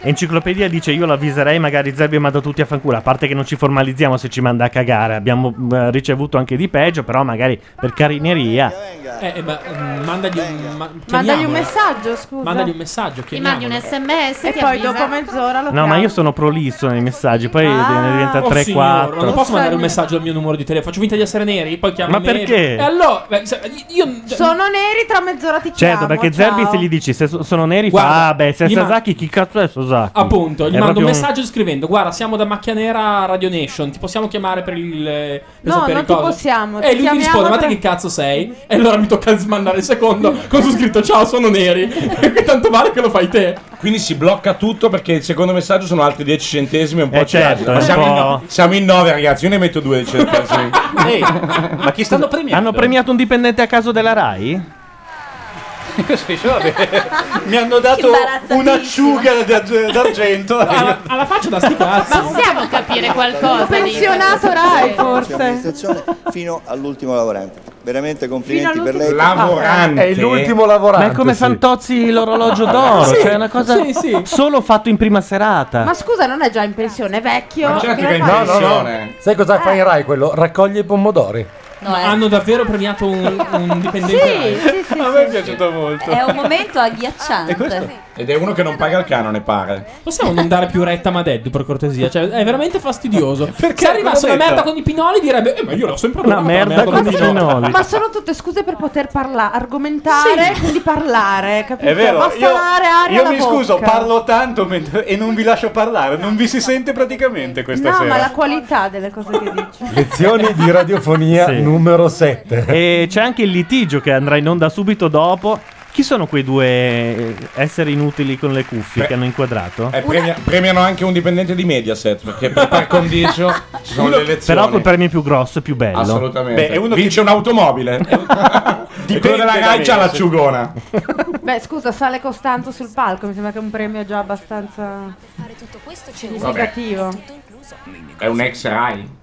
Speaker 2: Enciclopedia dice io l'avviserei magari Zerbio manda tutti a fanculo, a parte che non ci formalizziamo se ci manda a cagare, abbiamo eh, ricevuto anche di peggio, però magari per carineria.
Speaker 3: Eh, eh, ma, mm, mandagli un, ma-
Speaker 13: Mandagli un
Speaker 3: chiamiamola.
Speaker 13: messaggio, scusa.
Speaker 3: Mandagli un messaggio,
Speaker 8: Ti mandi un
Speaker 3: chiamiamolo.
Speaker 8: sms
Speaker 13: E
Speaker 8: ti
Speaker 13: poi
Speaker 8: avvisa.
Speaker 13: dopo mezz'ora lo
Speaker 2: No, ma io sono prolisso nei messaggi, poi ne diventa
Speaker 3: Oh,
Speaker 2: 3
Speaker 3: signor,
Speaker 2: 4.
Speaker 3: non posso mandare un messaggio al mio numero di telefono. Faccio finta di essere neri, poi chiamo
Speaker 2: Ma
Speaker 3: i neri.
Speaker 2: perché?
Speaker 3: E allora, beh, se- io
Speaker 13: Sono neri, tra mezz'ora ti chiamo.
Speaker 2: Certo, perché
Speaker 13: ciao.
Speaker 2: Zerbi se gli dici se so- sono neri
Speaker 3: Guarda,
Speaker 2: fa ah beh, se è
Speaker 3: gli ma-
Speaker 2: Sasaki chi cazzo è Sasaki?
Speaker 3: appunto, gli
Speaker 2: È
Speaker 3: mando
Speaker 2: proprio
Speaker 3: un messaggio scrivendo: Guarda, siamo da Macchia Nera Radio Nation. Ti possiamo chiamare per il. eh, per
Speaker 13: No,
Speaker 3: sapere
Speaker 13: non ti
Speaker 3: cosa?"
Speaker 13: possiamo, ti
Speaker 3: E lui mi
Speaker 13: chiamiamo
Speaker 3: risponde: Ma te
Speaker 13: per-
Speaker 3: che cazzo sei? E allora mi tocca mandare il secondo con su scritto: Ciao, sono neri. E Tanto vale che lo fai te.
Speaker 6: Quindi si blocca tutto perché il secondo messaggio sono altri 10 centesimi e un po'
Speaker 2: Eh, certo,
Speaker 6: c'è. Ma
Speaker 2: è un
Speaker 6: siamo, in
Speaker 2: po'.
Speaker 6: no- siamo in 9 ragazzi, io ne metto 2 centesimi.
Speaker 11: ma chi stanno premiando?
Speaker 2: Hanno premiato un dipendente a caso della Rai?
Speaker 11: Sì, sì, vabbè. Mi hanno dato un'acciuga d'ar- d'argento.
Speaker 3: Alla, faccia da sti cazzi.
Speaker 8: Possiamo capire qualcosa? di-
Speaker 13: Pensionato Rai, forse.
Speaker 16: Amministrazione fino all'ultimo lavorante. Veramente complimenti per lei.
Speaker 4: È il l'ultimo lavorante.
Speaker 2: Ma è come
Speaker 4: sì.
Speaker 2: Fantozzi l'orologio d'oro,
Speaker 4: Sì,
Speaker 2: cioè è una cosa
Speaker 13: sì, sì.
Speaker 2: solo fatto in prima serata.
Speaker 13: Ma scusa, non è già in pensione, è vecchio.
Speaker 3: certo,
Speaker 13: Che ne fai?
Speaker 4: No, no, no. Sai cosa fa in Rai quello? Raccoglie i pomodori.
Speaker 13: Eh.
Speaker 3: Hanno davvero premiato un, un dipendente. Rai.
Speaker 11: A me è piaciuto molto.
Speaker 7: È un momento agghiacciante. Eh,
Speaker 6: Ed è uno che non paga il canone, pare.
Speaker 3: Possiamo non dare più retta a Madeddu per cortesia? Cioè, è veramente fastidioso. Perché se
Speaker 11: l'ho
Speaker 3: arrivasse una
Speaker 11: detto.
Speaker 3: merda con i pinoli direbbe: Eh, ma io l'ho sempre
Speaker 2: Una
Speaker 3: provata la
Speaker 2: merda con i pinoli.
Speaker 13: Ma sono tutte scuse per poter parlare, argomentare, quindi parlare, capito?
Speaker 11: È vero,
Speaker 13: Basta
Speaker 11: io,
Speaker 13: dare aria
Speaker 11: io
Speaker 13: alla
Speaker 11: mi scuso,
Speaker 13: bocca.
Speaker 11: parlo tanto mentre- e non vi lascio parlare, non vi si sente praticamente questa
Speaker 13: No,
Speaker 11: sera.
Speaker 13: ma la qualità delle cose che dici.
Speaker 4: Lezioni di radiofonia numero 7.
Speaker 2: E c'è anche il litigio che andrà in onda subito dopo. Chi sono quei due eh, esseri inutili con le cuffie che hanno inquadrato?
Speaker 6: Eh, premia- premiano anche un dipendente di Mediaset perché per par condicio ci sono le elezioni.
Speaker 2: Però col premio più grosso e più bello.
Speaker 6: Assolutamente. Vince un'automobile. Di quello della Rai c'ha l'acciugona.
Speaker 13: Beh, scusa, sale Costanzo sul palco, mi sembra che è un premio già abbastanza significativo.
Speaker 6: È un ex Rai.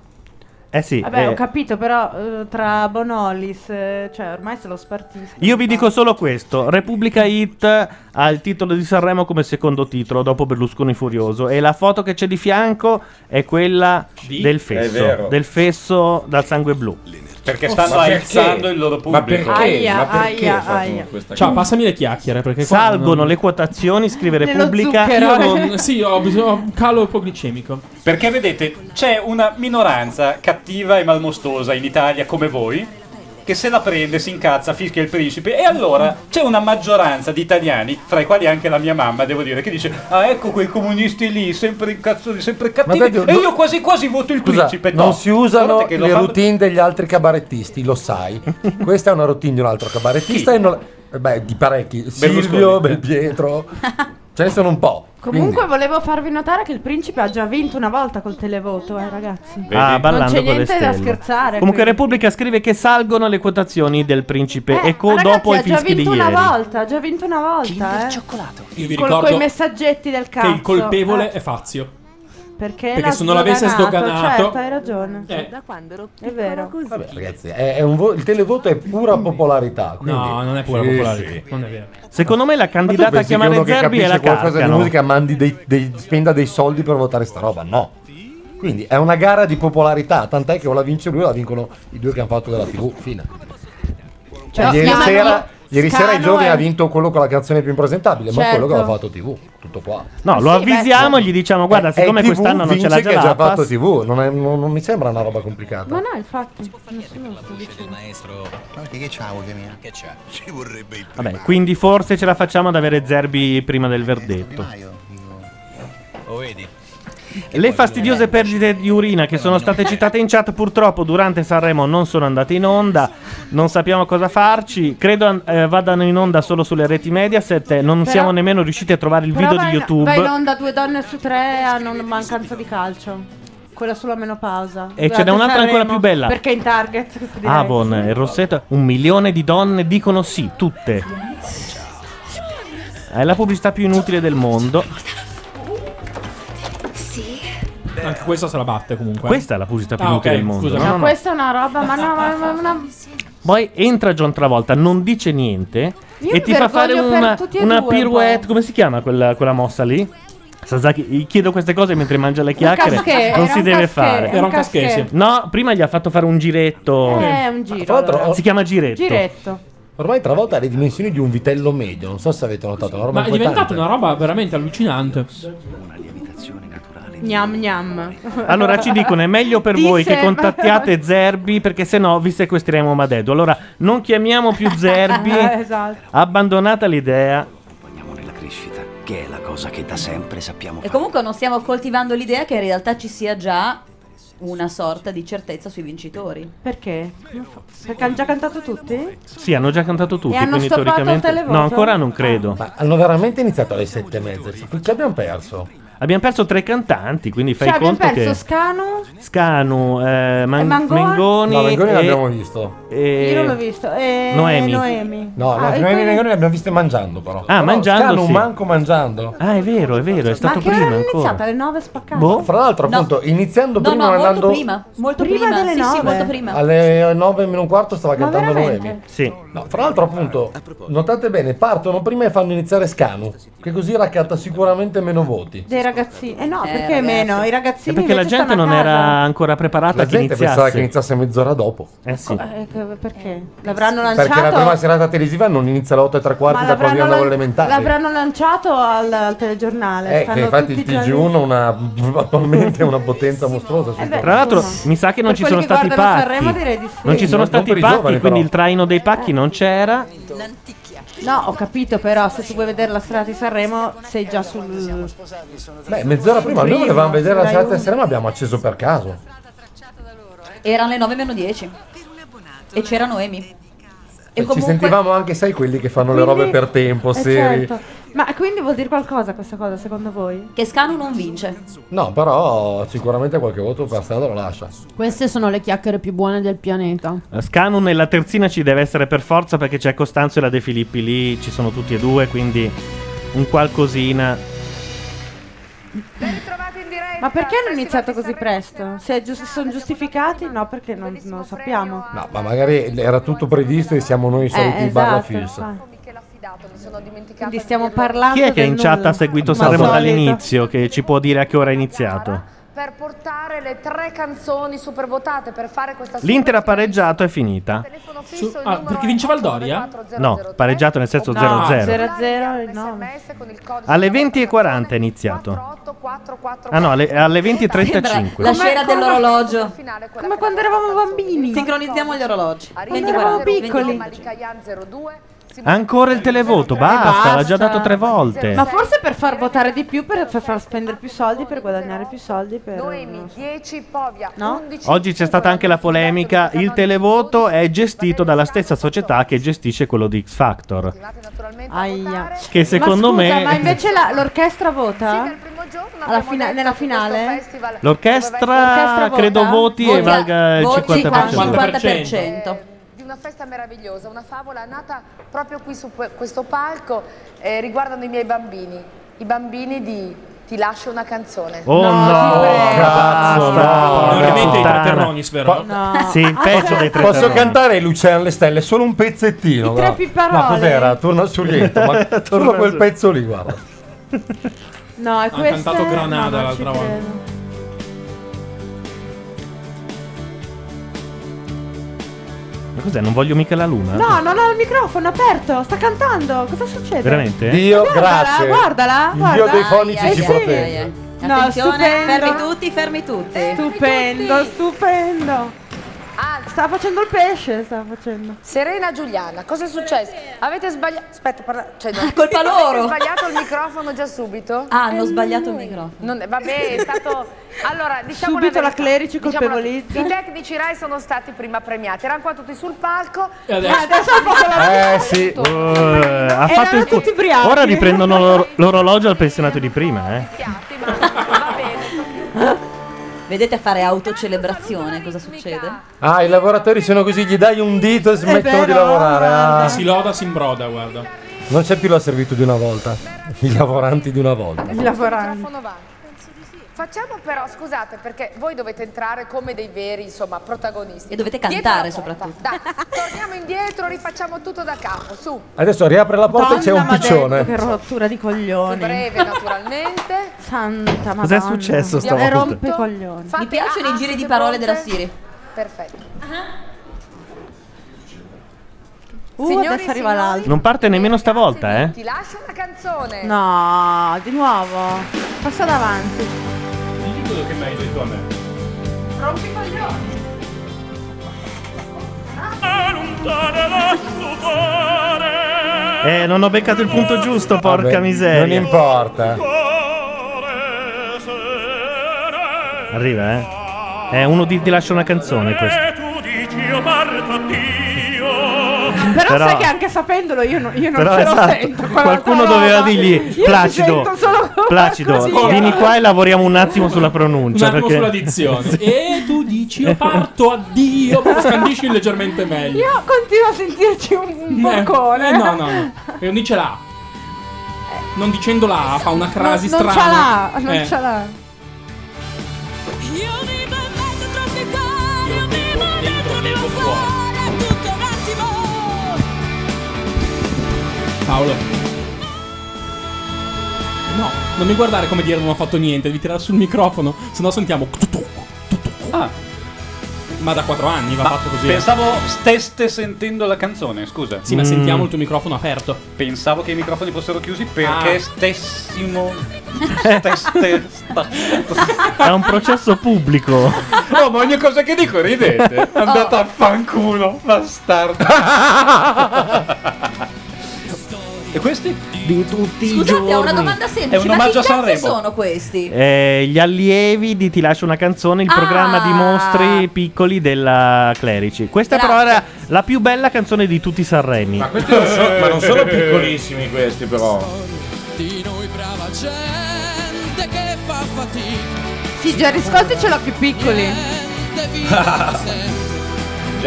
Speaker 2: Eh sì.
Speaker 13: Vabbè,
Speaker 2: eh,
Speaker 13: ho capito, però eh, tra Bonolis, eh, cioè ormai se lo spartisco.
Speaker 2: io vi dico solo questo: Repubblica Hit ha il titolo di Sanremo come secondo titolo dopo Berlusconi Furioso. E la foto che c'è di fianco è quella del
Speaker 6: È
Speaker 2: fesso.
Speaker 6: vero.
Speaker 2: Del fesso dal sangue blu.
Speaker 13: Oh,
Speaker 11: Perché stanno aizzando il loro pubblico.
Speaker 2: Aia,
Speaker 6: Ma perché
Speaker 2: aia,
Speaker 6: fate
Speaker 2: aia.
Speaker 6: questa
Speaker 3: Ciao,
Speaker 6: cosa?
Speaker 3: passami le chiacchiere. Perché qua
Speaker 2: Salgono
Speaker 3: non-
Speaker 2: le quotazioni, scrive
Speaker 3: Nello
Speaker 2: Repubblica.
Speaker 3: Io non- sì, ho bisogno. ho un calo ipoglicemico.
Speaker 11: Perché vedete, c'è una minoranza cattiva e malmostosa in Italia come voi, che se la prende, si incazza, fischia il principe, e allora c'è una maggioranza di italiani, fra i quali anche la mia mamma, devo dire, che dice, ah ecco quei comunisti lì, sempre incazzati, sempre cattivi,
Speaker 4: Ma dai,
Speaker 11: e
Speaker 4: no-
Speaker 11: io quasi quasi voto il
Speaker 4: Scusa,
Speaker 11: principe. No,
Speaker 4: non si usano
Speaker 11: guardate che
Speaker 4: le
Speaker 11: lo fanno-
Speaker 4: routine degli altri cabarettisti, lo sai. Questa è una routine di un altro cabarettista e non la- eh Beh, di parecchi.
Speaker 11: Berlusconi.
Speaker 4: Silvio, Belpietro. Ce ne sono un po'.
Speaker 13: Comunque
Speaker 11: Mm.
Speaker 13: volevo farvi notare che il principe ha già vinto una volta col televoto, eh, ragazzi.
Speaker 2: Ah,
Speaker 13: non c'è
Speaker 2: ballando con le
Speaker 13: niente
Speaker 2: stelle.
Speaker 13: da scherzare.
Speaker 2: Comunque
Speaker 13: qui.
Speaker 2: Repubblica scrive che salgono le quotazioni del principe
Speaker 13: Eh,
Speaker 2: Eco
Speaker 13: ma
Speaker 2: dopo i
Speaker 13: ragazzi, ha già
Speaker 2: fischi di
Speaker 13: vinto
Speaker 2: ieri.
Speaker 13: una volta, ha già vinto una volta, eh. cioccolato.
Speaker 3: Io vi
Speaker 13: Con
Speaker 3: ricordo
Speaker 13: quei messaggetti del
Speaker 3: che
Speaker 13: cazzo.
Speaker 3: il
Speaker 2: Ah.
Speaker 3: colpevole
Speaker 13: eh,
Speaker 3: è Fazio.
Speaker 13: perché,
Speaker 3: perché Eh.
Speaker 13: l'ha
Speaker 3: se non l'avesse sdoganato-
Speaker 13: Certo, hai ragione. Da quando ero È vero.
Speaker 4: Ragazzi, è- è un vo- il televoto è pura popolarità. quindi-
Speaker 3: No, non è pura
Speaker 4: Sì,
Speaker 3: popolarità.
Speaker 4: sì.
Speaker 3: Non è vero.
Speaker 2: Secondo me la
Speaker 4: Ma tu
Speaker 2: candidata a
Speaker 4: pensi che
Speaker 2: chiamare
Speaker 4: uno che
Speaker 2: Zerbi è
Speaker 4: capisce
Speaker 2: la
Speaker 4: qualcosa di
Speaker 2: Carcano.
Speaker 4: musica mandi dei, dei- spenda dei soldi per votare sta roba? No. Quindi è una gara di popolarità, tant'è che o la vince lui o la vincono i due che hanno fatto della TV. Fine. Cioè,
Speaker 13: Però Cioè,
Speaker 4: ieri
Speaker 13: chiamano
Speaker 4: sera, Cioè, ieri sera il
Speaker 13: Scano
Speaker 4: giovane
Speaker 13: è-
Speaker 4: ha vinto quello con la canzone più impresentabile, ma
Speaker 13: Certo.
Speaker 4: quello che aveva fatto Eh, TV. Tutto tutto qua.
Speaker 2: No, lo avvisiamo e gli diciamo: guarda, siccome
Speaker 4: TV
Speaker 2: quest'anno non c'è
Speaker 4: vince
Speaker 2: la
Speaker 4: che ha già fatto
Speaker 2: Jalapas,
Speaker 4: TV, non, è- non- non mi sembra una roba complicata.
Speaker 13: Ma no, infatti. nessuno lo sta dicendo.
Speaker 5: Maestro, che c'ha voce mia? Che c'è? Ci vorrebbe il
Speaker 2: vabbè, quindi forse ce la facciamo ad avere Zerbi prima del verdetto.
Speaker 5: Lo vedi?
Speaker 2: Le fastidiose perdite di urina che sono state citate in chat purtroppo durante Sanremo non sono andate in onda, non sappiamo cosa farci, credo an- eh, vadano in onda solo sulle reti Mediaset, eh, non
Speaker 13: Però-
Speaker 2: siamo nemmeno riusciti a trovare il
Speaker 13: Però
Speaker 2: video di
Speaker 13: vai-
Speaker 2: YouTube.
Speaker 13: Vai in onda due donne su tre ah, hanno una mancanza di calcio. Quella sulla menopausa.
Speaker 2: E ce
Speaker 13: Durante
Speaker 2: n'è un'altra ancora
Speaker 13: Sanremo,
Speaker 2: più bella. Ah,
Speaker 13: Perché è in target. direi.
Speaker 2: Avon e Rossetta, un milione di donne dicono sì, tutte. È la pubblicità più inutile del mondo.
Speaker 5: Sì.
Speaker 3: Anche questa se la batte comunque. Ah,
Speaker 2: Questa è la pubblicità più inutile del mondo.
Speaker 3: scusa.
Speaker 2: No, no,
Speaker 13: Ma
Speaker 2: no.
Speaker 13: questa è una roba, ma no, ma, ma- ma-
Speaker 2: Poi entra John Travolta, non dice niente
Speaker 13: Io
Speaker 2: e
Speaker 13: mi
Speaker 2: ti fa fare
Speaker 13: vergogno per
Speaker 2: una,
Speaker 13: tutti e
Speaker 2: una
Speaker 13: due,
Speaker 2: pirouette. Come si chiama quella, quella mossa lì? Sasaki, gli chiedo queste cose mentre mangia le chiacchiere.
Speaker 13: caschè, era
Speaker 2: non si
Speaker 13: un
Speaker 2: deve
Speaker 13: caschè,
Speaker 2: fare.
Speaker 13: era un Era un caschè, caschè. sì.
Speaker 2: No, prima gli ha fatto fare un giretto.
Speaker 13: Eh, è un giro.
Speaker 4: Tra l'altro,
Speaker 13: allora.
Speaker 3: oh.
Speaker 2: Si chiama giretto.
Speaker 13: Giretto.
Speaker 4: Ormai travolta ha le dimensioni di un vitello medio, non so se avete notato, una roba
Speaker 3: Ma è diventata
Speaker 4: inquietante.
Speaker 3: una roba veramente allucinante.
Speaker 13: Gnam gnam.
Speaker 2: Allora ci dicono è meglio per voi
Speaker 13: Disse-
Speaker 2: che contattiate Zerbi perché se no vi sequestriamo Madedo. Allora non chiamiamo più Zerbi.
Speaker 13: Eh, esatto.
Speaker 2: Abbandonata l'idea.
Speaker 5: Crescita, che è la cosa che da sempre sappiamo
Speaker 7: E comunque non stiamo coltivando l'idea che in realtà ci sia già una sorta di certezza sui vincitori.
Speaker 13: Perché? Perché hanno già cantato tutti?
Speaker 2: Sì, hanno già cantato tutti,
Speaker 13: E hanno
Speaker 2: quindi
Speaker 13: stoppato il
Speaker 2: teoricamente
Speaker 13: televoto? Ah.
Speaker 2: No, ancora non credo.
Speaker 4: Ma hanno veramente iniziato alle sette e mezza. Che abbiamo perso?
Speaker 2: Abbiamo perso tre cantanti, quindi fai
Speaker 13: Cioè, abbiamo
Speaker 2: conto
Speaker 13: perso
Speaker 2: che
Speaker 13: Scanu.
Speaker 2: Scanu, eh, Man-
Speaker 13: E Mangoni?
Speaker 2: Mengoni
Speaker 4: No, Mengoni
Speaker 2: e-
Speaker 4: l'abbiamo visto.
Speaker 2: e-
Speaker 13: Io non l'ho visto. E
Speaker 2: Eh, Noemi.
Speaker 4: No, no,
Speaker 13: Ah, e
Speaker 4: prima di
Speaker 13: quindi-
Speaker 4: Mengoni le abbiamo viste mangiando però.
Speaker 2: Ah, mangiando
Speaker 4: Non
Speaker 2: sì.
Speaker 4: manco mangiando.
Speaker 2: Ah, è vero, è vero, è stato
Speaker 13: Ma che ora
Speaker 2: prima
Speaker 13: è
Speaker 2: ancora.
Speaker 13: iniziata? Alle 9 spaccate.
Speaker 2: Boh.
Speaker 4: Fra l'altro, appunto, iniziando
Speaker 7: No,
Speaker 4: prima
Speaker 7: no, molto
Speaker 4: andando
Speaker 7: prima. Molto prima,
Speaker 13: Prima delle
Speaker 7: sì, sì,
Speaker 13: nove.
Speaker 7: molto prima.
Speaker 4: alle 9 meno un quarto stava
Speaker 7: Ma
Speaker 4: cantando
Speaker 7: veramente?
Speaker 4: Noemi.
Speaker 2: Sì.
Speaker 4: No, fra l'altro, appunto, notate bene, partono prima e fanno iniziare Scanu, che così raccatta sicuramente meno voti.
Speaker 13: Dei ragazzini. Eh no,
Speaker 7: Eh,
Speaker 13: perché
Speaker 7: ragazzi.
Speaker 13: meno? I
Speaker 2: È
Speaker 13: ragazzini.
Speaker 2: perché la
Speaker 13: invece
Speaker 2: gente
Speaker 13: stanno a
Speaker 2: non
Speaker 13: casa.
Speaker 2: era ancora preparata
Speaker 4: La
Speaker 2: che
Speaker 4: gente
Speaker 2: iniziasse.
Speaker 4: pensava che iniziasse mezz'ora dopo.
Speaker 2: Eh sì.
Speaker 13: Eh, che- perché? L'avranno lanciato.
Speaker 4: Perché la prima serata televisiva non inizia alle 8 e tre
Speaker 13: Ma
Speaker 4: quarti da quando io
Speaker 13: l'avranno
Speaker 4: andavo
Speaker 13: lan-
Speaker 4: elementare.
Speaker 13: L'avranno lanciato al, al telegiornale.
Speaker 4: Eh, che
Speaker 13: Stanno
Speaker 4: infatti il
Speaker 13: tutti già lì. Eh
Speaker 4: TG1 ha una, attualmente è una potenza mostruosa. sul
Speaker 13: beh,
Speaker 4: tema.
Speaker 2: Tra l'altro,
Speaker 13: insomma.
Speaker 2: mi sa che non
Speaker 13: Per
Speaker 2: ci sono
Speaker 13: quelli che
Speaker 2: stati
Speaker 13: guardano
Speaker 2: pacchi.
Speaker 13: Sanremo direi di sì. Eh.
Speaker 2: Non ci
Speaker 4: Sì,
Speaker 2: sono
Speaker 4: non- non
Speaker 2: stati
Speaker 4: per i
Speaker 2: pacchi,
Speaker 4: giovani,
Speaker 2: quindi
Speaker 4: però.
Speaker 2: il traino dei pacchi non c'era.
Speaker 13: No, ho capito, però se tu vuoi vedere la serata di Sanremo sei già sul.
Speaker 4: Beh, mezz'ora prima noi volevamo vedere la serata di sera, ma abbiamo acceso per caso.
Speaker 7: Erano le 9 meno 10. E c'era Noemi. E
Speaker 4: Ci
Speaker 7: comunque
Speaker 4: sentivamo anche, sai, quelli che fanno le
Speaker 13: Quindi-
Speaker 4: robe per tempo,
Speaker 13: Eh,
Speaker 4: seri.
Speaker 13: certo. Ma quindi vuol dire qualcosa questa cosa secondo voi?
Speaker 7: Che Scanu non vince.
Speaker 4: No, però sicuramente qualche voto per strada lo lascia.
Speaker 17: Queste sono le chiacchiere più buone del pianeta.
Speaker 2: Scanu nella terzina ci deve essere per forza perché c'è Costanzo e la De Filippi lì, ci sono tutti e due, quindi un qualcosina.
Speaker 13: Ma perché hanno iniziato così presto? Se è gius- sono giustificati? No, perché non, non lo sappiamo.
Speaker 4: No, ma magari era tutto previsto e siamo noi soliti
Speaker 13: Eh,
Speaker 4: in barra
Speaker 13: esatto,
Speaker 4: fissa.
Speaker 13: Quindi stiamo parlando.
Speaker 2: Chi è che
Speaker 13: del
Speaker 2: in chat
Speaker 13: nulla?
Speaker 2: ha seguito
Speaker 4: Ma
Speaker 2: Sanremo
Speaker 4: solito.
Speaker 2: dall'inizio? Che ci può dire a che ora è iniziato?
Speaker 10: per portare le tre canzoni supervotate per fare questa
Speaker 2: L'Inter ha pareggiato, è finita.
Speaker 3: Ah, perché vinceva il Doria?
Speaker 2: No, pareggiato nel
Speaker 13: Ah,
Speaker 2: senso 0-0.
Speaker 13: 0-0 il nome.
Speaker 2: Alle 20.40 è iniziato. Ah no, alle, alle 20.35.
Speaker 7: La scena dell'orologio.
Speaker 13: Come quando eravamo bambini.
Speaker 7: Sincronizziamo gli orologi.
Speaker 13: Quando eravamo
Speaker 7: 20, 40,
Speaker 13: piccoli.
Speaker 7: 20.
Speaker 2: Ancora il televoto, basta, l'ha già dato tre volte.
Speaker 13: Ma forse per far votare di più, per per far spendere più soldi, per guadagnare più soldi. Per... Noemi,
Speaker 10: 10, Povia,
Speaker 13: no?
Speaker 2: Oggi c'è stata anche la polemica, il televoto è gestito dalla stessa società che gestisce quello di X Factor.
Speaker 13: Aia.
Speaker 2: Che secondo
Speaker 13: ma scusa,
Speaker 2: me-
Speaker 13: Ma invece la- l'orchestra vota? Alla fina- nella finale?
Speaker 2: L'orchestra credo voti e
Speaker 7: Voti a-
Speaker 2: valga il
Speaker 7: voti
Speaker 2: 50%.
Speaker 7: 50%.
Speaker 10: Eh, di una festa meravigliosa, una favola nata proprio qui su que- questo palco, eh, riguardano i miei bambini, i bambini di Ti lascio una canzone.
Speaker 2: Oh no, cazzo, no,
Speaker 3: Normalmente i
Speaker 2: puttana.
Speaker 3: Terronis, però.
Speaker 13: No.
Speaker 2: Sì, il pezzo dei tre
Speaker 4: Posso
Speaker 2: terroni.
Speaker 4: cantare Lucia alle stelle solo un pezzettino.
Speaker 13: tre
Speaker 4: guarda.
Speaker 13: pipparole.
Speaker 4: Ma cos'era? Torna sul letto, ma solo
Speaker 2: Torna
Speaker 4: quel
Speaker 2: su-
Speaker 4: pezzo lì, guarda.
Speaker 13: No, è
Speaker 3: Ha
Speaker 13: questo.
Speaker 3: cantato Granada l'altra volta.
Speaker 2: Ma cos'è? Non voglio mica la luna?
Speaker 13: No, non ha il microfono aperto, sta cantando. Cosa succede?
Speaker 2: Veramente?
Speaker 4: Dio,
Speaker 13: Guardala,
Speaker 4: grazie.
Speaker 13: guardala,
Speaker 4: Il
Speaker 13: guarda.
Speaker 4: Dio dei fonici
Speaker 13: Eh
Speaker 4: ci
Speaker 13: sì.
Speaker 4: protegge.
Speaker 13: No,
Speaker 7: Attenzione,
Speaker 13: stupendo.
Speaker 7: fermi tutti, fermi tutti.
Speaker 13: Stupendo, stupendo. Sta facendo il pesce, sta facendo.
Speaker 10: Ah. Serena Giuliana, cosa è successo? Avete sbagliato. Aspetta, parla. Cioè, no.
Speaker 7: colpa loro.
Speaker 10: Avete sbagliato il microfono già subito?
Speaker 7: Ah, hanno sbagliato il microfono.
Speaker 10: Non, vabbè, è stato. Allora, diciamo
Speaker 13: Subito la
Speaker 10: verità.
Speaker 13: Clerici
Speaker 10: Diciamo la-
Speaker 13: colpevolizza.
Speaker 10: I tecnici Rai sono stati prima premiati. Erano qua tutti sul palco.
Speaker 2: E adesso?
Speaker 10: Ah, adesso poco la-
Speaker 4: Eh sì.
Speaker 2: Uh, ha fatto il
Speaker 13: tutti ubriachi.
Speaker 2: Ora riprendono l'or- l'orologio al pensionato di prima, eh.
Speaker 7: Vedete a fare autocelebrazione cosa succede?
Speaker 4: Ah, i lavoratori sono così, gli dai un dito e smettono di lavorare. ah.
Speaker 3: Si loda, si imbroda, guarda.
Speaker 4: Non c'è più la servitù di una volta. I lavoranti di una volta.
Speaker 10: Adesso questo microfono va. Facciamo però, scusate, perché voi dovete entrare come dei veri, insomma, protagonisti.
Speaker 7: E dovete
Speaker 10: Dietro
Speaker 7: cantare
Speaker 10: la porta.
Speaker 7: soprattutto.
Speaker 10: Dai, torniamo indietro, rifacciamo tutto da capo. Su,
Speaker 4: Adesso riapre la porta e c'è un
Speaker 13: Madonna, ma
Speaker 4: piccione.
Speaker 13: detto Che rottura di coglioni.
Speaker 10: breve naturalmente.
Speaker 13: Santa madonna.
Speaker 4: successo
Speaker 13: E
Speaker 4: stavolta?
Speaker 13: rompe i coglioni.
Speaker 7: Mi piacciono i giri di parole della Siri.
Speaker 10: Perfetto.
Speaker 13: Uh,
Speaker 10: Signori
Speaker 13: adesso
Speaker 10: e
Speaker 13: arriva l'altro.
Speaker 2: Non parte nemmeno stavolta, eh.
Speaker 10: Ti lascio una canzone.
Speaker 13: No, di nuovo. Passa davanti.
Speaker 11: Digli quello che mi hai detto a me.
Speaker 10: Rompi i coglioni.
Speaker 2: Eh, non ho beccato il punto giusto, porca
Speaker 4: Vabbè,
Speaker 2: miseria.
Speaker 4: Non importa.
Speaker 2: Arriva, eh. È uno di ti lascia una canzone questo.
Speaker 13: Però,
Speaker 2: Però-
Speaker 13: sai che anche sapendolo io, no- io non
Speaker 2: Però
Speaker 13: ce
Speaker 2: esatto,
Speaker 13: lo sento. quella
Speaker 2: qualcuno
Speaker 13: roba.
Speaker 2: doveva dirgli
Speaker 13: Io
Speaker 2: Placido.
Speaker 13: Mi sento solo
Speaker 2: Placido,
Speaker 13: Oh, così.
Speaker 2: vieni qua e lavoriamo un attimo sulla
Speaker 3: Un
Speaker 2: pronuncia.
Speaker 3: attimo
Speaker 2: perché...
Speaker 3: sulla dizione.
Speaker 2: Sì.
Speaker 3: E tu dici, io parto, addio. Però scandisci leggermente meglio.
Speaker 13: Io continuo a sentirci un, un boccone.
Speaker 3: Eh, eh, no, no, no. E non dice la A. Non dicendo la A, fa una crasi
Speaker 13: non, non ce
Speaker 3: strana.
Speaker 13: l'ha, non
Speaker 3: Eh.
Speaker 13: ce l'ha.
Speaker 3: Paolo. No, non mi guardare come dire non ho fatto niente, devi tirare sul microfono, sennò sentiamo.
Speaker 11: Ah.
Speaker 3: Ma da 4 anni va fatto così.
Speaker 11: Pensavo steste sentendo la canzone, scusa.
Speaker 3: Sì, ma sentiamo il tuo microfono aperto.
Speaker 11: Mm. Pensavo che i microfoni fossero chiusi perché
Speaker 3: Ah.
Speaker 11: stessimo. Steste. sta-
Speaker 2: È un processo pubblico.
Speaker 11: Oh, ma ogni cosa che dico ridete. Andate a fanculo, bastardo. e questi?
Speaker 2: Di tutti
Speaker 7: Scusate, ho una domanda semplice.
Speaker 11: È un
Speaker 7: ma
Speaker 11: omaggio a
Speaker 7: chi cazzo
Speaker 11: Sanremo.
Speaker 7: sono questi?
Speaker 2: Eh, gli allievi di Ti lascio una canzone, il programma
Speaker 13: Ah.
Speaker 2: di mostri piccoli della Clerici. Questa però era la più bella canzone di tutti i Sanremi.
Speaker 6: Ma questi non so- ma non sono piccolissimi questi però.
Speaker 1: Di noi brava gente che fa fatica.
Speaker 13: Sì, Gerry Scotti ce l'ha più piccoli.
Speaker 6: Già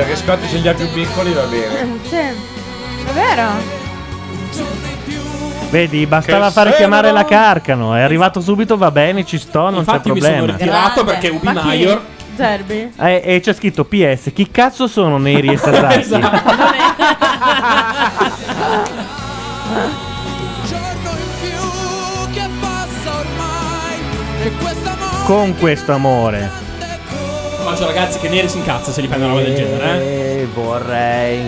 Speaker 6: che Scotti se li ha più piccoli va bene.
Speaker 13: Sì. È vero?
Speaker 2: Vedi, bastava far
Speaker 6: Che sembrano-
Speaker 2: chiamare la Carcano. È arrivato subito, va bene, ci sto, non c'è
Speaker 3: Infatti mi
Speaker 2: problema.
Speaker 3: sono ritirato
Speaker 13: Grande.
Speaker 3: perché Ubi
Speaker 13: Ma chi?
Speaker 3: Maior.
Speaker 13: Gerby?
Speaker 2: Eh, e c'è scritto PS, chi cazzo sono Neri e Sataki?
Speaker 1: Esatto. Giorno in più che passa ormai. E questa notte
Speaker 2: Con questo amore.
Speaker 3: Faccio ragazzi che neri si incazza se gli fanno una roba del genere. Eh?
Speaker 2: Eh, vorrei.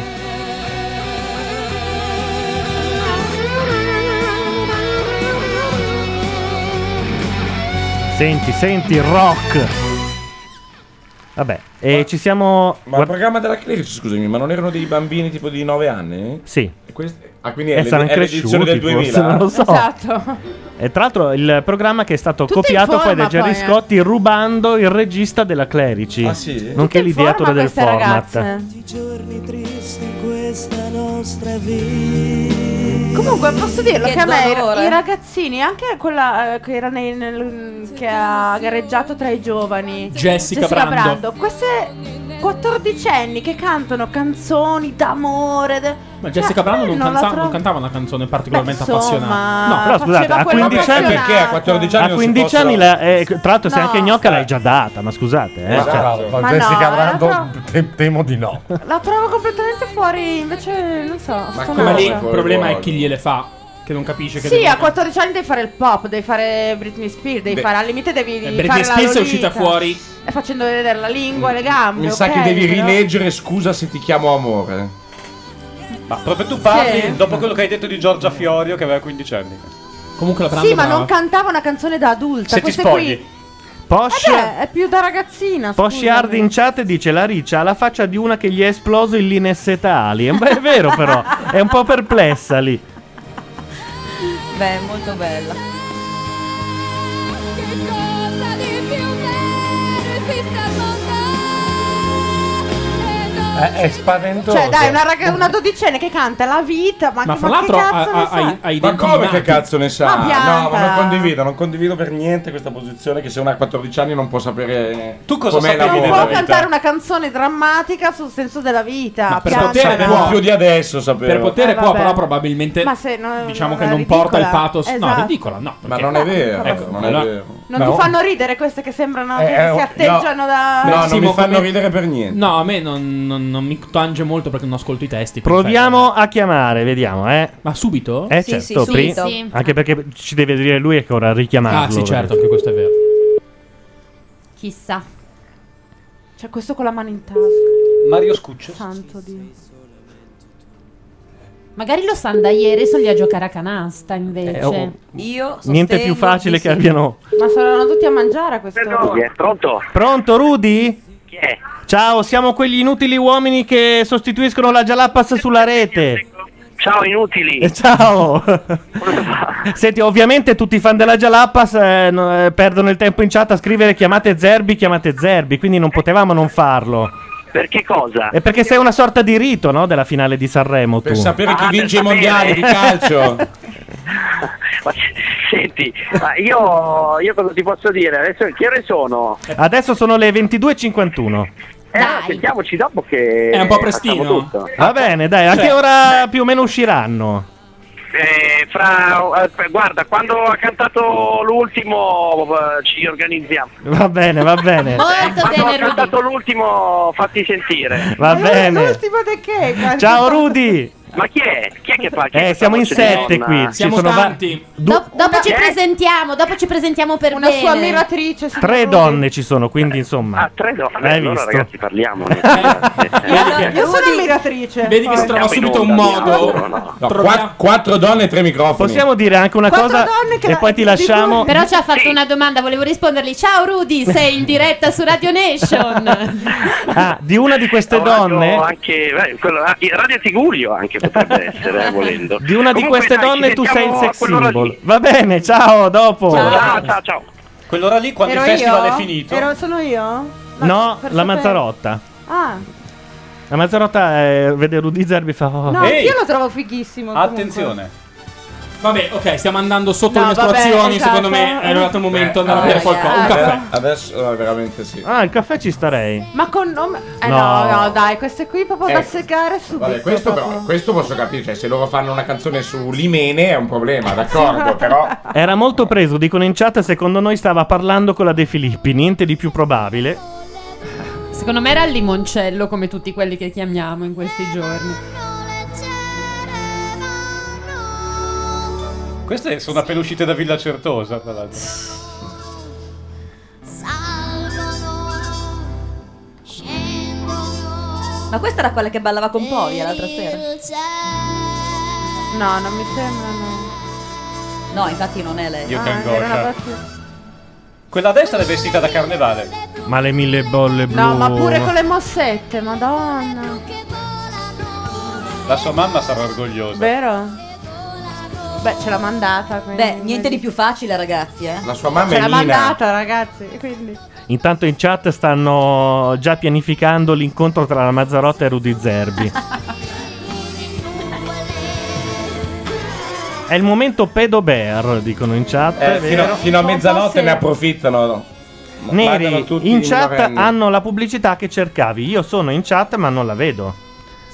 Speaker 2: Senti, senti, rock. Vabbè, e ci siamo...
Speaker 6: Ma il programma della Clerici, scusami, ma non erano dei bambini tipo di 9 anni?
Speaker 2: Sì.
Speaker 6: E questi- Ah, quindi
Speaker 2: E
Speaker 6: è,
Speaker 2: Eh, saranno
Speaker 6: l'ed- è l'edizione del
Speaker 2: cresciuti,
Speaker 6: 2000.
Speaker 2: forse, non lo so.
Speaker 13: Esatto.
Speaker 2: E tra l'altro il programma che è stato
Speaker 13: Tutto in
Speaker 2: copiato poi da
Speaker 13: forma, poi,
Speaker 2: Jerry
Speaker 13: eh.
Speaker 2: Scotti rubando il regista della Clerici,
Speaker 6: Ah, sì?
Speaker 13: Tutte
Speaker 2: nonché
Speaker 13: in forma
Speaker 2: l'ideatore del
Speaker 13: queste
Speaker 2: format.
Speaker 13: ragazze.
Speaker 12: giorni tristi questa nostra vita.
Speaker 13: Comunque posso dirlo che,
Speaker 12: Che
Speaker 13: a me
Speaker 12: dolore.
Speaker 13: i- i ragazzini, anche quella eh, che era nei- nel- che ha gareggiato tra i giovani,
Speaker 3: Jessica Brando.
Speaker 13: queste 14 anni che cantano canzoni d'amore. de-
Speaker 3: Ma Jessica
Speaker 13: cioè,
Speaker 3: Brando non,
Speaker 13: eh, la
Speaker 3: canza-
Speaker 13: trovo-
Speaker 3: non cantava una canzone particolarmente
Speaker 13: Beh, insomma,
Speaker 3: appassionata. No,
Speaker 2: Però scusate, a 15 anni,
Speaker 6: perché a 14 anni
Speaker 2: a
Speaker 6: non
Speaker 2: 15
Speaker 6: si
Speaker 2: anni
Speaker 6: possono-
Speaker 2: la- eh, tra l'altro se
Speaker 13: No.
Speaker 2: anche gnocca l'hai già data, ma scusate, eh,
Speaker 4: Esatto.
Speaker 2: cioè-
Speaker 4: Ma,
Speaker 13: Ma
Speaker 4: Jessica
Speaker 13: no,
Speaker 4: Brando,
Speaker 13: era
Speaker 4: te- temo di no.
Speaker 13: La trovo completamente fuori, invece non so.
Speaker 3: Ma lì
Speaker 13: stonata.
Speaker 3: il problema è chi gliele fa. che non capisce che
Speaker 13: Sì,
Speaker 3: devono-
Speaker 13: a 14 anni devi fare il pop, devi fare Britney Spears, devi
Speaker 3: Beh,
Speaker 13: fare al limite devi
Speaker 3: eh,
Speaker 13: fare
Speaker 3: Britney
Speaker 13: la
Speaker 3: Spears è
Speaker 13: Lolita.
Speaker 3: uscita fuori. Mm,
Speaker 13: E facendo vedere la lingua, le gambe.
Speaker 6: Mi sa
Speaker 13: ok,
Speaker 6: che devi
Speaker 13: però-
Speaker 6: rileggere scusa se ti chiamo amore.
Speaker 11: Ma proprio tu parli
Speaker 13: Sì.
Speaker 11: dopo quello che hai detto di Giorgia Fiorio che aveva 15 anni.
Speaker 3: Comunque la
Speaker 13: Sì, ma non cantava una canzone da adulta.
Speaker 11: Se ti
Speaker 13: Queste
Speaker 11: spogli.
Speaker 13: qui.
Speaker 2: Posh,
Speaker 13: Eh beh, è più da ragazzina.
Speaker 2: Poshi
Speaker 13: scusami.
Speaker 2: Hard in chat dice la riccia ha la faccia di una che gli è esploso il linesse tali. Eh, Beh, è vero però, è un po' perplessa lì.
Speaker 7: Beh, molto bella.
Speaker 4: Eh, È, è spaventoso.
Speaker 13: Cioè, dai, una, raga- una dodicenne che canta la vita, ma,
Speaker 6: Ma
Speaker 13: che,
Speaker 6: fra
Speaker 13: ma che
Speaker 6: l'altro
Speaker 13: cazzo
Speaker 6: ha-
Speaker 13: ne
Speaker 6: ha-
Speaker 13: sai?
Speaker 6: hai- hai- Ma come che cazzo ne sa?
Speaker 13: Ma pianta.
Speaker 6: no, ma non condivido, non condivido per niente questa posizione che se una ha 14 anni non può sapere tu
Speaker 11: cosa
Speaker 6: com'è
Speaker 11: sapevi
Speaker 6: l'amore.
Speaker 11: della
Speaker 13: Può cantare una canzone drammatica sul senso della vita.
Speaker 6: per
Speaker 13: pianta.
Speaker 6: potere
Speaker 3: Sapevo
Speaker 6: può.
Speaker 3: più
Speaker 6: di adesso sapevo.
Speaker 3: Per potere
Speaker 13: Eh,
Speaker 3: può,
Speaker 13: vabbè.
Speaker 3: però probabilmente
Speaker 13: Ma se no-
Speaker 3: diciamo
Speaker 13: no,
Speaker 3: che
Speaker 13: è
Speaker 3: non
Speaker 13: ridicola.
Speaker 3: porta il pathos. No, è
Speaker 13: Esatto.
Speaker 3: ridicola, no. Ecco,
Speaker 6: Ma non è vero, non è vero.
Speaker 13: Non
Speaker 3: No.
Speaker 13: ti fanno ridere queste che sembrano
Speaker 6: Eh,
Speaker 13: che
Speaker 6: eh,
Speaker 2: oh,
Speaker 3: oh,
Speaker 13: si
Speaker 6: no.
Speaker 13: atteggiano da.
Speaker 6: No, non
Speaker 3: Sì,
Speaker 6: mi
Speaker 3: ma
Speaker 6: fanno ridere per niente.
Speaker 3: No, a me non, non- non mi tange molto perché non ascolto i testi.
Speaker 2: Proviamo a chiamare, vediamo, eh.
Speaker 3: Ma subito?
Speaker 2: Eh
Speaker 3: Sì,
Speaker 2: certo,
Speaker 3: sì, subito.
Speaker 2: pri-
Speaker 3: Sì.
Speaker 2: anche perché ci deve dire lui e che ora richiamarlo.
Speaker 3: Ah, sì, certo, anche questo è vero.
Speaker 8: Chissà.
Speaker 13: Cioè, questo con la mano in tasca.
Speaker 11: Mario Scuccio.
Speaker 13: Santo Dio.
Speaker 8: Magari lo sanno da ieri, sono lì a giocare a canasta invece.
Speaker 2: Eh, oh.
Speaker 7: Io
Speaker 2: Niente più facile che abbiano.
Speaker 13: Ma saranno tutti a mangiare a questo
Speaker 15: eh.
Speaker 2: Pronto? Pronto, Rudy?
Speaker 13: Chi è?
Speaker 2: Ciao, siamo quegli inutili uomini che sostituiscono la Jalapas sulla rete.
Speaker 15: Ciao inutili.
Speaker 2: Eh, ciao! Senti, ovviamente tutti i fan della Jalapas eh, no- eh, perdono il tempo in chat a scrivere chiamate Zerbi, chiamate Zerbi, quindi non potevamo non farlo.
Speaker 15: Per che cosa?
Speaker 2: È perché sei una sorta di rito, no, della finale di Sanremo tu.
Speaker 6: Per sapere chi
Speaker 15: Ah,
Speaker 6: vince i
Speaker 15: per
Speaker 6: mondiali di
Speaker 15: sapere.
Speaker 6: calcio.
Speaker 15: Ma s- senti, ma io, io cosa ti posso dire? Adesso che ore sono?
Speaker 2: Adesso sono le 22:51.
Speaker 15: Eh, allora sentiamoci dopo che
Speaker 2: È un po'
Speaker 15: Eh, facciamo
Speaker 2: prestino.
Speaker 15: tutto.
Speaker 2: Va bene, dai, a
Speaker 6: Cioè,
Speaker 2: che ora più o meno usciranno?
Speaker 15: Eh, fra, eh, guarda, quando ha cantato l'ultimo eh, ci organizziamo.
Speaker 2: Va bene, va bene.
Speaker 13: Oh,
Speaker 15: Molto quando ha cantato l'ultimo fatti sentire.
Speaker 2: Va bene.
Speaker 13: L'ultimo de che?
Speaker 2: Ciao Rudy.
Speaker 15: Ma chi è? Chi è che fa? Chi è
Speaker 2: Eh, siamo in
Speaker 15: questa voce di
Speaker 2: sette
Speaker 15: donna?
Speaker 2: qui. Ci sono va- du-
Speaker 8: Do- dopo ci presentiamo, dopo ci presentiamo per
Speaker 13: Una
Speaker 8: bene.
Speaker 13: sua ammiratrice. signor
Speaker 2: tre
Speaker 13: Ah, Rudy.
Speaker 2: donne ci sono, quindi insomma. Ah,
Speaker 15: Eh. tre donne.
Speaker 2: Hai
Speaker 15: allora,
Speaker 2: visto?
Speaker 15: ragazzi, parliamo.
Speaker 13: Io sono ammiratrice.
Speaker 3: Vedi che si
Speaker 13: poi.
Speaker 3: trova subito un
Speaker 6: onda,
Speaker 3: modo.
Speaker 6: No, qua- quattro donne e tre microfoni.
Speaker 2: Possiamo dire anche una
Speaker 8: Quattro
Speaker 2: cosa
Speaker 8: donne che
Speaker 2: e
Speaker 8: la-
Speaker 2: poi ti
Speaker 8: di
Speaker 2: lasciamo.
Speaker 8: Però ci ha fatto una domanda, volevo rispondergli. Ciao Rudy, sei in diretta su Radio Nation.
Speaker 2: Ah, di una di queste donne,
Speaker 15: Anche eh, quello- ah, Radio Tigurio anche potrebbe essere, eh, volendo.
Speaker 2: di una di
Speaker 15: Comunque,
Speaker 2: queste
Speaker 15: dai, ci
Speaker 2: donne tu sei il
Speaker 15: sentiamo a
Speaker 2: sex
Speaker 15: quell'ora lì.
Speaker 2: symbol. Va bene, ciao, a dopo.
Speaker 15: Ciao, ciao, ciao.
Speaker 11: Quell'ora lì quando
Speaker 13: Ero
Speaker 11: il festival
Speaker 13: io?
Speaker 11: è finito.
Speaker 13: Ero- sono io?
Speaker 2: No,
Speaker 13: per
Speaker 2: la
Speaker 13: sapere.
Speaker 2: Mazzarotta.
Speaker 13: Ah,
Speaker 2: La Mazzarotta eh, vede Rudy Zerbi e fa
Speaker 6: Ah,
Speaker 2: oh.
Speaker 13: no, io lo trovo fighissimo.
Speaker 3: Vabbè, ok, stiamo andando sotto
Speaker 13: No,
Speaker 3: le mestruazioni.
Speaker 13: vabbè, esatto.
Speaker 3: Secondo me è arrivato il momento di andare a
Speaker 6: Eh,
Speaker 3: bere qualcosa. Un
Speaker 6: eh,
Speaker 3: caffè.
Speaker 6: Adesso eh, veramente sì.
Speaker 2: Ah, il caffè ci starei.
Speaker 13: comunque. Ma con nome. Eh
Speaker 6: No.
Speaker 13: no. no, dai, queste qui proprio da
Speaker 6: Ecco.
Speaker 13: seccare subito.
Speaker 6: Vabbè, questo
Speaker 13: proprio.
Speaker 6: però, questo posso capire, cioè se loro fanno una canzone su Limene è un problema, d'accordo, però
Speaker 2: Era molto preso, dicono in chat, secondo noi stava parlando con la De Filippi, niente di più probabile.
Speaker 8: Secondo me era il limoncello come tutti quelli che chiamiamo in questi giorni.
Speaker 11: Queste sono appena uscite da Villa Certosa, tra l'altro.
Speaker 7: Ma questa era quella che ballava con
Speaker 12: Eh.
Speaker 7: Povia l'altra sera.
Speaker 13: No, non mi sembra. No,
Speaker 7: No, infatti non è lei.
Speaker 11: Io
Speaker 13: Ah,
Speaker 11: che
Speaker 13: era una
Speaker 11: angoscia.
Speaker 13: battuta.
Speaker 11: Quella a destra è vestita da carnevale.
Speaker 2: Ma le mille bolle blu.
Speaker 13: No, ma pure con le mossette, madonna.
Speaker 11: La sua mamma sarà orgogliosa.
Speaker 13: Vero? Beh, ce l'ha mandata. Quindi.
Speaker 7: Beh, niente di più facile, ragazzi, eh.
Speaker 6: la sua mamma
Speaker 13: Ce
Speaker 6: è
Speaker 13: l'ha
Speaker 6: Nina.
Speaker 13: mandata, ragazzi. Quindi.
Speaker 2: Intanto in chat stanno già pianificando l'incontro tra la Mazzarotta e Rudy Zerbi. È il momento pedo bear, dicono in chat.
Speaker 6: Eh, fino, fino a mezzanotte ne approfittano. no? Mandano
Speaker 2: Neri,
Speaker 6: tutti
Speaker 2: in chat
Speaker 6: minorenni.
Speaker 2: hanno la pubblicità che cercavi. Io sono in chat, ma non la vedo.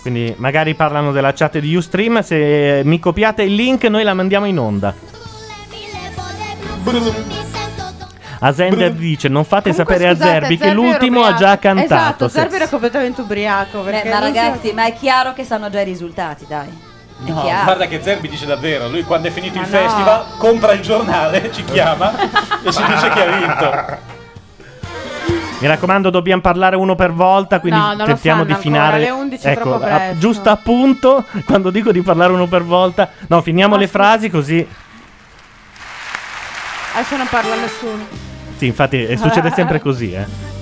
Speaker 2: Quindi magari parlano della chat di Ustream. Se mi copiate il link, noi la mandiamo in onda. Asender dice: Non fate sapere
Speaker 13: Scusate,
Speaker 2: a Zerbi che
Speaker 13: Zerbi era
Speaker 2: l'ultimo ha
Speaker 13: ubriaco.
Speaker 2: già cantato.
Speaker 13: Esatto,
Speaker 2: Se-
Speaker 13: Zerbi era completamente ubriaco.
Speaker 7: Beh,
Speaker 13: perché
Speaker 7: ma
Speaker 13: non si-
Speaker 7: ragazzi, ma è chiaro che sanno già i risultati, dai.
Speaker 11: No,
Speaker 7: chiaro.
Speaker 11: guarda che Zerbi dice davvero, lui quando è finito
Speaker 7: Ma
Speaker 11: il
Speaker 7: no.
Speaker 11: festival compra il giornale, ci chiama e ci dice che ha vinto.
Speaker 2: Mi raccomando, dobbiamo parlare uno per volta, quindi
Speaker 11: No, non lo
Speaker 2: tentiamo di
Speaker 11: fanno ancora,
Speaker 2: finare.
Speaker 11: alle 11 è
Speaker 2: ecco,
Speaker 11: troppo
Speaker 2: a-
Speaker 11: presto.
Speaker 2: giusto appunto, quando dico di parlare uno per volta, no, finiamo le frasi così.
Speaker 13: Adesso non parla nessuno.
Speaker 2: Sì, infatti eh, succede sempre così, eh.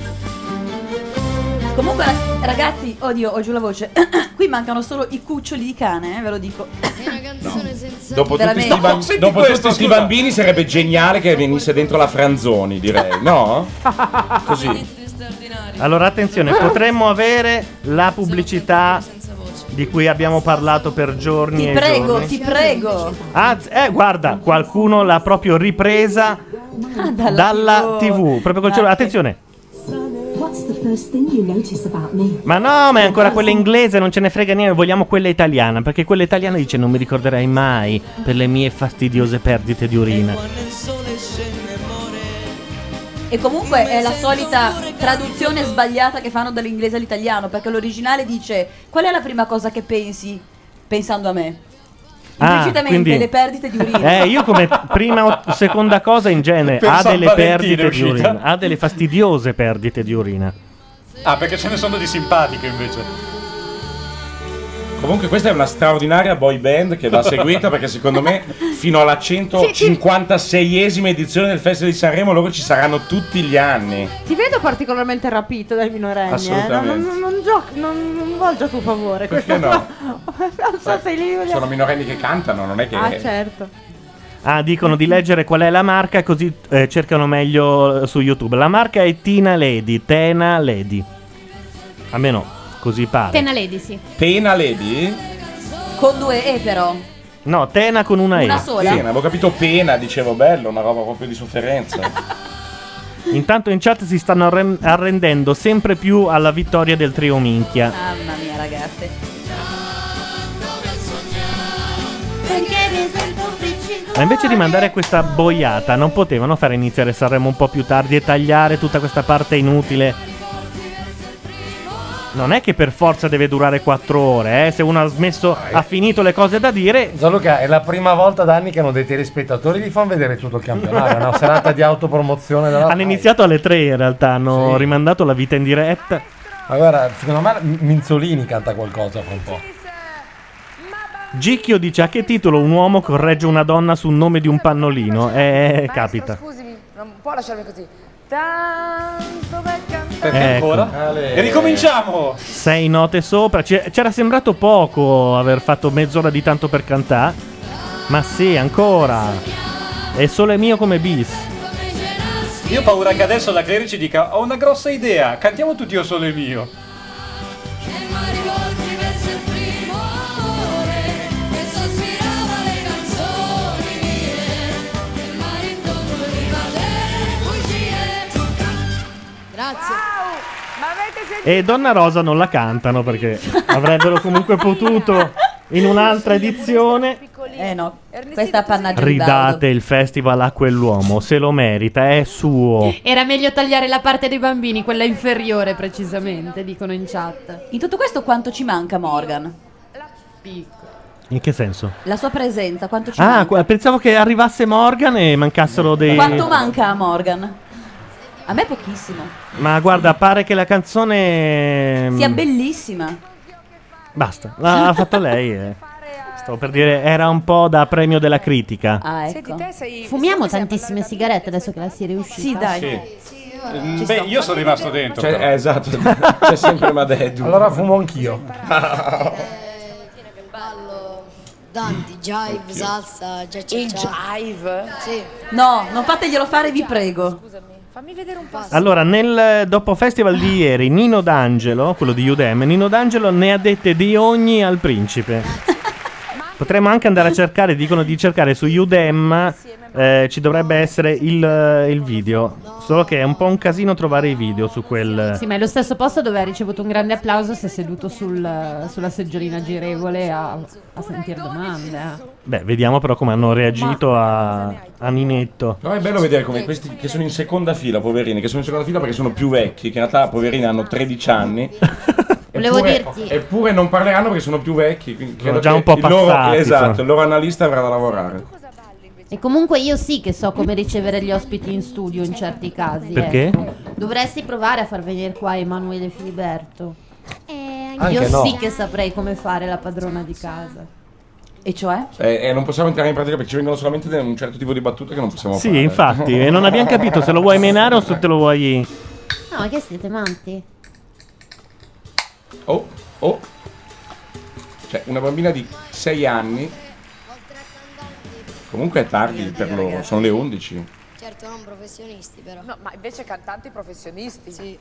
Speaker 7: Comunque, ra- ragazzi, oddio, ho giù la voce. Qui mancano solo i cuccioli di cane, eh, ve lo dico. È una canzone senza.
Speaker 6: Dopo tutti sti bam- dopo tutti sti bambini sarebbe geniale che venisse dentro la Franzoni, direi, no? Così.
Speaker 2: Allora, attenzione,
Speaker 7: Ah.
Speaker 2: potremmo avere la pubblicità di cui abbiamo parlato per giorni
Speaker 7: Ti
Speaker 2: e
Speaker 7: prego,
Speaker 2: giorni.
Speaker 7: ti prego.
Speaker 2: Ah, z- eh, guarda, qualcuno l'ha proprio ripresa
Speaker 7: Ah,
Speaker 2: dalla, TV, proprio col cellulare. Attenzione.
Speaker 18: What's the first thing you notice about me?
Speaker 2: Ma no, ma è ancora quella inglese, non ce ne frega niente, vogliamo quella italiana, perché quella italiana dice non mi ricorderai mai per le mie fastidiose perdite di
Speaker 7: Eh.
Speaker 2: urina.
Speaker 7: E comunque è la solita traduzione sbagliata che fanno dall'inglese all'italiano, perché l'originale dice qual è la prima cosa che pensi pensando a me?
Speaker 2: Ah,
Speaker 7: Implicitamente
Speaker 2: quindi-
Speaker 7: le perdite di urina.
Speaker 2: Eh, io come prima o seconda cosa in genere
Speaker 11: Per
Speaker 2: ha
Speaker 11: San
Speaker 2: delle
Speaker 11: Valentino è
Speaker 2: perdite di
Speaker 11: uscita.
Speaker 2: urina, ha delle fastidiose perdite di urina.
Speaker 11: Ah, perché ce ne sono di simpatiche invece.
Speaker 6: Comunque questa è una straordinaria boy band che va seguita perché secondo me fino alla 156esima edizione del Festival di Sanremo loro ci saranno tutti gli anni.
Speaker 13: Ti vedo particolarmente rapito dai minorenni. eh.
Speaker 6: Assolutamente.
Speaker 13: Non, non, non giochi- non- non volge a tuo favore.
Speaker 6: Perché
Speaker 13: questa-
Speaker 6: no?
Speaker 13: non so, sei lì. Giulia.
Speaker 6: Sono minorenni che cantano, non è che...
Speaker 13: Ah, certo.
Speaker 2: Ah, dicono di leggere qual è la marca così eh, cercano meglio eh, su YouTube. La marca è Tina Lady, Tena Lady. Almeno così pare.
Speaker 8: Tena Lady, sì.
Speaker 6: Tena Lady?
Speaker 7: Con due E però.
Speaker 2: No, Tena con una, E.
Speaker 7: Una sola?
Speaker 6: Pena, avevo capito pena, dicevo bello, una roba proprio di sofferenza. Cioè,
Speaker 2: Intanto in chat si stanno arren- arrendendo sempre più alla vittoria del trio minchia.
Speaker 7: Mamma mia, ragazzi.
Speaker 25: Perché mi sento vicino
Speaker 2: Ma invece di mandare questa boiata, non potevano fare iniziare Sanremo un po' più tardi e tagliare tutta questa parte inutile? Non è che per forza deve durare 4 ore, eh? Se uno ha smesso, ha finito le cose da dire.
Speaker 4: Gianluca, è la prima volta da anni che hanno dei telespettatori gli fanno vedere tutto il campionato. È una serata di autopromozione della
Speaker 2: Hanno iniziato alle 3 in realtà, hanno rimandato la vita in diretta.
Speaker 4: Ma guarda, secondo me M- Minzolini canta qualcosa fra un po'.
Speaker 2: Gicchio dice a che titolo un uomo corregge una donna sul nome di un pannolino? Eh, capita.
Speaker 10: Scusami, non può lasciarmi così. Tanto per cantare.
Speaker 2: Ecco.
Speaker 11: E ricominciamo!
Speaker 2: Sei note sopra. Ci- C'era sembrato poco aver fatto mezz'ora di tanto per cantare. Ma sì, ancora. E sole mio come bis.
Speaker 11: Io ho paura che adesso la Clerici dica ho una grossa idea, cantiamo tutti io solo e mio.
Speaker 25: e sospirava le canzoni mie che il marito voleva le bugie. Grazie. Ma avete sentito?
Speaker 2: E Donna Rosa non la cantano perché avrebbero comunque potuto in un'altra edizione.
Speaker 7: Eh no, questa è appannaggio di Baldo.
Speaker 2: Ridate il festival a quell'uomo, se lo merita, è suo.
Speaker 8: Era meglio tagliare la parte dei bambini, quella inferiore precisamente, dicono in chat.
Speaker 7: In tutto questo quanto ci manca Morgan?
Speaker 2: In che senso?
Speaker 7: La sua presenza, quanto ci
Speaker 2: Ah,
Speaker 7: manca?
Speaker 2: qua- pensavo che arrivasse Morgan e mancassero dei.
Speaker 7: Quanto manca a Morgan? A me pochissimo.
Speaker 2: Ma guarda, pare che la canzone.
Speaker 11: Ehm.
Speaker 2: ehm,
Speaker 7: Sia bellissima.
Speaker 2: Basta, l'ha fatta lei. eh. Stavo per dire, era un po' da premio della critica.
Speaker 17: Ah,
Speaker 7: ecco.
Speaker 17: Fumiamo tantissime sigarette adesso che la si è riuscita.
Speaker 7: Sì, dai.
Speaker 11: Ah, Mm, Beh, io sono rimasto dentro.
Speaker 6: Cioè,
Speaker 11: però.
Speaker 6: eh, esatto, c'è sempre Madeddu.
Speaker 4: Allora fumo anch'io.
Speaker 18: Tanti jive, salsa, già
Speaker 10: Il jive? Sì.
Speaker 7: No, non fateglielo fare, vi prego.
Speaker 10: Fammi vedere un po'.
Speaker 2: Allora, nel dopo festival di ieri, Nino D'Angelo, quello di Udem, Nino D'Angelo ne ha dette di ogni al principe. Potremmo anche andare a cercare, dicono di cercare su Udem, eh, ci dovrebbe essere il, eh, il video. Solo che è un po' un casino trovare i video su quel...
Speaker 8: Sì, ma è lo stesso posto dove ha ricevuto un grande applauso, si è seduto sul- sulla seggiolina girevole a, a sentire domande. eh.
Speaker 2: Beh, vediamo però come hanno reagito a, a Ninetto.
Speaker 6: Però è bello vedere come questi che sono in seconda fila, poverini, che sono in seconda fila perché sono più vecchi, che in realtà poverini hanno 13 anni,
Speaker 8: Volevo
Speaker 6: Eppure-
Speaker 8: dirti-
Speaker 6: Eppure non parleranno perché sono più vecchi. quindi credo
Speaker 2: già
Speaker 6: che
Speaker 2: un po'
Speaker 6: il loro-
Speaker 2: passati,
Speaker 6: esatto,
Speaker 2: sono.
Speaker 6: il loro analista avrà da lavorare.
Speaker 8: E comunque io sì che so come ricevere gli ospiti in studio in certi casi.
Speaker 6: Perché?
Speaker 8: ecco. Dovresti provare a far venire qua Emanuele Filiberto.
Speaker 10: Eh,
Speaker 6: Anche
Speaker 8: io
Speaker 6: no.
Speaker 8: sì che saprei come fare la padrona di casa.
Speaker 7: E cioè?
Speaker 6: E, e Eh, non possiamo entrare in pratica perché ci vengono solamente de- un certo tipo di battute che non possiamo
Speaker 2: Sì,
Speaker 6: fare.
Speaker 2: infatti, e non abbiamo capito se lo vuoi menare o se te lo vuoi.
Speaker 8: No, ma che siete manti?
Speaker 6: Oh, oh. Cioè, una bambina di 6 anni. Comunque è tardi per loro, sono le 11.
Speaker 26: Certo, non professionisti, però.
Speaker 10: No, ma invece cantanti professionisti. Sì.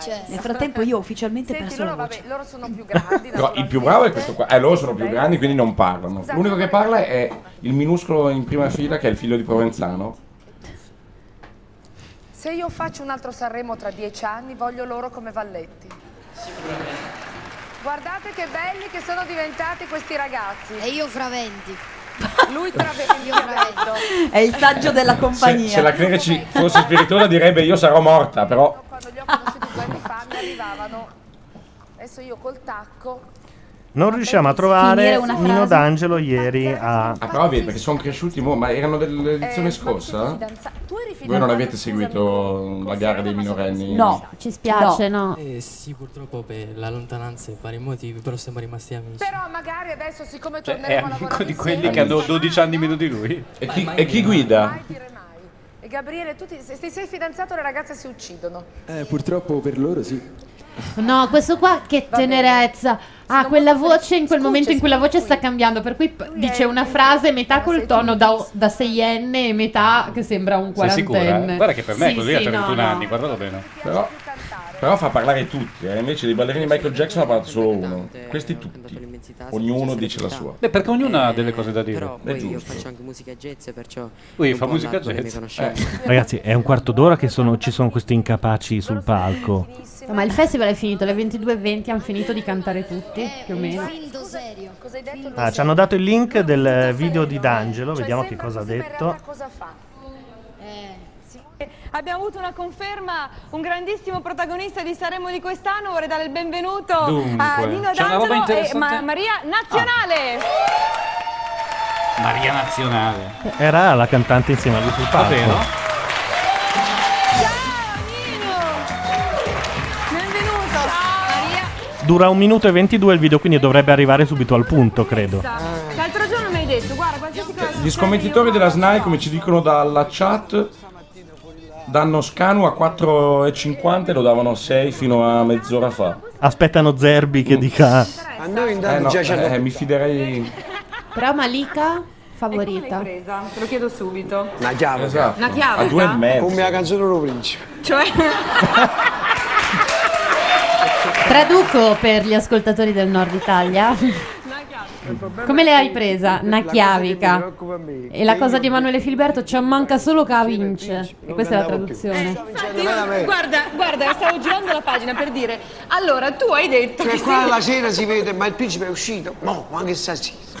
Speaker 26: cioè.
Speaker 7: Nel frattempo io ho ufficialmente
Speaker 10: Senti,
Speaker 7: perso
Speaker 10: loro,
Speaker 7: la voce.
Speaker 10: vabbè, loro sono più grandi.
Speaker 6: Però il più bravo è questo qua. Eh, loro sono più grandi, quindi non parlano.
Speaker 10: Scusate,
Speaker 6: L'unico che parla è il minuscolo in prima fila, che è il figlio di Provenzano.
Speaker 10: Se io faccio un altro Sanremo tra dieci anni, voglio loro come valletti. Guardate che belli che sono diventati questi ragazzi. E io fra venti. Lui tra venti. certo. Io fra
Speaker 7: È il saggio della
Speaker 6: Se,
Speaker 7: compagnia.
Speaker 6: se la clerici fosse spiritosa direbbe io sarò morta, però
Speaker 10: Adesso io col tacco.
Speaker 2: Non riusciamo a
Speaker 10: Finire
Speaker 2: trovare
Speaker 10: una
Speaker 2: Nino
Speaker 10: frase.
Speaker 2: D'Angelo ieri a.
Speaker 6: Ah, però vedi, perché sono cresciuti, mo, ma erano dell'edizione
Speaker 8: Eh,
Speaker 6: scorsa?
Speaker 10: Tu eri
Speaker 6: Voi non avete seguito la gara dei minorenni?
Speaker 8: ci spiace, no.
Speaker 12: Eh sì, purtroppo per la lontananza e vari motivi, però siamo rimasti amici.
Speaker 10: Però magari adesso, siccome
Speaker 12: Cioè,
Speaker 11: È
Speaker 10: torneremo a
Speaker 11: amico
Speaker 10: lavorare
Speaker 11: di
Speaker 10: insieme,
Speaker 11: quelli che hanno 12 anni meno di lui.
Speaker 6: E chi, e chi guida?
Speaker 10: E Gabriele, tu ti, se ti sei fidanzato, le ragazze si uccidono.
Speaker 24: Eh, purtroppo per loro sì.
Speaker 8: No, questo qua che tenerezza. Ah, quella voce in quel momento in cui la voce sta cambiando, per cui p- dice una frase metà col tono da, da seienne e metà che sembra un
Speaker 11: Sei sicura?
Speaker 8: quarantenne.
Speaker 11: Guarda che per me è
Speaker 8: Sì,
Speaker 11: così
Speaker 8: sì,
Speaker 11: a 31
Speaker 8: no, no.
Speaker 11: anni, guardalo bene.
Speaker 6: Però, però fa parlare tutti, eh, invece dei ballerini di Michael Jackson ha parlato solo uno. Questi tutti. Ognuno dice la sua.
Speaker 11: Beh, perché ognuno ha delle cose da dire.
Speaker 12: Però
Speaker 6: È
Speaker 12: poi io
Speaker 6: giusto.
Speaker 12: faccio anche musica jazz, perciò...
Speaker 11: Ui,
Speaker 12: non
Speaker 11: fa
Speaker 12: può
Speaker 11: musica
Speaker 12: andare con le
Speaker 11: jazz. Eh.
Speaker 12: mie conoscenze.
Speaker 2: Ragazzi, è un quarto d'ora che sono- ci sono questi incapaci sul palco.
Speaker 8: No, Ma il festival è finito, alle 22.20 hanno finito di cantare tutti, più o meno.
Speaker 26: Finto serio.
Speaker 10: Cosa hai detto?
Speaker 2: Ah, ci hanno dato il link del eh, video
Speaker 10: Cioè,
Speaker 2: di D'Angelo, vediamo che cosa ha detto.
Speaker 10: Cosa fa? Eh,
Speaker 13: Abbiamo avuto una conferma, un grandissimo protagonista di Sanremo di quest'anno. Vorrei dare il benvenuto a
Speaker 11: Dunque,
Speaker 13: Nino
Speaker 11: c'è una roba
Speaker 13: D'Angelo e
Speaker 11: interessante?
Speaker 13: Ma- Maria Nazionale.
Speaker 11: Maria Nazionale.
Speaker 2: Era la cantante insieme a lui sul palco.
Speaker 11: Davvero?
Speaker 13: Benvenuto. Maria.
Speaker 2: Dura un minuto e 22 il video, quindi dovrebbe arrivare subito al punto, credo.
Speaker 10: Esatto.
Speaker 13: L'altro giorno mi hai detto, guarda, qualsiasi cosa
Speaker 6: Gli scommettitori della SNAI, come ci dicono dalla chat, danno Scanu a 4,50 e lo davano a 6 fino a mezz'ora fa.
Speaker 2: Aspettano Zerbi
Speaker 6: Mm.
Speaker 2: che dica.
Speaker 24: A noi
Speaker 6: Eh,
Speaker 24: intanto
Speaker 6: no,
Speaker 24: già ci hanno
Speaker 6: eh, mi fiderei.
Speaker 8: Però Malika favorita.
Speaker 13: Te lo chiedo subito.
Speaker 24: Una chiave.
Speaker 6: Esatto.
Speaker 13: Una chiave, A due e sa? mezzo.
Speaker 24: Come la canzone Loro Principe.
Speaker 13: Cioè,
Speaker 8: Traduco per gli ascoltatori del nord Italia. Come le hai presa? Una chiavica. E la cosa di Emanuele Filberto ci manca solo che la vince. E questa è la traduzione.
Speaker 13: infatti, io- guarda, guarda, stavo girando la pagina per dire, allora tu hai detto
Speaker 24: Cioè
Speaker 13: che
Speaker 24: qua
Speaker 13: sei-
Speaker 24: la sera si vede, ma il principe è uscito. Mo, ma anche stasera.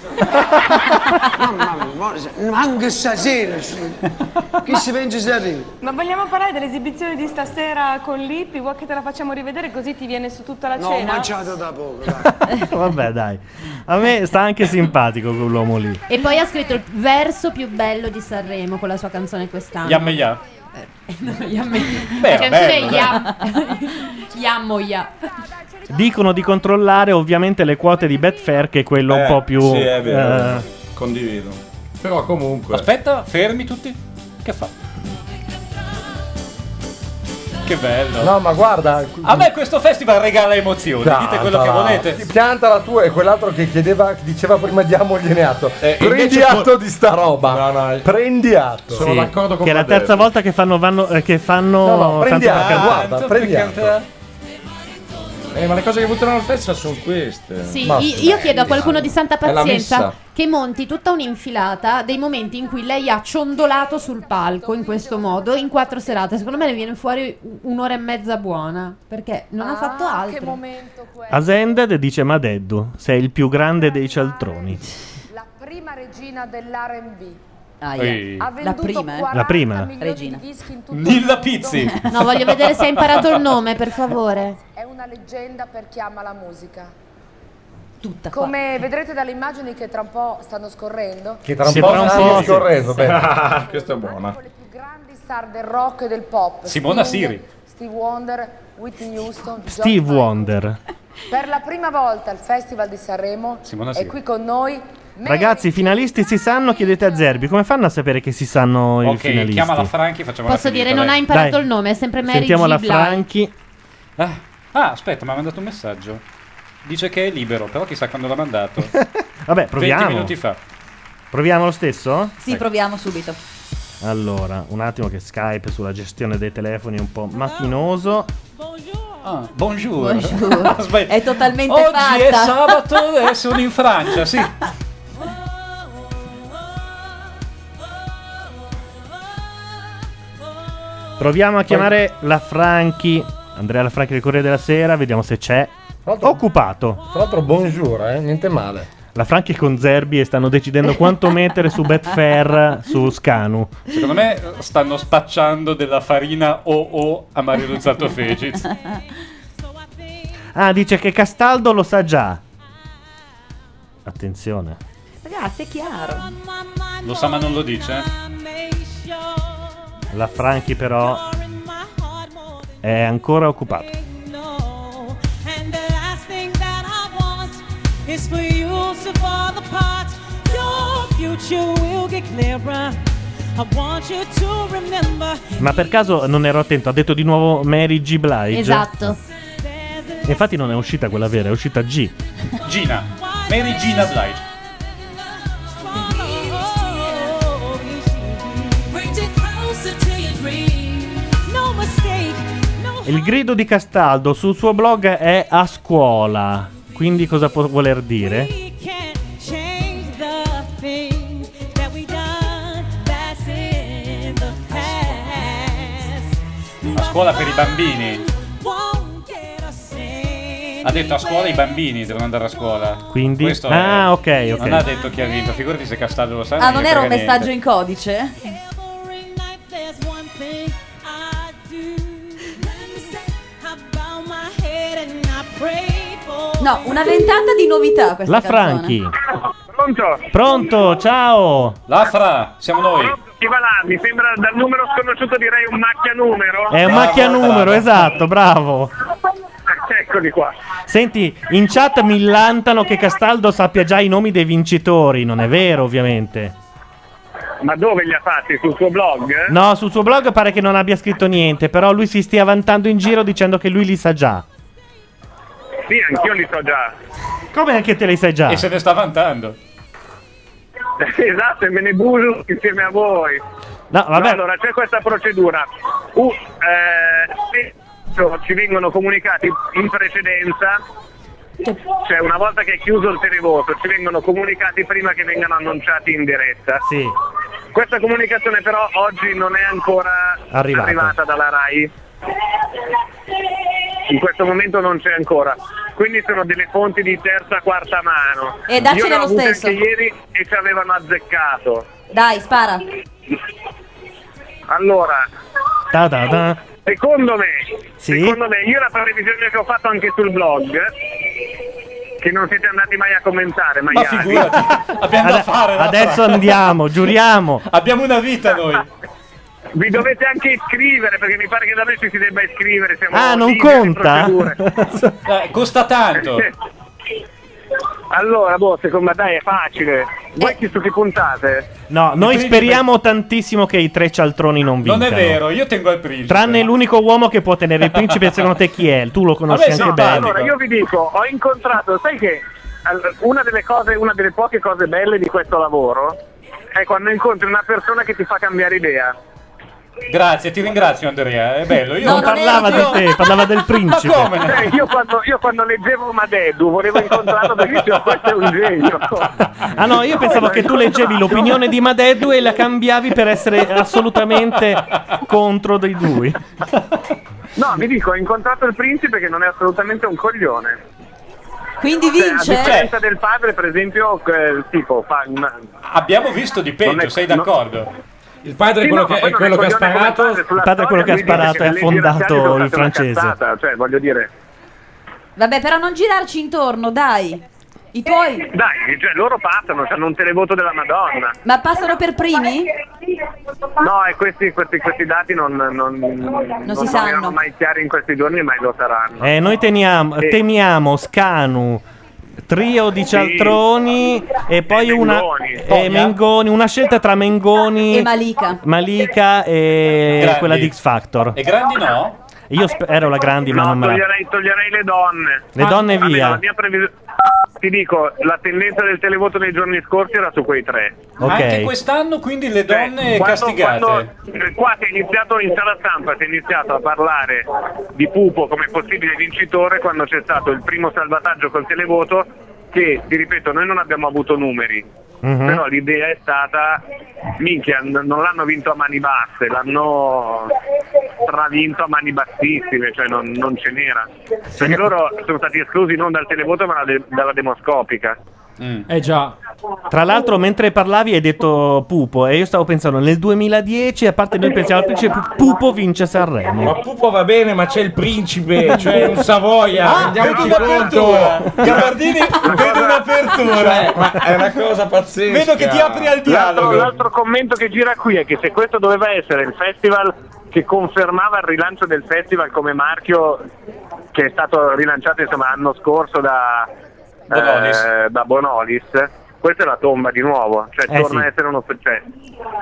Speaker 24: Mamma mia, mo- ma anche stasera. cioè, Chi si pensa si arriva?
Speaker 13: Ma vogliamo parlare dell'esibizione di stasera con Lippi? Vuoi che te la facciamo rivedere così ti viene su tutta la
Speaker 24: No, ho
Speaker 13: cena?
Speaker 24: mangiato da poco. dai.
Speaker 2: Vabbè, dai. A me sta anche simpatico quell'uomo lì.
Speaker 8: E poi ha scritto il verso più bello di Sanremo con la sua canzone quest'anno.
Speaker 11: Yamme ya.
Speaker 8: La
Speaker 11: Beh,
Speaker 8: canzone
Speaker 11: bello,
Speaker 8: è
Speaker 11: dai.
Speaker 8: Yam. Yammo ya.
Speaker 2: Dicono di controllare ovviamente le quote di Betfair, che è quello un
Speaker 6: Eh,
Speaker 2: po' più.
Speaker 6: Sì, è vero.
Speaker 2: eh,
Speaker 6: Condivido. Però comunque.
Speaker 11: Aspetta, fermi tutti. Che fa? Che bello.
Speaker 4: No, ma guarda.
Speaker 11: A me questo festival regala emozioni, dite quello che
Speaker 4: Piantala.
Speaker 11: volete.
Speaker 4: Pianta la tua e quell'altro che chiedeva, che diceva prima diamogliene atto.
Speaker 11: Eh,
Speaker 4: Prendi
Speaker 6: invece
Speaker 4: atto di sta roba. Prendi atto.
Speaker 2: sì, Che è la terza volta che fanno, vanno- eh, che fanno
Speaker 4: No, no, prendi
Speaker 5: Ah,
Speaker 2: tanto per
Speaker 4: atto,
Speaker 2: cantare.
Speaker 11: Cioè,
Speaker 4: guarda, prendi atto.
Speaker 6: Eh, ma le cose che funzionano al festival sono queste.
Speaker 8: Sì, i- io chiedo a qualcuno di santa
Speaker 6: È la
Speaker 8: pazienza
Speaker 6: messa.
Speaker 8: che monti tutta un'infilata dei momenti in cui lei ha ciondolato sul palco in questo modo in quattro serate. Secondo me ne viene fuori u- un'ora e mezza buona perché non ha fatto
Speaker 10: Ah,
Speaker 8: altro. Che
Speaker 10: momento
Speaker 2: Asended dice Madeddu, sei il più grande dei cialtroni.
Speaker 10: La prima regina dell'R&B.
Speaker 17: Ah,
Speaker 7: Aia.
Speaker 11: Ehi.
Speaker 10: Ha
Speaker 7: La
Speaker 10: venduto
Speaker 7: prima, eh?
Speaker 10: 40
Speaker 2: La prima.
Speaker 10: milioni
Speaker 7: Regina.
Speaker 10: di dischi in tutto il
Speaker 11: Nilla
Speaker 10: mondo.
Speaker 11: Pizzi.
Speaker 17: No, voglio vedere se hai imparato il nome, per favore.
Speaker 10: È una leggenda per chi ama la musica.
Speaker 7: Tutta
Speaker 10: Come vedrete dalle immagini che tra un po' stanno scorrendo,
Speaker 6: Che
Speaker 4: tra un po' stanno scorrendo, bene.
Speaker 6: Questa è buona.
Speaker 10: grandi star del rock e del pop.
Speaker 2: Simona
Speaker 10: Sting,
Speaker 2: Siri.
Speaker 10: Steve Wonder, Whitney Houston, John
Speaker 2: Steve Wonder.
Speaker 10: Per la prima volta al Festival di Sanremo
Speaker 2: Simona
Speaker 10: è
Speaker 2: Siri.
Speaker 10: qui con noi
Speaker 2: Ragazzi, i finalisti si sanno, chiedete a Zerbi. Come fanno a sapere che si sanno i
Speaker 11: Ok,
Speaker 2: finalisti?
Speaker 11: chiama la Franchi, facciamo
Speaker 17: Posso
Speaker 11: la finita,
Speaker 17: dire, non
Speaker 11: dai.
Speaker 17: ha imparato
Speaker 2: Dai.
Speaker 17: il nome, è sempre Mary
Speaker 2: Sentiamo
Speaker 17: G.
Speaker 2: la
Speaker 17: Blige.
Speaker 2: Franchi.
Speaker 11: Ah, aspetta, mi ha mandato un messaggio. Dice che è libero, però chissà quando l'ha mandato.
Speaker 2: Vabbè,
Speaker 11: 20
Speaker 2: proviamo.
Speaker 11: minuti fa.
Speaker 2: Proviamo lo stesso?
Speaker 7: Sì, proviamo subito.
Speaker 2: Allora, un attimo che Skype sulla gestione dei telefoni è un po' macchinoso.
Speaker 11: Ah, bonjour.
Speaker 7: Bonjour.
Speaker 11: Aspetta. Oh.
Speaker 7: È totalmente
Speaker 11: Oggi
Speaker 7: fatta.
Speaker 11: è sabato e sono in Francia, sì.
Speaker 2: Proviamo a chiamare la Franchi. Andrea la Franchi del Corriere della Sera, vediamo se c'è. Occupato.
Speaker 4: Tra l'altro, buongiorno, eh? niente male.
Speaker 2: La Franchi con Zerbi e stanno decidendo quanto mettere su Betfair su Scanu.
Speaker 11: Secondo me stanno spacciando della farina OO a Mario Luzzatto Fegiz.
Speaker 2: Ah, dice che Castaldo lo sa già. Attenzione.
Speaker 7: Ragazzi, è chiaro.
Speaker 11: Lo sa ma non lo dice? eh?
Speaker 2: La Franchi però è ancora occupata.
Speaker 9: And the last thing that I want is for you to fall apart. Your future will get clearer. I want you to remember.
Speaker 2: Ma per caso non ero attento, ha detto di nuovo Mary G. Blige.
Speaker 17: Esatto.
Speaker 2: Infatti non è uscita quella vera, è uscita G.
Speaker 11: Gina. Mary Gina Blige.
Speaker 9: Brings you closer to your dream. No mistake.
Speaker 2: Il grido di Castaldo sul suo blog è a scuola. Quindi cosa può voler dire?
Speaker 9: We
Speaker 13: Eh.
Speaker 9: can't change the things that we done that's in the past.
Speaker 11: A scuola per i bambini.
Speaker 9: Won't get us in.
Speaker 11: Ha detto a scuola i bambini devono andare a scuola.
Speaker 2: Quindi-
Speaker 11: Questo
Speaker 2: Ah,
Speaker 11: è...
Speaker 2: ok, ok.
Speaker 11: Non ha detto chi ha vinto, figurati se Castaldo lo sa.
Speaker 7: Ah,
Speaker 11: gli
Speaker 7: non era un
Speaker 11: frega niente.
Speaker 7: messaggio in codice?
Speaker 9: There's one thing I do. I bow my head and I pray for.
Speaker 7: No, una ventata di novità questa
Speaker 2: La
Speaker 7: canzone.
Speaker 2: Franchi.
Speaker 9: Pronto?
Speaker 2: Pronto, ciao.
Speaker 11: La Fra, siamo noi.
Speaker 9: Chi va là? Mi sembra dal numero sconosciuto direi un macchia numero.
Speaker 2: È un macchia numero, esatto, bravo.
Speaker 9: Eccoli qua.
Speaker 2: Senti, in chat millantano che Castaldo sappia già i nomi dei vincitori. Non è vero, ovviamente.
Speaker 9: Ma dove li ha fatti? Sul suo blog?
Speaker 2: No, sul suo blog pare che non abbia scritto niente, però lui si stia vantando in giro dicendo che lui li sa già.
Speaker 9: Sì, anch'io li so già.
Speaker 2: Come anche te li sai già?
Speaker 11: E se ne sta vantando.
Speaker 9: Esatto, e me ne bullo insieme a voi.
Speaker 2: No, vabbè.
Speaker 9: allora c'è questa procedura. U- eh, se ci vengono comunicati in precedenza, cioè una volta che è chiuso il televoto, ci vengono comunicati prima che vengano annunciati in diretta.
Speaker 2: Sì.
Speaker 9: Questa comunicazione però oggi non è ancora
Speaker 2: Arrivata.
Speaker 9: arrivata dalla RAI. In questo momento non c'è ancora. Quindi sono delle fonti di terza, quarta mano.
Speaker 7: E daccene
Speaker 9: Io ne ho
Speaker 7: lo
Speaker 9: avute
Speaker 7: stesso.
Speaker 9: anche ieri e ci avevano azzeccato.
Speaker 7: Dai, spara.
Speaker 9: Allora,
Speaker 2: Ta da da.
Speaker 9: secondo me,
Speaker 2: Sì?
Speaker 9: secondo me, io la previsione che ho fatto anche sul blog, che non siete andati mai a commentare, ma
Speaker 11: Abbiamo da fare. la
Speaker 2: Adesso
Speaker 11: Fra.
Speaker 2: andiamo, giuriamo.
Speaker 11: Abbiamo una vita noi.
Speaker 9: vi dovete anche iscrivere, perché mi pare che da me ci si debba iscrivere. Siamo
Speaker 2: Ah, non
Speaker 9: liberi di
Speaker 2: conta?
Speaker 9: procedure.
Speaker 11: Eh, costa tanto.
Speaker 9: Allora, boh, secondo me dai, è
Speaker 11: Eh.
Speaker 9: facile. Voi chi su chi puntate?
Speaker 2: No, noi speriamo tantissimo che i tre cialtroni non vincano.
Speaker 11: Non è vero, io tengo il principe.
Speaker 2: Tranne l'unico uomo che può tenere il principe, secondo te chi è? Tu lo conosci anche bene.
Speaker 9: Allora, io vi dico, ho incontrato, sai che all- una delle cose, una delle poche cose belle di questo lavoro è quando incontri una persona che ti fa cambiare idea.
Speaker 11: Grazie, ti ringrazio Andrea, è bello. Io
Speaker 2: non parlava di te, parlava del principe.
Speaker 9: Cioè, io, quando, io quando leggevo Madeddu volevo incontrarlo perché dicevo questo è un genio.
Speaker 2: Ah no, io pensavo che tu leggevi l'opinione di Madeddu e la cambiavi per essere assolutamente contro dei due.
Speaker 9: No, vi dico, ho incontrato il principe che non è assolutamente un coglione. Cioè,
Speaker 13: Quindi
Speaker 9: A differenza del padre, per esempio, eh, tipo, fa una...
Speaker 11: Abbiamo visto di peggio, sei d'accordo?
Speaker 9: Il
Speaker 11: padre è quello che- è quello che ha sparato.
Speaker 2: Il padre è quello che ha sparato e ha affondato il francese.
Speaker 9: Cioè, voglio dire,
Speaker 7: Vabbè, però non girarci intorno, dai. I tuoi.
Speaker 9: dai, cioè, loro passano, hanno un televoto della Madonna.
Speaker 7: Ma passano per primi?
Speaker 9: No, e questi, questi, questi dati non, non, non,
Speaker 7: si
Speaker 9: sono
Speaker 7: sanno.
Speaker 9: mai chiari in questi giorni, mai lo saranno.
Speaker 2: Eh, noi teniamo-
Speaker 9: Sì.
Speaker 2: temiamo Scanu, trio di
Speaker 9: Sì.
Speaker 2: cialtroni e poi una
Speaker 9: Mengoni.
Speaker 2: e Mengoni, una scelta tra Mengoni
Speaker 7: E Malika.
Speaker 2: Malika e
Speaker 11: Grandi.
Speaker 2: quella di X Factor.
Speaker 11: E grandi no?
Speaker 2: Io sp- ero la grandi, ma non me la.
Speaker 9: Toglierei, toglierei le donne.
Speaker 2: Le donne
Speaker 9: Almeno
Speaker 2: via.
Speaker 9: la mia previs- Ti dico, la tendenza del televoto nei giorni scorsi era su quei tre. Cioè,
Speaker 11: Anche quest'anno quindi le donne
Speaker 9: Quando-
Speaker 11: castigate.
Speaker 9: quando- eh, qua si è iniziato in sala stampa, si è iniziato a parlare di Pupo come possibile vincitore quando c'è stato il primo salvataggio col televoto che, ti ripeto, noi non abbiamo avuto numeri,
Speaker 2: Mhm.
Speaker 9: però l'idea è stata, minchia, n- non l'hanno vinto a mani basse, l'hanno stravinto a mani bassissime, cioè non, non ce n'era. Perché loro sono stati esclusi non dal televoto ma dalla de- dalla demoscopica.
Speaker 5: Mm.
Speaker 2: Eh già. Tra l'altro, mentre parlavi hai detto Pupo e io stavo pensando nel 2010, a parte noi pensiamo al principe Pupo vince
Speaker 5: Ma
Speaker 2: Sanremo.
Speaker 5: Pupo va bene, ma c'è il principe, cioè un Savoia.
Speaker 2: Ah,
Speaker 5: rendiamoci
Speaker 2: vedi un'apertura.
Speaker 5: conto.
Speaker 11: Gabardini, vedo un'apertura.
Speaker 5: Cioè, ma è una cosa pazzesca.
Speaker 11: Vedo che ti apri al
Speaker 9: L'altro, l'altro commento che gira qui è che se questo doveva essere il festival che confermava il rilancio del festival come marchio che è stato rilanciato insomma, l'anno scorso da eh,
Speaker 11: Bonolis.
Speaker 9: da Bonolis, questa è la tomba di nuovo, cioè
Speaker 11: Eh,
Speaker 9: torna
Speaker 11: sì.
Speaker 9: a essere uno successo.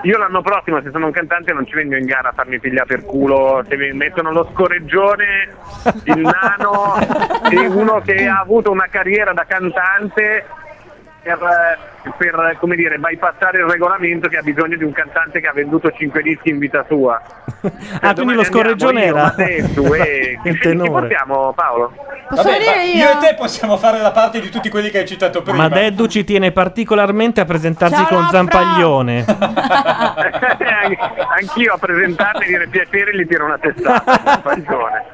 Speaker 9: Io l'anno prossimo se sono un cantante non ci vengo in gara a farmi pigliare per culo, se mi mettono lo scorreggione, il nano e uno che ha avuto una carriera da cantante per, per, come dire, bypassare il regolamento che ha bisogno di un cantante che ha venduto 5 dischi in vita sua. Cioè,
Speaker 2: Ah, quindi lo scorreggione era
Speaker 9: il
Speaker 2: il
Speaker 9: Ci
Speaker 2: tenore.
Speaker 9: eh. portiamo Paolo?
Speaker 11: Vabbè, ma io e te possiamo fare la parte di tutti quelli che hai citato prima.
Speaker 2: Ma Deddu ci tiene particolarmente a presentarsi
Speaker 11: Ciao,
Speaker 2: con
Speaker 11: Laura!
Speaker 2: Zampaglione.
Speaker 9: Anch'io a presentarmi e dire piacere gli tiro una testata. Fagione.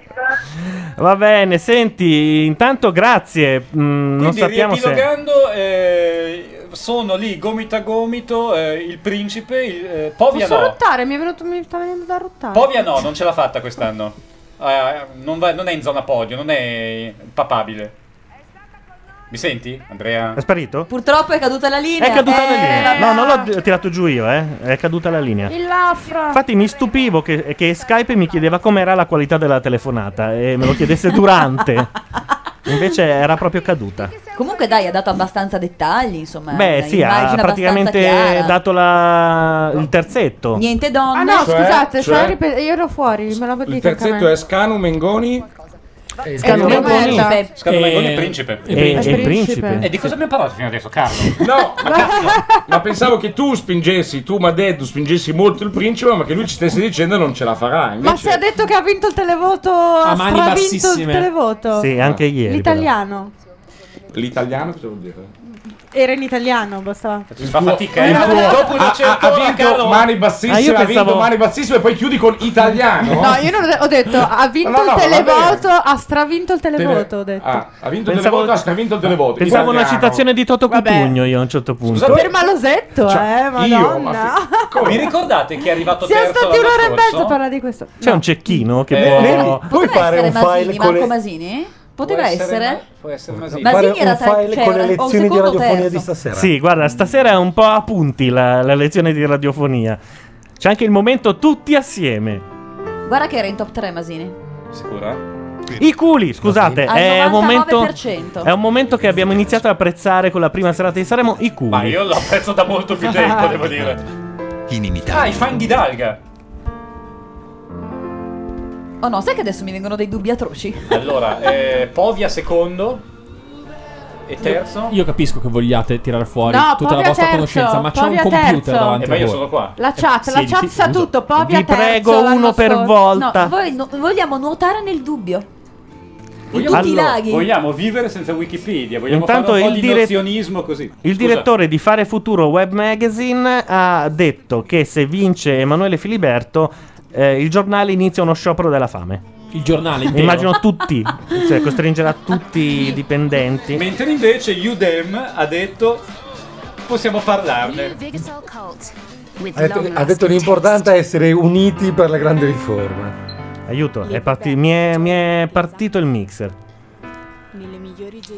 Speaker 2: Va bene, senti, intanto grazie. mm, non
Speaker 11: Quindi
Speaker 2: sappiamo se.
Speaker 11: riepilogando, eh, sono lì gomito a gomito, eh, il principe, il, eh, Povia
Speaker 13: Posso
Speaker 11: no.
Speaker 13: rottare? Mi, è venuto, mi sta venendo da rottare.
Speaker 11: Povia no, non ce l'ha fatta quest'anno. Eh, non, va- non è in zona podio, non è papabile. Mi senti, Andrea?
Speaker 2: È sparito?
Speaker 7: Purtroppo è caduta la linea.
Speaker 2: È caduta la
Speaker 7: Eh,
Speaker 2: linea.
Speaker 7: vabbè.
Speaker 2: No, non l'ho tirato giù io, eh. È caduta la linea.
Speaker 13: Il lafra.
Speaker 2: Infatti mi stupivo che, che Skype mi chiedeva com'era la qualità della telefonata e me lo chiedesse durante. Invece era proprio caduta.
Speaker 7: Comunque dai, ha dato abbastanza dettagli, insomma.
Speaker 2: Beh, sì,
Speaker 7: un'immagine
Speaker 2: ha
Speaker 7: abbastanza
Speaker 2: praticamente
Speaker 7: chiara.
Speaker 2: dato la- il terzetto.
Speaker 7: Niente donne.
Speaker 13: Ah no,
Speaker 5: Cioè,
Speaker 13: scusate,
Speaker 5: cioè?
Speaker 13: sai ripet- io ero fuori, me l'ho
Speaker 5: Il
Speaker 13: perdita.
Speaker 5: terzetto è Scanu Mengoni.
Speaker 13: Scanu Mengoni.
Speaker 6: eh,
Speaker 14: Eh,
Speaker 13: Principe.
Speaker 11: Scanu Mengoni è
Speaker 5: E-
Speaker 11: principe.
Speaker 5: e- e- e- e- principe.
Speaker 11: E di cosa abbiamo parlato fino adesso, Carlo?
Speaker 5: No, ma, ma pensavo che tu spingessi, tu Madeddu spingessi molto il principe, ma che lui ci stesse dicendo non ce la farà.
Speaker 13: Ma
Speaker 5: Invece,
Speaker 13: se ha detto che ha vinto il televoto, ha
Speaker 5: mani
Speaker 13: stravinto il
Speaker 5: bassissime.
Speaker 13: televoto.
Speaker 5: Sì, anche ieri,
Speaker 13: L'italiano.
Speaker 5: l'italiano cosa vuol dire?
Speaker 13: Era in italiano, bastava.
Speaker 11: Fa fatica, eh.
Speaker 5: Il tuo.
Speaker 11: Dopo una
Speaker 5: Ha- ha,
Speaker 11: certa
Speaker 5: ha
Speaker 11: ora,
Speaker 5: vinto
Speaker 11: Carlo.
Speaker 5: mani bassissime,
Speaker 11: Ah, io
Speaker 5: ha
Speaker 11: pensavo-
Speaker 5: vinto mani bassissime e poi chiudi con italiano.
Speaker 13: No, io non ho de- ho detto, ha vinto
Speaker 5: No, no,
Speaker 13: il
Speaker 5: va bene.
Speaker 13: televoto, ha stravinto il televoto, ho detto.
Speaker 5: Ah, ha vinto il
Speaker 2: Pensavo-
Speaker 5: televoto, ha stravinto il televoto.
Speaker 2: Pensavo a una
Speaker 5: Italiano.
Speaker 2: citazione di Toto Cutugno io a un certo punto.
Speaker 5: Scusate,
Speaker 13: Per Malosetto, eh, madonna.
Speaker 11: Mi ricordate che è arrivato
Speaker 13: Siamo
Speaker 11: terzo
Speaker 13: stati
Speaker 11: l'anno
Speaker 13: un'ora e mezzo a
Speaker 11: scorso?
Speaker 13: parlare di questo.
Speaker 2: C'è un cecchino che
Speaker 11: Eh,
Speaker 2: può-
Speaker 11: Nelly,
Speaker 7: Poteva
Speaker 2: fare
Speaker 7: essere
Speaker 2: un
Speaker 7: Masini,
Speaker 2: file con
Speaker 7: Marco
Speaker 2: le-
Speaker 7: Masini? Poteva
Speaker 11: Può essere
Speaker 7: essere?
Speaker 11: Ma- può essere Masini.
Speaker 7: Masini era tra- cioè, era- o secondo o terzo.
Speaker 15: eh,
Speaker 4: stasera.
Speaker 2: Sì, guarda, stasera è un po' a punti la, la lezione di radiofonia. C'è anche il momento tutti assieme.
Speaker 7: Guarda che era in top 3 Masini.
Speaker 11: Sicura?
Speaker 2: I culi, scusate,
Speaker 7: Al
Speaker 2: è un, momento,
Speaker 7: 99%.
Speaker 2: è un momento che abbiamo iniziato a apprezzare con la prima serata di Saremo, i culi.
Speaker 11: Ma io lo apprezzo da molto più tempo, devo dire. Ah, i fanghi d'alga.
Speaker 7: Oh no, sai che adesso mi vengono dei dubbi atroci.
Speaker 11: Allora, eh, Povia secondo e terzo.
Speaker 3: Io capisco che vogliate tirare fuori
Speaker 13: No,
Speaker 3: tutta la
Speaker 13: Povia
Speaker 3: vostra
Speaker 13: terzo,
Speaker 3: conoscenza, ma c'è un
Speaker 13: Povia
Speaker 3: computer
Speaker 13: terzo.
Speaker 3: davanti.
Speaker 11: Eh, ma
Speaker 3: a
Speaker 11: io
Speaker 3: voi.
Speaker 11: sono qua.
Speaker 13: La chat,
Speaker 3: Eh,
Speaker 13: la
Speaker 3: sì,
Speaker 13: chat
Speaker 3: sì,
Speaker 13: sa
Speaker 3: scusa.
Speaker 13: tutto, Povia
Speaker 2: Vi
Speaker 13: terzo
Speaker 2: prego,
Speaker 13: l'anno
Speaker 2: uno per
Speaker 13: scorso.
Speaker 2: volta.
Speaker 7: No, voi no- vogliamo nuotare nel dubbio. In tutti i
Speaker 11: Allora,
Speaker 7: laghi.
Speaker 11: vogliamo vivere senza Wikipedia, vogliamo
Speaker 2: Intanto
Speaker 11: fare un
Speaker 2: il
Speaker 11: po' di
Speaker 2: dire-
Speaker 11: nozionismo così.
Speaker 2: Il
Speaker 11: Scusa.
Speaker 2: direttore di Fare Futuro Web Magazine ha detto che se vince Emanuele Filiberto, eh, il giornale inizia uno sciopero della fame.
Speaker 3: il giornale intero.
Speaker 2: Immagino tutti, cioè costringerà tutti i dipendenti.
Speaker 11: Mentre invece Udem ha detto possiamo parlarne.
Speaker 4: Ha detto, ha detto l'importante è essere uniti per la grande riforma.
Speaker 2: Aiuto, è parti- mi, è, mi è partito il mixer.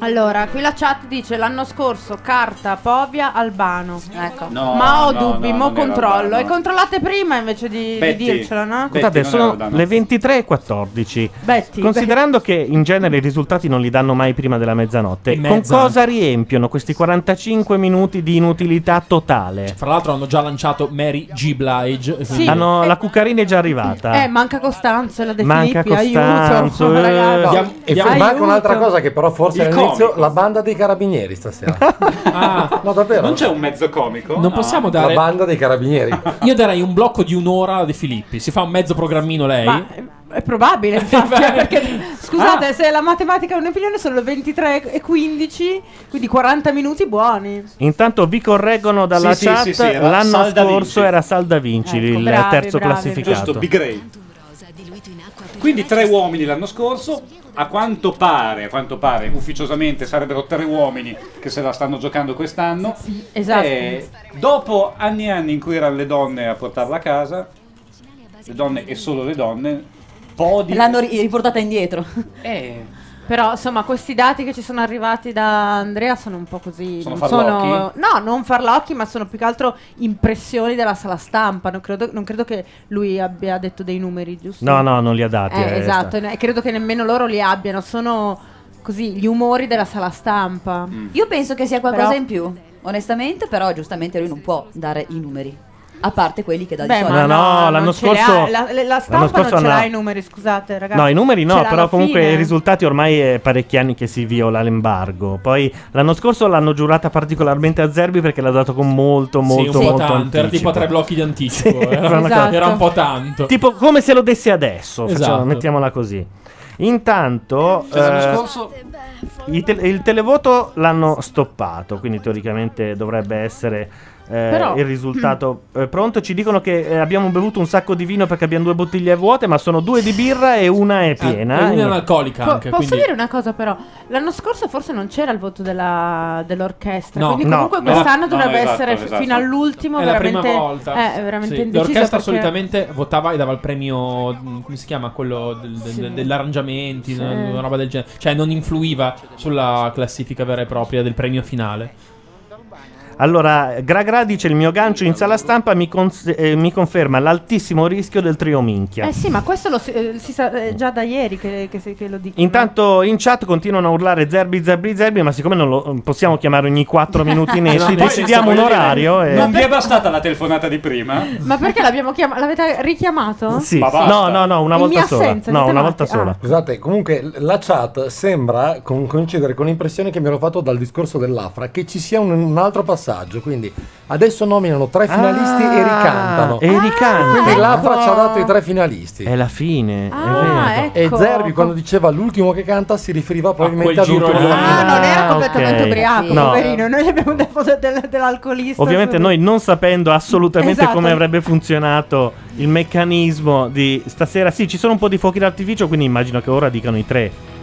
Speaker 13: Allora, qui la chat dice l'anno scorso carta Povia Albano. Ecco.
Speaker 2: No,
Speaker 13: Ma ho
Speaker 2: no,
Speaker 13: dubbi,
Speaker 2: no,
Speaker 13: mo
Speaker 2: non era
Speaker 13: controllo.
Speaker 2: Albano.
Speaker 13: E controllate prima invece di, di
Speaker 2: Betty.
Speaker 13: dircelo, no?
Speaker 2: Scusate, sono le 23.14.
Speaker 13: Betty,
Speaker 2: Considerando che in genere i risultati non li danno mai prima della mezzanotte,
Speaker 3: E
Speaker 2: con
Speaker 3: mezza.
Speaker 2: cosa riempiono questi 45 minuti di inutilità totale?
Speaker 3: Fra l'altro hanno già lanciato Mary G. Blige. e quindi-
Speaker 2: Hanno- la Cuccarini è già arrivata.
Speaker 13: Eh, manca Costanzo e la De
Speaker 2: Manca
Speaker 13: Filippi, aiuto.
Speaker 2: Costanzo, eh.
Speaker 13: ragazzi.
Speaker 2: Diamo-
Speaker 4: E
Speaker 2: diamo-
Speaker 4: poi manca
Speaker 2: Aiuto.
Speaker 4: un'altra cosa che però forse
Speaker 11: Il
Speaker 4: all'inizio
Speaker 11: comico.
Speaker 4: la banda dei carabinieri stasera.
Speaker 11: no, davvero? Ah, Non c'è un mezzo comico.
Speaker 3: Non possiamo dare-
Speaker 4: La banda dei carabinieri.
Speaker 3: Io darei un blocco di un'ora a De Filippi. Si fa un mezzo programmino lei.
Speaker 13: Ma è probabile, infatti, cioè, perché
Speaker 2: Ah.
Speaker 13: scusate, se la matematica è un'opinione sono le 23 e 15, quindi 40 minuti buoni.
Speaker 2: Intanto vi correggono dalla
Speaker 11: Sì, sì,
Speaker 2: chat,
Speaker 11: sì, sì, era
Speaker 2: l'anno
Speaker 11: Sal Da
Speaker 2: scorso
Speaker 11: Vinci.
Speaker 2: era Sal Da Vinci,
Speaker 13: Ecco,
Speaker 2: il
Speaker 11: Bravi,
Speaker 2: terzo
Speaker 11: bravi.
Speaker 2: classificato.
Speaker 11: Giusto, Big Ray. Quindi tre uomini l'anno scorso, a quanto pare, a quanto pare ufficiosamente sarebbero tre uomini che se la stanno giocando quest'anno.
Speaker 13: Esatto.
Speaker 11: E dopo anni e anni in cui erano le donne a portarla a casa, le donne e solo le donne, po' di...
Speaker 7: L'hanno ri- riportata indietro.
Speaker 13: Eh, Però insomma, questi dati che ci sono arrivati da Andrea sono un po' così.
Speaker 11: Sono
Speaker 13: non
Speaker 11: farlocchi?
Speaker 13: no, non farlocchi, ma sono più che altro impressioni della sala stampa. Non credo, non credo che lui abbia detto dei numeri, giusto?
Speaker 2: No, no, non li ha dati.
Speaker 13: Eh,
Speaker 2: eh,
Speaker 13: esatto, e credo che nemmeno loro li abbiano. Sono così gli umori della sala stampa.
Speaker 3: Mm.
Speaker 7: Io penso che sia qualcosa
Speaker 13: Però-
Speaker 7: in più, onestamente, però giustamente lui non può dare i numeri, a parte quelli che dà
Speaker 13: Beh,
Speaker 7: di
Speaker 2: ma
Speaker 7: solito.
Speaker 2: no, No, l'anno
Speaker 13: non ce le ha.
Speaker 2: scorso-
Speaker 13: La, la- la
Speaker 2: l'anno
Speaker 13: stampa
Speaker 2: scorso
Speaker 13: non ce l'ha
Speaker 2: hanno-
Speaker 13: i numeri, scusate, ragazzi.
Speaker 2: No, i numeri
Speaker 13: Ce
Speaker 2: no,
Speaker 13: l'ha
Speaker 2: però
Speaker 13: alla
Speaker 2: comunque
Speaker 13: fine.
Speaker 2: i risultati ormai è parecchi anni che si viola l'embargo. Poi l'anno scorso l'hanno giurata particolarmente a Zerbi perché l'ha dato con molto,
Speaker 3: Sì,
Speaker 2: molto,
Speaker 3: un po'
Speaker 2: molto
Speaker 3: tanto. Era
Speaker 2: anticipo.
Speaker 3: tipo a tre blocchi di anticipo.
Speaker 2: Sì,
Speaker 3: era,
Speaker 2: era una cosa-
Speaker 3: era un po' tanto.
Speaker 2: Tipo come se lo desse adesso,
Speaker 3: Esatto.
Speaker 2: facciamo- mettiamola così. Intanto
Speaker 3: Cioè, l'anno
Speaker 2: eh,
Speaker 3: scorso-
Speaker 2: i te- il televoto l'hanno stoppato, quindi teoricamente dovrebbe essere eh,
Speaker 13: Però-
Speaker 2: il risultato eh, pronto. Ci dicono che eh, abbiamo bevuto un sacco di vino perché abbiamo due bottiglie vuote, ma sono due di birra e una è piena.
Speaker 3: Ah, e una è analcolica
Speaker 13: Po-
Speaker 3: anche,
Speaker 13: posso
Speaker 2: quindi-
Speaker 13: dire una cosa però? L'anno scorso forse non c'era il voto della- dell'orchestra,
Speaker 2: No,
Speaker 13: quindi
Speaker 2: no,
Speaker 13: comunque
Speaker 2: no.
Speaker 13: quest'anno
Speaker 2: No,
Speaker 13: dovrebbe
Speaker 2: esatto,
Speaker 13: essere
Speaker 2: esatto.
Speaker 13: fino all'ultimo
Speaker 3: È la
Speaker 13: veramente
Speaker 3: prima volta.
Speaker 13: eh, veramente
Speaker 3: Sì,
Speaker 13: indecisa
Speaker 3: L'orchestra
Speaker 13: perché-
Speaker 3: solitamente votava e dava il premio. mh, Come si chiama? Quello del- del-
Speaker 13: Sì.
Speaker 3: degli arrangiamenti,
Speaker 13: Sì.
Speaker 3: una una roba del genere. Cioè, non influiva sulla classifica vera e propria del premio finale.
Speaker 2: Allora, Gra Gra dice: Il mio gancio in sala stampa mi, cons- eh, mi conferma l'altissimo rischio del trio minchia.
Speaker 13: Eh sì, ma questo lo si, eh, si sa eh, già da ieri che, che si- che lo dicono.
Speaker 2: Intanto in chat continuano a urlare Zerbi, Zerbi, Zerbi, ma siccome non lo possiamo chiamare ogni 4 minuti
Speaker 11: No,
Speaker 2: nessi,
Speaker 11: poi
Speaker 2: decidiamo un
Speaker 11: voglio dire,
Speaker 2: orario. E...
Speaker 11: Non vi è bastata la telefonata di prima?
Speaker 13: Ma perché l'abbiamo chiama- l'avete richiamato?
Speaker 2: Sì,
Speaker 11: Ma
Speaker 2: sì.
Speaker 11: basta.
Speaker 2: no, no, no, una
Speaker 13: In
Speaker 2: volta
Speaker 13: mia
Speaker 2: sola.
Speaker 13: assenza,
Speaker 2: no,
Speaker 13: siete
Speaker 2: una
Speaker 13: matti?
Speaker 2: volta sola.
Speaker 4: Scusate, comunque l- la chat sembra con- coincidere con l'impressione che mi ero fatto dal discorso dell'Afra che ci sia un, un altro passaggio. Quindi adesso nominano tre finalisti e ricantano.
Speaker 2: Ah, E Ah, ricantano.
Speaker 4: Quindi l'Afra ci ha dato i tre finalisti.
Speaker 2: È la fine. è vero.
Speaker 4: E Zerbi quando diceva l'ultimo che canta si riferiva probabilmente
Speaker 2: quel
Speaker 4: ad
Speaker 2: giro
Speaker 4: ultimo.
Speaker 2: lì. Ah, non era Ah, completamente ok.
Speaker 13: Ubriaco,
Speaker 2: No.
Speaker 13: poverino, noi gli abbiamo dato del- dell'alcolista.
Speaker 2: Ovviamente
Speaker 13: su-
Speaker 2: noi non sapendo assolutamente
Speaker 13: Esatto.
Speaker 2: come avrebbe funzionato il meccanismo di stasera. Sì, ci sono un po' di fuochi d'artificio, quindi immagino che ora dicano i tre.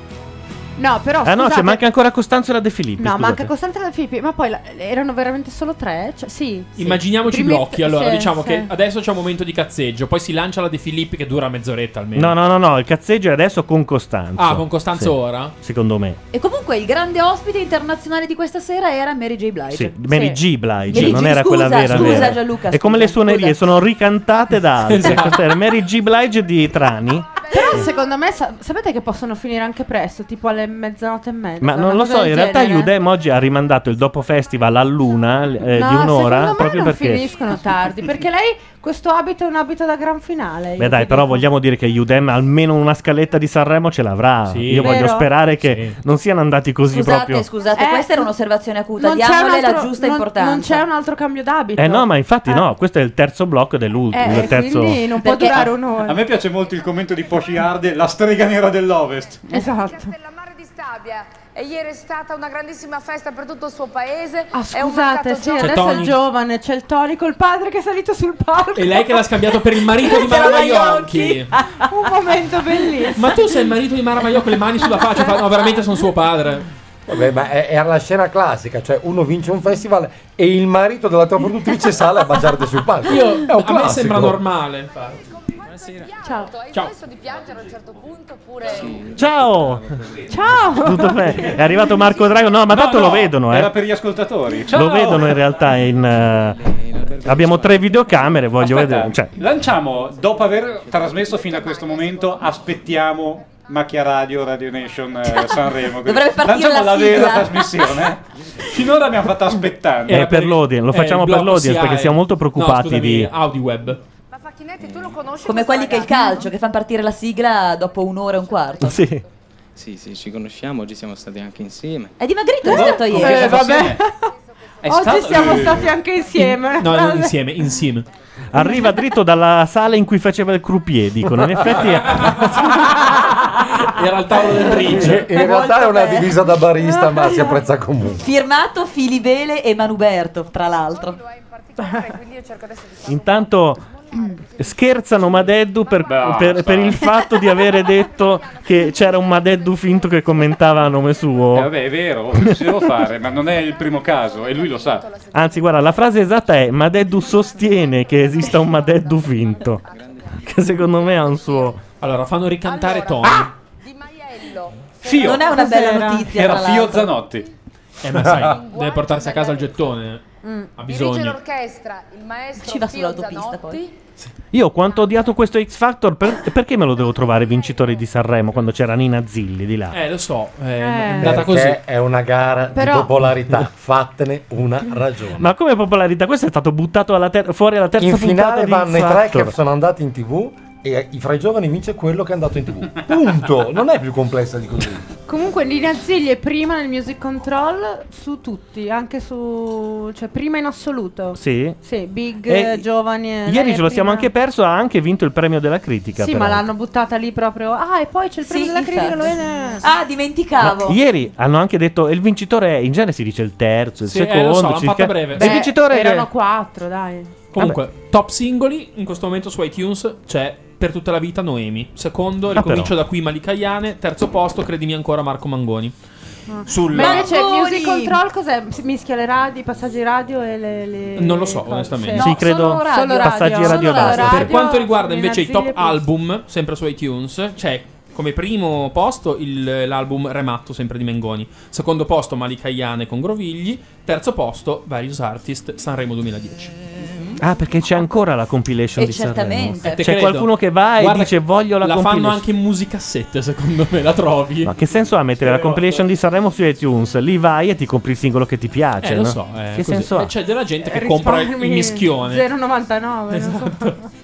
Speaker 13: No, però
Speaker 2: ah no,
Speaker 13: scusate,
Speaker 2: c'è manca ancora Costanzo e la De Filippi.
Speaker 13: No,
Speaker 2: scusate.
Speaker 13: manca Costante la Filippi, ma poi la- erano veramente solo tre? Cioè, sì. sì.
Speaker 3: Immaginiamoci i
Speaker 13: Primi-
Speaker 3: blocchi. Allora,
Speaker 13: sì,
Speaker 3: diciamo
Speaker 13: sì.
Speaker 3: che adesso c'è un momento di cazzeggio. Poi si lancia la De Filippi che dura mezz'oretta almeno.
Speaker 2: No, no, no, no, il cazzeggio è adesso con Costanzo.
Speaker 3: Ah, con Costanzo
Speaker 2: Sì,
Speaker 3: ora?
Speaker 2: Secondo me.
Speaker 7: E comunque il grande ospite internazionale di questa sera era Mary J. Blige.
Speaker 2: Sì, Mary G. Blige,
Speaker 7: Mary G.
Speaker 2: non era
Speaker 7: Scusa,
Speaker 2: quella vera.
Speaker 7: scusa,
Speaker 2: vera.
Speaker 7: Gianluca,
Speaker 2: È come le suonerie, sono ricantate da altri.
Speaker 3: Esatto.
Speaker 2: Questa era Mary G. Blige di Trani.
Speaker 13: Però secondo me sa- sapete che possono finire anche presto, tipo alle mezzanotte e mezza.
Speaker 2: Ma non
Speaker 13: una
Speaker 2: lo
Speaker 13: cosa
Speaker 2: so,
Speaker 13: del
Speaker 2: in realtà
Speaker 13: genere. eh.
Speaker 2: Udem oggi ha rimandato il dopo festival a luna eh,
Speaker 13: No,
Speaker 2: di un'ora
Speaker 13: secondo me non
Speaker 2: proprio perché
Speaker 13: finiscono tardi, perché lei questo abito è un abito da gran finale.
Speaker 2: Beh dai, però vogliamo dire che Udem almeno una scaletta di Sanremo ce l'avrà.
Speaker 3: Sì.
Speaker 2: Io voglio
Speaker 13: Vero?
Speaker 2: sperare che non siano andati così
Speaker 7: Scusate,
Speaker 2: proprio.
Speaker 7: scusate,
Speaker 13: Eh,
Speaker 7: questa era un'osservazione acuta,
Speaker 13: non c'è un
Speaker 7: diamole la
Speaker 13: altro-
Speaker 7: giusta
Speaker 13: non-
Speaker 7: importanza.
Speaker 13: non c'è un altro cambio d'abito.
Speaker 2: Eh no, ma infatti no, questo è il terzo blocco dell'ultimo.
Speaker 13: Eh,
Speaker 2: il terzo...
Speaker 13: quindi non può
Speaker 7: Perché-
Speaker 13: durare un'ora.
Speaker 11: A me piace molto il commento di Posciarde, la strega nera dell'Ovest.
Speaker 13: Esatto.
Speaker 10: Di Stabia E ieri è stata una grandissima festa per tutto il suo paese.
Speaker 13: Ah,
Speaker 10: è un
Speaker 13: scusate,
Speaker 10: mercato
Speaker 13: sì,
Speaker 10: giovane.
Speaker 3: C'è
Speaker 13: adesso è il
Speaker 3: Tony.
Speaker 13: giovane, c'è il Tony col padre che è salito sul palco.
Speaker 3: E lei che l'ha scambiato per il marito di Mara Maionchi.
Speaker 13: Un momento bellissimo.
Speaker 3: Ma tu sei il marito di Mara Maionchi con le mani sulla faccia. Fa, no, veramente sono suo padre.
Speaker 4: Vabbè, ma è- era la scena classica, cioè uno vince un festival e il marito della tua produttrice sale a baciarti sul palco. è un
Speaker 3: Io, a me
Speaker 4: classico.
Speaker 3: sembra normale, infatti.
Speaker 10: Ciao. Hai
Speaker 3: Ciao.
Speaker 10: smesso di piangere a un certo punto oppure...
Speaker 12: Eh.
Speaker 2: Ciao!
Speaker 13: Ciao!
Speaker 2: Tutto bene. È arrivato Marco Drago. No, ma
Speaker 11: No,
Speaker 2: tanto
Speaker 11: no,
Speaker 2: lo vedono, eh.
Speaker 11: Era per gli ascoltatori.
Speaker 2: Lo vedono in realtà in, eh, abbiamo tre videocamere, voglio
Speaker 11: Aspetta,
Speaker 2: vedere. Cioè,
Speaker 13: Eh,
Speaker 11: Lanciamo, dopo aver trasmesso fino a questo momento, aspettiamo Macchia Radio, Radio Nation eh, Sanremo. Quindi
Speaker 7: Dovrebbe partire
Speaker 11: Lanciamo la,
Speaker 7: la
Speaker 11: vera
Speaker 7: sigla.
Speaker 11: trasmissione. Finora abbiamo fatto Eh, aspettare.
Speaker 2: è per l'audience, lo facciamo per l'audience perché siamo molto preoccupati di
Speaker 3: AudiWeb.
Speaker 7: Come quelli che il calcio, che fanno partire la sigla dopo un'ora e un quarto.
Speaker 2: Sì.
Speaker 20: Sì, sì, ci conosciamo, oggi siamo stati anche insieme.
Speaker 7: È dimagrito rispetto a ieri.
Speaker 20: Eh, vabbè.
Speaker 3: È
Speaker 13: Oggi
Speaker 3: stato-
Speaker 13: siamo
Speaker 3: eh.
Speaker 13: stati anche insieme.
Speaker 3: No, non
Speaker 13: Vabbè.
Speaker 3: insieme, insieme.
Speaker 2: Arriva dritto dalla sala in cui faceva il croupier, dicono. In effetti è-
Speaker 3: Era il tavolo del bridge.
Speaker 4: In realtà è una divisa da barista, ma si apprezza comunque.
Speaker 7: Firmato Filibele e Manuberto, tra l'altro.
Speaker 2: intanto scherzano Madeddu per, per- per il fatto di avere detto che c'era un Madeddu finto che commentava a nome
Speaker 11: Eh,
Speaker 2: suo.
Speaker 11: vabbè, è vero, lo si deve fare, ma non è il primo caso e lui lo sa.
Speaker 2: Anzi, guarda, la frase esatta è Madeddu sostiene che esista un Madeddu finto. Che secondo me ha un suo...
Speaker 3: Allora, fanno ricantare Tony.
Speaker 11: Fio.
Speaker 7: Non è una bella
Speaker 11: Cos'era?
Speaker 7: notizia,
Speaker 11: Era
Speaker 7: tra l'altro.
Speaker 11: Fio Zanotti.
Speaker 3: Eh, ma sai, deve portarsi a casa il gettone.
Speaker 10: Mm.
Speaker 3: Ha
Speaker 10: Dirige
Speaker 3: bisogno.
Speaker 10: l'orchestra, il
Speaker 7: Ci
Speaker 10: maestro
Speaker 7: va
Speaker 10: Fio
Speaker 7: sull'autopista,
Speaker 10: Zanotti.
Speaker 2: Io quanto ho odiato questo X Factor, per- perché me lo devo trovare vincitore di Sanremo quando c'era Nina Zilli di là?
Speaker 3: Eh, lo so, è
Speaker 4: Perché
Speaker 3: andata
Speaker 11: Eh,
Speaker 3: così.
Speaker 4: È una gara
Speaker 3: Però-
Speaker 4: di popolarità, fattene una ragione.
Speaker 2: Ma come popolarità? Questo è stato buttato alla ter- fuori alla terza
Speaker 4: In
Speaker 2: puntata
Speaker 4: finale
Speaker 2: di
Speaker 4: vanno
Speaker 2: X
Speaker 4: i tre
Speaker 2: Factor.
Speaker 4: che sono andati in tv e i- fra i giovani vince quello che è andato in tv. Punto. Non è più complessa di così.
Speaker 13: Comunque Nina Zilli è prima nel music control su tutti, anche su... cioè prima in assoluto.
Speaker 2: Sì.
Speaker 13: Sì, big,
Speaker 2: E-
Speaker 13: giovani... eh, lei
Speaker 2: Ieri
Speaker 13: è
Speaker 2: ce lo siamo
Speaker 13: prima.
Speaker 2: anche perso, ha anche vinto il premio della critica.
Speaker 13: Sì, ma
Speaker 2: peraltro.
Speaker 13: l'hanno buttata lì proprio... Ah, e poi c'è il premio
Speaker 7: Sì,
Speaker 13: della critica, lo
Speaker 7: infatti.
Speaker 13: vede...
Speaker 7: Ah, dimenticavo.
Speaker 2: Ieri hanno anche detto il vincitore è, in genere si dice il terzo, il
Speaker 3: Sì, eh,
Speaker 2: secondo,
Speaker 3: lo so, l'hanno
Speaker 2: si Eh,
Speaker 3: fatta
Speaker 2: dice-
Speaker 3: breve.
Speaker 2: il
Speaker 3: Beh,
Speaker 2: vincitore è-
Speaker 13: Eh, Erano quattro, dai.
Speaker 3: Comunque, top singoli in questo momento su iTunes c'è per tutta la vita Noemi. Secondo,
Speaker 2: Ah, però.
Speaker 3: ricomincio da qui Malicaiane. Terzo posto, credimi ancora, Marco Mangoni.
Speaker 13: Ah.
Speaker 3: Sul
Speaker 13: Ma Mm. invece il
Speaker 7: Mangoni!
Speaker 13: music control cos'è? Si mischia le radio, i passaggi radio e le... le-
Speaker 3: Non lo so,
Speaker 13: le cose.
Speaker 3: onestamente.
Speaker 13: No,
Speaker 2: Sì, credo-
Speaker 13: solo radio.
Speaker 2: solo passaggi
Speaker 13: solo
Speaker 2: radio basta.
Speaker 3: per quanto riguarda invece i
Speaker 13: Nina
Speaker 3: top
Speaker 13: Zilli e-
Speaker 3: album, sempre su iTunes, c'è come primo posto il- l'album Rematto, sempre di Mengoni. Secondo posto Malicaiane con Grovigli. Terzo posto Various Artist Sanremo 2010.
Speaker 2: Ah, perché c'è ancora la compilation
Speaker 3: E
Speaker 2: di Sanremo.
Speaker 3: certamente. Eh, te
Speaker 2: C'è
Speaker 3: credo.
Speaker 2: qualcuno che va e
Speaker 3: Guarda
Speaker 2: dice
Speaker 3: che
Speaker 2: voglio la,
Speaker 3: la fanno
Speaker 2: compilation.
Speaker 3: anche in musicassette, secondo me, la trovi.
Speaker 2: Ma che senso ha mettere la compilation di Sanremo su iTunes? Lì vai e ti compri il singolo che ti piace.
Speaker 3: Eh,
Speaker 2: Ah, no?
Speaker 3: lo so, eh,
Speaker 2: che
Speaker 3: così.
Speaker 2: senso
Speaker 3: Eh,
Speaker 2: ha?
Speaker 3: C'è della gente che
Speaker 13: Risparmi
Speaker 3: compra il il mischione.
Speaker 13: 0,99. Non so.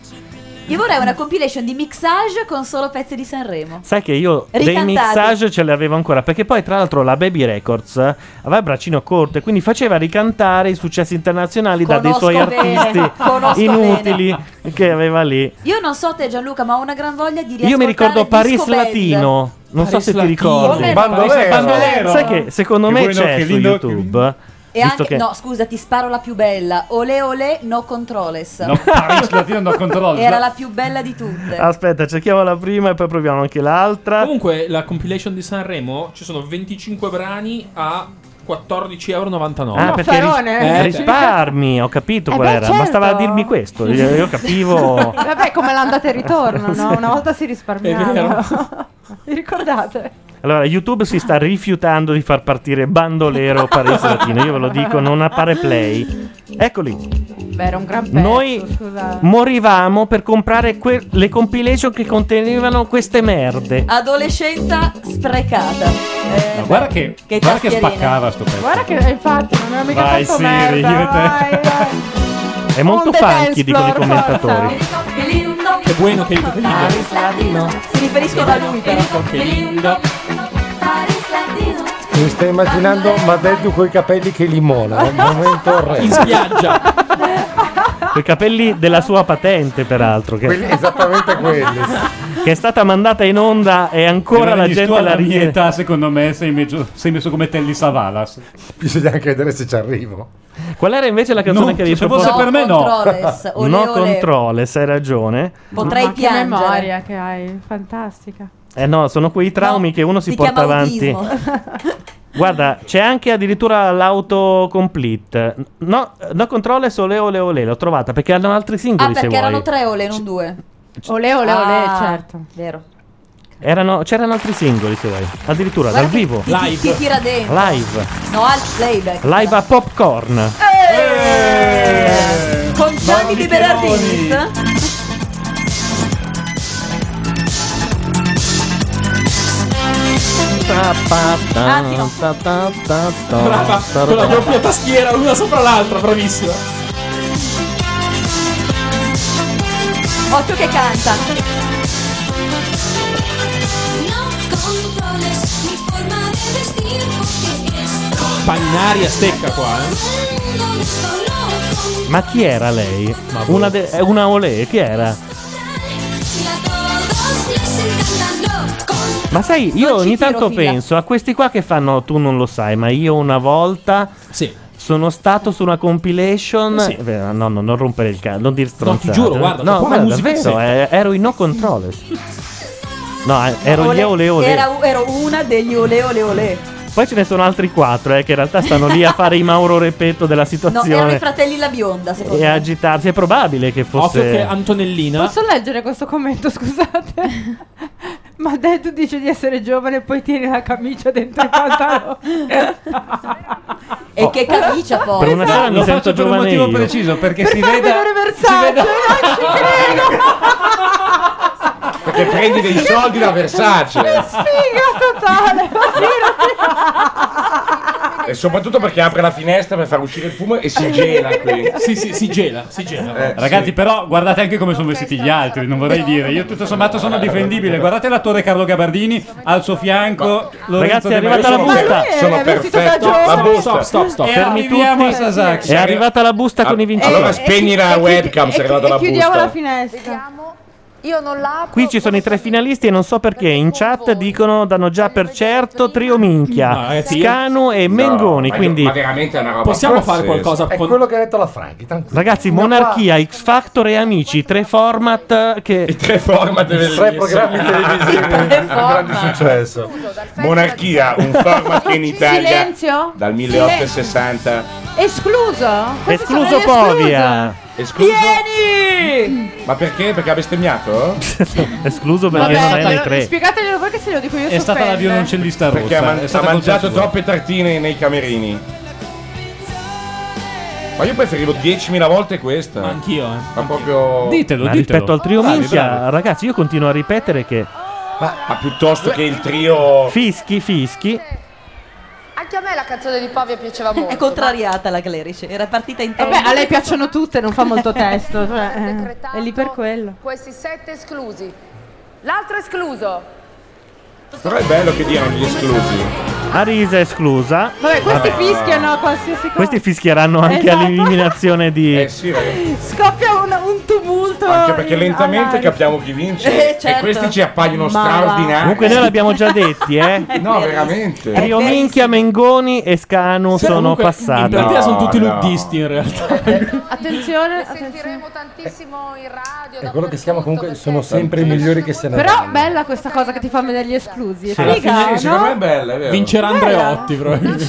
Speaker 7: Io vorrei una compilation di mixage con solo pezzi di Sanremo.
Speaker 2: Sai che io dei
Speaker 7: Ricantati.
Speaker 2: mixage ce li avevo ancora. Perché poi, tra l'altro, la Baby Records eh, aveva il braccino corto e quindi faceva ricantare i successi internazionali da dei
Speaker 7: Conosco
Speaker 2: suoi
Speaker 7: bene,
Speaker 2: artisti
Speaker 7: conosco
Speaker 2: inutili che aveva lì.
Speaker 7: Io non so te Gianluca, ma ho una gran voglia di riascoltare
Speaker 2: Io mi ricordo
Speaker 7: il
Speaker 2: Paris
Speaker 7: disco band.
Speaker 2: Latino. Non so
Speaker 3: Paris
Speaker 2: se ti
Speaker 3: Latino.
Speaker 2: ricordi.
Speaker 3: Bandolero. Bandolero. Bandolero.
Speaker 2: Sai che secondo
Speaker 3: Che
Speaker 2: me
Speaker 3: voi no,
Speaker 2: c'è
Speaker 3: che
Speaker 2: su
Speaker 3: lindo-
Speaker 2: YouTube.
Speaker 7: E
Speaker 2: visto
Speaker 7: anche,
Speaker 2: che
Speaker 7: no, scusa, ti sparo la più bella. Ole ole, no controles.
Speaker 11: Paris Latino no controllo.
Speaker 7: Era la più bella di tutte.
Speaker 2: Aspetta, cerchiamo la prima e poi proviamo anche l'altra.
Speaker 3: Comunque, la compilation di Sanremo ci sono 25 brani a 14,99 euro.
Speaker 2: Ah, perché ris- eh, risparmi, ho capito
Speaker 13: Eh
Speaker 2: qual
Speaker 13: beh,
Speaker 2: era.
Speaker 13: certo.
Speaker 2: Bastava dirmi questo. Io, io capivo.
Speaker 13: Vabbè, come l'andata e ritorno, no? Una volta si
Speaker 2: È vero.
Speaker 13: risparmiava. Vi ricordate?
Speaker 2: Allora, YouTube si sta rifiutando di far partire Bandolero Paris Latino. Io ve lo dico, non appare play. Eccoli.
Speaker 13: Beh, era un gran pezzo,
Speaker 2: Noi
Speaker 13: scusa.
Speaker 2: morivamo per comprare que- le compilation che contenevano queste merde.
Speaker 7: Adolescenza sprecata. Eh,
Speaker 2: Ma guarda che,
Speaker 7: che guarda che taschierina. spaccava
Speaker 2: sto pezzo.
Speaker 13: Guarda che infatti non era mica
Speaker 2: Vai,
Speaker 13: tanto
Speaker 2: Siri,
Speaker 13: merda.
Speaker 2: io e te.
Speaker 13: vai, vai.
Speaker 2: È molto
Speaker 13: On the dance
Speaker 2: funky, dicono i
Speaker 13: floor, Ah,
Speaker 2: commentatori.
Speaker 3: Che buono che
Speaker 13: esatto.
Speaker 3: Paris
Speaker 7: Si riferiscono a lui, però.
Speaker 3: Che lindo.
Speaker 4: Mi stai immaginando Madeddu coi capelli che limona. È un momento orrendo.
Speaker 2: In spiaggia. Con i capelli della sua patente, peraltro. Che...
Speaker 4: Quelli- esattamente quelli.
Speaker 2: Che che è stata mandata in onda e ancora la
Speaker 11: Giovanni, tu
Speaker 2: gente
Speaker 11: alla
Speaker 2: la
Speaker 11: mia
Speaker 2: richiede.
Speaker 11: età, secondo me, sei messo, sei messo come Telly Savalas.
Speaker 4: Bisogna anche vedere se ci arrivo.
Speaker 2: Qual era invece la canzone
Speaker 11: Non-
Speaker 2: che avevi
Speaker 11: se fosse
Speaker 2: proposto?
Speaker 11: per me, no.
Speaker 13: Controles, ole,
Speaker 2: no
Speaker 13: ole.
Speaker 2: controles, hai ragione.
Speaker 13: Potrei
Speaker 7: Ma che
Speaker 13: piangere.
Speaker 7: memoria
Speaker 13: che hai, fantastica.
Speaker 2: Eh no, sono quei traumi che uno si porta avanti. Guarda, c'è anche addirittura l'autocomplete. No, no controles, ole ole ole, l'ho trovata perché hanno altri singoli
Speaker 7: Ah,
Speaker 2: se
Speaker 7: perché
Speaker 2: vuoi.
Speaker 7: erano tre ole, non due.
Speaker 13: Ole, ole, ole,
Speaker 7: Ah,
Speaker 13: certo.
Speaker 7: Vero.
Speaker 2: Erano- c'erano altri singoli se vuoi. Addirittura
Speaker 7: Guarda
Speaker 2: dal
Speaker 7: che
Speaker 2: vivo.
Speaker 7: ti- ti- ti tira dentro.
Speaker 2: Live.
Speaker 7: No, al playback.
Speaker 2: Live a popcorn.
Speaker 7: Con Gianni di Berardinis.
Speaker 3: Brava, con la doppia tastiera, una sopra l'altra, bravissima.
Speaker 7: Occhio che canta.
Speaker 3: Pannaria stecca qua, eh.
Speaker 2: Ma chi era lei? Una, de- eh, una Olé, chi era? Ma sai, io ogni
Speaker 12: tiro
Speaker 2: tanto
Speaker 12: fila.
Speaker 2: penso a questi qua che fanno tu non lo sai, ma io una volta sono stato su una compilation.
Speaker 3: Sì.
Speaker 2: Beh, no, no, non rompere il cazzo, non dir stronzate. eh.
Speaker 3: giuro, guarda,
Speaker 2: no,
Speaker 3: qua la
Speaker 2: guarda,
Speaker 3: musica
Speaker 2: davvero,
Speaker 3: secca.
Speaker 2: eh, ero in no controller. No, eh, ero gli ole ole.
Speaker 7: Era- ero una degli ole ole ole.
Speaker 2: Poi ce ne sono altri quattro, eh, che in realtà stanno lì a fare i Mauro Repetto della
Speaker 7: No, erano i
Speaker 2: situazione.
Speaker 7: fratelli La Bionda, secondo
Speaker 2: e
Speaker 7: me.
Speaker 2: agitarsi, è probabile che fosse.
Speaker 3: Occhio che Antonellina.
Speaker 13: Posso leggere questo commento, scusate? Ma Dedu dice di essere giovane e poi tieni la camicia dentro il pantalone.
Speaker 7: E che camicia poi.
Speaker 2: Per una
Speaker 11: Esatto.
Speaker 2: sera mi
Speaker 11: Lo
Speaker 2: sento
Speaker 11: faccio per un
Speaker 2: giovane
Speaker 11: motivo
Speaker 2: io.
Speaker 11: preciso, perché si
Speaker 13: farmi
Speaker 11: veda...
Speaker 13: l'universale, non ci
Speaker 5: Perché prendi dei soldi da Versace.
Speaker 13: Sfiga totale.
Speaker 5: E soprattutto perché apre la finestra per far uscire il fumo e si gela qui.
Speaker 11: Sì, sì, si gela, si
Speaker 5: gela.
Speaker 11: Ragazzi, però guardate anche come sono vestiti gli altri, non vorrei dire. Io tutto sommato sono difendibile. Guardate l'attore Carlo Gabardini al suo fianco.
Speaker 2: Ragazzi,
Speaker 11: Lorenzo
Speaker 2: è
Speaker 11: De
Speaker 2: arrivata la
Speaker 11: Maria.
Speaker 2: Ma busta. lui era Sono vestito da perfetto. giovane. La busta.
Speaker 11: Stop, stop, stop.
Speaker 2: E
Speaker 11: Fermi
Speaker 2: arriviamo
Speaker 11: tutti.
Speaker 2: a Sasaki. È arrivata la busta con i vincitori.
Speaker 5: Allora
Speaker 2: E-
Speaker 5: spegni la Ah, webcam se è arrivata la
Speaker 13: Chiudiamo
Speaker 5: busta.
Speaker 13: la finestra.
Speaker 10: Io non la apro.
Speaker 2: Qui ci sono i tre finalisti e non so perché in chat dicono danno già per certo Trio
Speaker 3: No,
Speaker 2: Minchia,
Speaker 3: ragazzi, io-
Speaker 2: Scanu e
Speaker 3: No,
Speaker 2: Mengoni,
Speaker 3: ma io-
Speaker 2: quindi
Speaker 3: ma veramente è una roba
Speaker 2: possiamo
Speaker 3: pazzesca.
Speaker 2: fare qualcosa
Speaker 4: È
Speaker 2: con-
Speaker 4: quello che ha detto la Franchi, tranquillo.
Speaker 2: Ragazzi,
Speaker 4: Fino a
Speaker 2: Monarchia, X Factor e Amici, tre format che I
Speaker 5: tre format
Speaker 4: Tre programmi televisivi di grande successo.
Speaker 5: Monarchia, un format che in Italia
Speaker 13: Silenzio?
Speaker 5: dal 1860
Speaker 13: Escluso? Questi sono
Speaker 5: Escluso
Speaker 13: gli
Speaker 5: Povia. Escluso?
Speaker 13: Vieni!
Speaker 5: Ma perché? Perché ha bestemmiato?
Speaker 2: Escluso
Speaker 13: Vabbè, però spiegateglielo voi che se lo dico io
Speaker 5: È
Speaker 13: si
Speaker 5: stata la
Speaker 13: offende.
Speaker 11: violoncellista
Speaker 5: Perché
Speaker 11: rossa,
Speaker 5: ha, man-
Speaker 11: è stata
Speaker 5: ha mangiato
Speaker 11: colpa sua.
Speaker 5: troppe tartine nei camerini. Ma io preferivo 10.000 volte questa.
Speaker 3: anch'io, eh.
Speaker 5: Ma proprio.
Speaker 2: Ma rispetto
Speaker 6: Ah,
Speaker 2: al Trio Minchia, ragazzi, io continuo a ripetere che
Speaker 5: Ma, piuttosto che il trio
Speaker 2: Fischi, fischi.
Speaker 10: Anche a me la canzone di Povia piaceva molto.
Speaker 7: È contrariata la Clerice, era partita in
Speaker 13: E
Speaker 7: troppo.
Speaker 13: Eh beh, a lei piacciono tutte, non fa molto testo. cioè, eh, è lì per quello.
Speaker 10: Questi sette esclusi. L'altro escluso.
Speaker 5: Però è bello che diano gli esclusi.
Speaker 2: Arisa
Speaker 5: Eh,
Speaker 2: esclusa.
Speaker 13: Vabbè, questi
Speaker 2: Ah.
Speaker 13: fischiano qualsiasi cosa.
Speaker 2: Questi fischieranno anche
Speaker 13: Esatto.
Speaker 2: all'eliminazione di
Speaker 13: Scoppia un, un tumulto.
Speaker 5: Eh Anche perché
Speaker 13: in-
Speaker 5: lentamente
Speaker 13: all'aria.
Speaker 5: capiamo chi vince.
Speaker 13: Oh, Eh,
Speaker 5: E
Speaker 13: certo.
Speaker 5: questi ci appaiono
Speaker 13: Ma va.
Speaker 5: straordinari.
Speaker 2: Comunque noi l'abbiamo già detti, eh.
Speaker 5: No, veramente.
Speaker 2: Trio Minchia, Mengoni e Scanu
Speaker 3: Sì,
Speaker 2: sono
Speaker 3: comunque,
Speaker 2: passati.
Speaker 3: in platea sono tutti luddisti,
Speaker 2: in realtà.
Speaker 13: Eh, Attenzione,
Speaker 10: Sentiremo tantissimo in radio.
Speaker 4: È quello che si chiama comunque sono sempre i migliori che se ne
Speaker 13: Però bella questa cosa che ti fa vedere gli esclusi.
Speaker 5: Alla fine,
Speaker 13: Figa,
Speaker 5: sì, secondo me
Speaker 13: no?
Speaker 5: è bella, è vero.
Speaker 3: Vincerà
Speaker 13: Bella.
Speaker 3: Andreotti, probabilmente.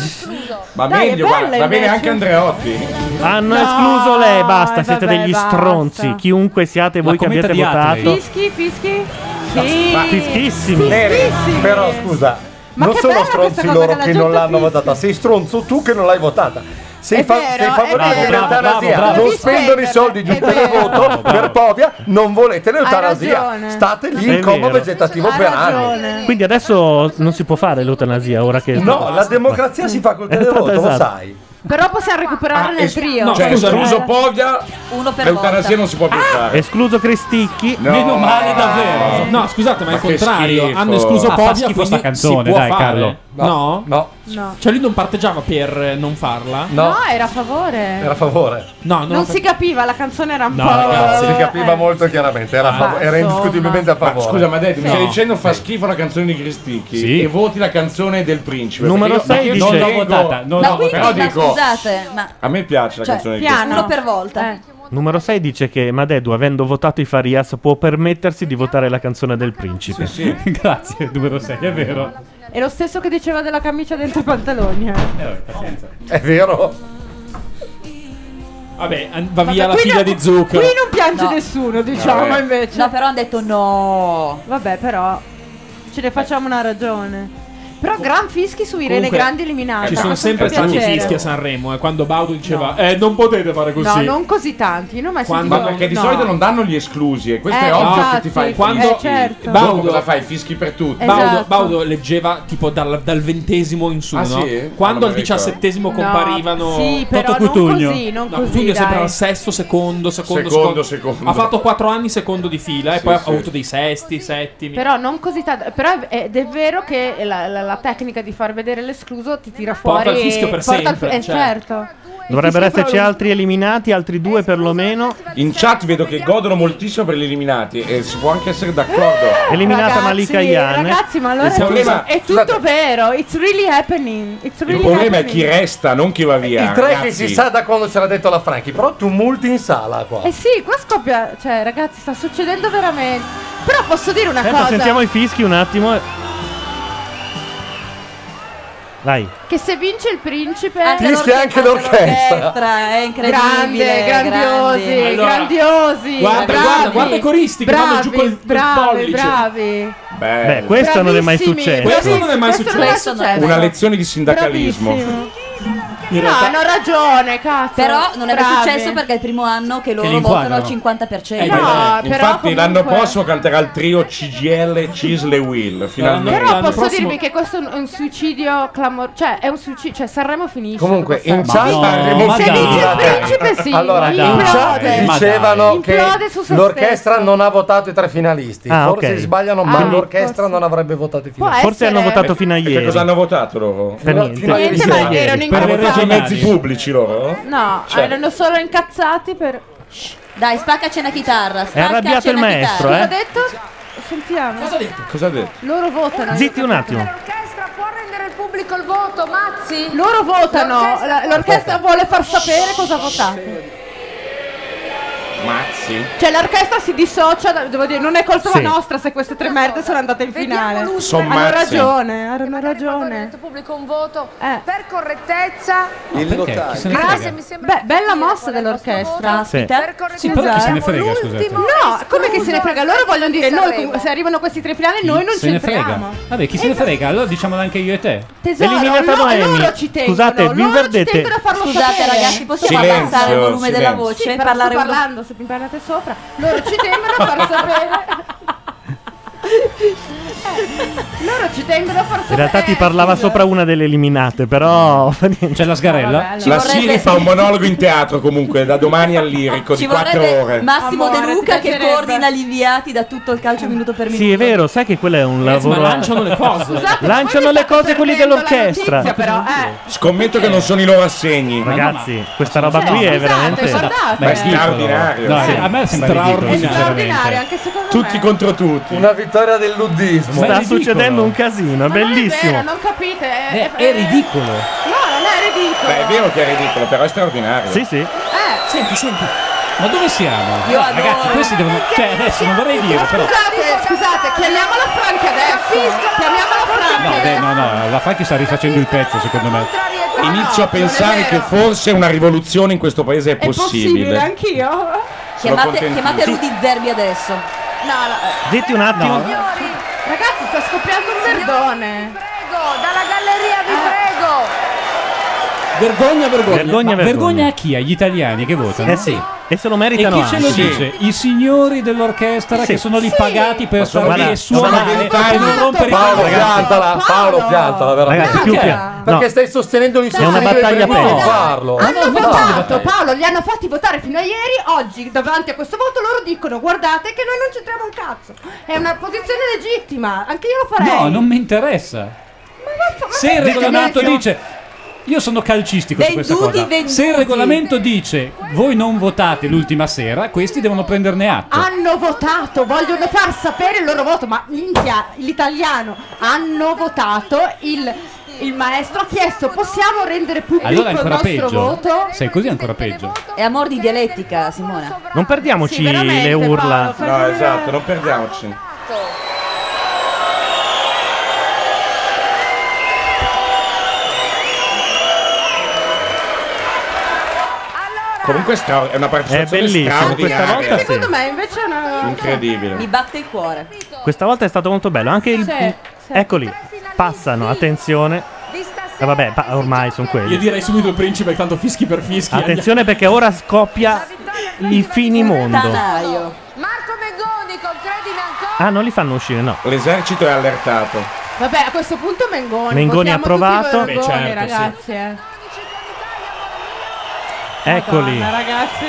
Speaker 5: Ma
Speaker 13: Dai, è
Speaker 5: meglio, guarda,
Speaker 13: bella
Speaker 5: va bene
Speaker 13: invece.
Speaker 5: anche Andreotti.
Speaker 2: Hanno
Speaker 13: No,
Speaker 2: escluso lei, basta, siete
Speaker 13: vabbè,
Speaker 2: degli
Speaker 13: basta.
Speaker 2: stronzi. Chiunque siate voi che
Speaker 11: cometa
Speaker 2: abbiate
Speaker 11: di Atley.
Speaker 2: votato.
Speaker 13: Fischi, fischi. Sì.
Speaker 4: Ma-
Speaker 2: Fischissimi.
Speaker 4: Neri, Però scusa,
Speaker 13: Ma
Speaker 4: non
Speaker 13: che
Speaker 4: sono
Speaker 13: bella questa
Speaker 4: stronzi
Speaker 13: cosa
Speaker 4: loro
Speaker 13: della
Speaker 4: che non
Speaker 13: gente
Speaker 4: l'hanno votata, sei stronzo tu che non l'hai votata. Sei,
Speaker 13: È
Speaker 4: fa-
Speaker 13: vero,
Speaker 4: sei favorito
Speaker 13: è vero.
Speaker 4: di aiutare
Speaker 13: Bravo,
Speaker 4: Asia.
Speaker 13: bravo,
Speaker 4: non
Speaker 13: bravo.
Speaker 4: spendono i soldi di un televoto per Povia, non volete aiutare Asia. State lì in
Speaker 2: È
Speaker 4: coma
Speaker 2: vero.
Speaker 4: vegetativo per anni.
Speaker 2: Quindi adesso non si può fare l'eutanasia ora che.
Speaker 4: No, la democrazia si fa col
Speaker 2: È stato
Speaker 4: televoto, lo
Speaker 2: esatto.
Speaker 4: sai.
Speaker 13: Però possiamo recuperare nel trio.
Speaker 5: cioè, escluso Povia,
Speaker 7: uno per volta.
Speaker 6: L'eutanasia non si può più
Speaker 4: Ah!
Speaker 6: fare.
Speaker 2: Escluso Cristicchi.
Speaker 6: Meno male davvero.
Speaker 3: No, scusate, ma,
Speaker 6: Ma
Speaker 3: è il
Speaker 6: che
Speaker 3: contrario.
Speaker 6: schifo.
Speaker 3: Hanno escluso
Speaker 6: Ah, fa
Speaker 3: Podia
Speaker 6: schifo
Speaker 3: quindi
Speaker 6: sta canzone,
Speaker 3: si può
Speaker 6: dai,
Speaker 3: fare.
Speaker 6: Carlo. No.
Speaker 3: No?
Speaker 13: No.
Speaker 3: Cioè lui non parteggiava per eh, non farla?
Speaker 13: No. era a favore.
Speaker 4: Era a favore.
Speaker 3: No, non,
Speaker 13: non si capiva, la canzone era un po'.
Speaker 4: si capiva molto chiaramente, era, a favore-
Speaker 13: Ma
Speaker 4: era
Speaker 13: insomma.
Speaker 4: indiscutibilmente a favore.
Speaker 6: Ma scusa, ma detto, mi
Speaker 4: No.
Speaker 6: stai dicendo fa schifo la canzone di Cristicchi
Speaker 4: Sì.
Speaker 6: e voti la canzone del principe.
Speaker 27: Numero
Speaker 6: Perché io-
Speaker 27: sei
Speaker 6: io
Speaker 27: dice-
Speaker 6: spiego-
Speaker 27: Non l'ho votata, non
Speaker 7: Ma
Speaker 27: l'ho
Speaker 7: quindi,
Speaker 6: però
Speaker 7: ma
Speaker 6: dico,
Speaker 7: scusate, ma
Speaker 6: a me piace la
Speaker 7: cioè,
Speaker 6: canzone di Cristicchi.
Speaker 7: uno per volta.
Speaker 13: Eh.
Speaker 2: Numero 6 dice che Madedu, avendo votato i Farias, può permettersi di votare la canzone del principe.
Speaker 6: Sì,
Speaker 28: Grazie, numero 6, è vero.
Speaker 13: È lo stesso che diceva della camicia dentro i pantaloni. eh.
Speaker 4: È vero.
Speaker 3: Vabbè, an- va
Speaker 13: Vabbè,
Speaker 3: via la
Speaker 13: qui
Speaker 3: figlia
Speaker 13: non-
Speaker 3: di zucchero.
Speaker 13: Qui non piange
Speaker 7: No.
Speaker 13: nessuno, diciamo
Speaker 3: Vabbè.
Speaker 13: invece.
Speaker 7: No, però hanno detto no.
Speaker 13: Vabbè, però ce ne facciamo una ragione. Però gran fischi su Irene
Speaker 3: Comunque,
Speaker 13: Grandi eliminata.
Speaker 3: Ci sono
Speaker 13: questo
Speaker 3: sempre
Speaker 13: mi fa
Speaker 3: stati
Speaker 13: piacere.
Speaker 3: fischi a Sanremo. E quando Baudo diceva, eh, non potete fare così.
Speaker 13: No, non così tanti. Io Non ho mai
Speaker 6: Quando-
Speaker 13: sentito
Speaker 6: ma perché di
Speaker 13: no.
Speaker 6: solito non danno gli esclusi e questo
Speaker 13: Eh,
Speaker 6: è ovvio
Speaker 13: infatti,
Speaker 6: che ti fai i
Speaker 13: quando-
Speaker 6: fischi.
Speaker 13: eh, certo.
Speaker 6: Dopo
Speaker 3: Baudo-
Speaker 6: cosa fai? Fischi per tutti.
Speaker 3: Baudo,
Speaker 13: Esatto.
Speaker 3: Baudo leggeva Ah, tipo dal, dal ventesimo in su,
Speaker 6: Ah,
Speaker 3: no?
Speaker 6: sì?
Speaker 3: Quando al
Speaker 6: Ah, non mi ricordo.
Speaker 3: diciottesimo
Speaker 6: No,
Speaker 3: comparivano
Speaker 13: sì, però
Speaker 3: Toto
Speaker 13: non
Speaker 3: Cutugno.
Speaker 13: così, non
Speaker 3: No,
Speaker 13: così,
Speaker 3: Cutugno
Speaker 13: dai.
Speaker 3: sembra al sesto, secondo, secondo,
Speaker 6: Secondo, secondo.
Speaker 3: Ha fatto quattro anni secondo di fila e
Speaker 6: Sì,
Speaker 3: poi
Speaker 6: sì.
Speaker 3: ha avuto dei sesti, settimi.
Speaker 13: Però non così tanto. Però è- ed è vero che la, la- la tecnica di far vedere l'escluso ti tira fuori.
Speaker 3: al fischio per
Speaker 13: porta al-
Speaker 3: sempre,
Speaker 13: eh,
Speaker 3: cioè.
Speaker 13: certo.
Speaker 2: Dovrebbero
Speaker 13: Sì,
Speaker 2: esserci
Speaker 13: però-
Speaker 2: altri eliminati, altri due perlomeno.
Speaker 6: In chat vedo che godono moltissimo per gli eliminati e si può anche essere d'accordo.
Speaker 2: Eliminata
Speaker 13: Eh, Ragazzi,
Speaker 2: Malika Iane.
Speaker 13: Ragazzi, ma allora
Speaker 6: Il
Speaker 13: è,
Speaker 6: problema-
Speaker 13: tutto- è tutto vero. It's really happening. It's
Speaker 6: Il
Speaker 13: really
Speaker 6: problema è
Speaker 13: happening.
Speaker 6: chi resta, non chi va via.
Speaker 4: I tre che
Speaker 6: ragazzi.
Speaker 4: si sa da quando ce l'ha detto la Franchi, però tumulti in sala qua.
Speaker 13: Eh sì, qua scoppia. Cioè, ragazzi, sta succedendo veramente. Però posso dire una
Speaker 2: Aspetta,
Speaker 13: cosa.
Speaker 2: sentiamo i fischi un attimo. Vai.
Speaker 13: Che se vince il principe.
Speaker 2: Fischia l'orchestra- anche l'orchestra.
Speaker 7: l'orchestra, è incredibile,
Speaker 13: Grande, grandiosi,
Speaker 7: grande. Allora,
Speaker 13: grandiosi.
Speaker 3: guarda,
Speaker 13: bravi,
Speaker 3: guarda, guarda i coristi che
Speaker 13: bravi,
Speaker 3: vanno giù col- col
Speaker 13: bravi,
Speaker 3: pollice.
Speaker 12: Eh,
Speaker 13: Bravi.
Speaker 2: Beh, questo non è mai
Speaker 13: Bravissimi,
Speaker 2: successo.
Speaker 6: Questo non è mai
Speaker 13: Questo non è successo. successo.
Speaker 6: Una lezione di sindacalismo.
Speaker 13: Bravissimo.
Speaker 6: In
Speaker 13: No,
Speaker 6: realtà-
Speaker 13: hanno ragione, cazzo.
Speaker 7: Però non è mai
Speaker 13: Bravi.
Speaker 7: successo perché è il primo anno che loro
Speaker 6: li
Speaker 7: votano al
Speaker 6: inquadrano.
Speaker 7: 50%.
Speaker 6: Eh,
Speaker 13: no,
Speaker 6: beh,
Speaker 13: però
Speaker 6: Infatti l'anno
Speaker 13: comunque-
Speaker 6: prossimo canterà il trio CGL, Cisle e Will. Finalmente.
Speaker 13: Però posso dirvi che questo è un- un suicidio clamoroso. Cioè, è un suicidio. Cioè, Sanremo finisce.
Speaker 4: Comunque, in
Speaker 13: questa-
Speaker 4: chat
Speaker 13: Eh, Ma Se dai. vince il principe, sì,
Speaker 4: Allora, in
Speaker 13: implode.
Speaker 4: chat
Speaker 13: Ma
Speaker 4: dicevano
Speaker 13: dai.
Speaker 4: che
Speaker 13: Implode su se
Speaker 4: l'orchestra non ha votato i tre finalisti.
Speaker 2: Ah,
Speaker 4: Forse
Speaker 2: ok.
Speaker 4: sbagliano,
Speaker 2: Ah,
Speaker 4: ma
Speaker 2: quindi-
Speaker 4: l'orchestra non avrebbe votato i finalisti.
Speaker 2: Forse hanno votato fino a ieri.
Speaker 6: Che cosa hanno votato loro?
Speaker 2: Per
Speaker 4: Fino a-
Speaker 2: niente.
Speaker 4: fino a ieri
Speaker 13: Niente, ma
Speaker 4: sera.
Speaker 13: erano Per
Speaker 6: Per
Speaker 13: incapaci.
Speaker 6: le
Speaker 13: le regioni-
Speaker 6: mezzi pubblici loro?
Speaker 13: No,
Speaker 6: Cioè-
Speaker 13: erano solo incazzati per.
Speaker 7: Dai, spaccaci una chitarra. spaccaci
Speaker 2: arrabbiato il
Speaker 7: una
Speaker 2: maestro,
Speaker 7: chitarra.
Speaker 2: eh.
Speaker 13: Cosa ha detto? Sentiamo. Cosa ha detto?
Speaker 6: Cosa ha detto?
Speaker 13: Loro votano.
Speaker 2: Zitti un attimo.
Speaker 10: Il pubblico il voto, Mazzi.
Speaker 13: Loro votano.
Speaker 10: L'orchestra-
Speaker 13: La- L'orchestra, vuole far sapere cosa ha votato.
Speaker 6: Mazzi.
Speaker 13: Cioè, l'orchestra si dissocia. da- Devo dire, non è colpa
Speaker 6: Sì.
Speaker 13: nostra se queste tre merde sono andate in finale.
Speaker 6: Son
Speaker 13: Hanno
Speaker 6: mazzi.
Speaker 13: ragione, eh, hanno ragione.
Speaker 10: pubblico un voto per correttezza.
Speaker 13: Il
Speaker 10: Perché?
Speaker 13: notaio.
Speaker 10: Chi se ne
Speaker 13: Grazie,
Speaker 10: frega?
Speaker 13: mi sembra Beh, bella mossa dell'orchestra.
Speaker 2: Sì.
Speaker 10: Per correttezza.
Speaker 13: Sì, però chi se ne frega,
Speaker 10: siamo
Speaker 13: scusate?
Speaker 10: l'ultimo
Speaker 13: No, come che se ne
Speaker 10: escluso
Speaker 13: frega? Loro vogliono dire, noi,
Speaker 10: Sanremo.
Speaker 13: com- se arrivano questi tre finali, Eh, noi non
Speaker 11: se ne
Speaker 13: c'entriamo.
Speaker 11: frega. Vabbè, chi se ne frega? Allora diciamolo anche io e te.
Speaker 13: Tesoro,
Speaker 2: Eliminata
Speaker 13: loro-
Speaker 2: Noemi.
Speaker 13: loro ci tengono,
Speaker 2: Eh, Scusate,
Speaker 13: loro
Speaker 2: vi
Speaker 13: ci
Speaker 2: perdete.
Speaker 13: tengono a farlo
Speaker 7: Scusate,
Speaker 13: sapere.
Speaker 7: ragazzi, possiamo Silenzio, abbassare il volume silenzio. della voce
Speaker 13: Sì,
Speaker 7: e
Speaker 13: però
Speaker 7: parlare
Speaker 13: sto
Speaker 7: uno-
Speaker 13: parlando, se mi parlate sopra. Loro ci tengono a far sapere. Eh, loro ci tengono a far
Speaker 2: In
Speaker 13: sapere.
Speaker 2: realtà ti parlava sopra una delle eliminate,
Speaker 11: Mm.
Speaker 2: però. C'è la sgarella?
Speaker 6: La Siri fa un monologo in teatro comunque da domani al lirico
Speaker 7: Ci
Speaker 6: di 4
Speaker 7: vorrebbe
Speaker 6: ore.
Speaker 7: Massimo
Speaker 13: Amore,
Speaker 7: De
Speaker 13: ti
Speaker 7: Luca che
Speaker 13: piacerebbe.
Speaker 7: coordina gli inviati da tutto il calcio minuto per minuto.
Speaker 2: Sì, è vero, sai che quello è
Speaker 11: Eh,
Speaker 2: un
Speaker 3: ma
Speaker 2: lavoro.
Speaker 3: lanciano le cose.
Speaker 7: Esatto,
Speaker 3: Scusate,
Speaker 2: lanciano le cose quelli dell'orchestra.
Speaker 13: Notizia, però, eh.
Speaker 6: Scommetto che non sono i loro assegni.
Speaker 2: Ragazzi, questa roba qui è veramente.
Speaker 13: guardate.
Speaker 6: Ma è straordinario.
Speaker 11: No, a me sembra ridicolo,
Speaker 13: È
Speaker 11: sinceramente.
Speaker 13: straordinario, anche secondo me.
Speaker 6: Tutti contro tutti.
Speaker 4: Una vittoria del luddismo.
Speaker 2: Sta succedendo un casino, è
Speaker 13: È vero,
Speaker 2: bellissimo.
Speaker 13: non capite. eh, È,
Speaker 4: Eh,
Speaker 6: Beh,
Speaker 13: è-
Speaker 6: è ridicolo.
Speaker 13: No, non è ridicolo.
Speaker 6: Beh, è vero che è ridicolo, però è straordinario.
Speaker 2: Sì, sì.
Speaker 13: Eh,
Speaker 11: senti, senti. Ma dove siamo?
Speaker 13: Io adoro.
Speaker 11: Ragazzi, questi devono.
Speaker 13: Eh,
Speaker 11: Cioè, adesso non vorrei dire, però.
Speaker 13: Scusate, scusate, chiamiamola Franchi adesso. Chiamiamola Franchi.
Speaker 11: No, beh, no, no, la Facchi sta rifacendo il pezzo, secondo me.
Speaker 6: Inizio a pensare che forse una rivoluzione in questo paese è possibile.
Speaker 13: anch'io?
Speaker 7: Chiamate,
Speaker 6: contentissimo.
Speaker 7: chiamate Rudy Zerbi adesso.
Speaker 13: No, no.
Speaker 2: Zitti un attimo.
Speaker 13: Ragazzi, sta scoppiando un verdone.
Speaker 10: Prego, dalla galleria vi
Speaker 13: Eh.
Speaker 10: prego.
Speaker 11: Vergogna, vergogna.
Speaker 2: Vergogna,
Speaker 11: Ma
Speaker 2: vergogna.
Speaker 11: a chi? Agli italiani che votano?
Speaker 2: Eh sì. E se lo
Speaker 11: E
Speaker 2: meritano
Speaker 11: chi ce lo
Speaker 2: anche.
Speaker 11: dice? I signori dell'orchestra
Speaker 2: Sì.
Speaker 11: che sono lì
Speaker 2: Sì.
Speaker 11: pagati per
Speaker 2: Ma sono
Speaker 11: stare lì
Speaker 2: lì-
Speaker 11: e
Speaker 2: sono
Speaker 11: suonare
Speaker 2: vent'anni.
Speaker 11: e non rompere i
Speaker 4: Paolo
Speaker 11: coglioni.
Speaker 4: piantala, Paolo piantala, veramente.
Speaker 2: Ragazzi, più, pia-
Speaker 4: Perché stai sostenendo
Speaker 13: È una
Speaker 4: l'insostenibile
Speaker 2: battaglia
Speaker 4: per non
Speaker 2: persa.
Speaker 4: farlo.
Speaker 13: Hanno
Speaker 4: Basta.
Speaker 13: votato, Paolo, li hanno fatti votare fino a ieri, oggi davanti a questo voto loro dicono guardate che noi non c'entriamo un cazzo. È una posizione legittima, anche io lo farei.
Speaker 11: No, non mi interessa. Se il regolamento dice. Io sono calcistico su
Speaker 13: Venduti,
Speaker 11: questa cosa.
Speaker 13: venduti.
Speaker 11: Se il regolamento dice voi non votate l'ultima sera, questi devono prenderne atto.
Speaker 13: Hanno votato, vogliono far sapere il loro voto, ma minchia, l'italiano hanno votato, il, il maestro ha chiesto possiamo rendere pubblico
Speaker 11: Allora è ancora
Speaker 13: il nostro
Speaker 11: peggio.
Speaker 13: voto?
Speaker 11: Se è così è ancora peggio.
Speaker 7: È amor di dialettica, Simona.
Speaker 2: Non perdiamoci
Speaker 7: Sì, veramente,
Speaker 2: le urla.
Speaker 7: Paolo, fai No, vedere. esatto,
Speaker 6: non perdiamoci. Comunque è stra- è una partecipazione
Speaker 2: È bellissimo,
Speaker 6: straordinaria.
Speaker 2: questa volta
Speaker 13: Secondo me invece è una...
Speaker 6: Incredibile.
Speaker 7: Mi batte il cuore.
Speaker 2: Questa volta è stato molto bello. Anche il.
Speaker 7: Sì, sì.
Speaker 2: Eccoli. Passano, attenzione. Ah, vabbè, pa- ormai sono quelli.
Speaker 3: Io direi subito il principe, tanto fischi per fischi.
Speaker 2: Attenzione perché ora scoppia il finimondo.
Speaker 10: Marco Mengoni con Credina
Speaker 2: Ah, non li fanno uscire, no.
Speaker 6: L'esercito è allertato.
Speaker 13: Vabbè, a questo punto Mengoni.
Speaker 2: Mengoni ha
Speaker 13: votiamo tutti
Speaker 2: provato.
Speaker 13: Mengoni,
Speaker 2: Beh, certo, sì.
Speaker 13: ragazzi. eh.
Speaker 2: Eccoli.
Speaker 13: Madonna, ragazzi.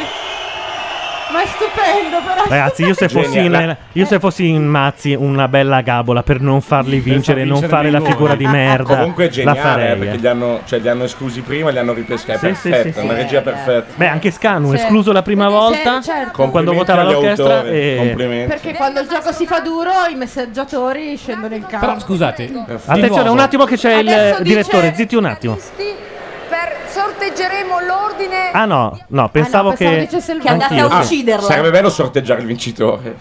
Speaker 13: Ma è stupendo, però. è
Speaker 2: Ragazzi, io se,
Speaker 13: stupendo.
Speaker 2: fossi in, io se fossi in Mazzi una bella gabola per non farli vincere e non
Speaker 6: vincere
Speaker 2: fare la
Speaker 6: Mengoni.
Speaker 2: figura di Ah, merda,
Speaker 6: Comunque è
Speaker 2: la
Speaker 6: geniale eh,
Speaker 2: farei.
Speaker 6: perché
Speaker 2: eh.
Speaker 6: li hanno, cioè, li hanno esclusi prima e li hanno ripescati. È
Speaker 2: Sì, sì,
Speaker 6: perfetta,
Speaker 2: sì,
Speaker 6: una
Speaker 2: sì.
Speaker 6: regia perfetta.
Speaker 2: Beh, anche Scanu,
Speaker 13: Sì.
Speaker 2: escluso la prima
Speaker 13: Sì,
Speaker 2: volta
Speaker 13: certo.
Speaker 2: quando
Speaker 6: Complimenti
Speaker 2: votava
Speaker 6: agli
Speaker 2: l'orchestra.
Speaker 6: autori,
Speaker 2: e-
Speaker 6: complimenti.
Speaker 13: Perché quando il gioco si fa duro, i messaggiatori scendono in campo.
Speaker 11: Però scusate,
Speaker 2: Attenzione, un attimo che c'è
Speaker 10: Adesso dice-
Speaker 2: il direttore, zitti un attimo.
Speaker 10: per sorteggeremo l'ordine
Speaker 2: Ah no, no, pensavo
Speaker 10: pensavo
Speaker 2: che...
Speaker 10: dicesse il Che andate
Speaker 2: Anch'io.
Speaker 10: a ucciderla.
Speaker 6: sarebbe bello sorteggiare il vincitore.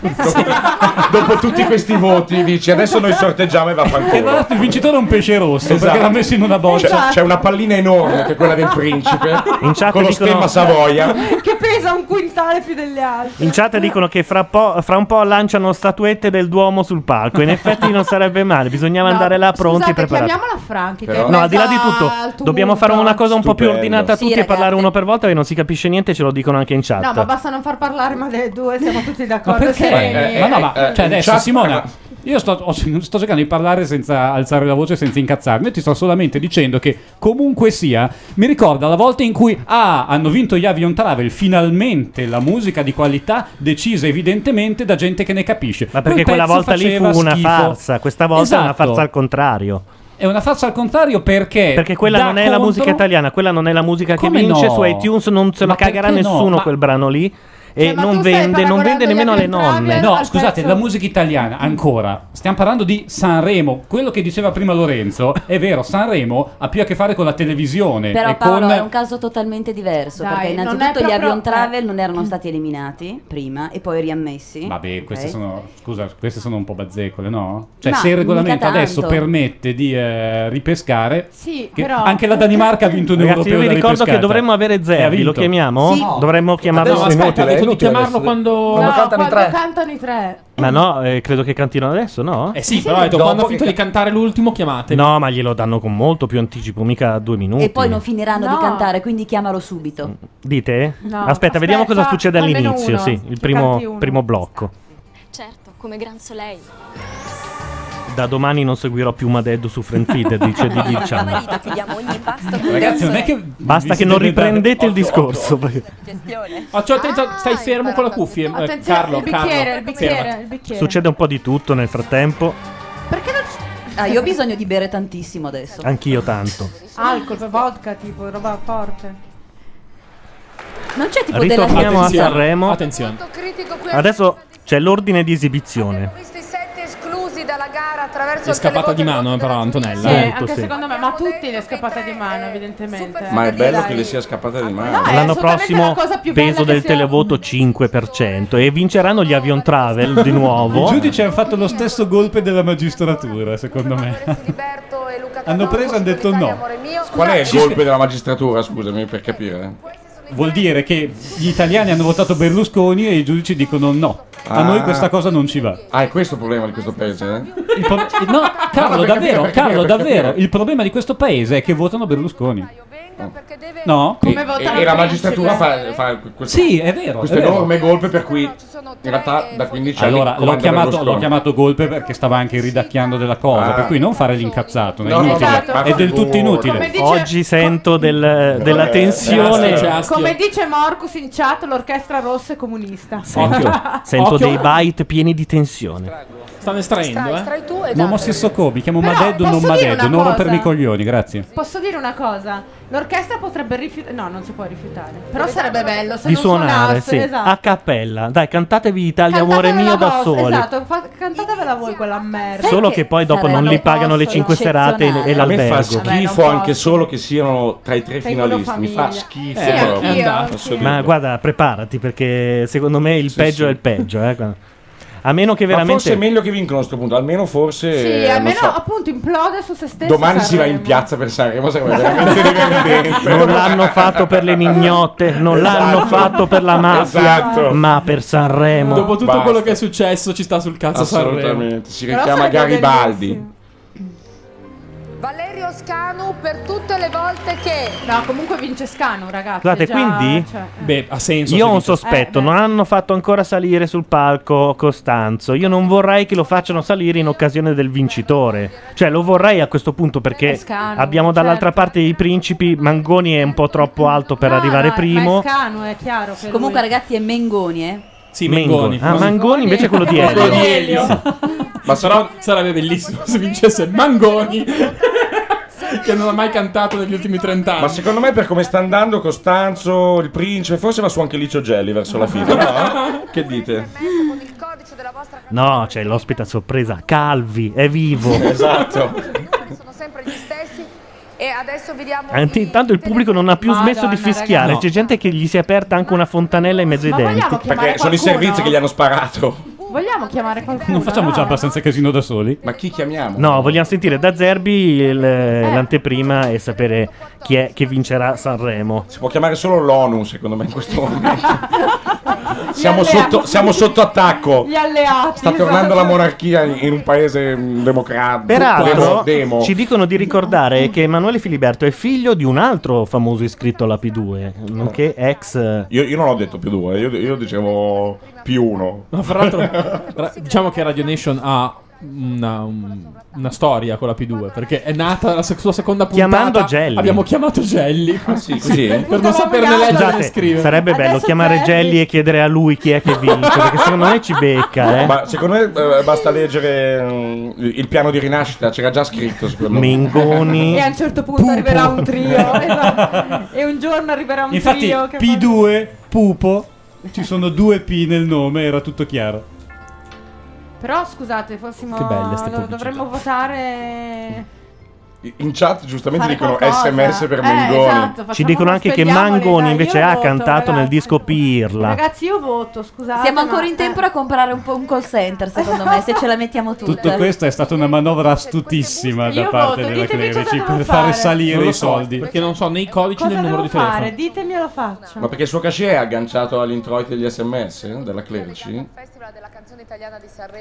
Speaker 6: dopo, dopo tutti questi voti dici adesso noi sorteggiamo e va
Speaker 11: E tra
Speaker 6: fanculo.
Speaker 11: l'altro Esatto, il vincitore è un pesce rosso
Speaker 6: Esatto.
Speaker 11: perché l'ha messo in una Esatto.
Speaker 6: C'è,
Speaker 11: boccia.
Speaker 6: c'è una pallina enorme che è quella del principe
Speaker 2: chat
Speaker 6: con lo
Speaker 2: dicono-
Speaker 6: stemma Savoia.
Speaker 13: che pesa un quintale più delle altre.
Speaker 2: In chat dicono che fra, po- fra un po' lanciano statuette del Duomo sul palco. In effetti non sarebbe male, bisognava
Speaker 13: No,
Speaker 2: andare là pronti
Speaker 13: Scusate,
Speaker 2: e preparati.
Speaker 13: chiamiamola Franchi. che
Speaker 2: Però- No, al di là di
Speaker 13: pensa
Speaker 2: tutto,
Speaker 13: al tumulto.
Speaker 2: dobbiamo fare una cosa un po' più
Speaker 6: Stupendo.
Speaker 2: ordinata a
Speaker 13: Sì,
Speaker 2: tutti e
Speaker 13: ragazzi.
Speaker 2: parlare uno per volta che non si capisce niente, ce lo dicono anche in chat.
Speaker 13: No, ma basta non far parlare ma delle due, siamo tutti
Speaker 11: Ma
Speaker 13: d'accordo.
Speaker 11: perché?
Speaker 13: sereni.
Speaker 11: ma no, ma
Speaker 6: eh,
Speaker 11: cioè adesso
Speaker 6: chat-
Speaker 11: Simona, io sto, ho- sto cercando di parlare senza alzare la voce, senza incazzarmi. Io ti sto solamente dicendo che comunque sia, mi ricorda la volta in cui ah, hanno vinto gli Avion Travel, finalmente la musica di qualità decisa evidentemente da gente che ne capisce. Ma
Speaker 2: Perché quella volta lì fu una farsa, questa volta è
Speaker 11: Esatto.
Speaker 2: una farsa al contrario.
Speaker 11: È una farsa al contrario perché
Speaker 2: Perché quella
Speaker 11: da
Speaker 2: non è la
Speaker 11: contro-
Speaker 2: musica italiana, quella non è la musica che
Speaker 11: Come
Speaker 2: vince
Speaker 11: no?
Speaker 2: su iTunes, non se la
Speaker 11: Ma perché
Speaker 2: Cioè, cagherà
Speaker 11: no?
Speaker 2: nessuno
Speaker 11: Ma-
Speaker 2: quel brano lì e
Speaker 7: Cioè,
Speaker 2: non vende, non vende nemmeno alle nonne.
Speaker 11: No, scusate, la musica italiana
Speaker 7: Mm.
Speaker 11: ancora. Stiamo parlando di Sanremo. Quello che diceva prima Lorenzo è vero, Sanremo ha più a che fare con la televisione
Speaker 7: Però
Speaker 11: Eh, e
Speaker 7: Paolo
Speaker 11: con
Speaker 7: è un caso totalmente diverso,
Speaker 13: Dai,
Speaker 7: perché
Speaker 13: non è
Speaker 7: innanzitutto gli
Speaker 13: proprio- eh.
Speaker 7: avion travel non erano stati eliminati prima e poi riammessi.
Speaker 11: Vabbè, queste
Speaker 7: ok?
Speaker 11: sono scusa, queste sono un po' bazzecole, no? Cioè,
Speaker 7: Ma
Speaker 11: se il regolamento
Speaker 7: mica tanto.
Speaker 11: adesso permette di eh, ripescare
Speaker 13: Sì,
Speaker 11: che
Speaker 13: però-
Speaker 11: anche la Danimarca ha vinto un
Speaker 2: Ragazzi,
Speaker 11: europeo
Speaker 2: io vi
Speaker 11: da
Speaker 2: ricordo che
Speaker 11: ripescata.
Speaker 2: dovremmo avere
Speaker 11: E ha
Speaker 2: Zerbi,
Speaker 11: vinto.
Speaker 2: lo chiamiamo?
Speaker 11: Sì.
Speaker 2: Dovremmo chiamarlo
Speaker 11: Adesso è inutile, Aspetta, ha detto di inutile chiamarlo adesso.
Speaker 3: quando-
Speaker 13: No,
Speaker 3: Quando cantano i
Speaker 13: quando
Speaker 3: tre.
Speaker 13: cantano i tre.
Speaker 2: Ma no, eh, credo che cantino adesso, no?
Speaker 3: Eh sì, però ha detto, quando ha finito di cantare l'ultimo chiamate.
Speaker 2: No, ma glielo danno con molto più anticipo, mica due minuti.
Speaker 7: E poi non finiranno
Speaker 13: No.
Speaker 7: di cantare, quindi chiamalo
Speaker 2: Mm.
Speaker 7: subito.
Speaker 2: Dite?
Speaker 7: No,
Speaker 2: aspetta, vediamo
Speaker 7: aspetta,
Speaker 2: cosa succede
Speaker 7: almeno
Speaker 2: all'inizio,
Speaker 7: uno,
Speaker 2: sì, il
Speaker 7: che
Speaker 2: primo,
Speaker 7: canti uno.
Speaker 2: primo blocco.
Speaker 12: Certo, come Gran Soleil.
Speaker 2: Da domani non seguirò più Madeddu su Friendfeed, dice di diciamo.
Speaker 12: Marito, chiudiamo ogni impasto con
Speaker 3: Ragazzi, non è che
Speaker 2: Basta che non riprendete il discorso. perché-
Speaker 3: Ah, cioè, attento, stai fermo con la cuffia. eh,
Speaker 13: Attenzione,
Speaker 3: Carlo,
Speaker 13: il bicchiere,
Speaker 3: Carlo,
Speaker 13: il bicchiere,
Speaker 3: fermati.
Speaker 13: il bicchiere.
Speaker 2: Succede un po' di tutto nel frattempo,
Speaker 7: Ah, io ho bisogno di bere tantissimo adesso.
Speaker 2: anch'io tanto.
Speaker 13: Alcol, vodka, tipo, roba forte.
Speaker 7: Non c'è tipo della
Speaker 2: Ritorniamo a
Speaker 3: Attenzione,
Speaker 2: Sanremo.
Speaker 3: Attenzione.
Speaker 10: critico qui
Speaker 2: Adesso c'è l'ordine di esibizione.
Speaker 10: questi sette esclusi dalla gara attraverso
Speaker 3: È
Speaker 10: il
Speaker 3: scappata di mano, eh, però, Antonella.
Speaker 13: Sì,
Speaker 3: eh.
Speaker 13: anche secondo me, ma tutti le scappate di mano, evidentemente.
Speaker 6: Ma è bello
Speaker 13: Dai.
Speaker 6: che le sia scappata di mano.
Speaker 13: No, è
Speaker 2: L'anno
Speaker 13: assolutamente
Speaker 2: prossimo
Speaker 13: la cosa più bella
Speaker 2: peso
Speaker 13: che
Speaker 2: del
Speaker 13: sia.
Speaker 2: televoto 5% e vinceranno gli Avion Travel di
Speaker 11: I
Speaker 2: nuovo.
Speaker 11: giudici hanno fatto lo stesso golpe della magistratura, secondo me. hanno preso e hanno detto no.
Speaker 6: Qual è il
Speaker 11: Ci
Speaker 6: golpe della magistratura, scusami, per capire?
Speaker 11: Vuol dire che gli italiani hanno votato Berlusconi e i giudici dicono no. A
Speaker 6: Ah.
Speaker 11: noi questa cosa non ci va.
Speaker 6: Ah, è questo il problema di questo paese? eh?
Speaker 11: Il pro- no, Carlo, davvero,
Speaker 6: per capire, per capire,
Speaker 11: Carlo,
Speaker 6: per
Speaker 11: davvero,
Speaker 6: capire. Ah.
Speaker 11: il problema di questo paese è che votano Berlusconi. No?
Speaker 6: E, e- e la magistratura fa, fa questo,
Speaker 11: Sì, è vero, è
Speaker 6: questo
Speaker 11: vero.
Speaker 6: enorme golpe per cui in realtà da 15 anni
Speaker 11: Allora, l'ho
Speaker 6: comanda
Speaker 11: chiamato,
Speaker 6: Berlusconi.
Speaker 11: l'ho chiamato golpe perché stava anche ridacchiando della cosa,
Speaker 6: Ah.
Speaker 11: per cui non fare l'incazzato, non è
Speaker 6: No, no,
Speaker 11: inutile.
Speaker 6: esatto.
Speaker 11: è del tutto
Speaker 13: Come
Speaker 11: inutile.
Speaker 13: dice- Oggi
Speaker 11: sento
Speaker 2: della tensione.
Speaker 13: Come dice Marcus in chat, l'orchestra rossa è comunista.
Speaker 2: Sento, sento dei bite pieni di tensione.
Speaker 3: Stanno estraendo, eh?
Speaker 13: Trai tu e dai.
Speaker 11: L'uomo
Speaker 2: esatto.
Speaker 11: stesso come, chiamo
Speaker 13: Esatto. Però
Speaker 11: Madeddu, non
Speaker 13: posso dire
Speaker 11: Madeddu,
Speaker 13: una
Speaker 11: non
Speaker 13: cosa?
Speaker 11: rompermi i coglioni, grazie.
Speaker 13: Posso dire una cosa? L'orchestra potrebbe rifiutare. No, non si può rifiutare. Però sarebbe bello se
Speaker 2: Di
Speaker 13: non
Speaker 2: suonare,
Speaker 13: suonasse,
Speaker 2: sì,
Speaker 13: esatto.
Speaker 2: a cappella. Dai, cantatevi Italia, amore
Speaker 13: Cantatevela
Speaker 2: mio da
Speaker 13: vostra,
Speaker 2: soli.
Speaker 13: Esatto, fa- cantatevela voi quella merda.
Speaker 2: Solo che poi dopo non
Speaker 13: Esatto,
Speaker 2: li pagano le 5 serate e- e
Speaker 6: A me fa
Speaker 2: l'albergo.
Speaker 6: schifo anche solo che siano tra i tre
Speaker 13: Sei quello
Speaker 6: finalisti. Mi fa
Speaker 13: famiglia.
Speaker 6: schifo.
Speaker 13: Sì,
Speaker 6: proprio.
Speaker 13: anch'io, anch'io.
Speaker 6: Assolutamente.
Speaker 2: Ma guarda, preparati perché secondo me il peggio è il peggio. eh, guarda. A meno che
Speaker 6: Ma forse è
Speaker 2: veramente.
Speaker 6: meglio che vincono a questo punto. Almeno forse.
Speaker 13: Sì,
Speaker 6: eh, non
Speaker 13: almeno
Speaker 6: so,
Speaker 13: appunto implode su se stesso.
Speaker 6: domani si va
Speaker 13: Sanremo.
Speaker 6: in piazza per Sanremo. Sarebbe veramente divertente.
Speaker 2: Non l'hanno fatto per le mignotte, non l'hanno
Speaker 6: Esatto.
Speaker 2: fatto per la mafia,
Speaker 6: Esatto.
Speaker 2: ma per Sanremo.
Speaker 3: Dopo tutto
Speaker 2: Basta.
Speaker 3: quello che è successo, ci sta sul cazzo Sanremo.
Speaker 6: Assolutamente. Si richiama Garibaldi.
Speaker 10: Valerio Scanu per tutte le volte che...
Speaker 13: No, comunque vince Scanu, ragazzi.
Speaker 2: Guardate,
Speaker 13: già,
Speaker 2: quindi
Speaker 13: cioè,
Speaker 7: eh.
Speaker 3: Beh, ha senso.
Speaker 2: Io
Speaker 3: se
Speaker 2: ho un
Speaker 3: dice-
Speaker 2: sospetto, non hanno fatto ancora salire sul palco Costanzo. Io non vorrei che lo facciano salire in occasione del vincitore. Cioè, lo vorrei a questo punto perché
Speaker 13: Scanu,
Speaker 2: abbiamo dall'altra parte i principi. Mangoni è un po' troppo alto per arrivare
Speaker 7: certo. no,
Speaker 2: primo.
Speaker 7: ma è
Speaker 13: Scanu, è chiaro. per
Speaker 7: Comunque, ragazzi, è Mengoni, eh.
Speaker 3: Sì,
Speaker 2: Mengo.
Speaker 3: Mengoni.
Speaker 2: Ah, Mangoni invece è quello di Elio.
Speaker 3: Quello di Elio. Ma però sarebbe bellissimo se vincesse Mangoni. che non ha mai cantato negli ultimi 30 anni.
Speaker 6: Ma secondo me, per come sta andando Costanzo, il principe, forse va su anche Licio Gelli verso la fine. no? Che dite?
Speaker 2: No, c'è l'ospite a sorpresa. Calvi, è vivo.
Speaker 6: Esatto.
Speaker 10: sono sempre gli stessi e adesso vediamo
Speaker 2: Ant- Intanto il pubblico non ha più smesso di
Speaker 10: Madonna,
Speaker 2: fischiare.
Speaker 10: ragazzi.
Speaker 2: C'è gente che gli si è aperta anche una fontanella in mezzo ai
Speaker 13: Ma vogliamo chiamare
Speaker 2: denti.
Speaker 13: Perché sono i qualcuno? servizi che gli
Speaker 6: hanno sparato.
Speaker 13: Vogliamo chiamare qualcuno?
Speaker 11: Non facciamo già
Speaker 13: no?
Speaker 11: abbastanza casino da soli?
Speaker 6: Ma chi chiamiamo?
Speaker 2: No, vogliamo sentire da Zerbi il-
Speaker 13: Eh.
Speaker 2: l'anteprima e sapere chi è che vincerà Sanremo.
Speaker 6: Si può chiamare solo l'ONU, secondo me, in questo momento. siamo,
Speaker 13: Gli
Speaker 6: sotto, siamo sotto attacco.
Speaker 13: Gli alleati.
Speaker 6: Sta tornando
Speaker 13: esatto.
Speaker 6: la monarchia in in un paese mm, democratico.
Speaker 2: Peraltro,
Speaker 6: Demo- demo.
Speaker 2: ci dicono di ricordare che Emanuele Filiberto è figlio di un altro famoso iscritto alla P2, nonché ex.
Speaker 6: Io, io non ho detto più due, io, io dicevo più uno.
Speaker 3: Ma fra l'altro, ra- diciamo che Radio Nation ha una, un- una storia con la P2 perché è nata la se- sua seconda puntata.
Speaker 2: Chiamando Gelli.
Speaker 3: Abbiamo chiamato Gelli
Speaker 6: sì,
Speaker 2: così?
Speaker 3: per non saperne leggere e
Speaker 2: Scusate,
Speaker 3: scrivere.
Speaker 2: sarebbe bello chiamare Gelli e chiedere a lui chi è che vince, perché secondo me ci becca, eh.
Speaker 6: Ma secondo me eh, basta leggere mm, il il piano di rinascita, c'era già scritto. Secondo me.
Speaker 2: Mengoni.
Speaker 6: Mm.
Speaker 13: E a un certo punto arriverà un trio. esatto. E un giorno arriverà un
Speaker 11: Infatti,
Speaker 13: trio. che fa-
Speaker 11: P2, pupo, ci sono due P nel nome, era tutto chiaro.
Speaker 13: Però scusate, fossimo.
Speaker 11: Che belle ste
Speaker 13: do-
Speaker 11: pubblicità.
Speaker 13: dovremmo votare.
Speaker 6: In chat giustamente
Speaker 13: Fare
Speaker 6: dicono
Speaker 13: qualcosa.
Speaker 6: sms per
Speaker 13: Eh,
Speaker 6: Mengoni.
Speaker 13: esatto, facciamo
Speaker 2: Ci dicono
Speaker 13: uno
Speaker 2: anche che
Speaker 13: spediamole,
Speaker 2: Mangoni
Speaker 13: dai,
Speaker 2: invece
Speaker 13: io
Speaker 2: ha
Speaker 13: voto,
Speaker 2: cantato nel disco Pirla.
Speaker 13: Ragazzi, io voto, scusate.
Speaker 7: Siamo
Speaker 13: ma- eh.
Speaker 7: ancora in tempo da comprare un, po' un call center, secondo me, se ce la mettiamo tutta.
Speaker 11: Tutto questo è stata una manovra astutissima da
Speaker 7: Io
Speaker 11: parte
Speaker 7: voto,
Speaker 11: della
Speaker 7: ditemi cosa
Speaker 11: Clerici
Speaker 7: devo
Speaker 11: per
Speaker 7: fare.
Speaker 11: fare
Speaker 6: Non
Speaker 11: salire
Speaker 6: lo
Speaker 11: i
Speaker 6: so,
Speaker 11: soldi.
Speaker 3: Perché non so né i codici né
Speaker 13: Cosa
Speaker 3: il
Speaker 13: devo
Speaker 3: numero di telefono.
Speaker 13: fare? Ditemelo faccio.
Speaker 6: Ma perché il suo cachet è agganciato all'introito degli sms eh, della clerici?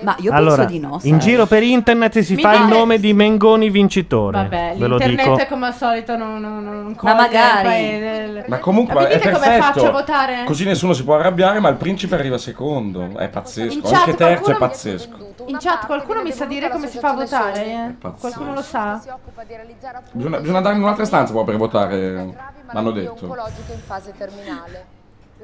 Speaker 7: Ma io
Speaker 2: Allora,
Speaker 7: penso di no.
Speaker 2: in giro per internet si
Speaker 13: Mi
Speaker 2: fa il
Speaker 13: dite-
Speaker 2: nome di Mengoni vincitore.
Speaker 13: Ah, Vabbè,
Speaker 2: ve lo
Speaker 13: l'internet
Speaker 2: dico.
Speaker 13: è come al solito non, non, non non
Speaker 7: Ma
Speaker 13: coglie il
Speaker 7: magari.
Speaker 13: paese.
Speaker 6: Ma comunque
Speaker 13: Ma mi
Speaker 6: è
Speaker 13: dite come
Speaker 6: perfetto.
Speaker 13: faccio a votare?
Speaker 6: Così nessuno si può arrabbiare, ma il principe arriva secondo. È
Speaker 13: In
Speaker 6: pazzesco.
Speaker 13: chat
Speaker 6: Anche terzo è
Speaker 13: qualcuno-
Speaker 6: pazzesco.
Speaker 13: In chat qualcuno mi sa dire come si fa a votare? eh?
Speaker 6: pazzesco.
Speaker 13: Qualcuno lo sa?
Speaker 6: Bisogna, bisogna andare in un'altra stanza poi per votare. L'hanno detto.
Speaker 10: oncologico in fase terminale.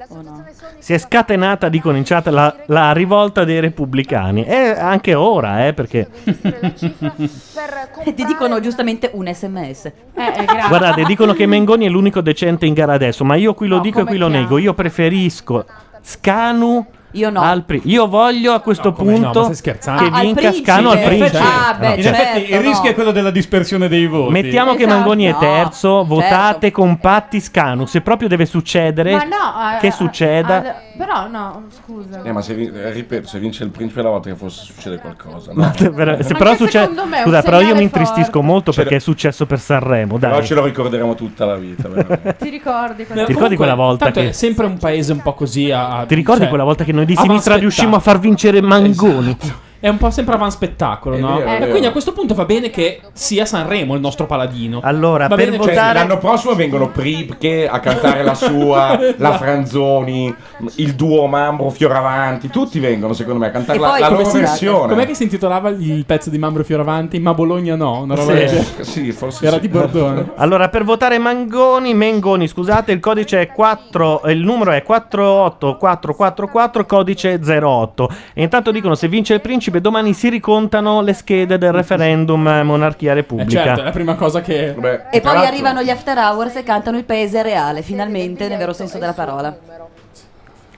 Speaker 3: Oh,
Speaker 10: L'associazione Sogni
Speaker 2: Si è scatenata, dicono in chat, la, la rivolta dei repubblicani. E anche ora, eh, perché...
Speaker 7: E ti dicono giustamente un sms.
Speaker 13: Eh,
Speaker 2: Guardate, dicono che Mengoni è l'unico decente in gara adesso, ma io qui lo dico e qui lo nego. Io preferisco Scanu
Speaker 7: io no.
Speaker 2: al pri- Io voglio a questo punto che
Speaker 7: Ah, al
Speaker 2: vinca
Speaker 7: principe.
Speaker 2: Scanu al
Speaker 7: Eh,
Speaker 2: principe.
Speaker 7: ah, beh,
Speaker 2: No, Esatto.
Speaker 11: In
Speaker 2: cioè-
Speaker 11: effetti, il rischio è quello della dispersione dei voti.
Speaker 2: Mettiamo che
Speaker 13: Esatto.
Speaker 2: Mangoni è terzo,
Speaker 13: certo.
Speaker 2: votate compatti Scanu. Se proprio deve succedere,
Speaker 13: Ma no, eh,
Speaker 2: che
Speaker 13: eh,
Speaker 2: succeda.
Speaker 13: ah, però no, scusa.
Speaker 6: Eh, ma se, vi- eh, ripeto, se vince il principe la volta che forse succede qualcosa. No?
Speaker 2: Però- se però succede,
Speaker 13: secondo me è un
Speaker 2: scusa, però io
Speaker 13: segnale
Speaker 2: mi intristisco
Speaker 13: forte.
Speaker 2: molto perché è successo per Sanremo. Dai.
Speaker 6: Però ce lo ricorderemo tutta la vita. veramente.
Speaker 13: Ti ricordi quella
Speaker 3: Ti
Speaker 2: ricordi quella volta
Speaker 3: Tanto
Speaker 2: che-
Speaker 3: è sempre un paese un po' così a...
Speaker 2: Ti ricordi quella volta che noi di
Speaker 3: Ah, ma
Speaker 2: sinistra
Speaker 3: aspetta. Esatto.
Speaker 2: riuscimmo a far vincere Mangoni?
Speaker 3: È un po' sempre avan spettacolo, no?
Speaker 6: vero, è
Speaker 3: E
Speaker 6: vero.
Speaker 3: quindi a questo punto va bene che sia Sanremo il nostro paladino.
Speaker 2: Allora,
Speaker 3: va
Speaker 6: per
Speaker 3: bene, cioè,
Speaker 6: votare- l'anno prossimo vengono Pripke a cantare la sua, la Franzoni, il duo Mambro Fioravanti, tutti vengono secondo me a cantare la, la
Speaker 3: come
Speaker 6: loro
Speaker 3: si-
Speaker 6: versione.
Speaker 3: Com'è che si intitolava il pezzo di Mambro Fioravanti? Ma Bologna no, una roba
Speaker 6: Sì.
Speaker 3: del genere.
Speaker 6: Sì, forse
Speaker 3: Era
Speaker 6: sì.
Speaker 3: di Bordone.
Speaker 2: Allora, per votare Mangoni, Mengoni, scusate, il codice è 4, eh, il numero è 48444, codice 08. E intanto dicono se vince il principe domani si ricontano le schede del referendum eh, monarchia
Speaker 3: Eh, certo, è
Speaker 2: repubblica.
Speaker 3: la prima cosa che...
Speaker 7: E poi arrivano gli after hours e cantano il paese reale, finalmente, nel vero senso della parola.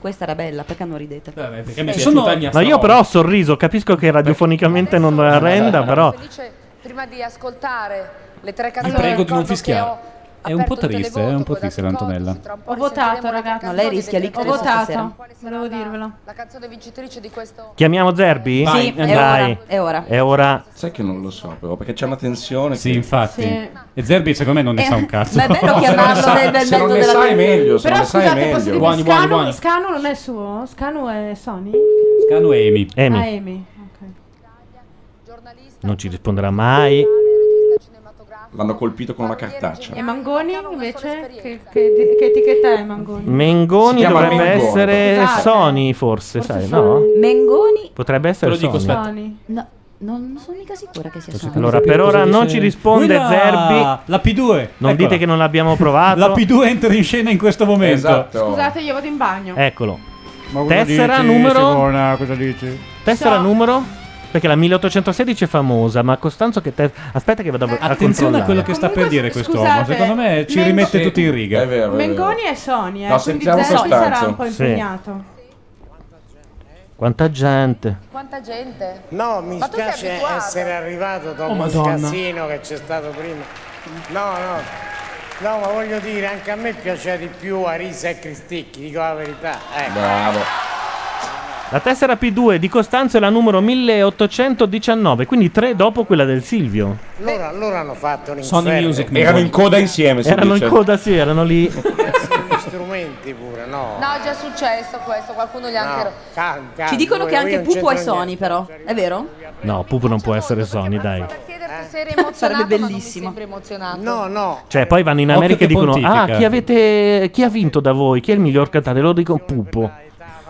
Speaker 7: Questa era bella, perché non ridete?
Speaker 2: Eh,
Speaker 3: Vabbè, perché
Speaker 12: Eh,
Speaker 3: mi è
Speaker 2: Sono-
Speaker 3: piaciuta mia
Speaker 2: No, io
Speaker 3: stavolta.
Speaker 2: però ho sorriso, capisco che radiofonicamente non renda, però
Speaker 10: Felice, prima di ascoltare le tre
Speaker 1: Vi
Speaker 10: canzoni
Speaker 1: prego di non
Speaker 10: ricordo che
Speaker 1: fischiare.
Speaker 10: ho
Speaker 1: È un po'
Speaker 10: aperto il
Speaker 1: triste, è un po' triste l'Antonella.
Speaker 10: Ho
Speaker 8: votato, ragazzi.
Speaker 7: No, lei rischia
Speaker 8: Ho
Speaker 7: l'ictus stasera.
Speaker 8: votato, volevo dirvelo.
Speaker 10: La canzone vincitrice di questo
Speaker 2: chiamiamo Zerbi?
Speaker 6: Vai,
Speaker 2: Dai.
Speaker 6: è
Speaker 7: è ora.
Speaker 6: ora,
Speaker 2: È ora.
Speaker 6: Sai che non lo so però, perché c'è una tensione.
Speaker 1: Sì, infatti.
Speaker 7: Sì.
Speaker 1: E Zerbi secondo me non ne
Speaker 7: Eh,
Speaker 1: sa un cazzo.
Speaker 7: ma è bello chiamarlo
Speaker 6: Se
Speaker 7: nel- nel
Speaker 6: se non
Speaker 7: mezzo
Speaker 6: ne
Speaker 7: della-
Speaker 6: sai meglio, se
Speaker 1: Però
Speaker 6: non ne sai
Speaker 1: scusate, posso
Speaker 6: meglio.
Speaker 1: dire- Buoni, buoni,
Speaker 13: Scanu,
Speaker 1: buoni.
Speaker 13: Scanu non è suo? Scanu è Sony?
Speaker 1: Scanu e Amy.
Speaker 13: Ah, Amy.
Speaker 2: Non ci risponderà mai.
Speaker 6: L'hanno colpito con una
Speaker 10: Cioè.
Speaker 6: cartaccia.
Speaker 13: E Mangoni invece? Che, che- di- che etichetta è Mangoni?
Speaker 2: Mm, Mengoni
Speaker 6: Si chiama
Speaker 2: dovrebbe
Speaker 6: Mengoni.
Speaker 2: essere
Speaker 13: Scusate.
Speaker 2: Sony, forse, sai, eh, no?
Speaker 7: Mengoni?
Speaker 2: Potrebbe essere Sony.
Speaker 7: No, non sono mica sicura che sia Sony.
Speaker 2: Allora, per ora non ci risponde
Speaker 1: Quella-
Speaker 2: Zerbi.
Speaker 1: La P2.
Speaker 2: Non dite che non l'abbiamo provato.
Speaker 1: La P2 entra in scena in questo momento.
Speaker 3: Esatto.
Speaker 13: Scusate, io vado in bagno.
Speaker 6: Eh,
Speaker 2: Eccolo.
Speaker 1: Ma cosa
Speaker 2: Tessera
Speaker 1: dici,
Speaker 2: numero.
Speaker 1: Simona? cosa dici?
Speaker 2: Tessera
Speaker 1: So.
Speaker 2: numero. Perché la 1816 è famosa, ma Costanzo che te... Aspetta che vado a, a
Speaker 1: Eh, Attenzione a
Speaker 2: controllare.
Speaker 1: quello che sta per dire quest'uomo.
Speaker 13: scusate,
Speaker 1: Secondo me ci
Speaker 13: Mengo-
Speaker 1: rimette
Speaker 13: Sì,
Speaker 1: tutti in riga.
Speaker 6: È vero.
Speaker 13: Mengoni è Sony, eh.
Speaker 2: No,
Speaker 13: quindi
Speaker 2: sentiamo
Speaker 13: Zerbi sarà
Speaker 2: Costanzo.
Speaker 13: un po'
Speaker 2: Sì.
Speaker 13: impegnato.
Speaker 2: Quanta gente.
Speaker 10: Quanta gente?
Speaker 14: No, mi
Speaker 10: Ma tu sei
Speaker 14: spiace
Speaker 10: abituato.
Speaker 14: essere arrivato dopo
Speaker 2: Oh,
Speaker 14: il
Speaker 2: Madonna.
Speaker 14: casino che c'è stato prima. No, no, no, ma voglio dire, anche a me piaceva di più Arisa e Cristicchi, dico la verità. Ecco.
Speaker 2: La tessera P2 di Costanzo è la numero 1819, quindi tre dopo quella del Silvio.
Speaker 14: Loro, loro hanno fatto un
Speaker 2: Sony
Speaker 14: inferno.
Speaker 2: Music,
Speaker 6: Erano in coda insieme. cioè. si
Speaker 2: Erano in
Speaker 6: dice.
Speaker 2: coda, sì, erano lì.
Speaker 14: Gli strumenti pure, no.
Speaker 10: No, è già successo questo, qualcuno gli ha anche...
Speaker 14: No, calma, calma.
Speaker 7: Ci dicono
Speaker 10: eh,
Speaker 7: che
Speaker 14: Io
Speaker 7: anche
Speaker 14: non
Speaker 7: Pupo è
Speaker 14: c'entro
Speaker 7: Sony, però. È vero?
Speaker 2: No, Pupo non può essere Sony, dai.
Speaker 10: Chiederti se eri emozionato,
Speaker 7: Sarebbe
Speaker 10: ma non mi sembri emozionato.
Speaker 14: No, no.
Speaker 2: Cioè, poi vanno in America
Speaker 1: che
Speaker 2: e dicono: Ah,
Speaker 1: pontifica."
Speaker 2: chi, avete, chi ha vinto da voi? Chi è il miglior cantante? Loro dicono Pupo.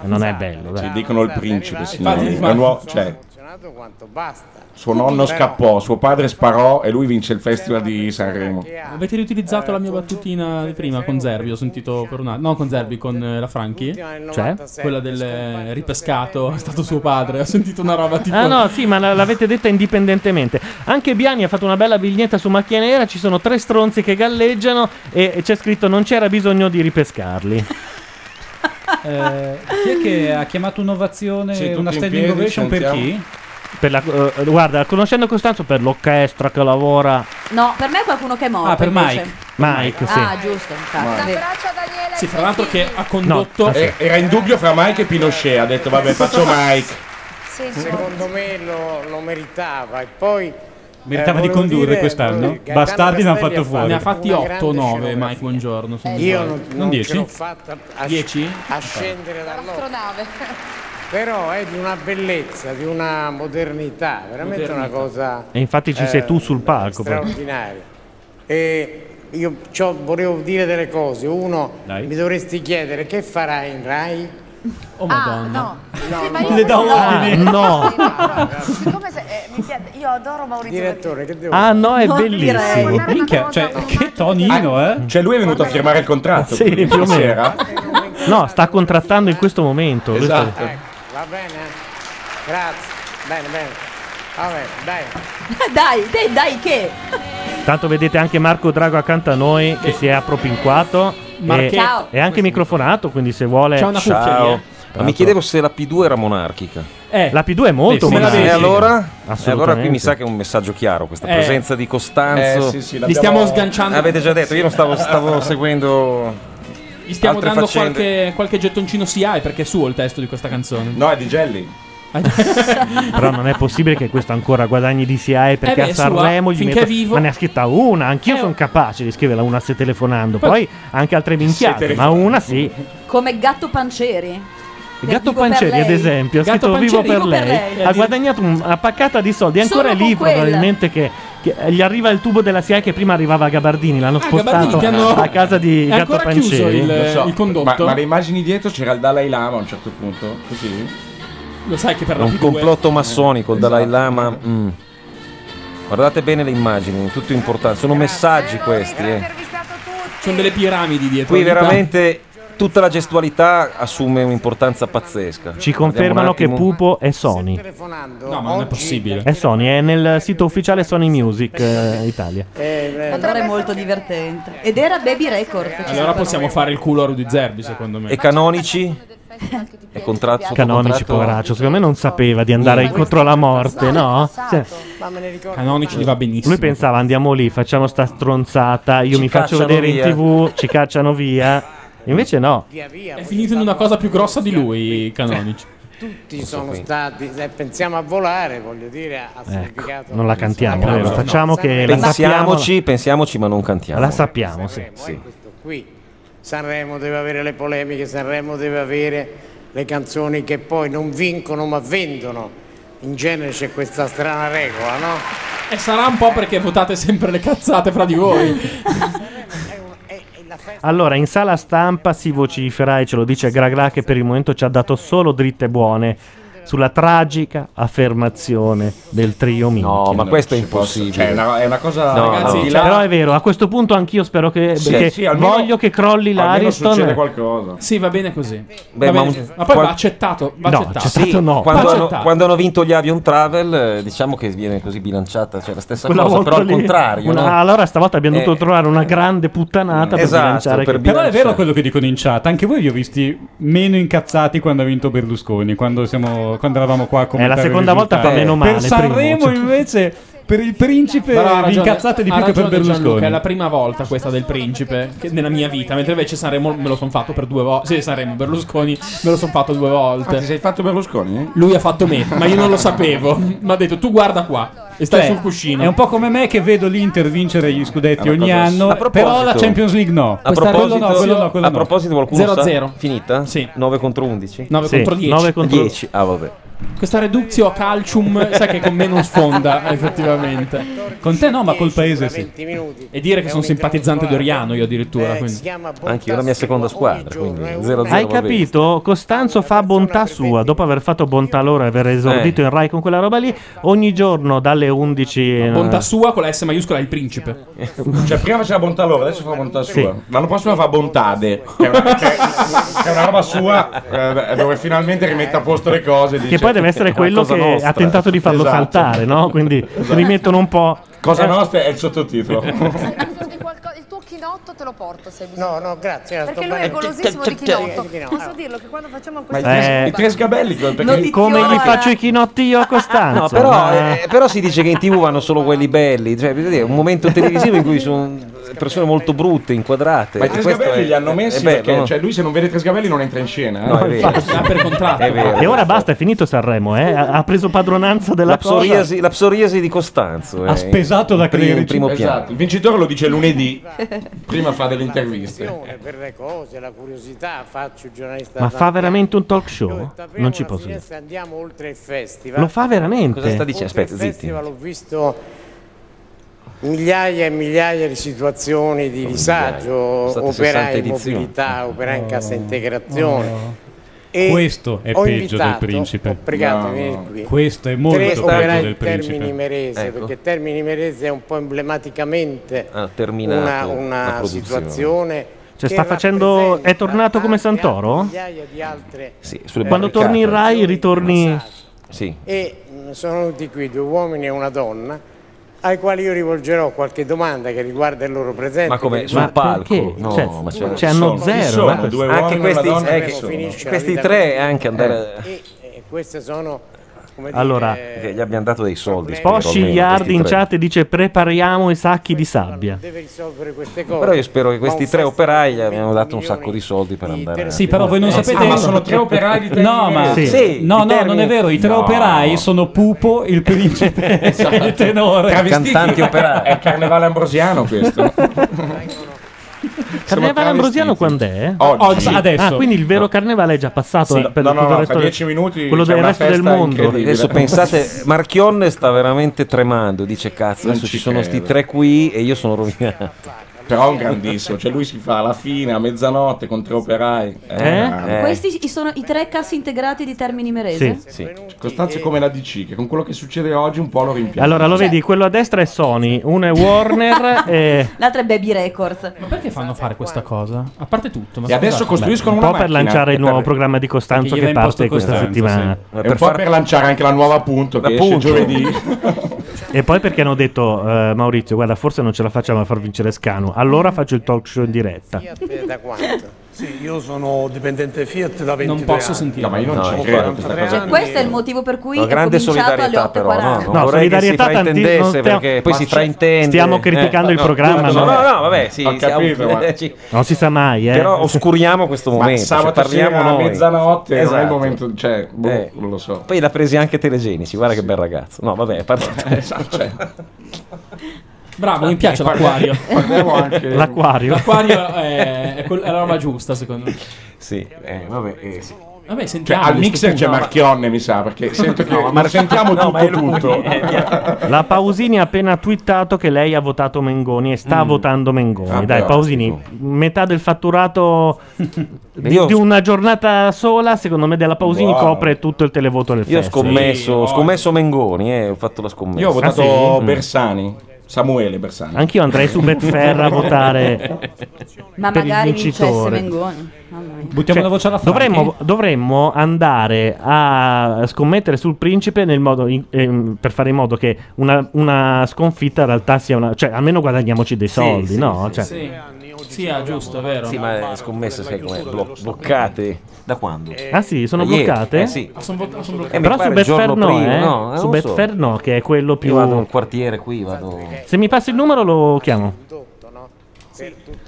Speaker 2: Eh, Non è bello,
Speaker 6: Ci
Speaker 2: dai.
Speaker 6: dicono il principe, signori.
Speaker 2: infatti.
Speaker 6: La nuova- cioè,
Speaker 14: funzionato quanto basta.
Speaker 6: suo nonno
Speaker 14: Però-
Speaker 6: scappò, suo padre sparò e lui vince il festival di Sanremo.
Speaker 3: Avete riutilizzato la mia battutina di prima con Zerbi, ho sentito per un attimo. No, con Zerbi, con eh, la Franchi.
Speaker 2: Cioè?
Speaker 3: Quella del eh, ripescato, è stato suo padre. Ho sentito una roba tipo...
Speaker 2: Ah no, sì, ma la- l'avete detta indipendentemente. Anche Biani ha fatto una bella vignetta su Macchia Nera, ci sono tre stronzi che galleggiano e e c'è scritto non c'era bisogno di ripescarli.
Speaker 1: Eh, chi è che ha chiamato un'ovazione,
Speaker 6: Sì, tutti
Speaker 1: una
Speaker 6: in
Speaker 1: standing
Speaker 6: piedi,
Speaker 1: ovation per
Speaker 6: sentiamo.
Speaker 1: chi?
Speaker 2: Per la- eh, guarda, conoscendo Costanzo per l'orchestra che lavora.
Speaker 7: No, per me è qualcuno che è morto.
Speaker 2: Ah, per
Speaker 7: invece.
Speaker 2: Mike. Mike, sì.
Speaker 7: Ah, giusto. infatti, vero.
Speaker 3: Sì, fra l'altro che ha
Speaker 6: Condotto. E- era in dubbio fra Mike e Pinochet. Ha detto, vabbè, faccio Mike.
Speaker 14: Secondo me lo, lo meritava e poi
Speaker 1: Meritava
Speaker 14: eh,
Speaker 1: di
Speaker 14: volevo
Speaker 1: condurre
Speaker 14: dire,
Speaker 1: quest'anno.
Speaker 14: volevo dire,
Speaker 1: Bastardi l'hanno
Speaker 14: Gaetano
Speaker 1: fatto fuori.
Speaker 3: Ne ha fatti
Speaker 14: una
Speaker 3: 8 o
Speaker 14: grande Eh,
Speaker 3: 9, Mike, buongiorno. se
Speaker 14: Io
Speaker 3: sbaglio.
Speaker 14: non- non ce l'ho fatta a-
Speaker 3: 10?
Speaker 14: a scendere dall'auto
Speaker 10: Astronave.
Speaker 14: però è di una bellezza di una modernità veramente Modernità. una cosa
Speaker 2: E infatti ci sei
Speaker 14: eh,
Speaker 2: tu sul palco. però.
Speaker 14: straordinaria e io c'ho- volevo dire delle cose uno mi dovresti chiedere che farai in Rai
Speaker 12: Ah,
Speaker 3: oh
Speaker 14: madonna
Speaker 2: Le dà ordini. Ah, no
Speaker 10: Siccome se, eh, mi piace, io adoro Maurizio.
Speaker 14: direttore che devo
Speaker 2: Ah no, è
Speaker 10: Non
Speaker 2: bellissimo.
Speaker 10: direi. Minchia,
Speaker 2: cioè,
Speaker 1: che tonino, eh?
Speaker 6: Cioè, lui è venuto a firmare il contratto.
Speaker 2: Sì,
Speaker 6: quindi,
Speaker 2: più o
Speaker 6: stasera.
Speaker 2: meno. No, sta contrattando in questo momento. questo-
Speaker 6: Esatto.
Speaker 14: Ecco, va bene grazie bene bene va bene dai
Speaker 7: dai, dai, dai, che?
Speaker 2: Tanto vedete anche Marco Drago accanto a noi che si è appropinquato.
Speaker 7: Marco-
Speaker 2: e-
Speaker 7: Ciao.
Speaker 2: È anche microfonato, quindi se vuole.
Speaker 15: Ciao, una cucchia
Speaker 2: Tra
Speaker 15: lì, eh. Ma mi
Speaker 2: l'altro-
Speaker 15: chiedevo se la P2 era monarchica.
Speaker 3: eh.
Speaker 2: La P2 è molto
Speaker 15: Eh,
Speaker 2: monarchica.
Speaker 15: E allora? E allora
Speaker 2: Assolutamente.
Speaker 15: qui mi sa che è un messaggio chiaro questa
Speaker 2: Eh.
Speaker 15: presenza di Costanzo.
Speaker 2: Eh, sì, sì, Li l'abbiamo- stiamo sganciando-
Speaker 15: Avete già detto, io non stavo, stavo seguendo.
Speaker 3: Gli stiamo
Speaker 15: altre
Speaker 3: dando
Speaker 15: faccende.
Speaker 3: qualche, qualche gettoncino CI perché è suo il testo di questa canzone.
Speaker 6: No, è di Jelly.
Speaker 15: Eh.
Speaker 2: Però non è possibile che questo ancora guadagni di SIAE perché
Speaker 3: Eh beh,
Speaker 2: a Sanremo
Speaker 3: sua,
Speaker 2: gli
Speaker 3: finché
Speaker 2: metto...
Speaker 3: è vivo.
Speaker 2: Ma ne ha scritta una, anch'io
Speaker 7: Eh,
Speaker 2: sono capace di scriverla una se telefonando.
Speaker 7: Poi-
Speaker 2: Poi anche altre minchiate, ma
Speaker 7: telefonando.
Speaker 2: una sì.
Speaker 7: Come gatto panceri.
Speaker 2: Il gatto Panceri, ad esempio, ha
Speaker 3: Gatto
Speaker 2: scritto Vivo
Speaker 3: Panceri,
Speaker 2: per
Speaker 3: vivo per
Speaker 2: lei.
Speaker 3: lei.
Speaker 2: Ha guadagnato un- una paccata di soldi. È
Speaker 3: Solo
Speaker 2: ancora lì,
Speaker 3: con quella.
Speaker 2: probabilmente, che, che, eh, gli arriva il tubo della SIA che prima arrivava a Gabardini.
Speaker 3: Ah,
Speaker 2: L'hanno spostato
Speaker 6: Ah, Gabardini, ti hanno-
Speaker 2: a casa di Gatto Panceri.
Speaker 6: Lo so, Ma, ma le immagini dietro c'era il Dalai Lama a un certo punto, così.
Speaker 3: Lo sai che per Eh,
Speaker 15: un complotto massonico, il Dalai
Speaker 3: esatto.
Speaker 15: Lama. mm. Guardate bene le immagini, tutto importante. Sono messaggi questi. eh.
Speaker 3: Sono delle piramidi dietro.
Speaker 15: Qui
Speaker 3: ogni tanto.
Speaker 15: veramente tutta la gestualità assume un'importanza pazzesca.
Speaker 2: Ci
Speaker 15: Vediamo un
Speaker 2: confermano che
Speaker 15: attimo.
Speaker 2: Pupo è Sony.
Speaker 3: No,
Speaker 2: Oh.
Speaker 3: ma non è possibile.
Speaker 2: È Sony, è nel sito ufficiale Sony Music eh, Italia.
Speaker 7: Allora è molto divertente. Ed era Baby cioè, Record. ci
Speaker 3: Allora possiamo fare il culo a Rudy Zerbi, secondo me.
Speaker 15: E canonici? È contratto sotto
Speaker 2: Canonici,
Speaker 15: contratto?
Speaker 2: poveraccio. Secondo me non sapeva di andare incontro alla morte, no? Sì.
Speaker 14: Esatto. Ma me ne ricordo.
Speaker 3: Canonici gli va benissimo.
Speaker 2: Lui pensava andiamo lì, facciamo sta stronzata, io
Speaker 3: Ci
Speaker 2: mi faccio
Speaker 3: cacciano
Speaker 2: vedere
Speaker 3: via.
Speaker 2: in tv, ci cacciano via. Invece no.
Speaker 3: È finito in una cosa più grossa di lui, canonici.
Speaker 2: Eh,
Speaker 14: Tutti sono stati, se pensiamo a volare, voglio dire, ha significato.
Speaker 2: Eh, Non la cantiamo,
Speaker 15: No,
Speaker 2: vero?
Speaker 15: no.
Speaker 2: Facciamo che la
Speaker 15: pensiamoci, pensiamoci, ma non cantiamo.
Speaker 2: La sappiamo, sì.
Speaker 14: Qui Sanremo deve avere le polemiche, Sanremo deve avere le canzoni che poi non vincono ma vendono. In genere c'è questa strana regola, no?
Speaker 3: E sarà un po' perché votate sempre le cazzate fra di voi.
Speaker 2: Allora, in sala stampa si vocifera e ce lo dice Gragra che per il momento ci ha dato solo dritte buone sulla tragica affermazione del trio Minchia.
Speaker 15: No, ma questo è impossibile.
Speaker 6: Cioè, è una- è una cosa-
Speaker 2: No,
Speaker 6: Ragazzi,
Speaker 2: no.
Speaker 6: di là-
Speaker 2: Però è vero, a questo punto anch'io spero che
Speaker 6: Sì,
Speaker 2: perché
Speaker 6: sì, almeno-
Speaker 2: voglio che crolli
Speaker 6: almeno
Speaker 2: l'Ariston.
Speaker 6: succede qualcosa.
Speaker 3: Sì, va bene così. Va
Speaker 15: Beh, ma
Speaker 3: bene
Speaker 15: un-
Speaker 3: così. eh, Ma poi
Speaker 15: qual-
Speaker 3: va accettato. Va accettato.
Speaker 15: Sì, Quando,
Speaker 3: Va
Speaker 15: hanno,
Speaker 3: accettato.
Speaker 15: quando hanno vinto gli Avion Travel, eh, diciamo che viene così bilanciata, cioè la stessa
Speaker 2: Quella
Speaker 15: cosa,
Speaker 2: volta
Speaker 15: però al
Speaker 2: lì-
Speaker 15: contrario.
Speaker 2: una-
Speaker 15: no?
Speaker 2: Allora stavolta abbiamo
Speaker 15: Eh,
Speaker 2: dovuto trovare una grande puttanata per
Speaker 15: Esatto,
Speaker 2: bilanciare che-
Speaker 1: Però è vero quello che dicono in chat, anche voi vi ho visti meno incazzati quando ha vinto Berlusconi, quando, siamo, quando eravamo qua come
Speaker 2: È la seconda volta fa meno male,
Speaker 1: Per
Speaker 2: primo,
Speaker 1: Sanremo
Speaker 2: cioè.
Speaker 1: invece per il principe
Speaker 3: Però ha
Speaker 1: vi
Speaker 3: ragione-
Speaker 1: incazzate di
Speaker 3: ha
Speaker 1: più che per
Speaker 3: ragione
Speaker 1: Berlusconi.
Speaker 3: Gianluca, è la prima volta questa del principe che- nella mia vita, mentre invece Sanremo me lo sono fatto per due volte. Sì, Sanremo, Berlusconi me lo sono fatto due volte.
Speaker 6: Ah, ti sei fatto Berlusconi?
Speaker 3: Lui ha fatto me, ma io non lo sapevo. Mi ha detto tu guarda qua e stai
Speaker 1: Cioè,
Speaker 3: sul cuscino.
Speaker 1: È un po' come me che vedo l'Inter vincere gli scudetti
Speaker 15: È una
Speaker 1: ogni
Speaker 15: cosa- A
Speaker 1: anno,
Speaker 15: proposito-
Speaker 1: però la Champions League no.
Speaker 15: A
Speaker 1: Questa-
Speaker 15: proposito,
Speaker 1: quello no, quello no, quello
Speaker 15: a
Speaker 1: no.
Speaker 15: proposito qualcuno sa?
Speaker 3: 0-0.
Speaker 15: Finita? Sì. 9 contro 11?
Speaker 3: 9 Sì, contro 10.
Speaker 15: 9
Speaker 3: 9
Speaker 15: contro
Speaker 3: contro-
Speaker 15: 10. Ah, vabbè.
Speaker 3: Questa reduzio calcium, sai che con me non sfonda, effettivamente.
Speaker 1: Con te no, ma col paese sì.
Speaker 3: E dire che sono simpatizzante di Oriano io addirittura. Quindi.
Speaker 15: Anche io, la mia seconda squadra. Quindi 0-0.
Speaker 2: Hai
Speaker 15: va bene.
Speaker 2: capito? Costanzo fa bontà sua dopo aver fatto bontà loro e aver
Speaker 15: Eh.
Speaker 2: esordito in Rai con quella roba lì. Ogni giorno dalle 11. eh,
Speaker 3: Bontà sua con la S maiuscola è il principe.
Speaker 6: Cioè, prima faceva bontà loro, adesso fa bontà sua. L'anno prossimo fa bontade. Che è una, che è- che è una roba sua eh, dove finalmente rimette a posto le cose.
Speaker 2: Che poi deve essere quello che ha tentato di farlo
Speaker 15: Esatto.
Speaker 2: saltare, no? Quindi rimettono un po'.
Speaker 6: Esatto. Cosa
Speaker 2: Eh,
Speaker 6: nostra è il sottotitolo.
Speaker 10: Il tuo chinotto te lo porto se hai
Speaker 14: No, no, grazie. era
Speaker 10: Perché
Speaker 14: sto
Speaker 10: lui è
Speaker 14: bene.
Speaker 10: golosissimo di chinotto.
Speaker 14: Posso
Speaker 10: dirlo che quando facciamo
Speaker 15: Ma i
Speaker 10: questo
Speaker 15: tre,
Speaker 2: Eh.
Speaker 15: i tre sgabelli perché-
Speaker 2: Come gli faccio i chinotti io a Costanzo?
Speaker 15: No, però,
Speaker 2: Ma-
Speaker 15: eh, però si dice che in tv vanno solo quelli belli. Cioè, voglio dire, un momento televisivo in cui sono persone molto brutte, inquadrate.
Speaker 6: Ma i tre
Speaker 15: Questo
Speaker 6: sgabelli
Speaker 15: è-
Speaker 6: li hanno
Speaker 15: è
Speaker 6: messi
Speaker 15: bello,
Speaker 6: perché
Speaker 15: eh, no?
Speaker 6: cioè, lui se non vede tre sgabelli non entra in scena. eh.
Speaker 15: No, è vero.
Speaker 3: Ah, per contratto.
Speaker 15: È vero.
Speaker 2: Eh, E ora basta, è finito Sanremo, eh? Ha ha preso padronanza della
Speaker 15: La
Speaker 2: cosa.
Speaker 15: psoriasi, la psoriasi di Costanzo. eh. In primo- in primo piano.
Speaker 6: Esatto, Il vincitore lo dice lunedì, prima fa delle interviste.
Speaker 14: Eh, Per le cose, la curiosità, faccio il giornalista.
Speaker 2: Ma
Speaker 14: da-
Speaker 2: fa veramente un talk show? Non ci posso dire.
Speaker 14: Se andiamo oltre il festival.
Speaker 2: Lo fa veramente?
Speaker 14: Oltre il festival ho visto migliaia e migliaia di situazioni di disagio,
Speaker 1: State 60
Speaker 14: operai in
Speaker 1: edizioni.
Speaker 14: mobilità, operai in cassa integrazione.
Speaker 1: No.
Speaker 14: E
Speaker 1: Questo è
Speaker 14: ho
Speaker 1: peggio del
Speaker 14: invitato-
Speaker 1: principe.
Speaker 15: oh,
Speaker 14: Ho pregato di venire qui.
Speaker 1: Questo è molto
Speaker 14: Tre
Speaker 1: peggio
Speaker 14: operai
Speaker 1: del
Speaker 14: di Termini
Speaker 1: principe.
Speaker 14: Merese,
Speaker 15: Ecco.
Speaker 14: perché Termini Merese è un po' emblematicamente
Speaker 1: Ah,
Speaker 15: Ha terminato
Speaker 14: una,
Speaker 15: la
Speaker 14: una
Speaker 15: produzione.
Speaker 14: situazione
Speaker 2: Cioè,
Speaker 14: che
Speaker 2: sta facendo. È tornato come Santoro?
Speaker 14: migliaia di altre
Speaker 15: Sì, sulle
Speaker 2: Quando
Speaker 15: barricate.
Speaker 2: torni in Rai, ritorni.
Speaker 15: Sì.
Speaker 14: e mh, sono venuti qui due uomini e una donna ai quali io rivolgerò qualche domanda che riguarda il loro presente.
Speaker 15: Ma come
Speaker 14: che
Speaker 15: sul
Speaker 14: riguarda-
Speaker 15: palco? No,
Speaker 2: Cioè,
Speaker 15: ma
Speaker 2: ci hanno
Speaker 15: sono-
Speaker 2: zero,
Speaker 15: ci sono,
Speaker 2: eh, questo.
Speaker 15: due
Speaker 2: Anche
Speaker 15: uomini e una
Speaker 2: questi-
Speaker 15: donna,
Speaker 2: ecco,
Speaker 15: ci sono.
Speaker 14: Finisce la
Speaker 15: questi
Speaker 14: vita
Speaker 15: tre
Speaker 14: con-
Speaker 15: anche andare
Speaker 14: E, e queste sono come dire,
Speaker 2: Allora,
Speaker 15: Perché gli abbiamo dato dei soldi.
Speaker 2: Posci
Speaker 15: spero, almeno,
Speaker 2: Yardi in
Speaker 15: questi tre.
Speaker 2: chat dice prepariamo i sacchi di sabbia.
Speaker 14: deve risolvere queste cose.
Speaker 15: Però io spero che questi tre operai gli abbiano dato un sacco di soldi per andare.
Speaker 1: Sì, però voi non
Speaker 15: Eh,
Speaker 1: sapete.
Speaker 15: sì,
Speaker 1: No, ma
Speaker 15: Sì.
Speaker 1: no,
Speaker 15: i
Speaker 1: no, non
Speaker 15: termini-
Speaker 1: è vero. I tre
Speaker 15: No. Esatto.
Speaker 1: operai sono Pupo, il principe
Speaker 6: Esatto.
Speaker 1: e il tenore.
Speaker 6: Travestiti. È il carnevale ambrosiano questo.
Speaker 2: Carnevale Ambrosiano quando è?
Speaker 6: Oggi. Oggi, adesso.
Speaker 2: Ah, quindi il vero carnevale è già passato
Speaker 6: Sì.
Speaker 2: per
Speaker 6: No, no,
Speaker 2: tutto
Speaker 6: no,
Speaker 2: il resto
Speaker 6: fra
Speaker 2: del-
Speaker 6: dieci minuti
Speaker 2: quello
Speaker 6: c'è
Speaker 2: del
Speaker 6: una
Speaker 2: resto del
Speaker 6: festa
Speaker 2: mondo.
Speaker 6: incredibile.
Speaker 15: Adesso pensate, Marchionne sta veramente tremando, dice cazzo,
Speaker 6: Non
Speaker 15: adesso
Speaker 6: ci
Speaker 15: ci sono sti
Speaker 6: credo.
Speaker 15: tre qui e io sono rovinato.
Speaker 6: Però è un grandissimo, cioè lui si fa alla fine, a mezzanotte, con tre operai.
Speaker 15: Eh? Eh.
Speaker 7: Questi sono i tre cassi integrati di Termini Merese.
Speaker 6: Costanzo è come la DC, che con quello che succede oggi un po' lo Cioè, rimpiange.
Speaker 2: Allora, lo vedi, quello a destra è Sony, uno è Warner e...
Speaker 7: L'altra è Baby Records.
Speaker 3: Ma perché fanno fare questa cosa? A parte tutto, ma
Speaker 2: E adesso costruiscono Un po' una per macchina.
Speaker 15: eh,
Speaker 2: lanciare il nuovo programma di Costanzo
Speaker 3: Perché gli
Speaker 2: che
Speaker 3: va in
Speaker 2: parte
Speaker 3: posto
Speaker 2: questa
Speaker 3: Costanzo,
Speaker 2: settimana.
Speaker 3: sì.
Speaker 6: È un po' per lanciare anche la nuova punto che esce
Speaker 2: Appunto.
Speaker 6: giovedì.
Speaker 2: E poi perché hanno detto eh, Maurizio, guarda, forse non ce la facciamo a far vincere Scanu, allora faccio il talk show in diretta.
Speaker 14: Da quanto?
Speaker 16: Sì, io sono dipendente Fiat da 23
Speaker 3: Non posso
Speaker 16: anni.
Speaker 3: sentirlo. No, ma
Speaker 6: io non ci
Speaker 16: Ho
Speaker 6: credo a
Speaker 16: 43
Speaker 6: questa cosa.
Speaker 16: anni.
Speaker 7: Cioè, questo è il motivo per cui
Speaker 15: No,
Speaker 7: è
Speaker 15: grande
Speaker 7: cominciato alle
Speaker 15: solidarietà
Speaker 7: 8.40.
Speaker 15: però, no? Non
Speaker 2: No,
Speaker 15: vorrei che si
Speaker 2: solidarietà
Speaker 15: fraintendesse
Speaker 2: tanti- non stiamo-
Speaker 15: perché poi si
Speaker 2: ma-
Speaker 15: fraintende. Eh,
Speaker 2: stiamo criticando il programma,
Speaker 15: No, no,
Speaker 2: ma-
Speaker 15: no, vabbè, sì,
Speaker 2: Ho capito,
Speaker 15: siamo-
Speaker 2: ma-
Speaker 15: ci-
Speaker 2: Non si sa mai, eh.
Speaker 15: Però oscuriamo questo
Speaker 6: Ma
Speaker 15: momento, cioè,
Speaker 6: sabato
Speaker 15: parliamo
Speaker 6: sera a
Speaker 15: noi.
Speaker 6: mezzanotte non è il
Speaker 15: Esatto.
Speaker 6: momento, cioè, boh,
Speaker 15: Eh.
Speaker 6: non lo so.
Speaker 15: Poi l'ha presi anche Telegenici, guarda che bel ragazzo. No, vabbè, a
Speaker 2: Eh,
Speaker 15: parte-
Speaker 6: Cioè,
Speaker 2: esatto.
Speaker 3: Bravo, mi piace l'acquario.
Speaker 15: Parliamo anche-
Speaker 2: L'acquario.
Speaker 3: L'acquario è, è quel- è la roba giusta, secondo me.
Speaker 15: Sì, eh, vabbè, eh, sì.
Speaker 3: Vabbè,
Speaker 6: Cioè,
Speaker 3: sentiamo.
Speaker 6: al
Speaker 3: questo
Speaker 6: mixer
Speaker 3: punto.
Speaker 6: c'è Marchionne, mi sa, perché sento che
Speaker 2: No, ma-
Speaker 6: sentiamo
Speaker 2: no,
Speaker 6: tutto,
Speaker 2: ma è lui,
Speaker 6: tutto.
Speaker 2: La Pausini ha appena twittato che lei ha votato Mengoni e sta votando Mengoni.
Speaker 15: Ah,
Speaker 2: Dai,
Speaker 15: però,
Speaker 2: Pausini, metà del fatturato di,
Speaker 15: Io-
Speaker 2: di una giornata sola, secondo me, della Pausini
Speaker 15: Wow.
Speaker 2: copre tutto il televoto del
Speaker 15: Io ho
Speaker 2: festival.
Speaker 15: scommesso, ho scommesso Mengoni, eh, ho fatto la scommessa.
Speaker 6: Io ho votato
Speaker 15: Ah, sì? Mm.
Speaker 6: Bersani, Samuele Bersani.
Speaker 2: Anch'io andrei su Betfair a votare.
Speaker 7: Ma
Speaker 2: per il
Speaker 7: magari vincesse
Speaker 2: vincitore.
Speaker 7: Mengoni. Mamma mia.
Speaker 2: Buttiamo la voce alla Cioè, dovremmo, dovremmo andare a scommettere sul principe nel modo in- ehm, per fare in modo che una, una sconfitta in realtà sia una. cioè almeno guadagniamoci dei soldi,
Speaker 3: sì,
Speaker 2: no? Cioè,
Speaker 3: Sì, sì ah, giusto, è vero.
Speaker 15: Sì, ma eh, scommesse, sai com'è? Blo- bloccate. Da quando?
Speaker 3: Eh,
Speaker 2: Ah, sì, sono
Speaker 15: Da ieri.
Speaker 2: bloccate?
Speaker 15: Eh, sì.
Speaker 3: Ah, son vot- son bloccati.
Speaker 15: Eh, mi
Speaker 2: Però
Speaker 15: pare
Speaker 2: su
Speaker 15: il
Speaker 2: Betfair
Speaker 15: giorno
Speaker 2: no,
Speaker 15: prima,
Speaker 2: eh.
Speaker 15: no, eh,
Speaker 2: su
Speaker 15: non lo so.
Speaker 2: Betfair no, che è quello più.
Speaker 15: Io vado al quartiere qui, vado...
Speaker 3: Esatto.
Speaker 15: Eh,
Speaker 3: Eh,
Speaker 2: Se mi passi il numero lo chiamo.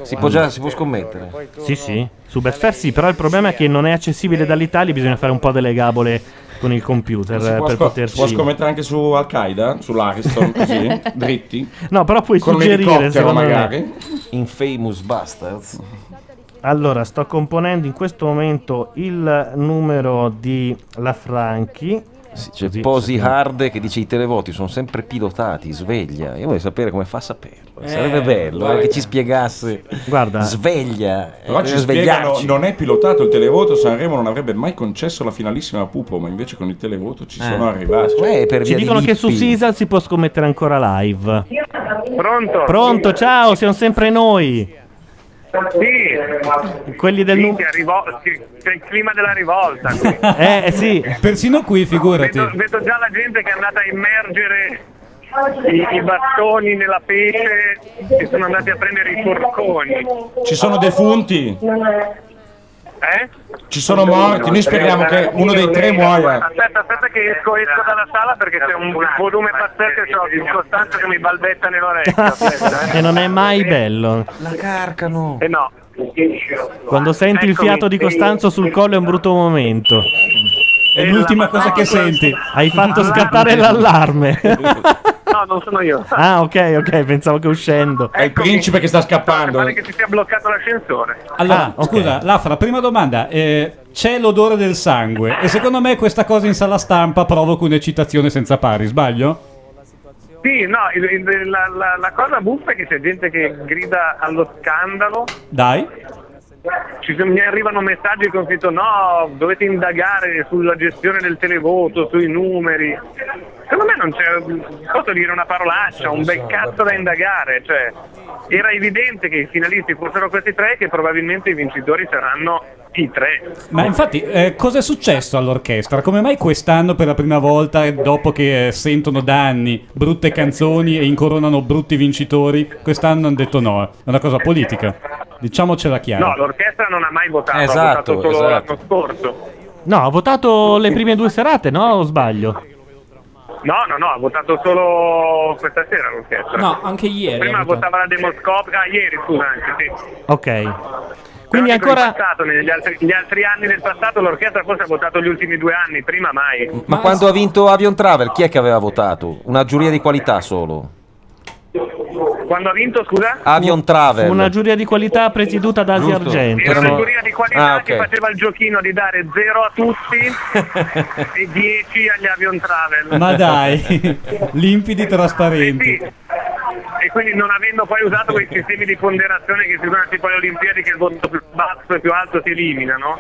Speaker 15: Si può già, si può scommettere.
Speaker 2: Sì, sì. Su Betfair sì, però il problema è che non è accessibile dall'Italia, bisogna fare un po' delle gabole con il computer
Speaker 6: Si
Speaker 2: eh,
Speaker 6: può,
Speaker 2: per
Speaker 6: sco-
Speaker 2: poterci.
Speaker 6: si può scommettere anche su Al-Qaeda, sull'Ariston, così, dritti.
Speaker 2: No, però puoi
Speaker 6: Con un
Speaker 2: suggerire,
Speaker 6: elicottero
Speaker 2: secondo me.
Speaker 6: magari.
Speaker 15: Infamous Bastards.
Speaker 2: Allora, sto componendo in questo momento il numero di La Franchi.
Speaker 15: C'è Posi Hard che dice i televoti sono sempre pilotati, sveglia. Io voglio sapere come fa a saperlo.
Speaker 6: Eh,
Speaker 15: Sarebbe bello
Speaker 6: guarda.
Speaker 15: eh, che ci spiegasse.
Speaker 2: Guarda.
Speaker 15: Sveglia.
Speaker 6: Però ci
Speaker 15: eh,
Speaker 6: spiegano,
Speaker 15: svegliarci.
Speaker 6: non è pilotato il televoto, Sanremo non avrebbe mai concesso la finalissima a Pupo, ma invece con il televoto ci
Speaker 15: Eh.
Speaker 6: sono arrivati.
Speaker 15: Eh, per
Speaker 2: Ci dicono che su Sisal si può scommettere ancora live.
Speaker 9: Pronto?
Speaker 2: Pronto, ciao, siamo sempre noi.
Speaker 9: Sì.
Speaker 2: Quelli del
Speaker 9: Minchia, rivol- c'è- c'è il clima della rivolta. qui.
Speaker 2: Eh, sì.
Speaker 1: Persino qui, figurati.
Speaker 9: vedo, vedo già la gente che è andata a immergere i, i bastoni nella pesce e sono andati a prendere i forconi.
Speaker 6: Ci sono defunti,
Speaker 9: Eh?
Speaker 6: ci sono morti, noi speriamo che uno dei tre muoia.
Speaker 9: Aspetta, aspetta che esco, esco dalla sala perché c'è un volume pazzesco e c'ho il Costanzo che mi balbetta nell'orecchio. Aspetta, eh.
Speaker 2: e non è mai bello.
Speaker 15: La carcano.
Speaker 9: Eh no.
Speaker 2: Quando senti il
Speaker 9: Eccomi.
Speaker 2: fiato di Costanzo sul collo è un brutto momento.
Speaker 1: È l'ultima cosa che senti.
Speaker 2: Hai fatto scattare l'allarme.
Speaker 9: No, non sono io.
Speaker 2: ah, ok, ok, pensavo che uscendo.
Speaker 6: È il principe che sta scappando.
Speaker 9: Che si sia bloccato l'ascensore.
Speaker 1: Allora, scusa, Lafra, prima domanda. eh, c'è l'odore del sangue e secondo me questa cosa in sala stampa provoca un'eccitazione senza pari, sbaglio?
Speaker 9: Sì, no, il- il- la, la- la cosa buffa è che c'è gente che grida allo scandalo.
Speaker 1: Dai.
Speaker 9: Ci sono- mi arrivano messaggi con scritto no, dovete indagare sulla gestione del televoto, sui numeri. Secondo me non c'è, posso dire una parolaccia, un bel
Speaker 1: certo.
Speaker 9: cazzo da indagare. Cioè, era evidente che i finalisti fossero questi tre e che probabilmente i vincitori saranno i tre.
Speaker 1: Ma infatti, eh, cosa è successo all'orchestra? Come mai quest'anno per la prima volta, dopo che eh, sentono da anni brutte canzoni e incoronano brutti vincitori, quest'anno hanno detto no? È una cosa politica. Diciamocela chiara.
Speaker 9: No, l'orchestra non ha mai votato,
Speaker 1: Esatto,
Speaker 9: ha votato solo
Speaker 1: esatto.
Speaker 9: l'anno scorso.
Speaker 2: No, ho votato le prime due serate, no? O sbaglio?
Speaker 9: No, no, no, ha votato solo questa sera l'orchestra.
Speaker 3: No, anche ieri.
Speaker 9: Prima
Speaker 3: ha votato.
Speaker 9: votava la Demoscopica, ah, ieri scusa anche, sì.
Speaker 2: Ok.
Speaker 9: Quindi ancora... Passato, negli, altri, negli altri anni del passato l'orchestra forse ha votato gli ultimi due anni, prima mai.
Speaker 15: Ma quando ha vinto Avion Travel, chi è che aveva votato? Una giuria di qualità solo.
Speaker 9: Quando ha vinto, scusa?
Speaker 15: Avion Travel.
Speaker 2: Una giuria di qualità presieduta da Asia
Speaker 15: Giusto.
Speaker 2: Argento.
Speaker 15: Era una
Speaker 2: Erano-
Speaker 15: giuria
Speaker 9: di qualità
Speaker 2: Ah, ok.
Speaker 9: che faceva il giochino di dare 0 a tutti e 10 agli Avion Travel.
Speaker 11: Ma dai, limpidi, trasparenti.
Speaker 9: E quindi non avendo poi usato quei sistemi di ponderazione che si usano tipo alle Olimpiadi che il voto più basso e più alto si elimina, no?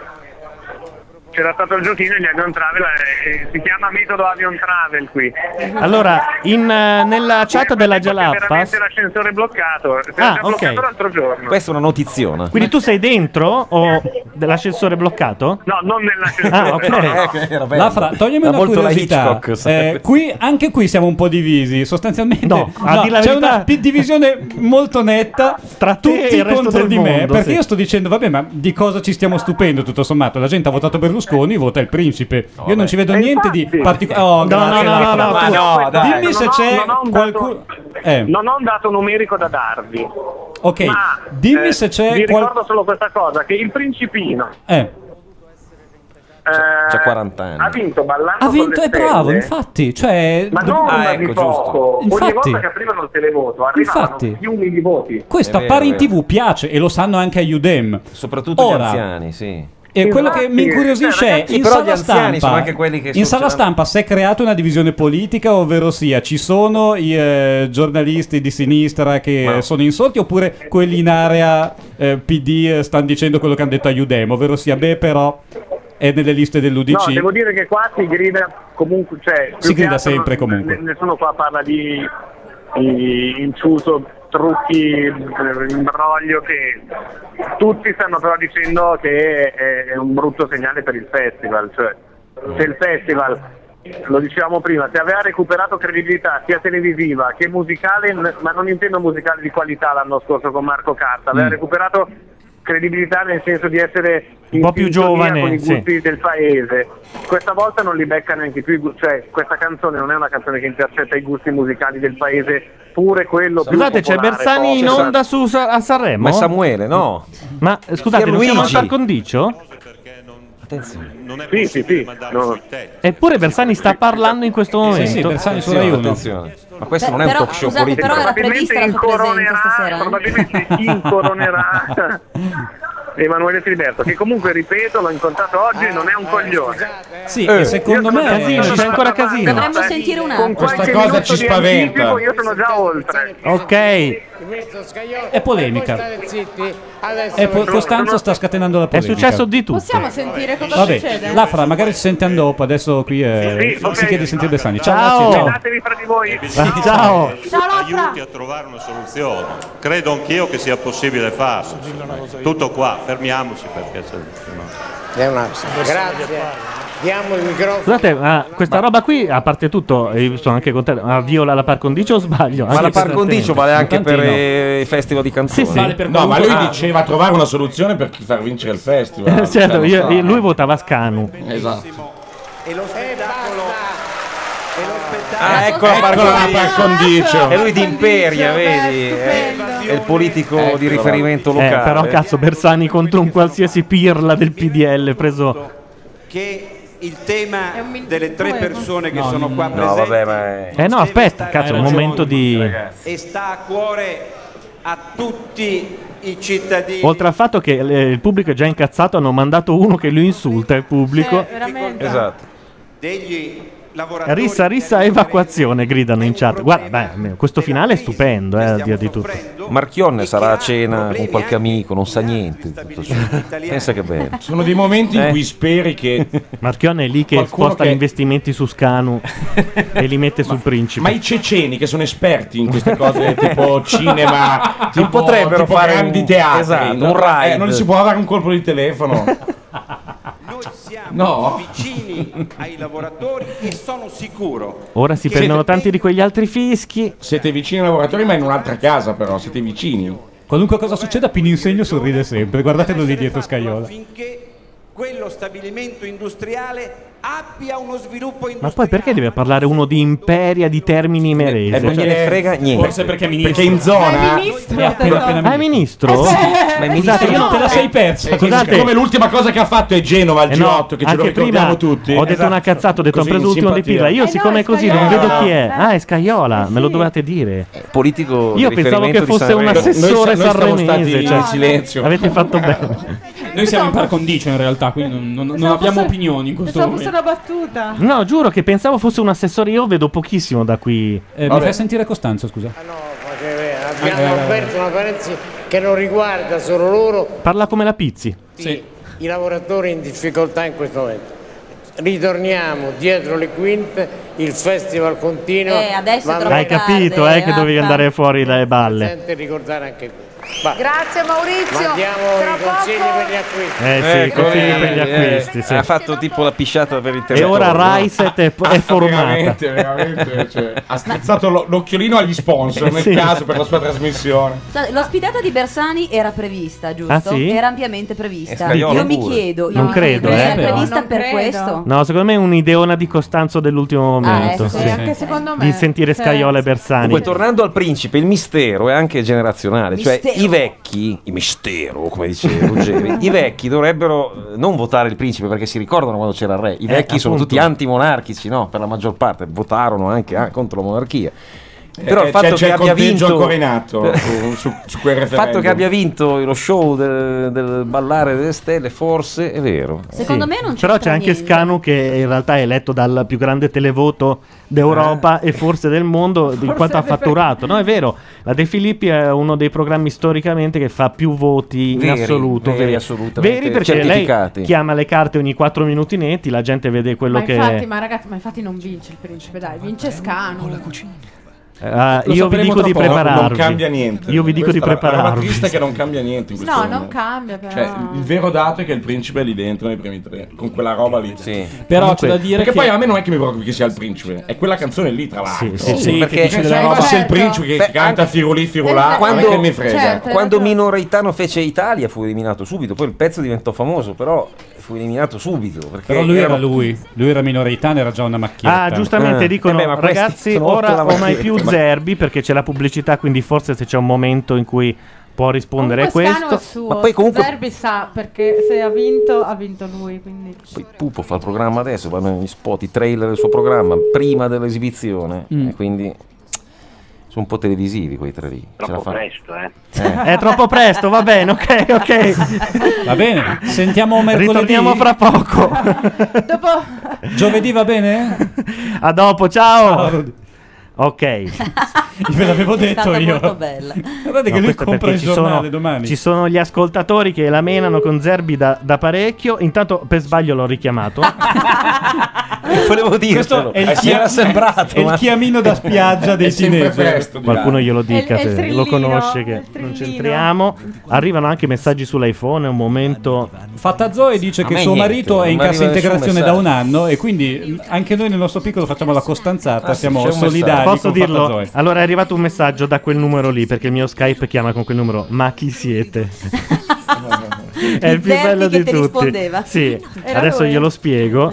Speaker 9: C'era stato il giochino e gli Avion Travel, eh, si chiama metodo Avion Travel qui.
Speaker 2: Allora, in, eh, nella chat della Jalappas.
Speaker 9: Veramente l'ascensore è bloccato, si era
Speaker 2: Ah,
Speaker 9: già
Speaker 2: ok.
Speaker 9: bloccato l'altro giorno.
Speaker 15: Questa è una notiziona.
Speaker 2: Quindi tu sei dentro o dell'ascensore bloccato?
Speaker 9: No, non nell'ascensore.
Speaker 2: Ah, ok.
Speaker 15: Eh,
Speaker 11: Lafra, toglimi una curiosità. Eh, qui, anche qui siamo un po' divisi, sostanzialmente. No,
Speaker 2: a dir la
Speaker 11: c'è
Speaker 2: verità-
Speaker 11: una pi- divisione molto netta tra
Speaker 2: te e
Speaker 11: tutti
Speaker 2: il resto
Speaker 11: contro
Speaker 2: del
Speaker 11: di me.
Speaker 2: mondo,
Speaker 11: Perché
Speaker 2: sì.
Speaker 11: io sto dicendo, vabbè, ma di cosa ci stiamo stupendo? Tutto sommato, la gente ha votato Berlusconi, vota il principe. io non ci vedo niente di Oh, particolare.
Speaker 9: No, no, no, no, no, tu-
Speaker 11: Dimmi se
Speaker 9: Non ho-
Speaker 11: c'è
Speaker 9: non ho un
Speaker 11: qualcuno.
Speaker 9: dato-
Speaker 11: Eh.
Speaker 9: Non ho un dato numerico da darvi.
Speaker 11: Ok,
Speaker 9: ma,
Speaker 11: dimmi
Speaker 9: eh,
Speaker 11: se c'è
Speaker 9: Vi
Speaker 11: qual-
Speaker 9: ricordo solo questa cosa, che il principino
Speaker 11: Eh.
Speaker 9: eh,
Speaker 15: C'ha 40 anni.
Speaker 9: ha vinto ballando
Speaker 11: Ha vinto,
Speaker 9: con le
Speaker 11: è bravo,
Speaker 9: stelle,
Speaker 11: infatti. Cioè,
Speaker 9: Ma non
Speaker 11: Ah,
Speaker 9: di
Speaker 11: ecco,
Speaker 9: poco.
Speaker 11: giusto.
Speaker 9: Ogni volta
Speaker 11: Infatti.
Speaker 9: che aprivano il televoto arrivavano
Speaker 11: Infatti.
Speaker 9: fiumi di voti.
Speaker 11: Questo appare in tv, piace e lo sanno anche agli UDEM.
Speaker 15: Soprattutto
Speaker 11: Ora,
Speaker 15: gli anziani, sì.
Speaker 11: E quello che mi incuriosisce è
Speaker 15: Sì,
Speaker 11: in
Speaker 15: però gli
Speaker 11: sala
Speaker 15: anziani sono
Speaker 11: stampa,
Speaker 15: anche quelli che
Speaker 11: in
Speaker 15: sono-
Speaker 11: sala stampa si è creata una divisione politica, ovvero sia ci sono i eh, giornalisti di sinistra che eh, sono insorti oppure quelli in area eh, PD eh, stanno dicendo quello che hanno detto a Udem, ovvero sia beh però è nelle liste dell'UDC.
Speaker 9: No, devo dire che qua si grida comunque, cioè, più
Speaker 11: Si
Speaker 9: che
Speaker 11: grida
Speaker 9: altro
Speaker 11: sempre
Speaker 9: non-
Speaker 11: comunque.
Speaker 9: ne- Nessuno qua parla di, di inciuso, trucchi, eh, imbroglio che tutti stanno però dicendo che è, è un brutto segnale per il festival, cioè se il festival lo dicevamo prima, se aveva recuperato credibilità sia televisiva che musicale, n- ma non intendo musicale di qualità l'anno scorso con Marco Carta, aveva
Speaker 2: Mm.
Speaker 9: recuperato credibilità nel senso di essere
Speaker 2: Un po' più
Speaker 9: in sintonia
Speaker 2: giovane,
Speaker 9: con i
Speaker 2: sì.
Speaker 9: gusti del paese. Questa volta non li becca neanche più, i gu- cioè questa canzone non è una canzone che intercetta i gusti musicali del paese, pure quello più
Speaker 2: Scusate, c'è
Speaker 9: popolare,
Speaker 2: Bersani in
Speaker 9: pop.
Speaker 2: onda su Sa- a Sanremo?
Speaker 15: Ma è Samuele, no.
Speaker 2: Ma eh, scusate, non siamo al
Speaker 15: Pierluigi.
Speaker 2: par condicio?
Speaker 9: Sì, sì, sì. No.
Speaker 2: Eppure Bersani sta parlando in questo momento.
Speaker 15: Attenzione, attenzione. Ma questo non è un
Speaker 7: però,
Speaker 15: talk show
Speaker 7: scusate,
Speaker 15: politico.
Speaker 7: però era prevista la sua presenza stasera. eh?
Speaker 9: incoronerà Emanuele Filiberto, che comunque ripeto, l'ho incontrato oggi, non è un coglione.
Speaker 11: Sì,
Speaker 9: Eh.
Speaker 11: e secondo me
Speaker 2: Casino, c'è ancora casino.
Speaker 7: Dovremmo sentire un attimo.
Speaker 11: Questa cosa ci spaventa.
Speaker 9: Io sono già oltre.
Speaker 2: Ok.
Speaker 11: È polemica. E po- Eh, Costanzo sta scatenando la
Speaker 2: È
Speaker 11: polemica.
Speaker 2: successo di tutto.
Speaker 12: Possiamo sentire cosa
Speaker 11: Vabbè,
Speaker 12: succede?
Speaker 11: Lafra, magari si sente in dopo, adesso qui eh,
Speaker 9: Sì, ok.
Speaker 11: si chiede di sentire Bersani.
Speaker 2: Ciao.
Speaker 11: Ciao, ragazzi,
Speaker 9: Fidatevi fra di voi.
Speaker 12: Eh,
Speaker 11: ciao. Ciao.
Speaker 29: aiuti a trovare una soluzione. Credo anch'io che sia possibile farlo. Tutto qua, fermiamoci perché
Speaker 14: È una... Grazie. Diamo il microfono.
Speaker 2: Scusate, ma questa roba qui, a parte tutto, eh, io sono anche contento, ma viola la par condicio o sbaglio?
Speaker 15: Ma la par condicio vale anche per eh, i festival di canzoni.
Speaker 2: Sì, sì. Vale per
Speaker 6: No, ma
Speaker 2: qualunque-
Speaker 6: lui
Speaker 2: Ah.
Speaker 6: diceva trovare una soluzione per chi far vincere il festival.
Speaker 2: Eh, certo,
Speaker 6: Cioè,
Speaker 2: io-
Speaker 6: non so.
Speaker 2: io- lui votava Scanu.
Speaker 6: Esatto.
Speaker 14: E lo
Speaker 1: Eh,
Speaker 14: spettacolo. E lo spettacolo.
Speaker 6: Eh,
Speaker 15: Ah, ecco la par
Speaker 6: Eccola la par condicio.
Speaker 15: È lui di Imperia, vedi? È, è il politico di riferimento
Speaker 2: Eh,
Speaker 15: locale.
Speaker 2: però cazzo, Bersani contro un qualsiasi pirla del PDL preso.
Speaker 1: che il tema delle tre persone che sono qua
Speaker 15: No,
Speaker 1: presenti
Speaker 15: vabbè, ma è...
Speaker 2: Eh no, aspetta, cazzo, è un
Speaker 1: ragione,
Speaker 2: momento di...
Speaker 1: e sta a cuore a tutti i cittadini
Speaker 2: Oltre al fatto che eh, il pubblico è già incazzato, hanno mandato uno che lo insulta, il pubblico.
Speaker 1: Esatto. degli lavoratori
Speaker 2: Rissa, rissa, evacuazione, gridano in chat. Guarda, beh, almeno questo finale è stupendo, eh, a dire di tutto.
Speaker 15: Marchionne sarà a cena con qualche amico, non sa niente. di tutto ciò. Pensa che bello.
Speaker 6: Sono dei momenti in
Speaker 2: Eh.
Speaker 6: cui speri che
Speaker 2: Marchione è lì che
Speaker 6: Qualcuno
Speaker 2: sposta
Speaker 6: che-
Speaker 2: gli investimenti su Scanu e li mette sul principe.
Speaker 6: Ma i ceceni che sono esperti in queste cose tipo cinema,
Speaker 15: Non
Speaker 6: tipo,
Speaker 15: potrebbero
Speaker 6: tipo
Speaker 15: fare
Speaker 6: grandi
Speaker 15: un-
Speaker 6: teatri,
Speaker 15: esatto,
Speaker 6: no?
Speaker 15: un ride.
Speaker 6: Eh, non gli si può dare un colpo di telefono.
Speaker 1: sono
Speaker 6: No.
Speaker 1: vicini ai lavoratori e sono sicuro
Speaker 2: Ora si
Speaker 1: Siete-
Speaker 2: prendono tanti di quegli altri fischi.
Speaker 6: Siete vicini ai lavoratori, ma in un'altra casa, però, siete vicini.
Speaker 11: Qualunque cosa succeda, Pino Insegno sorride sempre. Guardatelo lì dietro Scaiola.
Speaker 21: quello stabilimento industriale abbia uno sviluppo industriale.
Speaker 2: Ma poi perché deve parlare uno di imperia di termini merese?
Speaker 15: Eh, non
Speaker 6: Cioè,
Speaker 15: gliene frega niente.
Speaker 2: Forse perché
Speaker 15: è
Speaker 2: ministro. Perché in zona. È ministro,
Speaker 15: È appena- però. appena
Speaker 2: Ah, è ministro?
Speaker 15: Eh, sì.
Speaker 1: Ma è ministro.
Speaker 6: Esatto,
Speaker 2: Scusate,
Speaker 1: No, te la sei persa.
Speaker 6: Eh,
Speaker 15: esatto.
Speaker 2: Scusate.
Speaker 6: Come l'ultima cosa che ha fatto è Genova al
Speaker 2: Eh
Speaker 6: G8,
Speaker 2: no,
Speaker 6: che ce lo
Speaker 2: anche prima
Speaker 6: ricordiamo tutti.
Speaker 2: Ho detto una
Speaker 6: Esatto.
Speaker 2: cazzata, ho detto
Speaker 6: Così
Speaker 2: ho preso
Speaker 6: in
Speaker 2: l'ultimo di pirla.
Speaker 6: simpatia.
Speaker 2: Io, siccome è così, non vedo chi è. Ah, è Scaiola, me lo dovevate dire.
Speaker 15: Politico
Speaker 2: Io
Speaker 15: di
Speaker 2: pensavo che
Speaker 15: riferimento di
Speaker 2: fosse un
Speaker 15: Sanremo.
Speaker 2: assessore
Speaker 15: Noi- noi siamo
Speaker 2: sanremese.
Speaker 15: stati
Speaker 2: cioè,
Speaker 15: in silenzio.
Speaker 2: Avete fatto bene.
Speaker 3: Noi siamo in par condicio in realtà, quindi non, non- non abbiamo opinioni in questo
Speaker 13: Pensavo fosse
Speaker 3: momento.
Speaker 13: una battuta.
Speaker 2: No, giuro che pensavo fosse un assessore. Io vedo pochissimo da qui.
Speaker 1: Eh, mi fai sentire Costanzo, scusa.
Speaker 11: Eh,
Speaker 14: Abbiamo aperto una parentesi che non riguarda solo loro,
Speaker 2: Parla come la Pizzi.
Speaker 14: i lavoratori in difficoltà in questo momento. Ritorniamo dietro le quinte, il festival continua.
Speaker 7: Eh, adesso è
Speaker 14: ma
Speaker 7: troppo
Speaker 2: Hai capito, eh, che dovevi andare fuori dalle balle.
Speaker 14: Sente ricordare anche questo.
Speaker 10: Grazie Maurizio.
Speaker 14: Mandiamo
Speaker 10: Tra
Speaker 14: i consigli per gli acquisti.
Speaker 2: Eh sì,
Speaker 15: Ecco,
Speaker 2: così
Speaker 15: vedi,
Speaker 2: per gli
Speaker 15: eh,
Speaker 2: acquisti, sì.
Speaker 15: Ha fatto tipo la pisciata per il
Speaker 2: E
Speaker 15: telefono. Ah,
Speaker 2: ora Raiset è, è formata.
Speaker 6: Veramente, veramente, cioè, ha strizzato lo- l'occhiolino agli sponsor nel
Speaker 2: Sì.
Speaker 6: caso per la sua trasmissione.
Speaker 7: Scusate, L'ospitata di Bersani era prevista, giusto?
Speaker 2: Ah, sì?
Speaker 7: Era ampiamente
Speaker 6: E
Speaker 7: prevista.
Speaker 6: Scaiola
Speaker 7: Io mi
Speaker 6: pure.
Speaker 7: chiedo, io
Speaker 2: Non
Speaker 7: mi chiedo,
Speaker 2: credo, eh,
Speaker 7: era
Speaker 2: però.
Speaker 7: prevista
Speaker 13: Non
Speaker 7: per
Speaker 13: credo.
Speaker 7: questo?
Speaker 2: No, secondo me è un'ideona di Costanzo dell'ultimo momento.
Speaker 7: ecco,
Speaker 2: sì.
Speaker 7: sì, anche
Speaker 13: secondo
Speaker 2: Di sentire Scaiola e Bersani.
Speaker 15: Comunque, tornando al principe, il mistero è anche generazionale. Cioè,
Speaker 2: Mistero.
Speaker 15: i vecchi, i mistero, come dice Ruggeri, i vecchi dovrebbero eh, non votare il principe perché si ricordano quando c'era il re. I
Speaker 2: Eh,
Speaker 15: vecchi sono
Speaker 2: appunto.
Speaker 15: tutti antimonarchici, no? Per la maggior parte, votarono anche ah, contro la monarchia. Però
Speaker 6: Eh,
Speaker 15: il fatto
Speaker 6: c'è- c'è
Speaker 15: che
Speaker 6: il
Speaker 15: abbia
Speaker 6: conteggio
Speaker 15: vinto Eh,
Speaker 6: ancora in atto su- su- su quel
Speaker 15: il fatto
Speaker 6: referendum.
Speaker 15: che abbia vinto lo show del, del ballare delle stelle, forse è vero.
Speaker 7: Secondo me non
Speaker 2: Però
Speaker 7: c'entra
Speaker 2: c'è anche
Speaker 7: niente.
Speaker 2: Scanu che in realtà è eletto dal più grande televoto d'Europa
Speaker 15: Eh.
Speaker 2: e forse del mondo di
Speaker 1: Forse
Speaker 2: quanto ha
Speaker 1: del-
Speaker 2: fatturato. No, è vero. La De Filippi è uno dei programmi storicamente che fa più voti in
Speaker 15: Veri,
Speaker 2: assoluto.
Speaker 15: veri, assolutamente
Speaker 2: Veri perché lei
Speaker 15: certificati.
Speaker 2: chiama le carte ogni 4 minuti netti, la gente vede quello
Speaker 13: Ma
Speaker 2: che
Speaker 13: infatti, ma ragazzi, ma infatti non vince il principe, dai, vince Scanu.
Speaker 2: Ah,
Speaker 6: Lo
Speaker 2: io vi
Speaker 6: sapremo
Speaker 2: dico
Speaker 6: tra
Speaker 2: di
Speaker 6: poco.
Speaker 2: prepararvi.
Speaker 6: Non cambia niente.
Speaker 2: Io vi dico
Speaker 6: Questa
Speaker 2: di
Speaker 6: è la- la roba
Speaker 2: prepararvi.
Speaker 6: triste che non cambia niente in questo
Speaker 13: No, non
Speaker 6: momento.
Speaker 13: cambia però.
Speaker 6: Cioè, il vero dato è che il principe è lì dentro nei primi tre, con quella roba lì.
Speaker 3: Però c'è da dire
Speaker 6: Perché
Speaker 3: che-
Speaker 6: poi a me non è che mi preoccupi che sia il principe, è quella canzone lì, tra l'altro.
Speaker 15: sì, sì, perché
Speaker 6: perché
Speaker 15: dice della
Speaker 6: se
Speaker 15: roba-
Speaker 6: fosse il
Speaker 15: Certo.
Speaker 6: principe che
Speaker 15: Beh,
Speaker 6: canta
Speaker 15: anche-
Speaker 6: Firulì Firulà,
Speaker 15: quando,
Speaker 6: Eh, quando certo, che mi frega.
Speaker 13: Certo,
Speaker 15: quando Minoritano fece Italia fu eliminato subito, poi il pezzo diventò famoso, però fu eliminato subito. perché
Speaker 1: Però lui era
Speaker 15: erano-
Speaker 1: lui, lui era minoritano, era già una macchietta.
Speaker 2: Ah, giustamente dicono
Speaker 15: Eh beh, ma questi
Speaker 2: ragazzi,
Speaker 15: sono otto
Speaker 2: ora
Speaker 15: davanti.
Speaker 2: ormai più
Speaker 15: Ma-
Speaker 2: Zerbi perché c'è la pubblicità, quindi forse se c'è un momento in cui può rispondere a
Speaker 13: Scanu
Speaker 2: questo.
Speaker 13: è suo. Zerbi sa perché se ha vinto, ha vinto lui. Quindi.
Speaker 15: Poi Pupo fa il programma adesso, vanno gli spot, i trailer del suo programma prima dell'esibizione,
Speaker 1: Mm.
Speaker 15: e quindi sono un po' televisivi quei tre lì. Ce la fa-
Speaker 16: eh.
Speaker 2: È troppo presto, va bene, ok, ok.
Speaker 1: Va bene, sentiamo mercoledì.
Speaker 2: Ritorniamo fra poco.
Speaker 1: Giovedì va bene?
Speaker 2: A dopo, ciao. Ok.
Speaker 1: Ve l'avevo detto io. Guardate
Speaker 2: No,
Speaker 1: che lui
Speaker 2: questo è
Speaker 1: compra
Speaker 2: perché
Speaker 1: il
Speaker 2: ci
Speaker 1: giornale
Speaker 2: sono-
Speaker 1: domani.
Speaker 2: Ci sono gli ascoltatori che la menano con Zerbi da, da parecchio. Intanto per sbaglio l'ho richiamato.
Speaker 15: Volevo
Speaker 1: Questo è il, chia- è il chiamino da spiaggia dei teenager.
Speaker 2: Qualcuno glielo
Speaker 1: È il-
Speaker 2: dica
Speaker 1: è il
Speaker 2: se
Speaker 1: trillino,
Speaker 2: lo conosce che non c'entriamo. Arrivano anche messaggi sull'iPhone, è un momento
Speaker 1: Fatta Zoe dice Cioè
Speaker 2: A
Speaker 1: che
Speaker 2: me
Speaker 1: suo
Speaker 2: niente,
Speaker 1: marito è
Speaker 2: non
Speaker 1: in
Speaker 2: mi arriva
Speaker 1: cassa
Speaker 2: nessun
Speaker 1: integrazione da
Speaker 2: messaggio.
Speaker 1: un anno e quindi anche noi nel nostro piccolo facciamo la costanzata,
Speaker 2: Ah, sì,
Speaker 1: siamo
Speaker 2: c'è un
Speaker 1: solidari.
Speaker 2: messaggio. Posso
Speaker 1: con Fatta
Speaker 2: dirlo?
Speaker 1: Zoe.
Speaker 2: Allora è arrivato un messaggio da quel numero lì perché il mio Skype chiama con quel numero. Ma chi siete? è il più
Speaker 7: Zerbi
Speaker 2: bello
Speaker 7: che
Speaker 2: di
Speaker 7: ti
Speaker 2: tutti.
Speaker 7: rispondeva.
Speaker 2: Sì,
Speaker 7: Era
Speaker 2: adesso
Speaker 7: lui.
Speaker 2: glielo spiego.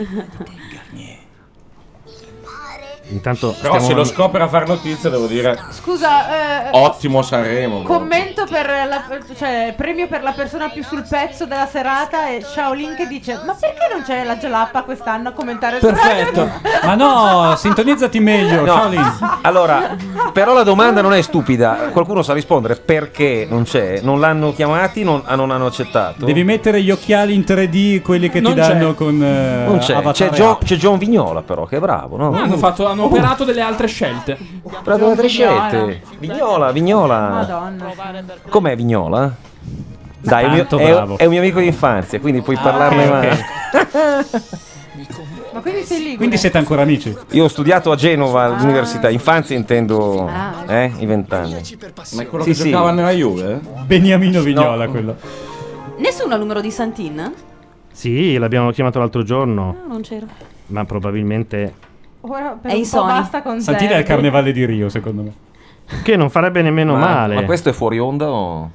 Speaker 2: Intanto
Speaker 6: Però
Speaker 2: stiamo-
Speaker 6: se lo scopre a far notizia, devo dire,
Speaker 13: Scusa, eh,
Speaker 6: ottimo Sanremo. bro.
Speaker 13: commento per la, cioè, premio per la persona più sul pezzo della serata e Shaolin che dice ma perché non c'è la gelappa quest'anno a commentare il
Speaker 1: Perfetto.
Speaker 2: Certo.
Speaker 1: Ma no, sintonizzati meglio.
Speaker 15: No.
Speaker 1: Ciao Lin.
Speaker 15: Allora, però la domanda non è stupida. Qualcuno sa rispondere perché non c'è, non l'hanno chiamati, non, ah, non hanno accettato.
Speaker 1: Devi mettere gli occhiali in 3D, quelli che
Speaker 15: Non
Speaker 1: ti
Speaker 15: c'è.
Speaker 1: danno con eh,
Speaker 15: Non c'è.
Speaker 1: Avatar
Speaker 15: C'è,
Speaker 1: e
Speaker 15: Gio-
Speaker 1: app.
Speaker 15: c'è John Vignola, però, che è bravo. No?
Speaker 3: No, hanno, fatto- hanno operato delle altre scelte.
Speaker 15: Bravo, altre scelte. Vignola, Vignola.
Speaker 13: Madonna.
Speaker 15: Com'è Vignola? Dai, è un,
Speaker 1: Tanto
Speaker 15: mio, è-
Speaker 1: bravo.
Speaker 15: è un mio amico di infanzia, quindi puoi
Speaker 1: Ah,
Speaker 15: parlarne
Speaker 1: ok,
Speaker 15: male.
Speaker 13: Ma quindi sei lì.
Speaker 1: Quindi siete ancora amici.
Speaker 15: Io ho studiato a Genova all'università, infanzia intendo
Speaker 13: Ah.
Speaker 15: eh, i vent'anni.
Speaker 6: Ma è quello
Speaker 15: Sì,
Speaker 6: che
Speaker 15: sì.
Speaker 6: giocava nella Juve? eh?
Speaker 1: Beniamino Vignola quello.
Speaker 7: Nessuno ha il numero di Santin? No,
Speaker 2: Sì, l'abbiamo chiamato l'altro giorno,
Speaker 7: non c'era.
Speaker 2: ma probabilmente
Speaker 13: Ora per
Speaker 7: È
Speaker 13: un
Speaker 7: in
Speaker 13: po'
Speaker 7: Sony.
Speaker 13: basta con
Speaker 1: Santina è il
Speaker 13: Zerbi.
Speaker 1: carnevale di Rio, secondo me.
Speaker 2: Che non farebbe nemmeno male.
Speaker 15: Ma questo è fuori onda o...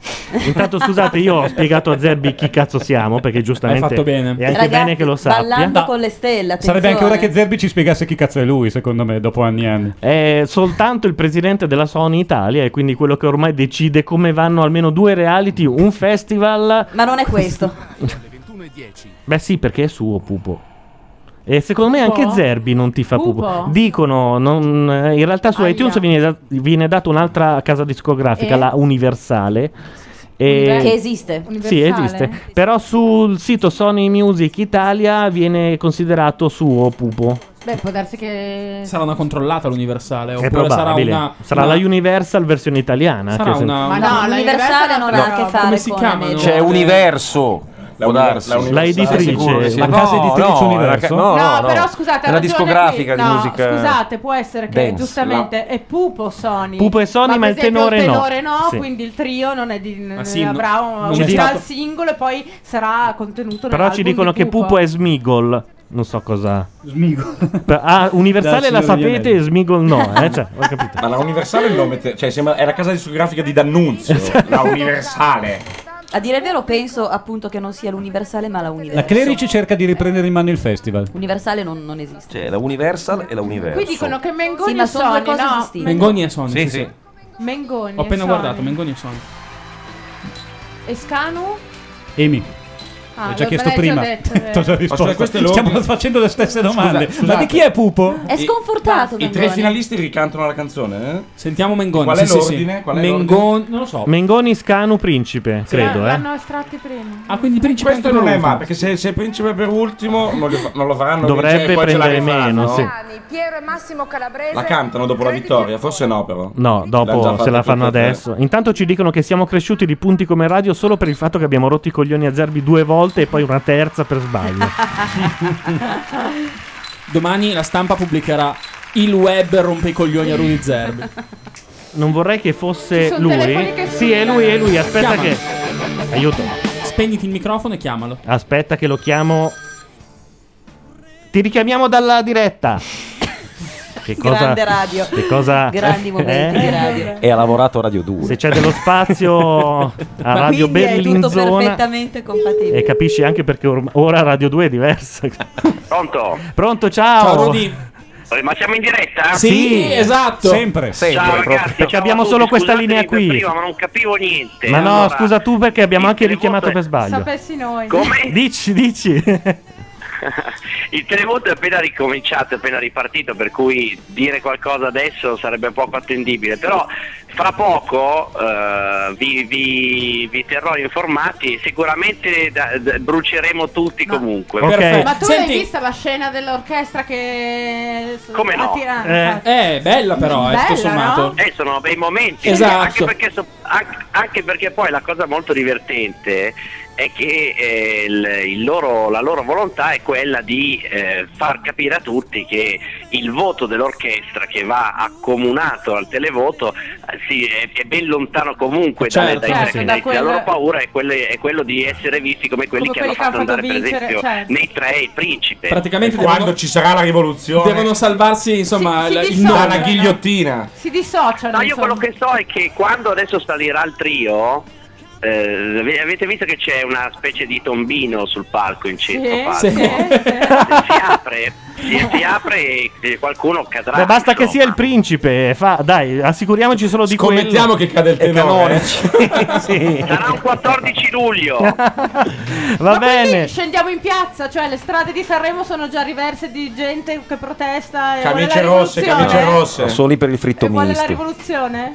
Speaker 2: Intanto scusate, io ho spiegato a Zerbi chi cazzo siamo, perché giustamente
Speaker 11: Hai fatto bene.
Speaker 2: è anche
Speaker 7: Ragazzi,
Speaker 2: bene che lo sappia.
Speaker 7: Ballando con le stelle, attenzione.
Speaker 11: Sarebbe anche ora che Zerbi ci spiegasse chi cazzo è lui, secondo me, dopo anni e anni.
Speaker 2: È soltanto il presidente della Sony Italia e quindi quello che ormai decide come vanno almeno due reality, un festival.
Speaker 7: Ma non è questo.
Speaker 2: Beh sì, perché è suo pupo. E secondo me anche
Speaker 7: Pupo?
Speaker 2: Zerbi non ti fa pupo.
Speaker 7: Pupo?
Speaker 2: Dicono, non- eh, in realtà su
Speaker 7: Aia.
Speaker 2: iTunes viene, da- viene data un'altra casa discografica,
Speaker 7: Eh?
Speaker 2: la Universale. E-
Speaker 7: Che esiste.
Speaker 2: Eh, Sì, esiste. Però sul sito Sony Music Italia viene considerato suo pupo.
Speaker 30: Beh, può darsi che.
Speaker 3: Sarà una controllata l'universale,
Speaker 2: È
Speaker 3: oppure sarà
Speaker 2: probabile. Sarà,
Speaker 3: una...
Speaker 2: la Universal versione italiana.
Speaker 3: Sarà
Speaker 2: che se-
Speaker 3: una-
Speaker 7: Ma no, l'universale non ha a che fare
Speaker 3: Come si
Speaker 7: con
Speaker 3: chiamano?
Speaker 7: America.
Speaker 15: C'è Universo. può darsi.
Speaker 2: la Universal. La editrice.
Speaker 15: Sicuro, sì.
Speaker 2: La casa editrice
Speaker 15: no,
Speaker 2: Universo?
Speaker 15: la ca-
Speaker 13: No,
Speaker 15: No, no, no.
Speaker 13: però scusate,
Speaker 15: È
Speaker 13: ha ragione
Speaker 15: una discografica
Speaker 13: qui.
Speaker 15: di
Speaker 13: No,
Speaker 15: musica.
Speaker 13: Scusate, può essere che
Speaker 15: dance,
Speaker 13: giustamente è Pupo Sony.
Speaker 2: Pupo e Sony,
Speaker 13: per
Speaker 2: ma il
Speaker 13: esempio
Speaker 2: tenore no. Sì.
Speaker 13: quindi il trio non è di,
Speaker 2: Ah, sì, no.
Speaker 13: avrà un,
Speaker 2: Non è
Speaker 13: uscirà
Speaker 2: stato-
Speaker 13: il singolo e poi sarà contenuto
Speaker 2: Però ci
Speaker 13: nell'album
Speaker 2: dicono
Speaker 13: di
Speaker 2: che Pupo
Speaker 7: eh.
Speaker 2: è Smigol. Non so cosa.
Speaker 11: Smigol.
Speaker 2: Ah, Universale
Speaker 6: Dal
Speaker 2: la
Speaker 6: Signore degli
Speaker 2: sapete,
Speaker 6: Anelli.
Speaker 2: Smigol no. Eh? Cioè, ho capito.
Speaker 6: Ma la Universale il nome te- cioè, sembra- è la casa discografica di D'Annunzio.
Speaker 2: Esatto.
Speaker 6: la Universale.
Speaker 7: A dire il vero, penso appunto che non sia l'universale, ma la universale.
Speaker 11: La Clerici cerca di riprendere in mano il festival.
Speaker 7: Universale non, non esiste.
Speaker 15: C'è la Universal e la Universo.
Speaker 13: Qui dicono che Mengoni
Speaker 7: Sì,
Speaker 13: e
Speaker 7: ma sono due
Speaker 13: Sony,
Speaker 7: cose
Speaker 13: no?
Speaker 7: distinte.
Speaker 3: Mengoni e Sony.
Speaker 15: Sì, sì.
Speaker 13: Mengoni
Speaker 3: Ho appena
Speaker 13: e Sony.
Speaker 3: guardato, Mengoni e Sony.
Speaker 13: E Scanu?
Speaker 11: Emi.
Speaker 13: Ah,
Speaker 11: L'ho già
Speaker 13: lo-
Speaker 11: chiesto
Speaker 13: l'hai già
Speaker 11: prima,
Speaker 13: detto,
Speaker 7: Esatto.
Speaker 11: T'ho
Speaker 13: vero.
Speaker 11: già risposto.
Speaker 6: scusa, questo è l'ordine.
Speaker 11: Stiamo facendo le stesse domande. Ma
Speaker 6: scusate.
Speaker 11: di chi è Pupo?
Speaker 7: È sconfortato.
Speaker 6: I tre
Speaker 7: Mengoni.
Speaker 6: finalisti ricantano la canzone? eh?
Speaker 3: Sentiamo Mengoni.
Speaker 6: Qual è
Speaker 3: sì, sì, sì.
Speaker 6: l'ordine? Qual è
Speaker 3: Mengoni,
Speaker 6: l'ordine?
Speaker 3: non lo so.
Speaker 2: Mengoni, Scanu, Principe. credo, eh.
Speaker 13: L'hanno estratti prima.
Speaker 3: Ah, quindi Principe
Speaker 6: Questo non è male, perché se, se Principe per ultimo non, li fa- non lo faranno
Speaker 2: Dovrebbe
Speaker 6: vincere, poi ce la
Speaker 2: prendere
Speaker 6: rifanno.
Speaker 2: meno, sì.
Speaker 7: Ah,
Speaker 10: Piero e Massimo Calabrese.
Speaker 6: La cantano dopo la vittoria, forse no però.
Speaker 2: No,
Speaker 6: L'hanno già
Speaker 2: dopo se
Speaker 6: fatto
Speaker 2: la fanno
Speaker 6: tutte e tre.
Speaker 2: adesso. Intanto ci dicono che siamo cresciuti di punti come radio solo per il fatto che abbiamo rotto i coglioni a Zerbi due volte e poi una terza per sbaglio.
Speaker 3: Domani la stampa pubblicherà il web rompe i coglioni a Rudy Zerbi.
Speaker 2: Non vorrei che fosse
Speaker 3: sono
Speaker 2: lui.
Speaker 3: telefoni che
Speaker 2: Sì, è lui, è lui. Aspetta
Speaker 3: Chiamalo.
Speaker 2: che. Aiuto.
Speaker 3: Spegniti il microfono e chiamalo.
Speaker 2: Aspetta che lo chiamo. Ti richiamiamo dalla diretta. Che
Speaker 7: Grande radio.
Speaker 2: Che cosa.
Speaker 7: Grandi momenti di radio.
Speaker 2: E ha lavorato a Radio 2. Se c'è dello spazio a
Speaker 7: Ma
Speaker 2: Radio
Speaker 7: quindi È tutto
Speaker 2: Berlinzona.
Speaker 7: perfettamente compatibile.
Speaker 2: E capisci anche perché orm- ora Radio 2 è diversa.
Speaker 1: Pronto?
Speaker 2: Pronto, ciao.
Speaker 1: Eh, Ma siamo in diretta?
Speaker 2: Sì, Sì, esatto. sempre.
Speaker 1: Ciao
Speaker 2: Sempre,
Speaker 1: ragazzi,
Speaker 2: proprio. Perché
Speaker 1: ciao
Speaker 2: abbiamo
Speaker 1: a tutti,
Speaker 2: solo questa linea
Speaker 1: scusatemi
Speaker 2: qui.
Speaker 1: per Prima, ma non capivo niente.
Speaker 2: Ma no,
Speaker 1: Allora,
Speaker 2: scusa tu perché abbiamo anche richiamato per sbaglio.
Speaker 13: Sapessi noi.
Speaker 2: Dici, dici.
Speaker 1: Il televoto è appena ricominciato, è appena ripartito, per cui dire qualcosa adesso sarebbe poco attendibile. Però fra poco eh, vi, vi- vi terrò informati e sicuramente da- da- bruceremo tutti comunque.
Speaker 13: Ma tu hai visto la scena dell'orchestra che
Speaker 1: Come no?
Speaker 13: Tirana?
Speaker 3: Eh, bella però, eh, tutto sommato.
Speaker 1: Eh, sono bei momenti.
Speaker 3: Esatto.
Speaker 1: Anche perché, so- an- anche perché poi la cosa molto divertente è che eh, il- il loro- la loro volontà è quella di eh, far capire a tutti che il voto dell'orchestra che va accomunato al televoto eh, sì, è, è ben lontano comunque dalle-
Speaker 3: Certo,
Speaker 1: dai
Speaker 3: certo,
Speaker 1: tre
Speaker 3: da
Speaker 1: finalisti. La
Speaker 3: quel-
Speaker 1: loro paura è, quelle- è quello di essere visti come quelli
Speaker 3: Come
Speaker 1: che hanno
Speaker 3: quelli
Speaker 1: fatto
Speaker 3: che hanno
Speaker 1: andare
Speaker 3: fatto
Speaker 1: per
Speaker 3: vincere,
Speaker 1: esempio
Speaker 3: certo.
Speaker 1: nei tre il
Speaker 6: Eh,
Speaker 1: principe.
Speaker 3: Praticamente
Speaker 1: Quando
Speaker 3: ci sarà la rivoluzione devono salvarsi insomma
Speaker 13: Si- si
Speaker 3: la- il
Speaker 2: diciamo.
Speaker 13: dissolvono.
Speaker 3: nome.
Speaker 13: Dalla
Speaker 1: ghigliottina.
Speaker 13: Si dissociano.
Speaker 1: No, io
Speaker 13: insomma.
Speaker 1: quello che so è che quando adesso salirà il trio, eh, ave- avete visto che c'è una specie di tombino sul palco in centro
Speaker 13: Sì,
Speaker 1: palco?
Speaker 13: sì,
Speaker 1: Si apre, si, si apre e e qualcuno cadrà.
Speaker 2: Beh, basta che sia il principe. Fa, dai, assicuriamoci solo di quello.
Speaker 1: Scommettiamo che cade il
Speaker 2: E
Speaker 1: tenore.
Speaker 2: canonici. sì.
Speaker 1: Sarà un 14 luglio.
Speaker 2: Va
Speaker 13: Ma quindi
Speaker 2: bene.
Speaker 13: scendiamo in piazza, cioè le strade di Sanremo sono già riverse di gente che protesta e
Speaker 6: Camicie
Speaker 13: Eh, vuole la
Speaker 6: rosse,
Speaker 13: rivoluzione.
Speaker 6: camicie rosse.
Speaker 15: Soli Eh, per il fritto
Speaker 13: E vuole la
Speaker 15: misto.
Speaker 13: rivoluzione?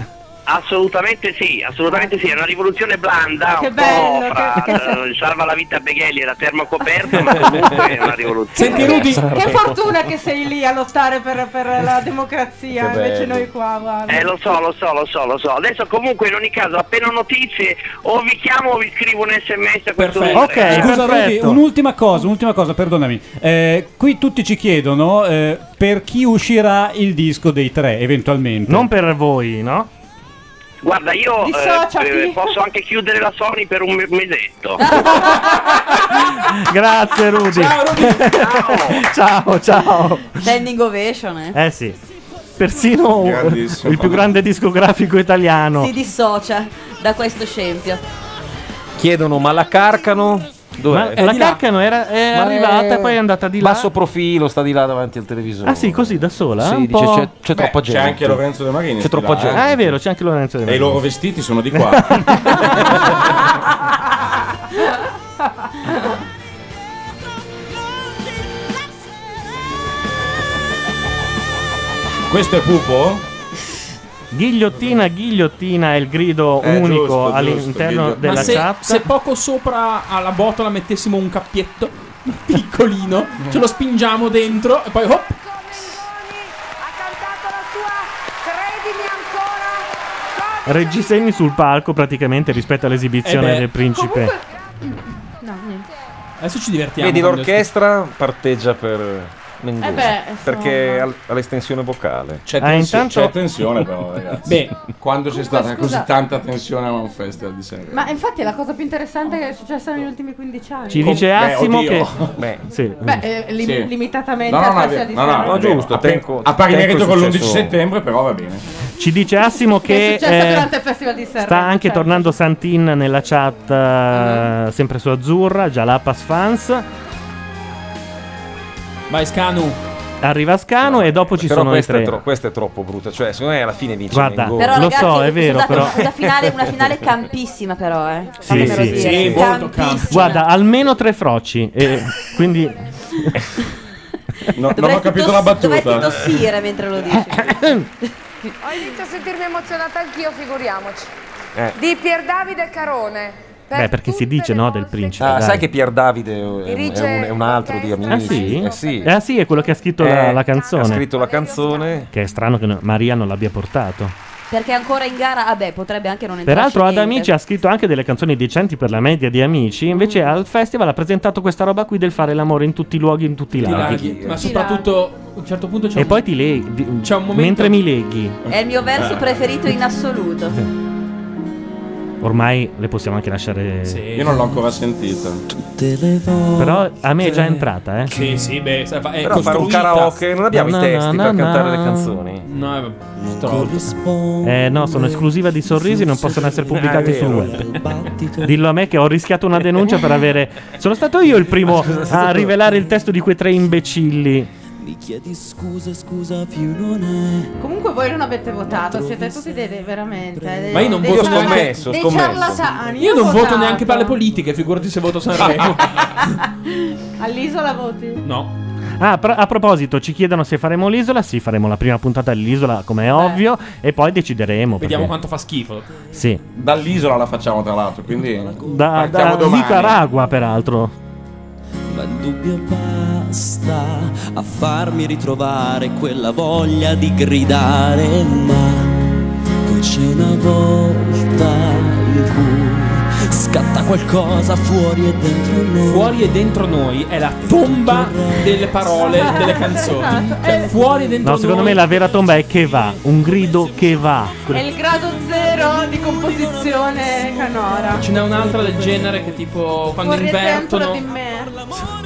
Speaker 1: Assolutamente sì, assolutamente sì, è una rivoluzione blanda,
Speaker 13: Che
Speaker 1: un
Speaker 13: bello,
Speaker 1: po' fra eh, salva la vita Beghelli e la termocoperta, ma comunque è una rivoluzione.
Speaker 3: Senti, Rudy-
Speaker 13: Che fortuna che sei lì a lottare per, per la democrazia,
Speaker 1: Che
Speaker 13: invece
Speaker 1: bello.
Speaker 13: noi qua, guarda.
Speaker 1: Eh lo so, lo so, lo so, lo so. Adesso comunque in ogni caso appena ho notizie o vi chiamo o vi scrivo un sms a questo numero.
Speaker 11: Scusa, Rudy, un'ultima cosa, un'ultima cosa, perdonami. Eh, qui tutti ci chiedono eh, per chi uscirà il disco dei tre, eventualmente. Non
Speaker 2: per voi, no?
Speaker 1: Guarda, io eh,
Speaker 13: Dissociati.
Speaker 1: eh, posso anche chiudere la Sony per un me- mesetto.
Speaker 2: Grazie, Rudy.
Speaker 1: Ciao, Rudy.
Speaker 2: ciao, ciao.
Speaker 7: Standing ovation, eh.
Speaker 2: Eh sì. persino
Speaker 6: Grandissimo.
Speaker 2: il più grande discografico italiano.
Speaker 7: Si dissocia da questo scempio.
Speaker 15: Chiedono, ma la Carcano?
Speaker 2: Ma eh,
Speaker 15: Dov'è?
Speaker 2: la Carcano era, è
Speaker 15: Ma
Speaker 2: arrivata e poi è andata di là.
Speaker 15: Basso profilo, sta di là davanti al televisore.
Speaker 2: Ah sì, così da sola?
Speaker 15: Sì,
Speaker 2: Un
Speaker 15: dice,
Speaker 2: po'-
Speaker 15: c'è, c'è troppa gente.
Speaker 6: c'è anche Lorenzo De Marini
Speaker 15: C'è
Speaker 6: sulla-
Speaker 15: troppa gente.
Speaker 2: Ah, è vero, c'è anche Lorenzo De
Speaker 6: E i
Speaker 2: Marini.
Speaker 6: loro vestiti sono di qua.
Speaker 2: Questo è Pupo? Ghigliottina, ghigliottina è il grido
Speaker 6: Eh,
Speaker 2: unico
Speaker 6: giusto, giusto,
Speaker 2: all'interno
Speaker 6: ghigliottina.
Speaker 2: della
Speaker 3: Ma se,
Speaker 2: chat.
Speaker 3: se poco sopra alla botola mettessimo un cappietto piccolino, ce lo spingiamo dentro e poi hop.
Speaker 2: Reggiseni sul palco praticamente rispetto all'esibizione
Speaker 6: Eh beh,
Speaker 2: del principe.
Speaker 8: No, niente.
Speaker 3: Adesso ci divertiamo.
Speaker 15: Vedi
Speaker 3: con
Speaker 15: l'orchestra parteggia per Mendoni,
Speaker 8: Eh beh, insomma.
Speaker 15: perché al- ha l'estensione vocale.
Speaker 2: Ah,
Speaker 6: C'è, tensi- c'è tensione però, ragazzi.
Speaker 15: Beh.
Speaker 6: quando c'è stata
Speaker 13: scusa.
Speaker 6: così tanta tensione a un festival di Sanremo?
Speaker 13: Ma infatti è la cosa più interessante che è successa negli ultimi 15 anni.
Speaker 2: Ci dice Assimo
Speaker 6: oddio.
Speaker 2: che...
Speaker 15: Beh,
Speaker 2: sì.
Speaker 13: Eh, Beh, eh, lim-
Speaker 6: Sì.
Speaker 13: limitatamente
Speaker 6: No, no,
Speaker 13: a
Speaker 6: no, è
Speaker 13: farsi
Speaker 6: vero. no, no,
Speaker 15: No,
Speaker 6: è vero.
Speaker 15: giusto,
Speaker 6: A pe-
Speaker 15: tenco-
Speaker 6: a pari
Speaker 15: tenco
Speaker 6: merito
Speaker 15: il
Speaker 6: con
Speaker 15: successo.
Speaker 6: l'11 settembre, però va bene.
Speaker 2: Ci dice Assimo
Speaker 13: Che
Speaker 2: che...
Speaker 13: è successa
Speaker 2: eh,
Speaker 13: durante il Festival di certo. Serra.
Speaker 2: Sta anche tornando Santin nella chat,
Speaker 13: Mm.
Speaker 2: eh, sempre su Azzurra, Jalapas Fans.
Speaker 3: Vai Scanu.
Speaker 2: Arriva Scano e dopo ci
Speaker 15: però
Speaker 2: sono i
Speaker 15: questa
Speaker 2: tre.
Speaker 15: è, tro- questa è troppo brutta. Cioè, secondo me alla fine vince
Speaker 2: Guarda,
Speaker 15: Mengoni.
Speaker 7: Però, ragazzi, scusate,
Speaker 2: però.
Speaker 7: Una finale, una finale campissima, però, eh.
Speaker 2: Sì,
Speaker 7: Fatemelo
Speaker 2: sì,
Speaker 7: dire.
Speaker 2: sì.
Speaker 7: Campissima.
Speaker 2: Guarda, almeno tre froci. E quindi...
Speaker 7: Dovresti toss- Dovresti tossire mentre lo dici.
Speaker 10: Ho iniziato a sentirmi emozionata anch'io, figuriamoci.
Speaker 15: Eh.
Speaker 10: Di Pier Davide Carone. per
Speaker 2: Beh, perché si dice no del principe.
Speaker 15: Ah,
Speaker 2: dai.
Speaker 15: sai che Pier Davide è un,
Speaker 10: Dirige
Speaker 15: è un- è un altro di amici?
Speaker 2: Ah sì?
Speaker 15: Eh sì.
Speaker 2: Ah, sì, è quello che ha scritto la,
Speaker 15: Eh,
Speaker 2: la canzone.
Speaker 15: Ha scritto la canzone.
Speaker 2: Che è strano che no- Maria non l'abbia portato.
Speaker 7: Perché è ancora in gara, vabbè, potrebbe anche non entrare.
Speaker 2: Peraltro ad Amici ha scritto anche delle canzoni decenti per la media di Amici,
Speaker 7: Mm.
Speaker 2: invece al festival ha presentato questa roba qui del fare l'amore in tutti i luoghi, in tutti i
Speaker 3: Ti
Speaker 2: laghi.
Speaker 3: laghi, ma soprattutto a un certo punto c'è
Speaker 2: E
Speaker 3: un-
Speaker 2: poi ti leghi, di-
Speaker 3: C'è un momento- Eh.
Speaker 2: mentre mi leghi.
Speaker 7: È il mio verso preferito in assoluto.
Speaker 2: Ormai le possiamo anche lasciare...
Speaker 6: Io non l'ho ancora sentita.
Speaker 2: Però a me è già entrata, eh.
Speaker 3: Sì, sì, beh, sa- fa- è
Speaker 15: Però fare un
Speaker 3: costruita.
Speaker 15: karaoke, non abbiamo
Speaker 2: Na,
Speaker 15: i testi
Speaker 2: na,
Speaker 15: per
Speaker 2: na,
Speaker 15: cantare
Speaker 2: na.
Speaker 15: le canzoni.
Speaker 3: No, è
Speaker 2: Eh no, sono esclusiva di sorrisi, non possono essere pubblicati
Speaker 15: Ah, è
Speaker 2: sul
Speaker 15: vero.
Speaker 2: web. Dillo a me che ho rischiato una denuncia per avere. Sono stato io il primo a rivelare il testo di quei tre imbecilli.
Speaker 12: Mi chiedi scusa, scusa più non
Speaker 13: Comunque voi non avete votato, siete tutti dei, dei- veramente. dei-
Speaker 3: Ma io non
Speaker 13: dei
Speaker 3: voto
Speaker 13: ciarla-
Speaker 3: neanche-
Speaker 13: dei ciarlatani.
Speaker 3: Io
Speaker 13: ho
Speaker 3: non voto
Speaker 13: votato.
Speaker 3: neanche per le politiche, figurati se voto Sanremo.
Speaker 13: All'isola voti?
Speaker 3: no.
Speaker 2: Ah, pro- a proposito, ci chiedono se faremo l'isola. Sì, faremo la prima puntata dell'isola, come è ovvio, e poi decideremo.
Speaker 6: Vediamo
Speaker 2: perché-
Speaker 3: Quanto
Speaker 6: quanto-
Speaker 3: fa schifo.
Speaker 2: Sì.
Speaker 6: Dall'isola la facciamo tra l'altro, quindi
Speaker 2: Da, da
Speaker 6: partiamo domani.
Speaker 2: Nicaragua, peraltro.
Speaker 12: Ma il
Speaker 2: Eh,
Speaker 12: dubbio basta a farmi ritrovare quella voglia di gridare ma poi c'è una volta in cui scatta qualcosa fuori e dentro noi
Speaker 3: Fuori e dentro noi è la tomba delle parole delle canzoni. Cioè, fuori e dentro
Speaker 2: No, secondo
Speaker 3: noi
Speaker 2: me la vera tomba è che va. Un grido che va.
Speaker 13: È il grado zero di composizione canora.
Speaker 3: ce n'è un'altra del genere che tipo quando
Speaker 13: Vorrei dentro di
Speaker 3: invertono.
Speaker 13: me.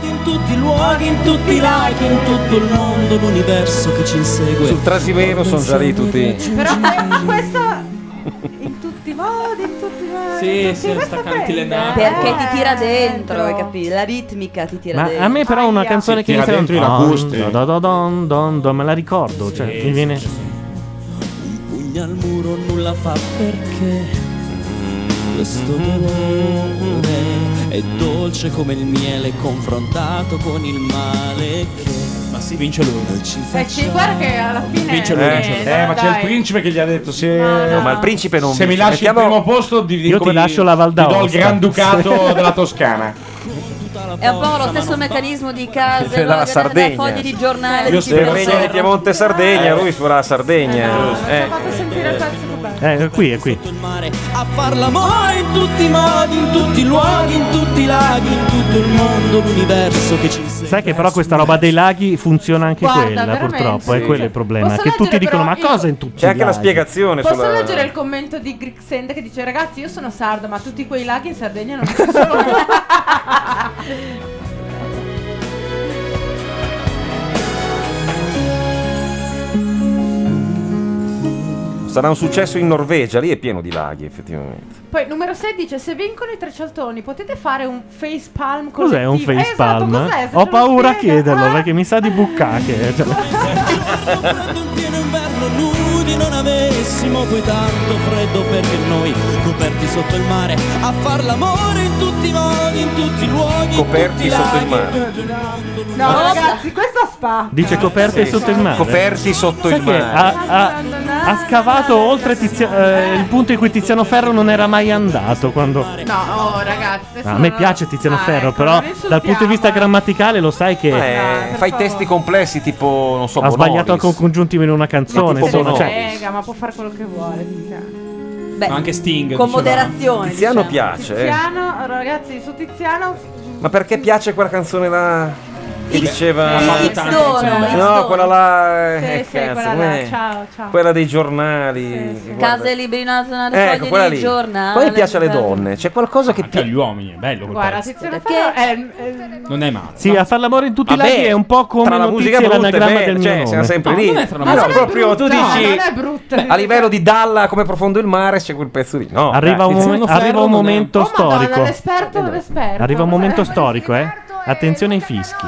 Speaker 12: in tutti i luoghi, in tutti i laghi, in tutto il mondo, l'universo che ci insegue.
Speaker 15: Sul Trasimeno sono già lì tutti.
Speaker 13: Però eh, questa- questa in tutti i modi, in tutti i modi.
Speaker 3: Sì, sì, sta cantilenando.
Speaker 7: Perché ti tira dentro, hai capito? La ritmica ti tira
Speaker 2: Ma
Speaker 7: dentro.
Speaker 2: a me
Speaker 13: Ah,
Speaker 2: però una canzone che inizia
Speaker 6: dentro i lacustri.
Speaker 2: Don, don, don, don, don, me la ricordo, cioè mi viene
Speaker 12: Pugna al muro nulla fa perché questo dolore è dolce come il miele confrontato con il male che
Speaker 3: ma si vince lui
Speaker 13: Beh, ci- Eh, guarda che alla fine
Speaker 6: eh,
Speaker 13: eh,
Speaker 6: eh, ma c'è il
Speaker 13: dai.
Speaker 6: principe che gli ha detto se
Speaker 15: Ma il principe non
Speaker 6: se mi
Speaker 15: vince,
Speaker 6: lasci
Speaker 15: mettiamo-
Speaker 6: il primo posto di,
Speaker 2: Io ti
Speaker 6: come
Speaker 2: lascio la Val
Speaker 6: ti do il
Speaker 2: d'Aosta.
Speaker 6: Gran Ducato della Toscana.
Speaker 7: È un po' lo stesso meccanismo di case,
Speaker 15: Della
Speaker 7: guardate,
Speaker 15: Sardegna.
Speaker 7: dai fogli di giornale.
Speaker 15: Io
Speaker 7: di
Speaker 15: sono il
Speaker 7: Cipro
Speaker 15: regno di
Speaker 7: Serra.
Speaker 15: Piemonte e Sardegna, lui suona la Sardegna. Eh.
Speaker 2: Eh, qui è qui.
Speaker 12: a far l'amore in tutti i modi, in tutti i luoghi, in tutti i laghi, in tutto il mondo, l'universo che ci insegue.
Speaker 2: Sai che però questa roba dei laghi funziona anche
Speaker 13: Guarda,
Speaker 2: quella,
Speaker 13: veramente.
Speaker 2: purtroppo, è
Speaker 13: Sì.
Speaker 2: quello il problema,
Speaker 13: Posso
Speaker 2: che tutti
Speaker 13: leggere
Speaker 2: dicono
Speaker 13: però
Speaker 2: "Ma
Speaker 13: io-
Speaker 2: cosa in tutti
Speaker 15: C'è
Speaker 2: i
Speaker 15: anche la
Speaker 2: laghi?"
Speaker 15: spiegazione
Speaker 13: Posso
Speaker 15: sulla
Speaker 13: leggere il commento di Grixend che dice ragazzi io sono sardo ma tutti quei laghi in Sardegna non ci sono.
Speaker 15: Sarà un successo in Norvegia, lì è pieno di laghi, effettivamente.
Speaker 13: Poi numero 6 dice: Se vincono i tre cialtoni, potete fare un face palm con
Speaker 2: Cos'è un
Speaker 13: face
Speaker 2: facepalm?
Speaker 13: Esatto, cos'è? Se
Speaker 2: Ho
Speaker 13: ce lo
Speaker 2: paura
Speaker 13: spiega.
Speaker 2: a
Speaker 13: Ah.
Speaker 2: chiederlo perché mi sa di cioè, buccache.
Speaker 17: nudi non avessimo poi tanto freddo perché noi coperti sotto il mare a far l'amore in tutti i modi, in tutti i luoghi,
Speaker 15: Coperti
Speaker 17: in tutti i
Speaker 15: sotto il
Speaker 17: laghi.
Speaker 15: mare.
Speaker 13: No, ragazzi, questo spa.
Speaker 2: Dice coperte
Speaker 15: Sì.
Speaker 2: sotto il mare.
Speaker 15: Coperti sotto
Speaker 2: Sai
Speaker 15: il
Speaker 2: che
Speaker 15: mare.
Speaker 2: Ha, ha- ha scavato oltre Tizia- eh, il punto in cui Tiziano Ferro non era mai andato. Quando...
Speaker 13: No, oh, ragazzi.
Speaker 2: Ah, a me piace Tiziano
Speaker 13: ecco,
Speaker 2: Ferro, però dal punto di
Speaker 13: eh.
Speaker 2: vista grammaticale lo sai che
Speaker 13: Ah,
Speaker 15: Eh, fai testi complessi tipo, non so,
Speaker 2: ha sbagliato anche
Speaker 15: Bonolis.
Speaker 2: un congiuntivo in una canzone.
Speaker 15: tipo
Speaker 2: Insomma,
Speaker 15: Bonolis.
Speaker 2: cioè,
Speaker 13: Prega, ma eh, può fare quello che vuole. Tiziano.
Speaker 7: Beh,
Speaker 15: Anche Sting,
Speaker 7: Con
Speaker 15: dicevamo.
Speaker 7: moderazione.
Speaker 15: Tiziano
Speaker 7: diciamo.
Speaker 15: piace, eh.
Speaker 13: Tiziano, ragazzi, su Tiziano.
Speaker 15: Ma perché piace quella canzone là? Che diceva.
Speaker 13: X Dono, X Dono.
Speaker 15: No, quella là.
Speaker 13: Sì,
Speaker 15: eh,
Speaker 13: sì,
Speaker 15: cazzo,
Speaker 13: quella là,
Speaker 15: com'è?
Speaker 13: ciao, ciao.
Speaker 15: Quella dei giornali. che guarda-
Speaker 7: Case libri nazionali,
Speaker 15: Eh, ecco, quella
Speaker 7: fogli di
Speaker 15: lì.
Speaker 7: giornale.
Speaker 15: Quella piace alle donne. C'è qualcosa che piace
Speaker 3: agli uomini, è bello quel
Speaker 13: Guarda,
Speaker 3: pezzo.
Speaker 13: Tiziano Ferro è.
Speaker 3: Non è male.
Speaker 2: Sì, a far l'amore in tutti i
Speaker 3: Vabbè,
Speaker 2: laghi è un po' come
Speaker 15: tra la musica
Speaker 2: notizia e
Speaker 15: brutta e
Speaker 2: l'anagramma
Speaker 15: bella,
Speaker 2: del mio
Speaker 15: cioè,
Speaker 2: nome.
Speaker 15: siamo sempre
Speaker 2: No,
Speaker 15: lì.
Speaker 2: non è tra la
Speaker 15: Ma no,
Speaker 2: musica e
Speaker 15: proprio tu
Speaker 2: brutta.
Speaker 15: dici
Speaker 2: No, non
Speaker 13: è brutta.
Speaker 15: a livello di Dalla, come profondo il mare, c'è quel pezzo lì. No,
Speaker 2: Arriva
Speaker 15: dai,
Speaker 2: un,
Speaker 15: Tiziano
Speaker 2: momen- arriva
Speaker 15: Ferro
Speaker 2: un
Speaker 15: non è-
Speaker 2: momento storico. Eh,
Speaker 13: l'esperto dell'esperto.
Speaker 2: Arriva un momento storico, eh. Attenzione ai fischi.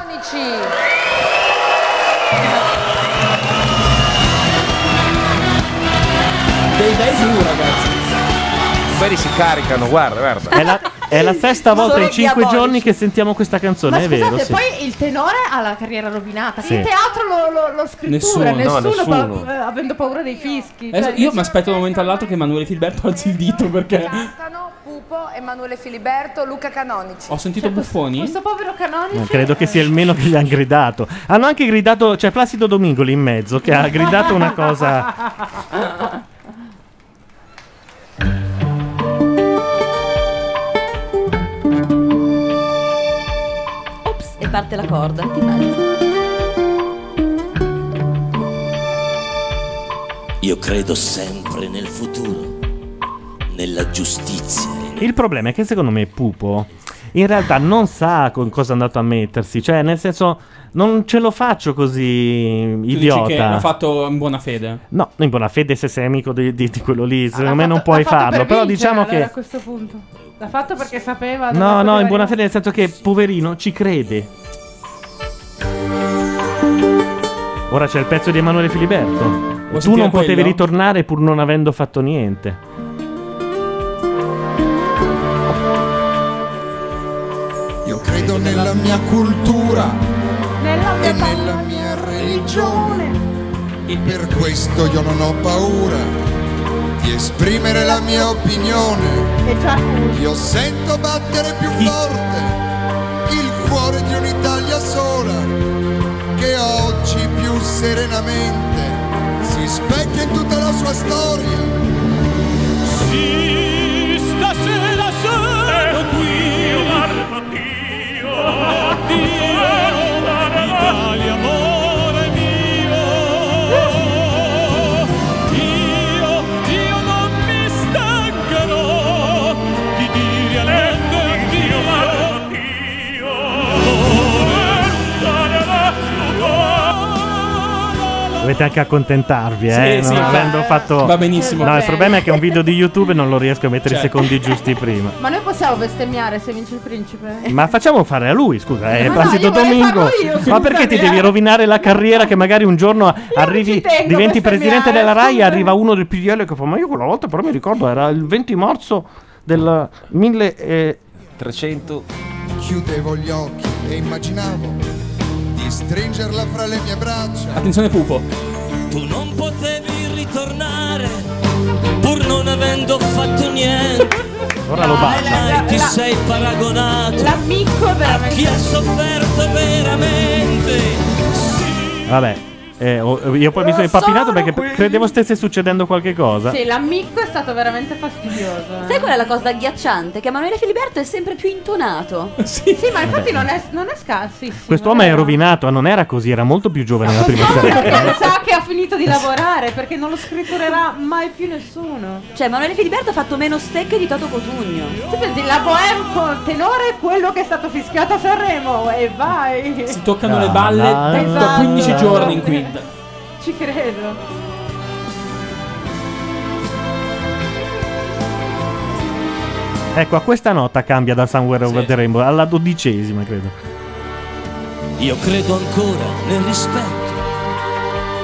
Speaker 17: Dei dai su, ragazzi.
Speaker 15: Quelli si caricano, guarda, guarda.
Speaker 2: È la, è la sesta
Speaker 13: Sono
Speaker 2: volta in cinque
Speaker 13: diabolici.
Speaker 2: giorni che sentiamo questa canzone,
Speaker 13: Ma
Speaker 2: è
Speaker 13: scusate,
Speaker 2: vero? Sì.
Speaker 13: poi il tenore ha la carriera rovinata.
Speaker 2: Sì.
Speaker 13: Il teatro lo, lo, lo scrittura,
Speaker 3: Nessuno, no,
Speaker 13: nessuno, pa-
Speaker 3: nessuno.
Speaker 13: eh, avendo paura dei fischi.
Speaker 3: Adesso
Speaker 13: cioè,
Speaker 3: Eh, io mi aspetto da un momento all'altro che Emanuele Filberto alzi il dito perché
Speaker 10: Cantano Pupo, Emanuele Filiberto, Luca Canonici.
Speaker 3: ho sentito buffoni.
Speaker 13: cioè, Questo povero Canonici.
Speaker 2: Eh, Credo che sia il meno che gli hanno gridato. Hanno anche gridato, c'è Placido Domingoli in mezzo che ha gridato una cosa.
Speaker 7: Ops, e parte la corda. Ti immagini?
Speaker 25: Io credo sempre nel futuro, nella giustizia.
Speaker 2: Il problema è che secondo me Pupo in realtà non sa con cosa è andato a mettersi, cioè nel senso non ce lo faccio così
Speaker 3: Tu
Speaker 2: idiota.
Speaker 3: Dici che l'ha fatto in buona fede.
Speaker 2: No, in buona fede se sei amico di, di- di quello
Speaker 3: Ah,
Speaker 2: lì, secondo me non
Speaker 13: L'ha
Speaker 2: puoi
Speaker 13: fatto per
Speaker 2: farlo, però
Speaker 13: vincere,
Speaker 2: diciamo
Speaker 13: allora, a
Speaker 2: che...
Speaker 13: questo punto. L'ha fatto perché sapeva. dove
Speaker 2: No, no,
Speaker 13: poteva
Speaker 2: in buona fede nel senso che poverino ci crede. Ora c'è il pezzo di Emanuele Filiberto. Tu
Speaker 3: sentire
Speaker 2: non potevi
Speaker 3: quello?
Speaker 2: ritornare pur non avendo fatto niente.
Speaker 24: Io credo nella mia cultura
Speaker 13: Nella
Speaker 24: e nella mia religione. Per questo io non ho paura di esprimere la mia opinione. Io sento battere più forte il cuore di un'Italia sola che oggi più serenamente si specchia in tutta la sua storia.
Speaker 17: Sì, stasera sono qui. Io guardo Dio, Dio, Italia, amore mio. Io, io non mi stancherò di dire a lei Dio, guardo Dio, Italia,
Speaker 2: Dovete anche accontentarvi,
Speaker 3: Sì,
Speaker 2: eh.
Speaker 3: sì,
Speaker 2: non
Speaker 3: va-
Speaker 2: avendo fatto.
Speaker 3: va benissimo.
Speaker 2: No,
Speaker 3: Va
Speaker 2: il
Speaker 3: bene.
Speaker 2: problema è che un video di YouTube non lo riesco a mettere i
Speaker 3: Certo.
Speaker 2: secondi giusti prima.
Speaker 13: Ma noi possiamo bestemmiare se vince il principe?
Speaker 2: Ma facciamo fare a lui, scusa,
Speaker 13: Ma
Speaker 2: eh,
Speaker 13: no,
Speaker 2: Placido
Speaker 13: io vorrei
Speaker 2: Domingo.
Speaker 13: farlo io,
Speaker 2: Ma
Speaker 13: scusami,
Speaker 2: perché ti
Speaker 13: eh.
Speaker 2: devi rovinare la carriera che magari un giorno arrivi,
Speaker 13: ci tengo a
Speaker 2: diventi presidente della RAI e
Speaker 13: bestemmiare,
Speaker 2: arriva uno del PDL che fa "Ma io quella volta però mi ricordo era il 20 marzo del eh, 1300
Speaker 24: Chiudevo gli occhi e immaginavo di stringerla fra le mie braccia.
Speaker 3: Attenzione Pupo.
Speaker 25: Tu non potevi ritornare pur non avendo fatto niente.
Speaker 2: Ora lo
Speaker 25: Mai
Speaker 13: la-
Speaker 25: ti
Speaker 13: la-
Speaker 25: sei paragonato
Speaker 13: L'amico è
Speaker 25: a chi
Speaker 13: veramente.
Speaker 25: ha sofferto veramente.
Speaker 2: Vabbè, eh, oh, io poi mi sono impappinato perché credevo stesse succedendo qualche cosa.
Speaker 13: Sì, l'amico è stato veramente fastidioso. eh.
Speaker 7: Sai qual è la cosa agghiacciante? Che Emanuele Filiberto è sempre più intonato.
Speaker 3: sì.
Speaker 7: ma
Speaker 2: infatti
Speaker 7: non
Speaker 13: è, non è scarsissimo.
Speaker 2: Quest'uomo è rovinato, non era così, era molto più giovane la prima serata.
Speaker 13: Perché sa che ha finito di lavorare perché non lo scritturerà mai più nessuno.
Speaker 7: Cioè, Emanuele Filiberto ha fatto meno stecche di Toto Cotugno.
Speaker 13: Tu pensi, la bohème col tenore è quello che è stato fischiato a Sanremo e vai.
Speaker 3: Si toccano le balle da
Speaker 13: Esatto.
Speaker 3: 15 giorni in quinta.
Speaker 13: Ci credo.
Speaker 2: Ecco, a questa nota cambia da Somewhere Over the Rainbow, alla dodicesima, credo.
Speaker 25: Io credo ancora nel rispetto,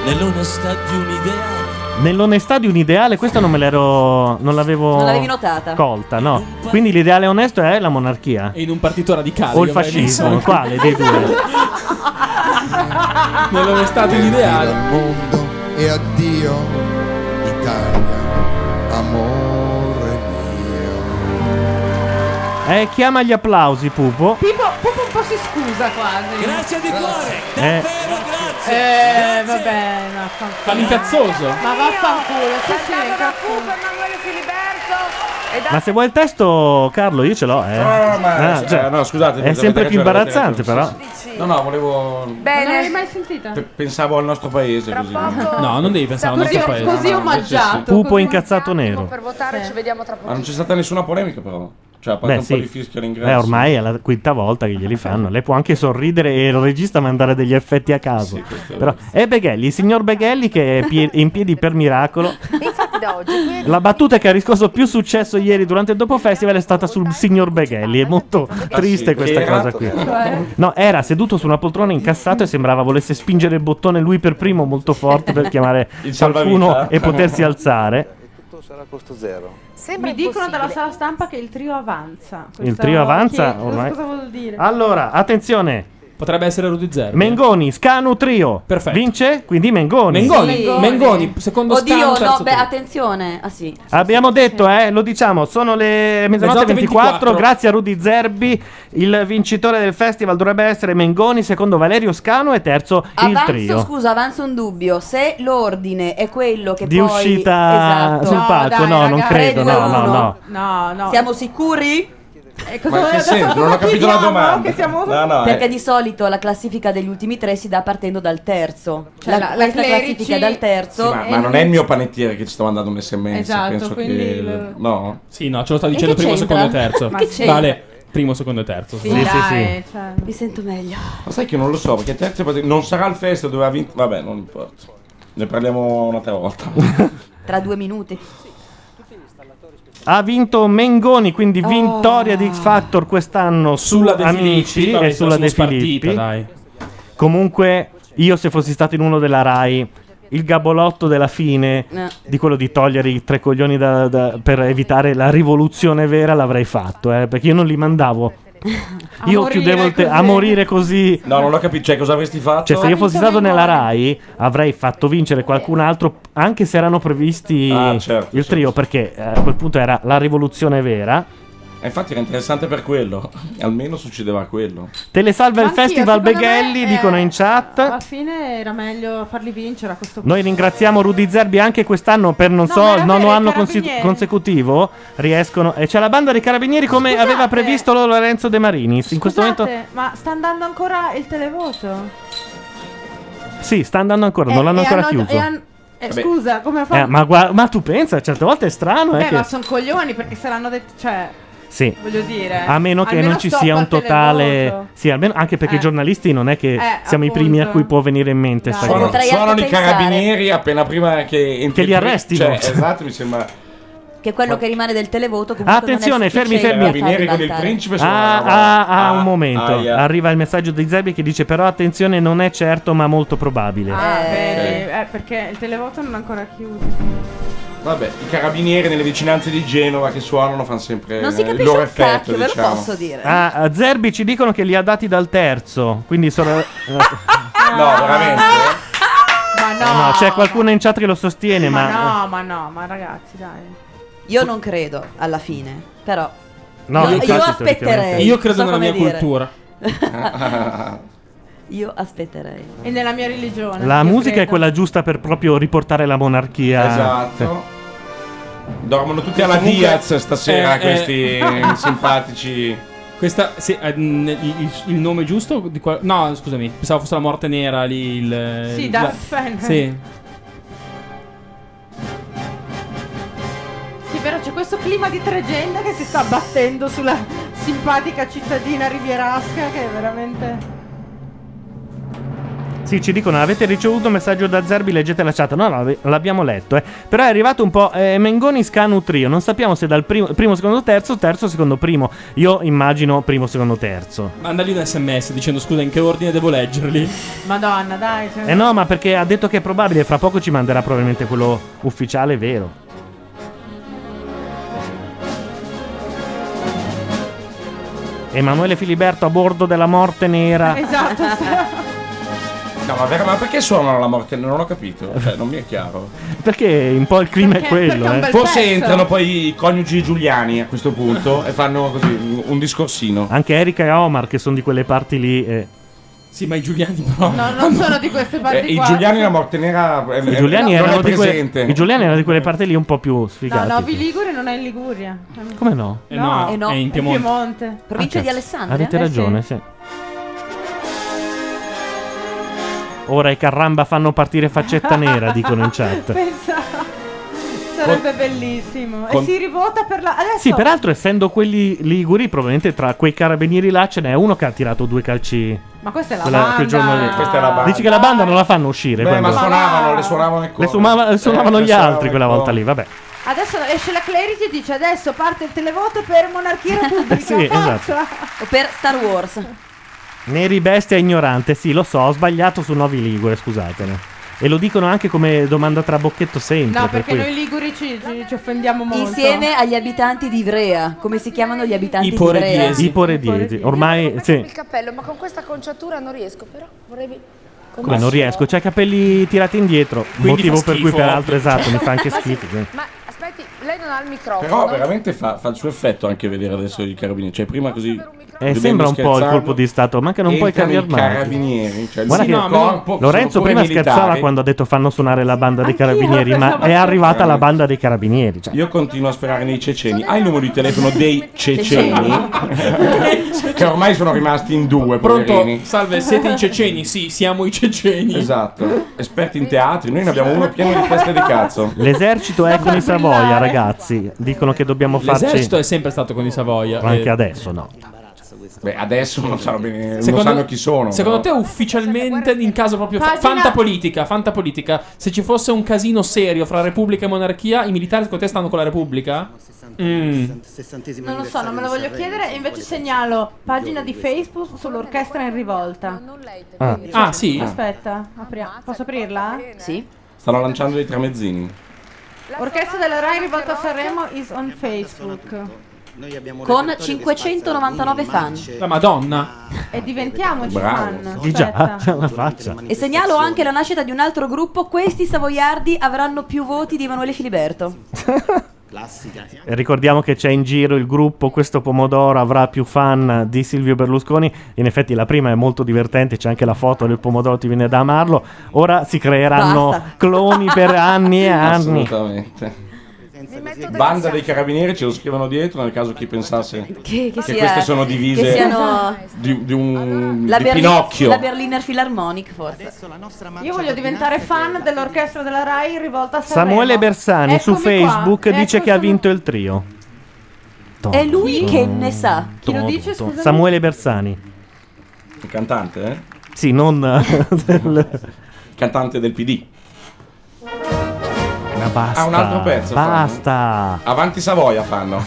Speaker 25: nell'onestà di un ideale.
Speaker 2: Nell'onestà di un ideale, questa non me l'ero. non l'avevo.
Speaker 7: Non l'avevi notata.
Speaker 2: Colta, no. Quindi l'ideale onesto è la monarchia.
Speaker 3: E in un partito radicale.
Speaker 2: O il
Speaker 3: io avrei
Speaker 2: fascismo,
Speaker 3: messo-
Speaker 2: quale dei due?
Speaker 13: Ah.
Speaker 3: Non è stato l'ideale.
Speaker 24: Al mondo e addio Italia, amore
Speaker 2: Eh, chiama gli applausi, Pupo.
Speaker 13: Tipo, proprio un po' si scusa quasi.
Speaker 25: Grazie di cuore.
Speaker 2: Eh,
Speaker 13: Eh, vabbè, ma
Speaker 3: Fa l'incazzoso.
Speaker 13: Ma vaffanculo, sì, sì, incazzoso.
Speaker 2: ma se vuoi il testo, Carlo, io ce l'ho, eh.
Speaker 6: No, ma-
Speaker 2: Ah, cioè,
Speaker 6: eh, no, scusate.
Speaker 2: È
Speaker 6: avete
Speaker 2: sempre più
Speaker 6: ragione, avete
Speaker 2: imbarazzante, però.
Speaker 6: ragione, sì, sì. No, no, volevo.
Speaker 13: Non l'avevi mai sentita?
Speaker 6: pe- pensavo al nostro paese così.
Speaker 3: No, non devi pensare al
Speaker 13: Così- nostro paese. così
Speaker 6: No, no, invece
Speaker 13: omaggiato,
Speaker 6: sì.
Speaker 2: Pupo incazzato nero.
Speaker 10: Per votare ci vediamo tra poco.
Speaker 6: Ma non c'è stata nessuna polemica, però. Cioè, a parte
Speaker 2: Beh,
Speaker 6: un po' di
Speaker 2: sì.
Speaker 6: fischio all'ingresso.
Speaker 2: Beh, ormai è la quinta volta che glieli fanno. Lei può anche sorridere e il regista mandare degli effetti a caso. Però... E Beghelli, il signor Beghelli che è pie- in piedi per miracolo.
Speaker 10: Infatti da oggi qui
Speaker 2: La battuta che ha riscosso più successo ieri durante il dopo festival è stata sul signor Beghelli. È
Speaker 10: Ah,
Speaker 2: molto
Speaker 6: Ah,
Speaker 2: triste questa
Speaker 6: Era-
Speaker 2: cosa qui.
Speaker 6: Cioè?
Speaker 2: No, era seduto su una poltrona incassato e sembrava volesse spingere il bottone lui per primo molto forte per chiamare
Speaker 6: Il
Speaker 2: qualcuno
Speaker 6: salvavita.
Speaker 2: e potersi alzare.
Speaker 4: Tutto sarà a costo zero.
Speaker 13: Mi dicono dalla sala stampa che il trio avanza.
Speaker 2: Il
Speaker 13: Questo-
Speaker 2: trio avanza
Speaker 13: chi-
Speaker 2: ormai. Ah,
Speaker 13: Cosa vuol dire?
Speaker 2: Allora, attenzione.
Speaker 3: Potrebbe essere Rudy Zero.
Speaker 2: Mengoni, Scanu trio. Vince quindi Mengoni.
Speaker 3: Mengoni, Mengoni, secondo
Speaker 7: Oddio,
Speaker 3: Scanu, terzo
Speaker 7: no, beh,
Speaker 3: turno.
Speaker 7: attenzione. Ah sì.
Speaker 2: Abbiamo detto, eh, lo diciamo, sono le mezzanotte
Speaker 3: Mezzanotte
Speaker 2: 24,
Speaker 3: 24.
Speaker 2: grazie a Rudy Zerbi, il vincitore del festival dovrebbe essere Mengoni, secondo Valerio Scano e terzo il
Speaker 7: Avanzo,
Speaker 2: trio.
Speaker 7: scusa, avanzo un dubbio. Se l'ordine è quello che
Speaker 2: Di
Speaker 7: poi
Speaker 2: uscita
Speaker 7: esatto.
Speaker 2: sul palco, no, non credo, no, no, no.
Speaker 13: No, no.
Speaker 7: Siamo sicuri? Eh,
Speaker 6: Ma in che senso? Non ho capito la domanda. No, no,
Speaker 7: Perché
Speaker 6: eh.
Speaker 7: di solito la classifica degli ultimi tre si dà partendo dal terzo.
Speaker 13: Cioè, la-
Speaker 7: la,
Speaker 13: la
Speaker 7: questa
Speaker 13: Clerici-
Speaker 7: classifica è dal
Speaker 6: Sì,
Speaker 7: terzo.
Speaker 6: ma, ma non è il mio panettiere che ci sta mandando un sms.
Speaker 7: Esatto,
Speaker 6: penso che.
Speaker 7: quindi il-
Speaker 6: No?
Speaker 3: Sì, no, ce lo sta
Speaker 7: E
Speaker 3: dicendo
Speaker 7: che
Speaker 3: primo,
Speaker 7: c'entra?
Speaker 3: secondo e terzo.
Speaker 7: Ma Che c'entra?
Speaker 3: vale, primo, secondo e terzo.
Speaker 7: Sì,
Speaker 3: secondo me.
Speaker 7: dai, cioè, Mi sento meglio.
Speaker 6: Ma sai che non lo so, perché terzo parte- non sarà il festival dove ha vinto. Vabbè, non importa. Ne parliamo un'altra volta.
Speaker 7: Tra due minuti.
Speaker 2: Ha vinto Mengoni, quindi vittoria di X Factor quest'anno
Speaker 3: Sulla
Speaker 2: su
Speaker 3: De
Speaker 2: Amici
Speaker 3: Filippi, vabbè,
Speaker 2: e sulla
Speaker 3: sono
Speaker 2: De
Speaker 3: spartita,
Speaker 2: Filippi.
Speaker 3: dai.
Speaker 2: Comunque, io se fossi stato in uno della Rai, il gabolotto della fine
Speaker 7: Eh.
Speaker 2: di quello di togliere i tre coglioni da- da- per evitare la rivoluzione vera l'avrei fatto, eh, perché io non li mandavo. Io
Speaker 6: morire
Speaker 2: chiudevo il te- a
Speaker 6: così.
Speaker 2: morire così.
Speaker 6: No, non l'ho capito. Cioè, cosa avresti fatto?
Speaker 2: Cioè, se io fossi stato nella Rai, avrei fatto vincere qualcun altro, anche se erano previsti
Speaker 3: Ah, certo,
Speaker 2: il trio, perché eh, a quel punto era la rivoluzione vera.
Speaker 6: Eh, infatti era interessante per quello. Almeno succedeva quello.
Speaker 2: Te le salva il
Speaker 13: Anch'io,
Speaker 2: Festival
Speaker 13: secondo
Speaker 2: Beghelli,
Speaker 13: me, eh,
Speaker 2: dicono in chat.
Speaker 13: Alla fine era meglio farli vincere a questo punto.
Speaker 2: Noi ringraziamo Rudy Zerbi anche quest'anno per non so il nono anno consi-
Speaker 13: Carabinieri.
Speaker 2: consecutivo. Riescono. E c'è la banda dei carabinieri come aveva previsto Lorenzo De Marinis. In questo
Speaker 13: Scusate,
Speaker 2: momento.
Speaker 13: ma sta andando ancora il televoto?
Speaker 2: Sì, sta andando ancora, non
Speaker 13: Eh,
Speaker 2: l'hanno
Speaker 13: e
Speaker 2: ancora
Speaker 13: hanno-
Speaker 2: chiuso.
Speaker 13: e han- eh,
Speaker 2: Vabbè.
Speaker 13: scusa, come ho fatto?
Speaker 2: Eh, ma, gua- ma tu pensa, certe volte è strano, eh,
Speaker 13: Beh,
Speaker 2: che-
Speaker 13: ma sono coglioni perché saranno detti. Cioè,
Speaker 2: Sì.
Speaker 13: voglio dire.
Speaker 2: A meno che
Speaker 13: almeno
Speaker 2: non ci
Speaker 13: sto
Speaker 2: sia
Speaker 13: a
Speaker 2: un
Speaker 13: parte del
Speaker 2: totale.
Speaker 13: voto.
Speaker 2: Sì, almeno anche perché
Speaker 13: Eh.
Speaker 2: i giornalisti non è che
Speaker 13: Eh,
Speaker 2: siamo i primi a
Speaker 13: appunto.
Speaker 2: cui può venire in mente.
Speaker 13: Ah,
Speaker 2: sta
Speaker 6: Suono-
Speaker 2: cosa.
Speaker 6: suonano i
Speaker 7: anche pensare.
Speaker 6: carabinieri appena prima che entri.
Speaker 2: Che li arrestino.
Speaker 6: Cioè, esatto, mi sembra.
Speaker 7: Che quello
Speaker 6: Ma-
Speaker 7: che rimane del televoto comunque non è
Speaker 2: Attenzione, fermi,
Speaker 7: sufficiente
Speaker 2: fermi.
Speaker 7: a farli vantare.
Speaker 2: Ah, ah, ah, un momento.
Speaker 6: ah, yeah.
Speaker 2: Arriva il messaggio di Zerbi che dice: Però attenzione, non è certo, ma molto probabile.
Speaker 13: Ah,
Speaker 6: Eh.
Speaker 13: bene. Eh, perché il televoto non è ancora chiuso.
Speaker 6: Vabbè, i carabinieri nelle vicinanze di Genova che suonano fanno sempre
Speaker 13: Non si
Speaker 6: eh, il
Speaker 13: capisce
Speaker 6: loro
Speaker 13: un
Speaker 6: effetto.
Speaker 13: cacchio, ve lo
Speaker 6: diciamo.
Speaker 13: posso dire.
Speaker 2: Ah, a Zerbi ci dicono che li ha dati dal terzo. Quindi sono. eh,
Speaker 6: No, veramente.
Speaker 13: Ma no.
Speaker 2: Eh, no, c'è qualcuno in chat che lo sostiene, ma.
Speaker 13: ma no, ma no, ma ragazzi, dai.
Speaker 7: Io non credo alla fine, però.
Speaker 2: No,
Speaker 7: io,
Speaker 2: infatti,
Speaker 7: io
Speaker 2: teoricamente.
Speaker 7: aspetterei.
Speaker 2: Io credo
Speaker 7: so
Speaker 2: nella
Speaker 7: come
Speaker 2: mia
Speaker 7: dire.
Speaker 2: cultura.
Speaker 7: io aspetterei.
Speaker 13: E nella mia religione.
Speaker 2: La
Speaker 13: io
Speaker 2: musica è
Speaker 13: credo.
Speaker 2: quella giusta per proprio riportare la monarchia.
Speaker 6: Esatto. Dormono tutti alla
Speaker 3: Comunque-
Speaker 6: Diaz stasera
Speaker 3: Eh, eh.
Speaker 6: questi eh, simpatici.
Speaker 3: Questa, se, eh, n- il, il- il nome giusto? Di qual- no, scusami, pensavo fosse la morte nera lì. Il,
Speaker 13: Sì,
Speaker 3: il-
Speaker 13: da-
Speaker 3: la- Sì.
Speaker 13: Sì, però c'è questo clima di tregenda che si sta abbattendo sulla simpatica cittadina rivierasca che è veramente.
Speaker 2: Sì, ci dicono, avete ricevuto un messaggio da Zerbi, leggete la chat. No, no, l'abbiamo letto. eh. Però è arrivato un po' eh, Mengoni Scanu Trio. Non sappiamo se dal primo, primo, secondo, terzo, terzo, secondo, primo. Io immagino primo, secondo, terzo.
Speaker 11: Mandagli un sms dicendo scusa in che ordine devo leggerli.
Speaker 13: Madonna, dai.
Speaker 2: Eh no, ma perché ha detto che è probabile, fra poco ci manderà probabilmente quello ufficiale vero. Emanuele Filiberto a bordo della morte nera.
Speaker 13: Esatto.
Speaker 6: No, ma, ver- ma perché suonano la morte? Non ho capito. Cioè, non mi è chiaro.
Speaker 2: Perché un po' il clima è quello. eh.
Speaker 6: Forse entrano poi i coniugi Giuliani a questo punto e fanno così un un discorsino.
Speaker 2: Anche Erika e Omar che sono di quelle parti lì. eh.
Speaker 11: Sì, ma i Giuliani però.
Speaker 13: No, non sono di queste parti
Speaker 6: Eh, I
Speaker 13: qua.
Speaker 6: Giuliani la morte nera eh,
Speaker 2: I Giuliani,
Speaker 6: non
Speaker 2: erano
Speaker 6: è
Speaker 2: di que-
Speaker 6: presente.
Speaker 2: I Giuliani erano di quelle parti lì un po' più
Speaker 13: No,
Speaker 2: sfigate.
Speaker 13: no, vi Ligure non è in Liguria.
Speaker 2: Come no?
Speaker 13: Eh no,
Speaker 7: Eh no, è in
Speaker 13: Piemonte.
Speaker 2: Ah,
Speaker 7: Provincia
Speaker 2: certo.
Speaker 7: di Alessandria.
Speaker 2: Avete
Speaker 7: Eh
Speaker 2: ragione,
Speaker 7: sì.
Speaker 2: sì. Ora i Carramba fanno partire faccetta nera, dicono in chat.
Speaker 13: Pensa- Sarebbe bellissimo.
Speaker 2: con-
Speaker 13: E si rivota per la. Adesso.
Speaker 2: Sì, peraltro, essendo quelli liguri, probabilmente tra quei carabinieri là ce n'è uno che ha tirato due calci.
Speaker 13: Ma questa è la
Speaker 2: quella-
Speaker 13: banda.
Speaker 2: quel giorno lì.
Speaker 6: Questa è la banda.
Speaker 2: Dici che la banda non la fanno uscire.
Speaker 6: Beh,
Speaker 2: quando-
Speaker 6: ma suonavano, le suonavano e
Speaker 2: Le suonava- le suonavano
Speaker 6: Eh, le
Speaker 2: gli altri
Speaker 6: suonavano
Speaker 2: quella
Speaker 6: il
Speaker 2: volta
Speaker 6: coro.
Speaker 2: lì, vabbè.
Speaker 13: Adesso esce la Clarity e dice adesso parte il televoto per Monarchia Repubblica.
Speaker 2: Sì, esatto.
Speaker 7: O per Star Wars.
Speaker 2: Neri bestia ignorante, sì, lo so, ho sbagliato su Novi Ligure, scusatene. E lo dicono anche come domanda trabocchetto sempre.
Speaker 13: No,
Speaker 2: per
Speaker 13: perché
Speaker 2: cui-
Speaker 13: noi Liguri ci, ci- ci offendiamo molto.
Speaker 7: Insieme agli abitanti di Ivrea. Come si chiamano gli abitanti di Ivrea?
Speaker 2: Iporediesi. Iporediesi. Ormai, sì.
Speaker 10: Il cappello, ma con questa conciatura non riesco, però vorrei...
Speaker 2: Come non riesco, c'ha i capelli tirati indietro.
Speaker 6: Quindi
Speaker 2: motivo
Speaker 6: fa
Speaker 2: per
Speaker 6: schifo.
Speaker 2: cui, peraltro, esatto, mi fa anche
Speaker 10: Ma sì,
Speaker 2: schifo. sì.
Speaker 10: Ma aspetti, lei non ha il microfono.
Speaker 6: Però veramente fa, fa il suo effetto anche vedere adesso i carabinieri. Cioè, prima così.
Speaker 2: Eh, sembra un po' il colpo di stato, mancano un po' i carri armati.
Speaker 6: carabinieri. Cioè,
Speaker 2: Guarda
Speaker 6: il
Speaker 2: che
Speaker 6: corpo,
Speaker 2: Lorenzo
Speaker 6: sono pure
Speaker 2: prima
Speaker 6: militari.
Speaker 2: scherzava quando ha detto fanno suonare la banda dei carabinieri, ma
Speaker 6: pensavo
Speaker 2: è arrivata
Speaker 6: fosse-
Speaker 2: la banda dei carabinieri. Cioè.
Speaker 6: Io continuo a sperare nei ceceni. Hai il numero di telefono dei ceceni? che ormai sono rimasti in due,
Speaker 11: Pronto?
Speaker 6: poverini.
Speaker 11: Salve, siete i ceceni? Sì, siamo i ceceni.
Speaker 6: Esatto. Esperti in teatri, noi ne abbiamo uno pieno di feste di cazzo.
Speaker 2: L'esercito è con i Savoia, ragazzi. Dicono che dobbiamo farci.
Speaker 11: L'esercito è sempre stato con i Savoia.
Speaker 2: Anche
Speaker 11: eh.
Speaker 2: adesso, no.
Speaker 6: Beh, adesso non sanno, bene, non
Speaker 11: Secondo-
Speaker 6: sanno chi sono.
Speaker 11: Secondo
Speaker 6: però.
Speaker 11: te ufficialmente in caso proprio fa-
Speaker 13: Pagina-
Speaker 11: fantapolitica, fantapolitica, se ci fosse un casino serio fra Repubblica e monarchia, i militari secondo te stanno con la Repubblica? Mm.
Speaker 13: Non lo so, non me lo voglio chiedere. Invece segnalo pagina di Facebook sull'orchestra Ah. in rivolta.
Speaker 6: Ah.
Speaker 7: cioè,
Speaker 11: Ah, sì?
Speaker 13: Aspetta, apriamo. Posso aprirla?
Speaker 7: Sì.
Speaker 6: Stanno lanciando dei tramezzini.
Speaker 13: Orchestra della Rai in rivolta a Sanremo is on Facebook.
Speaker 7: Con 599 fan.
Speaker 11: La Madonna.
Speaker 7: E diventiamoci fan.
Speaker 2: Di già, c'è una
Speaker 3: Esatto.
Speaker 2: faccia.
Speaker 7: E segnalo anche la nascita di un altro gruppo. Questi savoiardi avranno più voti di Emanuele Filiberto.
Speaker 19: Classica.
Speaker 2: E Ricordiamo che c'è in giro il gruppo Questo pomodoro avrà più fan di Silvio Berlusconi. In effetti la prima è molto divertente, c'è anche la foto del pomodoro ti viene da amarlo. Ora si creeranno
Speaker 6: Basta.
Speaker 2: cloni per anni e anni.
Speaker 6: Assolutamente. Banda dei carabinieri ce lo scrivono dietro nel caso chi pensasse
Speaker 7: Che- che sia-
Speaker 6: queste sono divise
Speaker 7: che siano-
Speaker 6: di, di un
Speaker 7: La,
Speaker 6: di
Speaker 7: Berlin-
Speaker 6: Pinocchio.
Speaker 7: la Berliner Philharmonic, forse.
Speaker 13: Io voglio diventare fan dell'orchestra della Rai in rivolta a Sanremo.
Speaker 2: Samuele Bersani su
Speaker 13: Eccomi qua. Ecco,
Speaker 2: Facebook dice che ha vinto il trio.
Speaker 7: È lui che ne sa.
Speaker 13: Chi lo dice,
Speaker 2: Tutto.
Speaker 13: scusami?
Speaker 2: Samuele Bersani.
Speaker 6: Il cantante, eh?
Speaker 2: Sì, non del-
Speaker 6: Il cantante del PD.
Speaker 2: Ma basta.
Speaker 6: Ah, un altro pezzo fanno.
Speaker 2: Basta.
Speaker 6: Avanti Savoia fanno.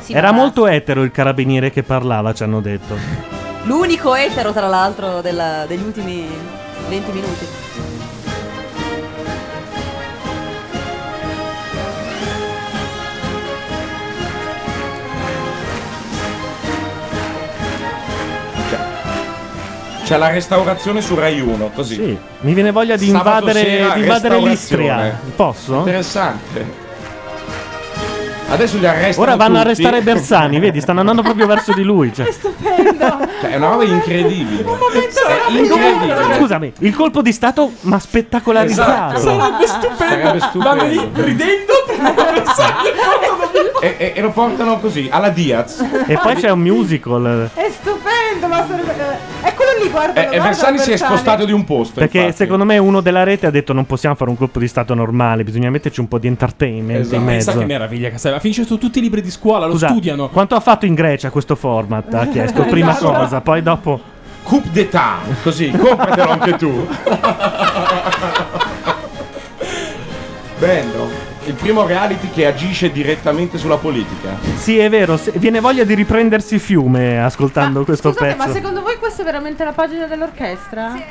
Speaker 7: Sì,
Speaker 2: Era
Speaker 7: ma-
Speaker 2: molto etero il carabiniere che parlava, ci hanno detto.
Speaker 7: L'unico etero, tra l'altro, della- degli ultimi 20 minuti.
Speaker 6: Cioè, C'è la restaurazione su Rai 1, così. Sì.
Speaker 2: Mi viene voglia di
Speaker 6: Sabato
Speaker 2: invadere,
Speaker 6: sera,
Speaker 2: di invadere
Speaker 6: restaurazione.
Speaker 2: l'Istria. Posso?
Speaker 6: Interessante. Adesso li arrestano
Speaker 2: Ora vanno a
Speaker 6: tutti.
Speaker 2: arrestare Bersani, vedi, stanno andando proprio verso di lui. Cioè.
Speaker 6: Cioè, è una roba incredibile. È incredibile. Esatto.
Speaker 2: Scusami, il colpo di stato, ma spettacolarizzato.
Speaker 11: Sarebbe stupendo.
Speaker 6: Sarebbe stupendo.
Speaker 11: Ma lì, ridendo
Speaker 6: e, e- e lo portano così alla Diaz.
Speaker 2: E poi c'è un musical.
Speaker 13: È stupendo, ma sarebbe- È quello lì, guarda.
Speaker 6: E, e Eh, Bersani si è spostato di un posto.
Speaker 2: Perché
Speaker 6: infatti.
Speaker 2: secondo me uno della rete ha detto non possiamo fare un colpo di stato normale, bisogna metterci un po' di entertainment
Speaker 3: Esatto.
Speaker 2: in mezzo.
Speaker 3: Pensa che meraviglia che sarebbe. Finisce su tutti i libri di scuola, lo
Speaker 2: Scusa,
Speaker 3: studiano.
Speaker 2: Quanto ha fatto in Grecia questo format? Ha chiesto prima
Speaker 3: Esatto.
Speaker 2: cosa, poi dopo...
Speaker 6: Coup d'età, così, compratelo anche tu. Bello. Il primo reality che agisce direttamente sulla politica.
Speaker 2: Sì, è vero, se- viene voglia di riprendersi fiume ascoltando questo
Speaker 13: Scusate, ma
Speaker 2: pezzo.
Speaker 13: secondo voi questa è veramente la pagina dell'orchestra? Cioè,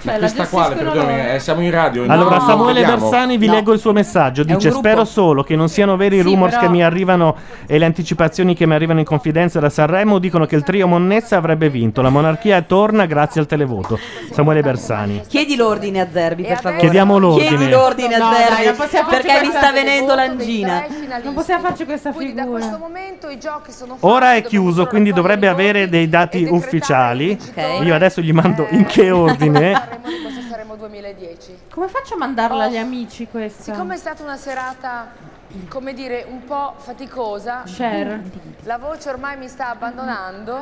Speaker 13: Sì.
Speaker 6: Ma questa quale, perdonami, eh, siamo in radio.
Speaker 2: Allora,
Speaker 6: no,
Speaker 2: Samuele
Speaker 6: vediamo.
Speaker 2: Bersani, vi leggo il suo messaggio.
Speaker 6: È un
Speaker 2: Dice:
Speaker 6: gruppo.
Speaker 2: Spero solo che non siano veri i
Speaker 6: Sì,
Speaker 2: rumors
Speaker 6: però-
Speaker 2: che mi arrivano e le anticipazioni che mi arrivano in confidenza da Sanremo. Dicono che il trio Monnezza avrebbe vinto. La monarchia torna grazie al televoto. Samuele Bersani.
Speaker 7: Chiedi l'ordine a Zerbi, per favore.
Speaker 2: Chiediamo l'ordine.
Speaker 7: Chiedi l'ordine a
Speaker 13: No, dai, non
Speaker 7: Zerbi,
Speaker 13: possiamo
Speaker 7: perché
Speaker 13: farci
Speaker 7: mi sta
Speaker 13: guardare
Speaker 7: venendo
Speaker 13: il voto dei
Speaker 7: l'angina.
Speaker 13: Non possiamo farci questa figura. da questo
Speaker 10: momento i giochi sono
Speaker 2: Ora è chiuso, quindi dovrebbe avere dei dati ufficiali.
Speaker 10: vincitori.
Speaker 2: Io adesso gli mando
Speaker 13: Eh.
Speaker 2: in che ordine.
Speaker 10: Sanremo di questo Sanremo 2010.
Speaker 13: Come faccio a mandarla
Speaker 10: Oh.
Speaker 13: agli amici questa?
Speaker 10: Siccome è stata una serata, come dire, un po' faticosa,
Speaker 13: Cher.
Speaker 10: la voce ormai mi sta abbandonando.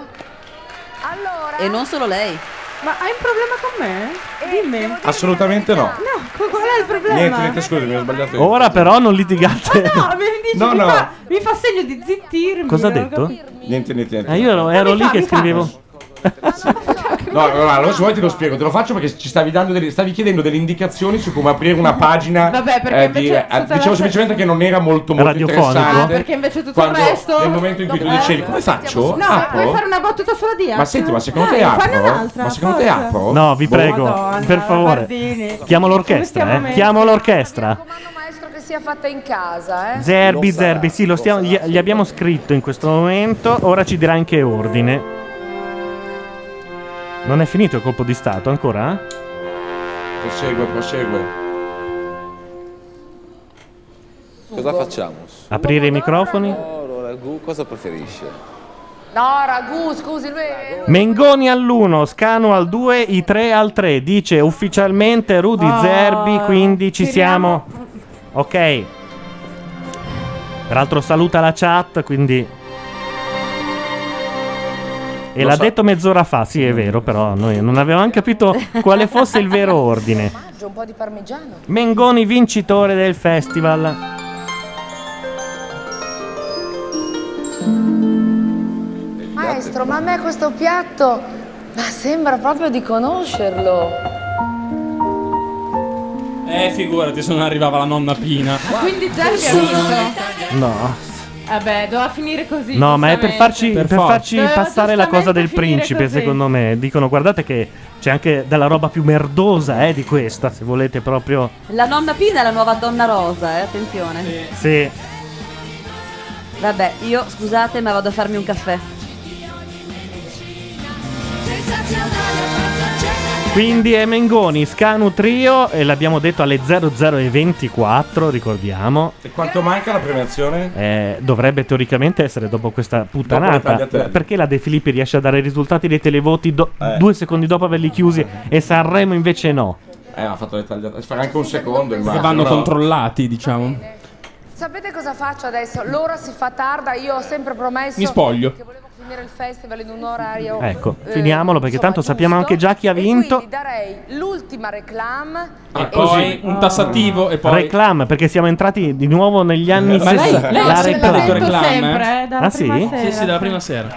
Speaker 10: Allora,
Speaker 7: E non solo lei.
Speaker 13: Ma hai un problema con me? Dimmi. No,
Speaker 6: Assolutamente no.
Speaker 13: co- qual è il problema? eh. Ah,
Speaker 6: Niente, niente, scusami, ho sbagliato. io.
Speaker 2: Ora però non litigate.
Speaker 13: No, mi dici,
Speaker 6: No,
Speaker 13: mi,
Speaker 6: no.
Speaker 13: Fa, mi fa segno di zittirmi.
Speaker 2: Cosa ha
Speaker 13: non ho
Speaker 2: detto?
Speaker 13: capito.
Speaker 6: Niente, niente, niente.
Speaker 2: Eh, io ero, ero
Speaker 13: mi
Speaker 2: lì
Speaker 13: fa-
Speaker 2: che
Speaker 13: mi fa-
Speaker 2: scrivevo.
Speaker 6: No, allora, allora, se vuoi te lo spiego, te lo faccio perché ci stavi, dando delle, stavi chiedendo delle indicazioni su come aprire una pagina.
Speaker 13: Vabbè, perché
Speaker 6: di-
Speaker 13: invece
Speaker 6: eh,
Speaker 13: tutta la-
Speaker 6: dicevo semplicemente che non era molto, molto
Speaker 2: Radiofonico?
Speaker 6: interessante.
Speaker 2: No,
Speaker 13: Perché invece tutto
Speaker 6: Quando-
Speaker 13: il resto. eh?
Speaker 6: Nel momento in cui tu dicevi, come faccio? Ah,
Speaker 13: No,
Speaker 6: Apro?
Speaker 13: puoi fare una battuta sulla dia.
Speaker 6: Ma senti, ma secondo te
Speaker 13: Eh, Fanno
Speaker 6: apro?
Speaker 13: un'altra.
Speaker 6: Ma secondo te
Speaker 13: forza.
Speaker 6: apro?
Speaker 2: No, vi prego,
Speaker 13: Madonna,
Speaker 2: per favore.
Speaker 13: Bardini.
Speaker 2: Chiamo
Speaker 13: Come stiamo
Speaker 2: l'orchestra, eh.
Speaker 13: messi?
Speaker 2: Chiamo l'orchestra.
Speaker 10: maestro che sia fatta in casa, eh.
Speaker 2: Zerbi, Zerbi, sì, lo stiamo, gli, gli abbiamo scritto in questo momento, ora ci dirà in che ordine. Non è finito il colpo di Stato ancora?
Speaker 6: Prosegue, prosegue.
Speaker 4: Cosa facciamo?
Speaker 2: Aprire i microfoni?
Speaker 4: Oro, ragù, cosa preferisce?
Speaker 10: No, ragù, scusi, lui è
Speaker 2: Mengoni all'1, Scanu al 2, i 3 al 3. Dice ufficialmente Rudy
Speaker 10: Ah,
Speaker 2: Zerbi, quindi ci
Speaker 10: tiriamo-
Speaker 2: siamo. Ok. Peraltro saluta la chat, quindi... E
Speaker 6: Lo
Speaker 2: l'ha
Speaker 6: sa-
Speaker 2: detto mezz'ora fa, sì è vero, però noi non avevamo capito quale fosse il vero ordine.
Speaker 10: un po' di parmigiano.
Speaker 2: Mengoni vincitore del festival.
Speaker 10: Maestro, ma a me questo piatto, ma sembra proprio di conoscerlo.
Speaker 11: Eh, figurati se non arrivava la nonna Pina.
Speaker 13: Quindi Zerbi ha vinto.
Speaker 2: No.
Speaker 13: Vabbè, doveva finire così.
Speaker 2: No, ma è per
Speaker 13: giustamente.
Speaker 2: farci, per
Speaker 11: forza.
Speaker 2: farci
Speaker 13: Doveva
Speaker 2: passare la cosa del
Speaker 13: giustamente finire
Speaker 2: principe,
Speaker 13: così.
Speaker 2: secondo me. Dicono, guardate che c'è anche della roba più merdosa, eh, di questa, se volete proprio...
Speaker 7: La nonna Pina è la nuova donna rosa, eh, attenzione.
Speaker 2: Sì.
Speaker 7: Vabbè, io scusate, ma vado a farmi un caffè.
Speaker 2: Quindi è Mengoni, Scanu Trio, e l'abbiamo detto alle 00.24, ricordiamo.
Speaker 6: E quanto manca la premiazione?
Speaker 2: Eh, dovrebbe teoricamente essere dopo questa
Speaker 6: Dopo le
Speaker 2: puttanata.
Speaker 6: tagliatelle.
Speaker 2: perché la De Filippi riesce a dare i risultati dei televoti do- due secondi dopo averli chiusi e Sanremo invece no?
Speaker 6: Eh, ha fatto le tagliate. Farà anche un secondo,
Speaker 11: Che
Speaker 2: Esatto.
Speaker 6: immagino.
Speaker 11: vanno
Speaker 6: no?
Speaker 11: controllati, diciamo.
Speaker 10: Sapete cosa faccio adesso? L'ora si fa tarda, io ho sempre promesso
Speaker 11: Mi spoglio.
Speaker 10: che volevo finire il festival in un orario.
Speaker 2: Ecco,
Speaker 10: eh,
Speaker 2: finiamolo perché tanto sappiamo anche già chi ha vinto.
Speaker 10: Quindi darei l'ultima reclam
Speaker 11: E poi
Speaker 13: eh,
Speaker 11: un tassativo e poi.
Speaker 2: Reclam, perché siamo entrati di nuovo negli anni
Speaker 11: Ma lei-
Speaker 2: 60.
Speaker 11: lei
Speaker 2: La
Speaker 11: ha sempre
Speaker 2: reclam.
Speaker 11: detto reclam,
Speaker 13: Sempre, eh, dalla
Speaker 2: Ah,
Speaker 13: prima
Speaker 2: sì?
Speaker 13: sera.
Speaker 11: Sì, sì, dalla prima sera.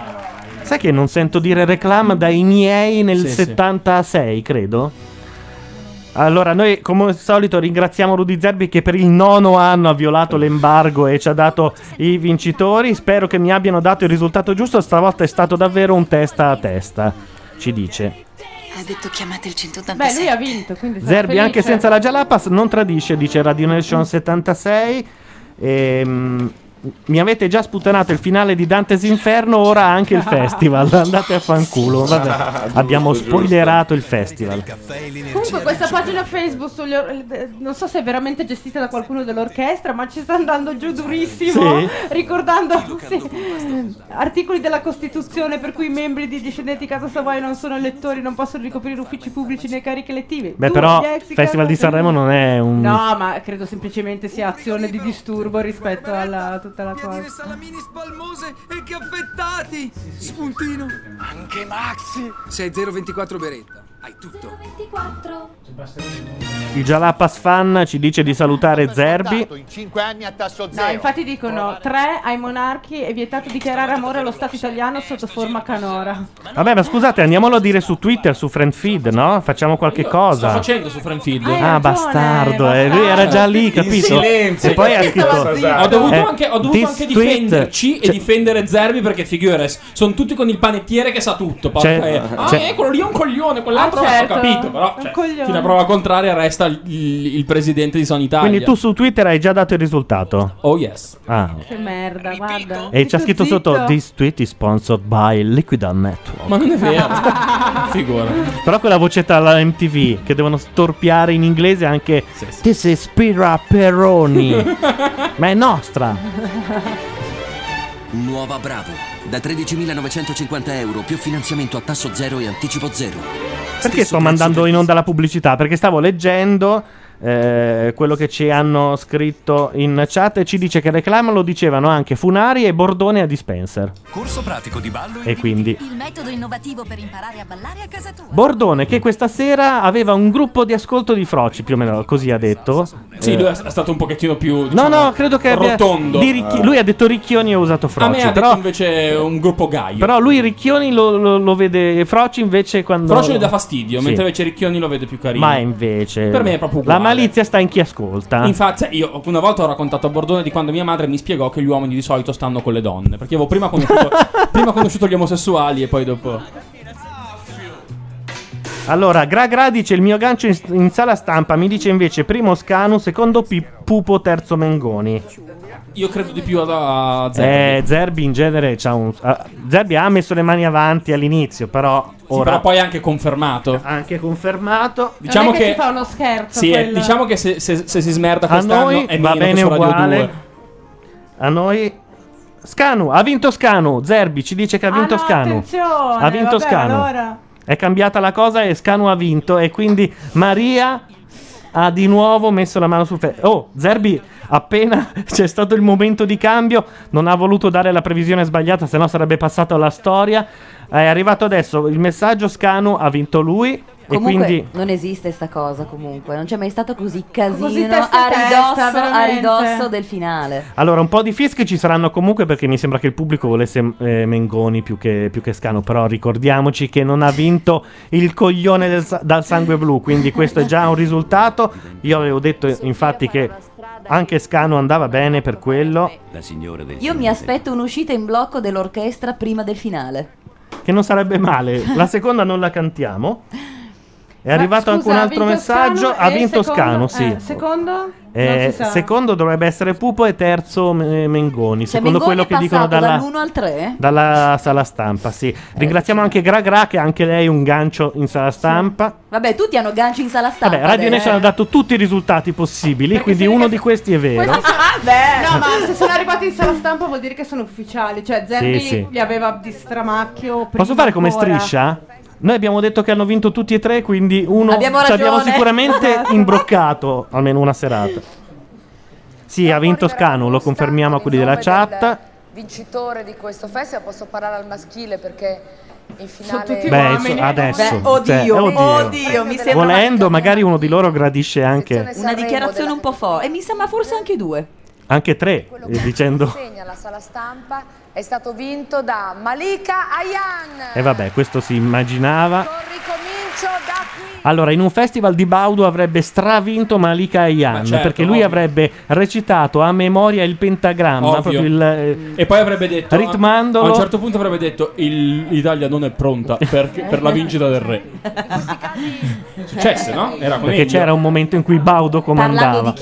Speaker 2: Sai che non sento dire reclam dai miei nel
Speaker 11: Sì, sì.
Speaker 2: 76, credo? Allora, noi come al solito ringraziamo Rudy Zerbi che per il nono anno ha violato l'embargo e ci ha dato i vincitori. Spero che mi abbiano dato il risultato giusto. Stavolta è stato davvero un testa a testa, ci dice.
Speaker 12: Ha detto chiamate il 187.
Speaker 13: Beh, lui ha vinto, quindi sono
Speaker 2: Zerbi
Speaker 13: felice.
Speaker 2: anche senza la Jalapas non tradisce, dice Radio Nation 76. Ehm, mi avete già sputanato il finale di Dante's Inferno, ora anche il festival. Andate a fanculo. Vabbè, abbiamo
Speaker 6: Ah, Giusto, giusto.
Speaker 2: spoilerato il festival.
Speaker 13: Comunque questa pagina Facebook sugli or- eh, non so se è veramente gestita da qualcuno dell'orchestra, ma ci sta andando giù durissimo,
Speaker 2: Sì.
Speaker 13: ricordando sì, articoli della Costituzione per cui i membri di discendenti di Casa Savoia non sono elettori, non possono ricoprire uffici pubblici né cariche elettive.
Speaker 2: Beh,
Speaker 13: Tu,
Speaker 2: però,
Speaker 13: gli ex di
Speaker 2: Festival
Speaker 13: Casa-
Speaker 2: di Sanremo non è un.
Speaker 13: No, ma credo semplicemente sia azione di disturbo rispetto alla tutta la cosa.
Speaker 12: Piadine salamini spalmose e caffettati! Spuntino! Anche Maxi! Sei 024 Beretta, hai tutto. 024!
Speaker 2: Il Jalapas fan ci dice di salutare Zerbi.
Speaker 31: In 5 anni a tasso
Speaker 13: No, infatti dicono tre ai monarchi è vietato dichiarare amore allo Stato italiano sotto forma canora.
Speaker 2: Vabbè, ma scusate, andiamolo a dire su Twitter, su Friend Feed, no? Facciamo qualche
Speaker 3: Sto
Speaker 2: cosa.
Speaker 3: facendo su Friendfield.
Speaker 2: Esatto. Ah, bastardo, eh, lui era già lì, capito? e poi ha scritto:
Speaker 3: Ho dovuto
Speaker 2: eh,
Speaker 3: anche, ho dovuto
Speaker 2: this
Speaker 3: anche
Speaker 2: tweet- cioè
Speaker 3: difenderci e difendere Zerbi perché figures. Sono tutti con il panettiere che sa tutto. porca
Speaker 2: C'è-
Speaker 3: eh. ah,
Speaker 2: c'è-
Speaker 3: eh, quello lì è un coglione, quell'altro
Speaker 6: Cioè Ah,
Speaker 3: non
Speaker 6: certo.
Speaker 3: ho capito. Però cioè,
Speaker 6: coglione.
Speaker 3: fino a prova contraria resta il, il- il presidente di Sony Italia.
Speaker 2: Quindi tu su Twitter hai già dato il risultato.
Speaker 3: Oh yes.
Speaker 2: Ah.
Speaker 13: Che merda, guarda.
Speaker 2: E c'è scritto sotto:
Speaker 13: di
Speaker 2: This tweet is sponsored by Liquida Network.
Speaker 3: Ma non è vero.
Speaker 13: Ah.
Speaker 3: Figura.
Speaker 2: Però quella vocetta alla MTV che devono storpiare in inglese anche This is Pira Peroni. Ma è nostra.
Speaker 1: Nuova Bravo. Da 13.950 euro più finanziamento a tasso zero e anticipo zero.
Speaker 2: Perché sto mandando in onda la pubblicità? Perché stavo leggendo eh, quello che ci hanno scritto in chat e ci dice che reclamo lo dicevano anche Funari e Bordone a Dispenser.
Speaker 1: Corso pratico di ballo
Speaker 2: E quindi
Speaker 12: Il metodo innovativo per imparare a ballare a casa tua.
Speaker 2: Bordone che questa sera aveva un gruppo di ascolto di froci, più o meno così ha detto.
Speaker 3: Sì,
Speaker 2: Eh,
Speaker 3: lui è è stato un pochettino più.
Speaker 2: No,
Speaker 3: diciamo,
Speaker 2: no, credo che abbia
Speaker 3: rotondo.
Speaker 2: di Ricchi- lui ha detto Ricchioni e ha usato
Speaker 3: a me
Speaker 2: Froci,
Speaker 3: ha
Speaker 2: però
Speaker 3: detto invece un gruppo Gaio.
Speaker 2: Però lui Ricchioni lo, lo- lo vede, Froci invece quando.
Speaker 3: Però ce ne dà fastidio,
Speaker 2: Sì.
Speaker 3: mentre invece Ricchioni lo vede più carino.
Speaker 2: Ma invece.
Speaker 3: Per me è proprio
Speaker 2: La
Speaker 3: uguale.
Speaker 2: malizia sta in chi ascolta.
Speaker 3: Infatti, io una volta ho raccontato a Bordone di quando mia madre mi spiegò che gli uomini di solito stanno con le donne. Perché avevo prima conosciuto, prima conosciuto gli omosessuali e poi dopo.
Speaker 2: Allora, Gra Gra dice il mio gancio in, in sala stampa. Mi dice invece primo Scanu, secondo Pi- Pupo, terzo Mengoni.
Speaker 3: Io credo di più a, a Zerbi.
Speaker 2: Eh, Zerbi in genere c'ha un. ah, Zerbi ha messo le mani avanti all'inizio, però.
Speaker 3: Sì,
Speaker 2: Ora.
Speaker 3: però poi è anche confermato.
Speaker 2: Anche confermato.
Speaker 3: Diciamo
Speaker 13: non è che,
Speaker 3: che.
Speaker 13: si fa uno scherzo.
Speaker 3: sì, è-
Speaker 13: quello.
Speaker 3: diciamo che se, se- se si smerda
Speaker 2: a
Speaker 3: quest'anno
Speaker 2: noi
Speaker 3: è
Speaker 2: va
Speaker 3: meno che
Speaker 2: bene
Speaker 3: su Radio
Speaker 2: uguale.
Speaker 3: 2.
Speaker 2: A noi. Scanu, ha vinto Scanu. Zerbi ci dice che ha vinto
Speaker 13: Ah, no,
Speaker 2: Scanu.
Speaker 13: attenzione,
Speaker 2: Ha vinto
Speaker 13: vabbè,
Speaker 2: Scanu.
Speaker 13: allora.
Speaker 2: È cambiata la cosa e Scanu ha vinto. E quindi Maria ha di nuovo messo la mano sul ferro. Oh, Zerbi, appena c'è stato il momento di cambio, non ha voluto dare la previsione sbagliata, se no sarebbe passato alla storia. È arrivato adesso il messaggio: Scanu ha vinto lui.
Speaker 7: Comunque
Speaker 2: e quindi.
Speaker 7: non esiste sta cosa comunque, non c'è mai stato così casino
Speaker 13: Così testa
Speaker 7: a,
Speaker 13: a testa,
Speaker 7: ridosso, a
Speaker 13: veramente.
Speaker 7: ridosso del finale.
Speaker 2: Allora, un po' di fischi ci saranno comunque perché mi sembra che il pubblico volesse eh, Mengoni più che, più che Scano. Però ricordiamoci che non ha vinto il coglione del sa- dal sangue blu. Quindi questo è già un risultato. Io avevo detto eh, infatti che anche Scano andava bene per quello.
Speaker 12: La signora del
Speaker 7: Io mi aspetto un'uscita in blocco dell'orchestra prima del finale.
Speaker 2: Che non sarebbe male. La seconda non la cantiamo. È arrivato
Speaker 13: Ma
Speaker 2: anche un
Speaker 13: scusa, ha
Speaker 2: altro
Speaker 13: vinto
Speaker 2: messaggio.
Speaker 13: Scanu
Speaker 2: Ha
Speaker 13: e
Speaker 2: vinto
Speaker 13: secondo-
Speaker 2: Scano, sì.
Speaker 13: eh, secondo?
Speaker 2: Eh,
Speaker 13: non si sa.
Speaker 2: secondo dovrebbe essere Pupo e terzo eh, Mengoni.
Speaker 7: Cioè,
Speaker 2: secondo
Speaker 7: Mengoni
Speaker 2: quello
Speaker 7: è
Speaker 2: che dicono
Speaker 7: passato
Speaker 2: dalla.
Speaker 7: dall'1 al 3?
Speaker 2: Dalla sala stampa, sì. Ringraziamo anche Gra Gra che anche lei un gancio in sala stampa.
Speaker 7: Vabbè, tutti hanno ganci in sala stampa.
Speaker 2: Vabbè, Radio
Speaker 7: adesso.
Speaker 2: Nation ha dato tutti i risultati possibili, quindi uno di questi è vero.
Speaker 13: No, ma se sono arrivati in sala stampa vuol dire che sono ufficiali. Cioè, Zerbi
Speaker 2: Sì, sì.
Speaker 13: li aveva di stramacchio. prima
Speaker 2: Posso fare come
Speaker 13: ancora.
Speaker 2: striscia? Noi abbiamo detto che hanno vinto tutti e tre, quindi uno
Speaker 13: Abbiamo
Speaker 2: ci abbiamo
Speaker 13: ragione.
Speaker 2: sicuramente imbroccato almeno una serata. Sì, ha vinto Scanu, lo confermiamo a quelli della chat.
Speaker 10: Vincitore di questo festival, posso parlare al maschile perché in finale...
Speaker 2: Beh, inso- adesso.
Speaker 7: Beh, oddio,
Speaker 2: cioè,
Speaker 7: oddio, mi sembra
Speaker 2: Volendo, magari uno di loro gradisce anche,
Speaker 7: una dichiarazione un po'
Speaker 10: eh,
Speaker 7: forte. E mi sembra forse anche due.
Speaker 2: anche tre, eh, dicendo...
Speaker 10: Segna la sala stampa, è stato vinto da Malika Ayan.
Speaker 2: E vabbè, questo si immaginava.
Speaker 10: Ricomincio da qui.
Speaker 2: Allora, in un festival di Baudo avrebbe stravinto Malika Ayan
Speaker 3: certo,
Speaker 2: perché lui
Speaker 3: ovvio.
Speaker 2: avrebbe recitato a memoria il pentagramma,
Speaker 3: Ovvio.
Speaker 2: proprio il, eh,
Speaker 3: E poi avrebbe detto.
Speaker 2: Ritmandolo.
Speaker 3: A un certo punto avrebbe detto: "Il- L'Italia non è pronta perché- per la vincita del re. Successe, no? Era con
Speaker 2: perché
Speaker 3: Elio.
Speaker 2: c'era un momento in cui Baudo comandava.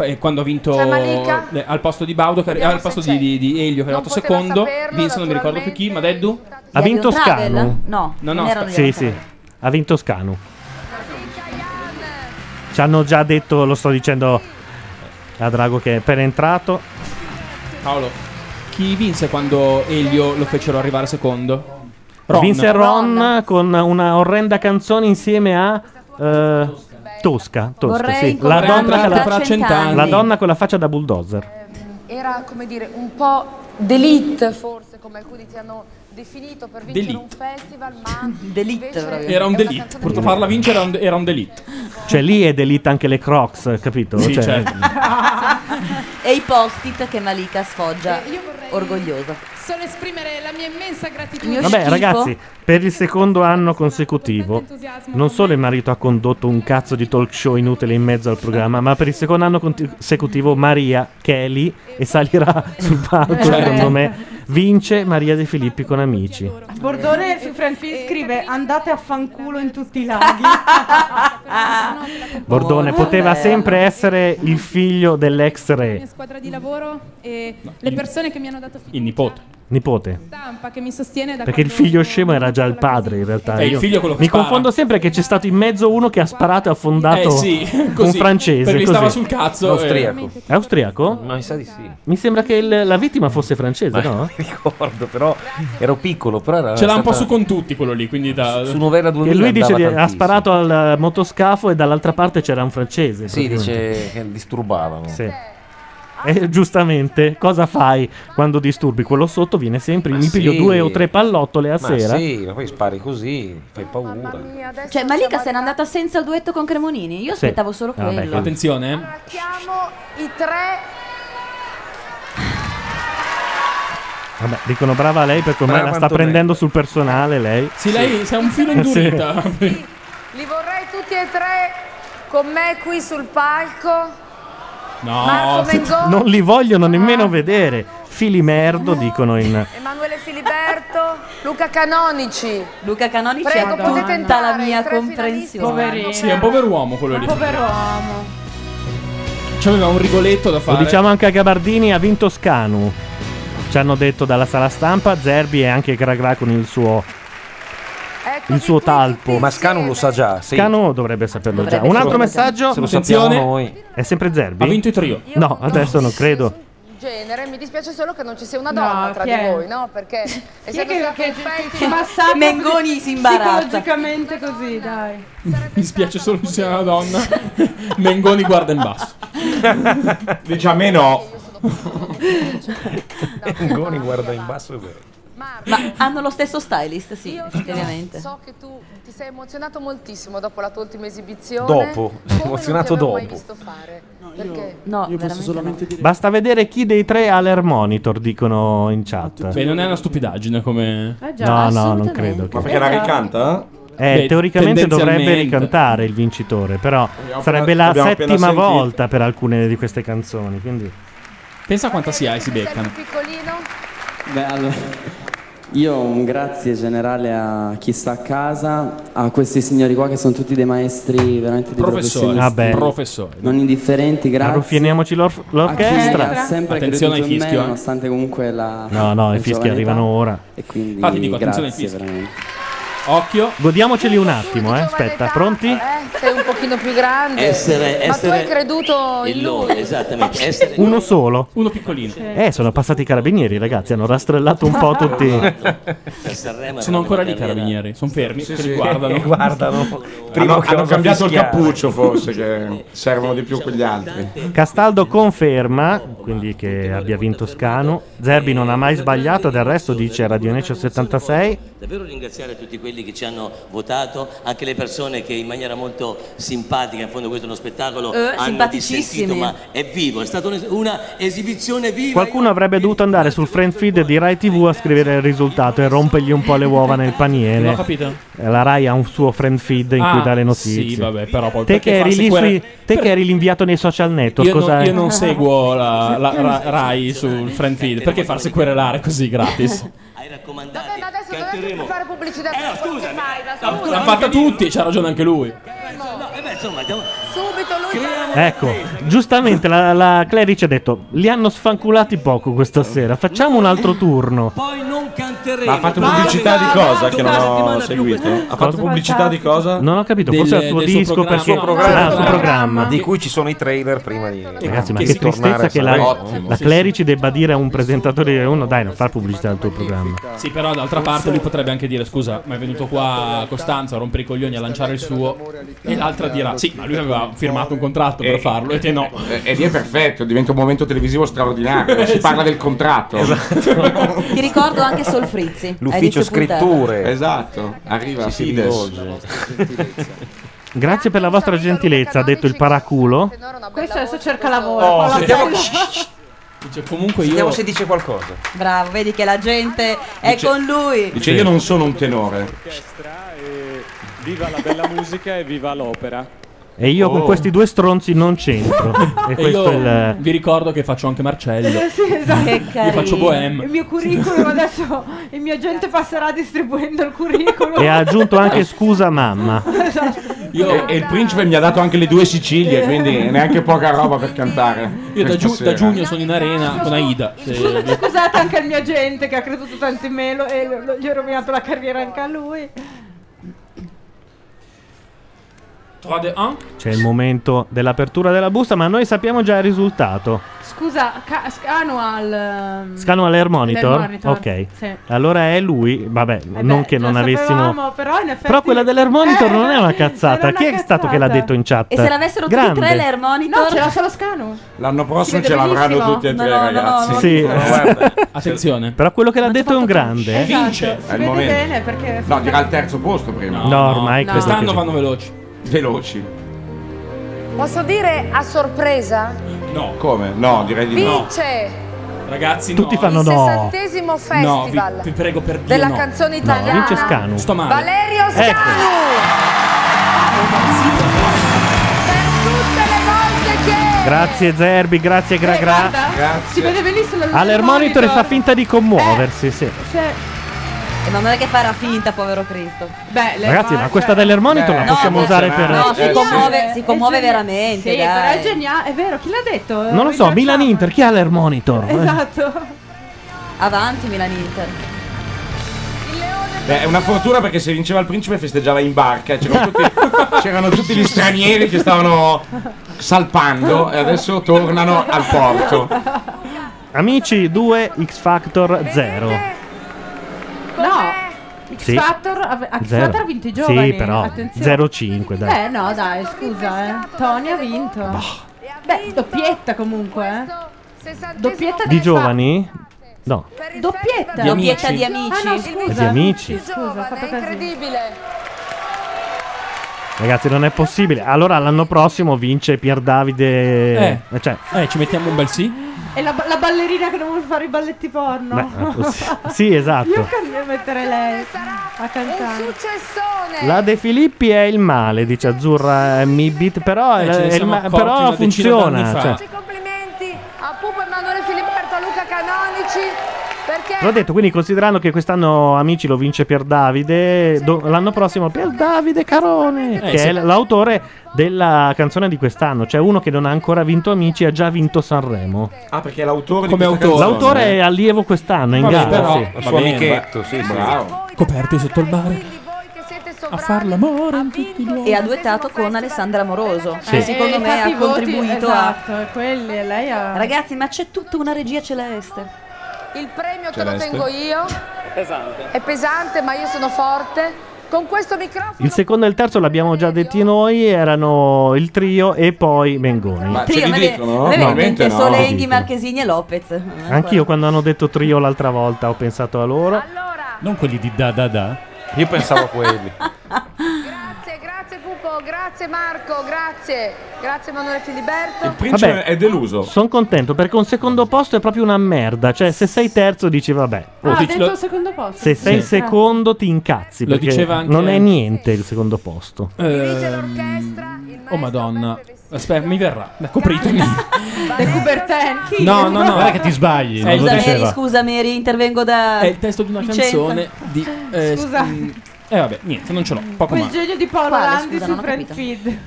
Speaker 3: E quando ha vinto
Speaker 10: C'è Malika?
Speaker 3: eh, al posto di Baudo, che- al posto di, di, di Elio, che era 8 secondo, Vince non mi ricordo più chi, ma Deddu
Speaker 2: Ha vinto Scanu.
Speaker 7: No,
Speaker 3: No, no,
Speaker 7: non erano
Speaker 3: sta-
Speaker 7: gli
Speaker 2: Sì,
Speaker 7: altri.
Speaker 2: sì, ha vinto Scanu. Ci hanno già detto, lo sto dicendo a Drago che è appena entrato.
Speaker 3: Paolo, chi vinse quando Elio lo fecero arrivare secondo? Ron.
Speaker 2: Vinse Ron, con una orrenda canzone insieme a eh, Tosca, Tosca
Speaker 3: Vorrei
Speaker 2: sì. la
Speaker 3: incontrare
Speaker 2: donna,
Speaker 3: Rita
Speaker 2: che la,
Speaker 3: Centanni.
Speaker 2: la donna con la faccia da bulldozer.
Speaker 10: era come dire un po' d'elite forse come alcuni ti hanno definito per vincere un festival ma invece
Speaker 3: Era un
Speaker 10: è una
Speaker 3: delitto.
Speaker 10: canzone
Speaker 3: Purtroppo farla vincere era un, era un delitto.
Speaker 2: Cioè lì è delita anche le Crocs, capito?
Speaker 3: Sì,
Speaker 2: Cioè,
Speaker 3: certo.
Speaker 7: eh. E i post-it che Malika sfoggia,
Speaker 32: Eh, io vorrei-
Speaker 7: orgogliosa.
Speaker 32: Solo esprimere la mia immensa gratitudine.
Speaker 2: Vabbè, ragazzi, per il secondo anno consecutivo, non solo il marito ha condotto un cazzo di talk show inutile in mezzo al programma, ma per il secondo anno conti- consecutivo Maria, che è lì e salirà sul palco,
Speaker 13: Certo.
Speaker 2: secondo me, vince Maria De Filippi con amici.
Speaker 12: Eh,
Speaker 13: Bordone su Franfil scrive andate a fanculo in tutti i laghi.
Speaker 2: Bordone
Speaker 13: Oh,
Speaker 2: poteva sempre essere il figlio dell'ex re,
Speaker 12: squadra di lavoro e le
Speaker 2: il-
Speaker 12: persone che mi hanno dato
Speaker 3: Il nipote.
Speaker 2: nipote.
Speaker 12: stampa che mi sostiene da
Speaker 2: Perché il figlio scemo era già il padre, in realtà.
Speaker 3: È il
Speaker 2: Io
Speaker 3: figlio quello che
Speaker 2: Mi
Speaker 3: spara.
Speaker 2: confondo sempre che c'è stato in mezzo uno che ha sparato e ha fondato
Speaker 3: Eh sì,
Speaker 2: un
Speaker 3: così,
Speaker 2: francese.
Speaker 3: perché
Speaker 2: così.
Speaker 3: stava sul cazzo, eh. Austriaco.
Speaker 2: È austriaco?
Speaker 15: Ma mi sa di sì.
Speaker 2: Mi sembra che il- la vittima fosse francese,
Speaker 15: Ma-
Speaker 2: no?
Speaker 15: Ricordo, però ero piccolo, però era
Speaker 3: Ce l'ha un po'
Speaker 15: stata-
Speaker 3: su con tutti quello lì, quindi da...
Speaker 15: Su- su Novella
Speaker 2: E
Speaker 15: 2000
Speaker 2: lui dice
Speaker 15: andava
Speaker 2: di- ah, ha
Speaker 15: tantissimo.
Speaker 2: sparato al eh, motoscafo e dall'altra parte c'era un francese.
Speaker 15: Sì,
Speaker 2: praticamente.
Speaker 15: dice che disturbavano.
Speaker 2: Sì. E giustamente, cosa fai quando disturbi? Quello sotto viene sempre, mi piglio
Speaker 15: sì.
Speaker 2: due o tre pallottole a
Speaker 15: Ma
Speaker 2: sera.
Speaker 15: sì, ma poi spari così, fai paura.
Speaker 7: Cioè, Malika se n'è andata senza il duetto con Cremonini. Io
Speaker 15: Sì.
Speaker 7: aspettavo
Speaker 2: Ah,
Speaker 7: solo
Speaker 15: Vabbè,
Speaker 7: quello.
Speaker 15: quindi-
Speaker 3: Attenzione, eh.
Speaker 10: Siamo i tre
Speaker 2: Vabbè, dicono brava lei perché ormai
Speaker 3: Brava
Speaker 2: la sta
Speaker 3: Antonella.
Speaker 2: prendendo sul personale lei.
Speaker 3: Sì, lei si è un filo
Speaker 2: Sì.
Speaker 3: indurita.
Speaker 10: li vorrei tutti e tre con me qui sul palco
Speaker 2: No,
Speaker 10: Marco Mengoni.
Speaker 2: non li vogliono nemmeno vedere. Fili merdo, dicono in.
Speaker 10: Emanuele Filiberto Luca Canonici
Speaker 7: Luca Canonici
Speaker 10: prego
Speaker 7: ha
Speaker 10: potete
Speaker 7: tutta
Speaker 10: entrare
Speaker 7: la mia
Speaker 10: i tre finalisti
Speaker 7: comprensione.
Speaker 10: saranno
Speaker 3: Sì, è un pover'uomo quello lì.
Speaker 10: Pover'uomo.
Speaker 3: C'aveva un rigoletto da
Speaker 2: Lo
Speaker 3: fare.
Speaker 2: diciamo anche a Gabardini, ha vinto Scanu. Ci hanno detto dalla sala stampa, Zerbi e anche Gragra con il suo. Il suo talpo. Ma Scanu lo sa già. Scanu dovrebbe saperlo già. Un altro messaggio.
Speaker 15: Se lo sappiamo noi.
Speaker 2: È sempre Zerbi.
Speaker 15: Ha vinto
Speaker 3: i trio.
Speaker 2: No, adesso non credo.
Speaker 10: in genere mi dispiace solo che non ci sia una
Speaker 13: No,
Speaker 10: donna tra
Speaker 13: chi è?
Speaker 10: di voi no perché essendo
Speaker 13: che-
Speaker 10: stato
Speaker 13: che-
Speaker 10: un festival-
Speaker 13: che massacra
Speaker 7: Mengoni
Speaker 13: così
Speaker 7: si imbarazza.
Speaker 13: Psicologicamente così, dai.
Speaker 3: Mi spiace solo che sia una donna. Mengoni guarda in basso.
Speaker 6: Dice a me no.
Speaker 15: Mengoni guarda in basso e vero.
Speaker 7: Ma hanno lo stesso stylist, sì, effettivamente.
Speaker 10: so che tu ti sei emozionato moltissimo dopo la tua ultima esibizione
Speaker 15: Dopo, emozionato
Speaker 10: non ti avevo mai
Speaker 15: dopo.
Speaker 10: visto fare perché
Speaker 7: No,
Speaker 10: veramente
Speaker 7: solamente
Speaker 3: dire.
Speaker 2: Basta vedere chi dei tre ha l'air monitor, dicono in chat.
Speaker 3: Beh, non è una stupidaggine come.
Speaker 2: No, no, non credo. che-
Speaker 3: Ma perché la ricanta?
Speaker 2: Eh,
Speaker 3: Beh,
Speaker 2: teoricamente dovrebbe
Speaker 3: tendenzialmente.
Speaker 2: ricantare il vincitore, però
Speaker 3: Abbiamo
Speaker 2: sarebbe
Speaker 3: appena-
Speaker 2: la
Speaker 3: abbiamo appena
Speaker 2: settima
Speaker 3: sentito.
Speaker 2: volta per alcune di queste canzoni. Quindi.
Speaker 3: Pensa quanta si ha e si beccano.
Speaker 10: piccolino
Speaker 1: Beh, allora, io un grazie generale a chi sta a casa, a questi signori qua che sono tutti dei maestri veramente di
Speaker 3: Professori.
Speaker 2: Vabbè.
Speaker 3: Professori.
Speaker 1: Non indifferenti, grazie.
Speaker 2: Ah, Ruffiniamoci l'or-
Speaker 1: A chi
Speaker 2: l'orchestra.
Speaker 1: ha sempre creduto
Speaker 3: Attenzione ai
Speaker 1: in me,
Speaker 3: fischi, eh.
Speaker 1: nonostante comunque la
Speaker 2: No, no, i fischi arrivano ora.
Speaker 1: E quindi
Speaker 3: Infatti dico, attenzione
Speaker 1: grazie
Speaker 3: ai fischi.
Speaker 1: veramente.
Speaker 3: Occhio.
Speaker 2: Godiamoceli un attimo, eh. Aspetta, pronti?
Speaker 10: eh, sei un pochino più grande
Speaker 1: Essere-
Speaker 10: ma tu hai
Speaker 1: essere-
Speaker 10: creduto in lui
Speaker 1: esattamente.
Speaker 2: Uno solo.
Speaker 3: Uno piccolino.
Speaker 2: Eh, sono passati i carabinieri, ragazzi. Hanno rastrellato un po' tutti.
Speaker 3: Sono ancora lì i carabinieri. Sono fermi. che li guardano.
Speaker 6: Prima hanno,
Speaker 3: che
Speaker 6: hanno
Speaker 3: osa
Speaker 6: cambiato il
Speaker 3: fischiare.
Speaker 6: cappuccio forse, che servono di più quegli altri.
Speaker 2: Castaldo conferma quindi che abbia vinto Scanu. Zerbi non ha mai sbagliato, del resto dice Radio Nation 76.
Speaker 33: Davvero ringraziare tutti quelli che ci hanno votato, anche le persone che in maniera molto simpatica, in fondo questo è uno spettacolo,
Speaker 7: Eh,
Speaker 33: hanno
Speaker 7: simpaticissimi.
Speaker 33: dissentito, ma è vivo, è stata un- una esibizione viva.
Speaker 2: Qualcuno avrebbe dovuto andare sul friend feed di Rai TV a scrivere il risultato e rompergli un po' le uova nel paniere.
Speaker 3: Non ho capito.
Speaker 2: Eh, La Rai ha un suo friend feed in cui
Speaker 3: Ah,
Speaker 2: dà le notizie.
Speaker 3: Sì, vabbè, però poi
Speaker 2: Te
Speaker 3: perché
Speaker 2: che, eri
Speaker 3: farsi
Speaker 2: lì
Speaker 3: quella-
Speaker 2: sui- te che eri l'inviato nei social network,
Speaker 3: Io,
Speaker 2: cosa
Speaker 3: non,
Speaker 2: è?
Speaker 3: io non seguo la, la- la- Rai sul friend feed. Perché farsi querelare così gratis?
Speaker 10: Vabbè, ma adesso dovete fare pubblicità eh, no, scusa,
Speaker 3: L'hanno fatta tutti, c'ha ragione anche lui.
Speaker 10: subito lui
Speaker 2: Ecco, giustamente la, la Clerici ha detto: Li hanno sfanculati poco questa sera. Facciamo un altro turno.
Speaker 33: Poi non
Speaker 25: un canterino.
Speaker 6: Ma ha fatto
Speaker 25: Ma-
Speaker 6: pubblicità di cosa che non ho
Speaker 25: settimana
Speaker 6: seguito? Ha fatto
Speaker 15: Cosa?
Speaker 6: pubblicità di cosa?
Speaker 2: Non ho capito,
Speaker 15: Del-
Speaker 2: forse al tuo
Speaker 15: del suo
Speaker 2: disco
Speaker 15: programma.
Speaker 2: perché
Speaker 15: Suo programma.
Speaker 2: Ah, suo programma.
Speaker 15: di cui ci sono i trailer prima di
Speaker 2: Ragazzi, ma
Speaker 15: di
Speaker 2: che
Speaker 15: tornare
Speaker 2: tristezza
Speaker 15: a
Speaker 2: che
Speaker 15: Sanremo.
Speaker 2: la, la Clerici debba dire a un presentatore di uno dai, non far pubblicità al tuo programma.
Speaker 11: Sì, però d'altra parte lui potrebbe anche dire: Scusa, ma è venuto qua a Costanza a rompere i coglioni a lanciare il suo. E l'altra dirà: Sì, ma lui aveva firmato un contratto per farlo. E te no.
Speaker 6: Eh, E lì è perfetto, diventa un momento televisivo straordinario.
Speaker 11: Eh,
Speaker 6: si
Speaker 11: sì.
Speaker 6: parla del contratto.
Speaker 7: Ti ricordo anche Solfrizzi.
Speaker 6: L'ufficio
Speaker 7: scritture.
Speaker 6: Esatto, arriva
Speaker 15: si
Speaker 6: Fides.
Speaker 2: Grazie per la vostra gentilezza, ha detto il paraculo.
Speaker 13: Questo adesso cerca lavoro.
Speaker 2: Oh,
Speaker 13: fa la
Speaker 2: sentiamo-
Speaker 13: bella.
Speaker 11: comunque
Speaker 15: Sentiamo
Speaker 6: io-
Speaker 15: se dice qualcosa.
Speaker 7: Bravo, vedi che la gente è
Speaker 6: Dice-
Speaker 7: con lui.
Speaker 6: Dice io non sono un tenore.
Speaker 1: Viva la bella musica e viva l'opera.
Speaker 2: E io con
Speaker 11: Oh.
Speaker 2: questi due stronzi non c'entro. e
Speaker 11: E
Speaker 2: questo
Speaker 11: io
Speaker 2: è il.
Speaker 11: vi ricordo che faccio anche Marcello.
Speaker 13: Eh, sì, esatto.
Speaker 11: Io faccio Bohème.
Speaker 13: Il mio curriculum adesso il mio agente passerà distribuendo il curriculum. Esatto.
Speaker 2: E ha aggiunto anche scusa mamma.
Speaker 6: E, e il principe mi ha dato anche le due Sicilie, quindi neanche poca roba per cantare.
Speaker 11: Io da, giu-
Speaker 6: questa
Speaker 11: da
Speaker 6: sera.
Speaker 11: giugno sono in arena con Aida. se-
Speaker 13: Scusate anche il mio agente che ha creduto tanto in me lo- e lo- lo- gli ho rovinato la carriera anche a lui.
Speaker 11: 3 de 1.
Speaker 2: C'è il momento dell'apertura della busta, ma noi sappiamo già il risultato.
Speaker 18: Scusa, ca- scano al... ehm,
Speaker 2: Scano all'air monitor?
Speaker 18: L'air monitor,
Speaker 2: Ok.
Speaker 18: sì.
Speaker 2: Allora è lui. Vabbè,
Speaker 13: Eh
Speaker 2: non
Speaker 13: beh,
Speaker 2: che
Speaker 13: lo
Speaker 2: non avessimo.
Speaker 13: sapevamo, però in effetti
Speaker 2: Però quella dell'air monitor non è una cazzata.
Speaker 13: era una
Speaker 2: Chi è stato che l'ha detto in chat?
Speaker 7: E se l'avessero tutti e tre
Speaker 2: Grande.
Speaker 7: l'air monitor?
Speaker 13: No, c'era solo Scano.
Speaker 6: L'anno
Speaker 7: Si
Speaker 6: prossimo
Speaker 7: vede
Speaker 6: ce l'avranno
Speaker 7: benissimo.
Speaker 6: tutti e tre,
Speaker 7: No, no, no,
Speaker 6: ragazzi.
Speaker 7: no,
Speaker 2: Sì.
Speaker 11: Attenzione.
Speaker 2: Però quello che l'ha detto è un grande.
Speaker 7: esatto.
Speaker 13: Esatto.
Speaker 2: eh.
Speaker 11: Vince.
Speaker 6: È il momento.
Speaker 13: perché
Speaker 6: No, dirà il terzo posto prima.
Speaker 2: No, No, ormai no. credo
Speaker 11: Quest'anno
Speaker 2: che-
Speaker 11: vanno veloci.
Speaker 6: Veloci.
Speaker 10: Posso dire a sorpresa?
Speaker 11: No.
Speaker 6: Come? No, direi di no.
Speaker 10: Vince
Speaker 11: Ragazzi,
Speaker 6: Tutti fanno
Speaker 10: il
Speaker 6: no.
Speaker 10: sessantesimo festival
Speaker 11: No, vi, vi prego per Dio
Speaker 10: della
Speaker 11: no.
Speaker 10: canzone
Speaker 11: No,
Speaker 10: italiana.
Speaker 11: vince Scanu. Sto male.
Speaker 10: Valerio
Speaker 11: Ecco.
Speaker 10: Scanu.
Speaker 2: Grazie Zerbi, grazie Gra Gra.
Speaker 13: guarda, Si vede benissimo l'air
Speaker 2: All'air monitor e fa finta di commuoversi, sì.
Speaker 7: Eh, ma non è che farà finta, povero Cristo.
Speaker 13: Beh, cioè-
Speaker 2: Ragazzi, ma questa dell'air monitor la
Speaker 7: No,
Speaker 2: possiamo
Speaker 7: ma-
Speaker 2: usare per.
Speaker 7: No, si
Speaker 2: Eh,
Speaker 7: commuove, si
Speaker 13: È
Speaker 7: commuove
Speaker 13: geniale.
Speaker 7: veramente.
Speaker 13: Sì,
Speaker 7: dai.
Speaker 13: però è geniale, è vero, chi l'ha detto?
Speaker 2: Non lo so, Milan Inter, chi ha l'air monitor? Eh.
Speaker 13: Esatto.
Speaker 7: Avanti Milan Inter.
Speaker 6: Beh, è una fortuna perché se vinceva il principe festeggiava in barca. C'erano tutti, c'erano tutti gli stranieri che stavano salpando e adesso tornano al porto.
Speaker 2: Amici 2 X Factor 0.
Speaker 13: No. X
Speaker 2: Sì.
Speaker 13: Factor ave- a X Factor ha vinto i giovani.
Speaker 2: Sì, però
Speaker 13: Attenzione. Eh,
Speaker 2: 0-5, dai.
Speaker 13: Beh, no, dai, scusa, eh. Tony ha vinto. Beh, doppietta comunque, eh. Doppietta
Speaker 2: Di giovani? No,
Speaker 13: Doppietta.
Speaker 2: Di Doppietta amici. di
Speaker 7: amici.
Speaker 13: Ah, no,
Speaker 2: Di
Speaker 13: scusa.
Speaker 2: amici.
Speaker 13: Scusa, ho fatto casino.
Speaker 2: ragazzi, non è possibile. Allora l'anno prossimo vince Pier Davide. Eh, cioè,
Speaker 11: eh ci mettiamo un bel sì.
Speaker 13: E la, la ballerina che non vuole fare i balletti porno.
Speaker 2: eh, sì,
Speaker 13: Io
Speaker 2: esatto.
Speaker 13: can- metterei lei a cantare. Eh.
Speaker 2: La De Filippi è il male, dice Azzurra eh, Mi Beat, però,
Speaker 11: Eh,
Speaker 2: è-
Speaker 11: ce ne
Speaker 2: è il
Speaker 11: siamo
Speaker 2: ma-
Speaker 11: accorti
Speaker 2: però
Speaker 11: una decina
Speaker 2: funziona.
Speaker 11: d'anni fa.
Speaker 2: cioè.
Speaker 10: Complimenti a Pupo Emanuele Filipperto, a Luca Canonici perché
Speaker 2: L'ho detto, quindi considerando che quest'anno Amici lo vince Pier Davide, do- l'anno prossimo Pier Davide Carone,
Speaker 11: Eh,
Speaker 2: che
Speaker 11: sì.
Speaker 2: è l- l'autore della canzone di quest'anno, cioè uno che non ha ancora vinto Amici ha già vinto Sanremo.
Speaker 6: Ah, perché è l'autore
Speaker 11: Come
Speaker 6: di questa
Speaker 11: autore.
Speaker 6: canzone.
Speaker 2: L'autore è allievo quest'anno, è in
Speaker 11: Vabbè,
Speaker 2: gara.
Speaker 11: però-
Speaker 2: sì.
Speaker 11: va bene, va-
Speaker 6: Bravo.
Speaker 11: Coperti sotto il mare. A far l'amore in tutti i luoghi.
Speaker 7: E ha duettato con Alessandra Amoroso.
Speaker 2: Sì.
Speaker 7: che Secondo
Speaker 13: Eh, E
Speaker 7: me
Speaker 13: infatti i
Speaker 7: ha
Speaker 13: voti-
Speaker 7: contribuito a...
Speaker 13: esatto, quelli, lei ha...
Speaker 7: Ragazzi, ma c'è tutta una regia celeste.
Speaker 10: il premio te lo
Speaker 2: Celeste.
Speaker 10: tengo io. Pesante. È pesante, ma io sono forte. Con questo microfono
Speaker 2: Il secondo e il terzo l'abbiamo già detti noi, erano il trio e poi Mengoni.
Speaker 7: Il trio, me ne- me ne mente solo Enghi, Marchesini e Lopez. Eh,
Speaker 2: Anch'io quando hanno detto trio l'altra volta ho pensato a loro.
Speaker 11: Non quelli di da da da.
Speaker 15: Io pensavo a quelli.
Speaker 10: Grazie, grazie Pupo, grazie Marco, grazie. Grazie Emanuele Filiberto.
Speaker 6: principe è deluso.
Speaker 2: Sono contento perché un secondo posto è proprio una merda. Cioè, se sei terzo, dici vabbè.
Speaker 13: Ah,
Speaker 2: Oh,
Speaker 13: ha
Speaker 2: dici-
Speaker 13: detto
Speaker 2: lo-
Speaker 13: il secondo posto.
Speaker 2: se sei
Speaker 13: Sì.
Speaker 2: secondo, ti incazzi.
Speaker 11: Lo
Speaker 2: perché
Speaker 11: diceva anche-
Speaker 2: Non è niente il secondo posto.
Speaker 11: Ehm, Eh, oh madonna. Aspetta, mi verrà. Dai, Copritemi.
Speaker 13: De
Speaker 7: eh,
Speaker 13: Coubertin.
Speaker 11: No, no, no. Guarda che ti
Speaker 14: sbagli.
Speaker 11: non lo
Speaker 7: Scusa Mary,
Speaker 11: diceva.
Speaker 7: scusa Mary, intervengo da...
Speaker 11: È il testo di una
Speaker 7: Vicenza.
Speaker 11: canzone di. eh,
Speaker 13: Scusa.
Speaker 11: mm, Eh vabbè, niente, non ce l'ho. Poco
Speaker 13: Quel
Speaker 11: male.
Speaker 13: genio di Paolo
Speaker 7: Quale,
Speaker 13: Landi
Speaker 7: scusa,
Speaker 13: su
Speaker 7: non ho
Speaker 13: Friend Feed.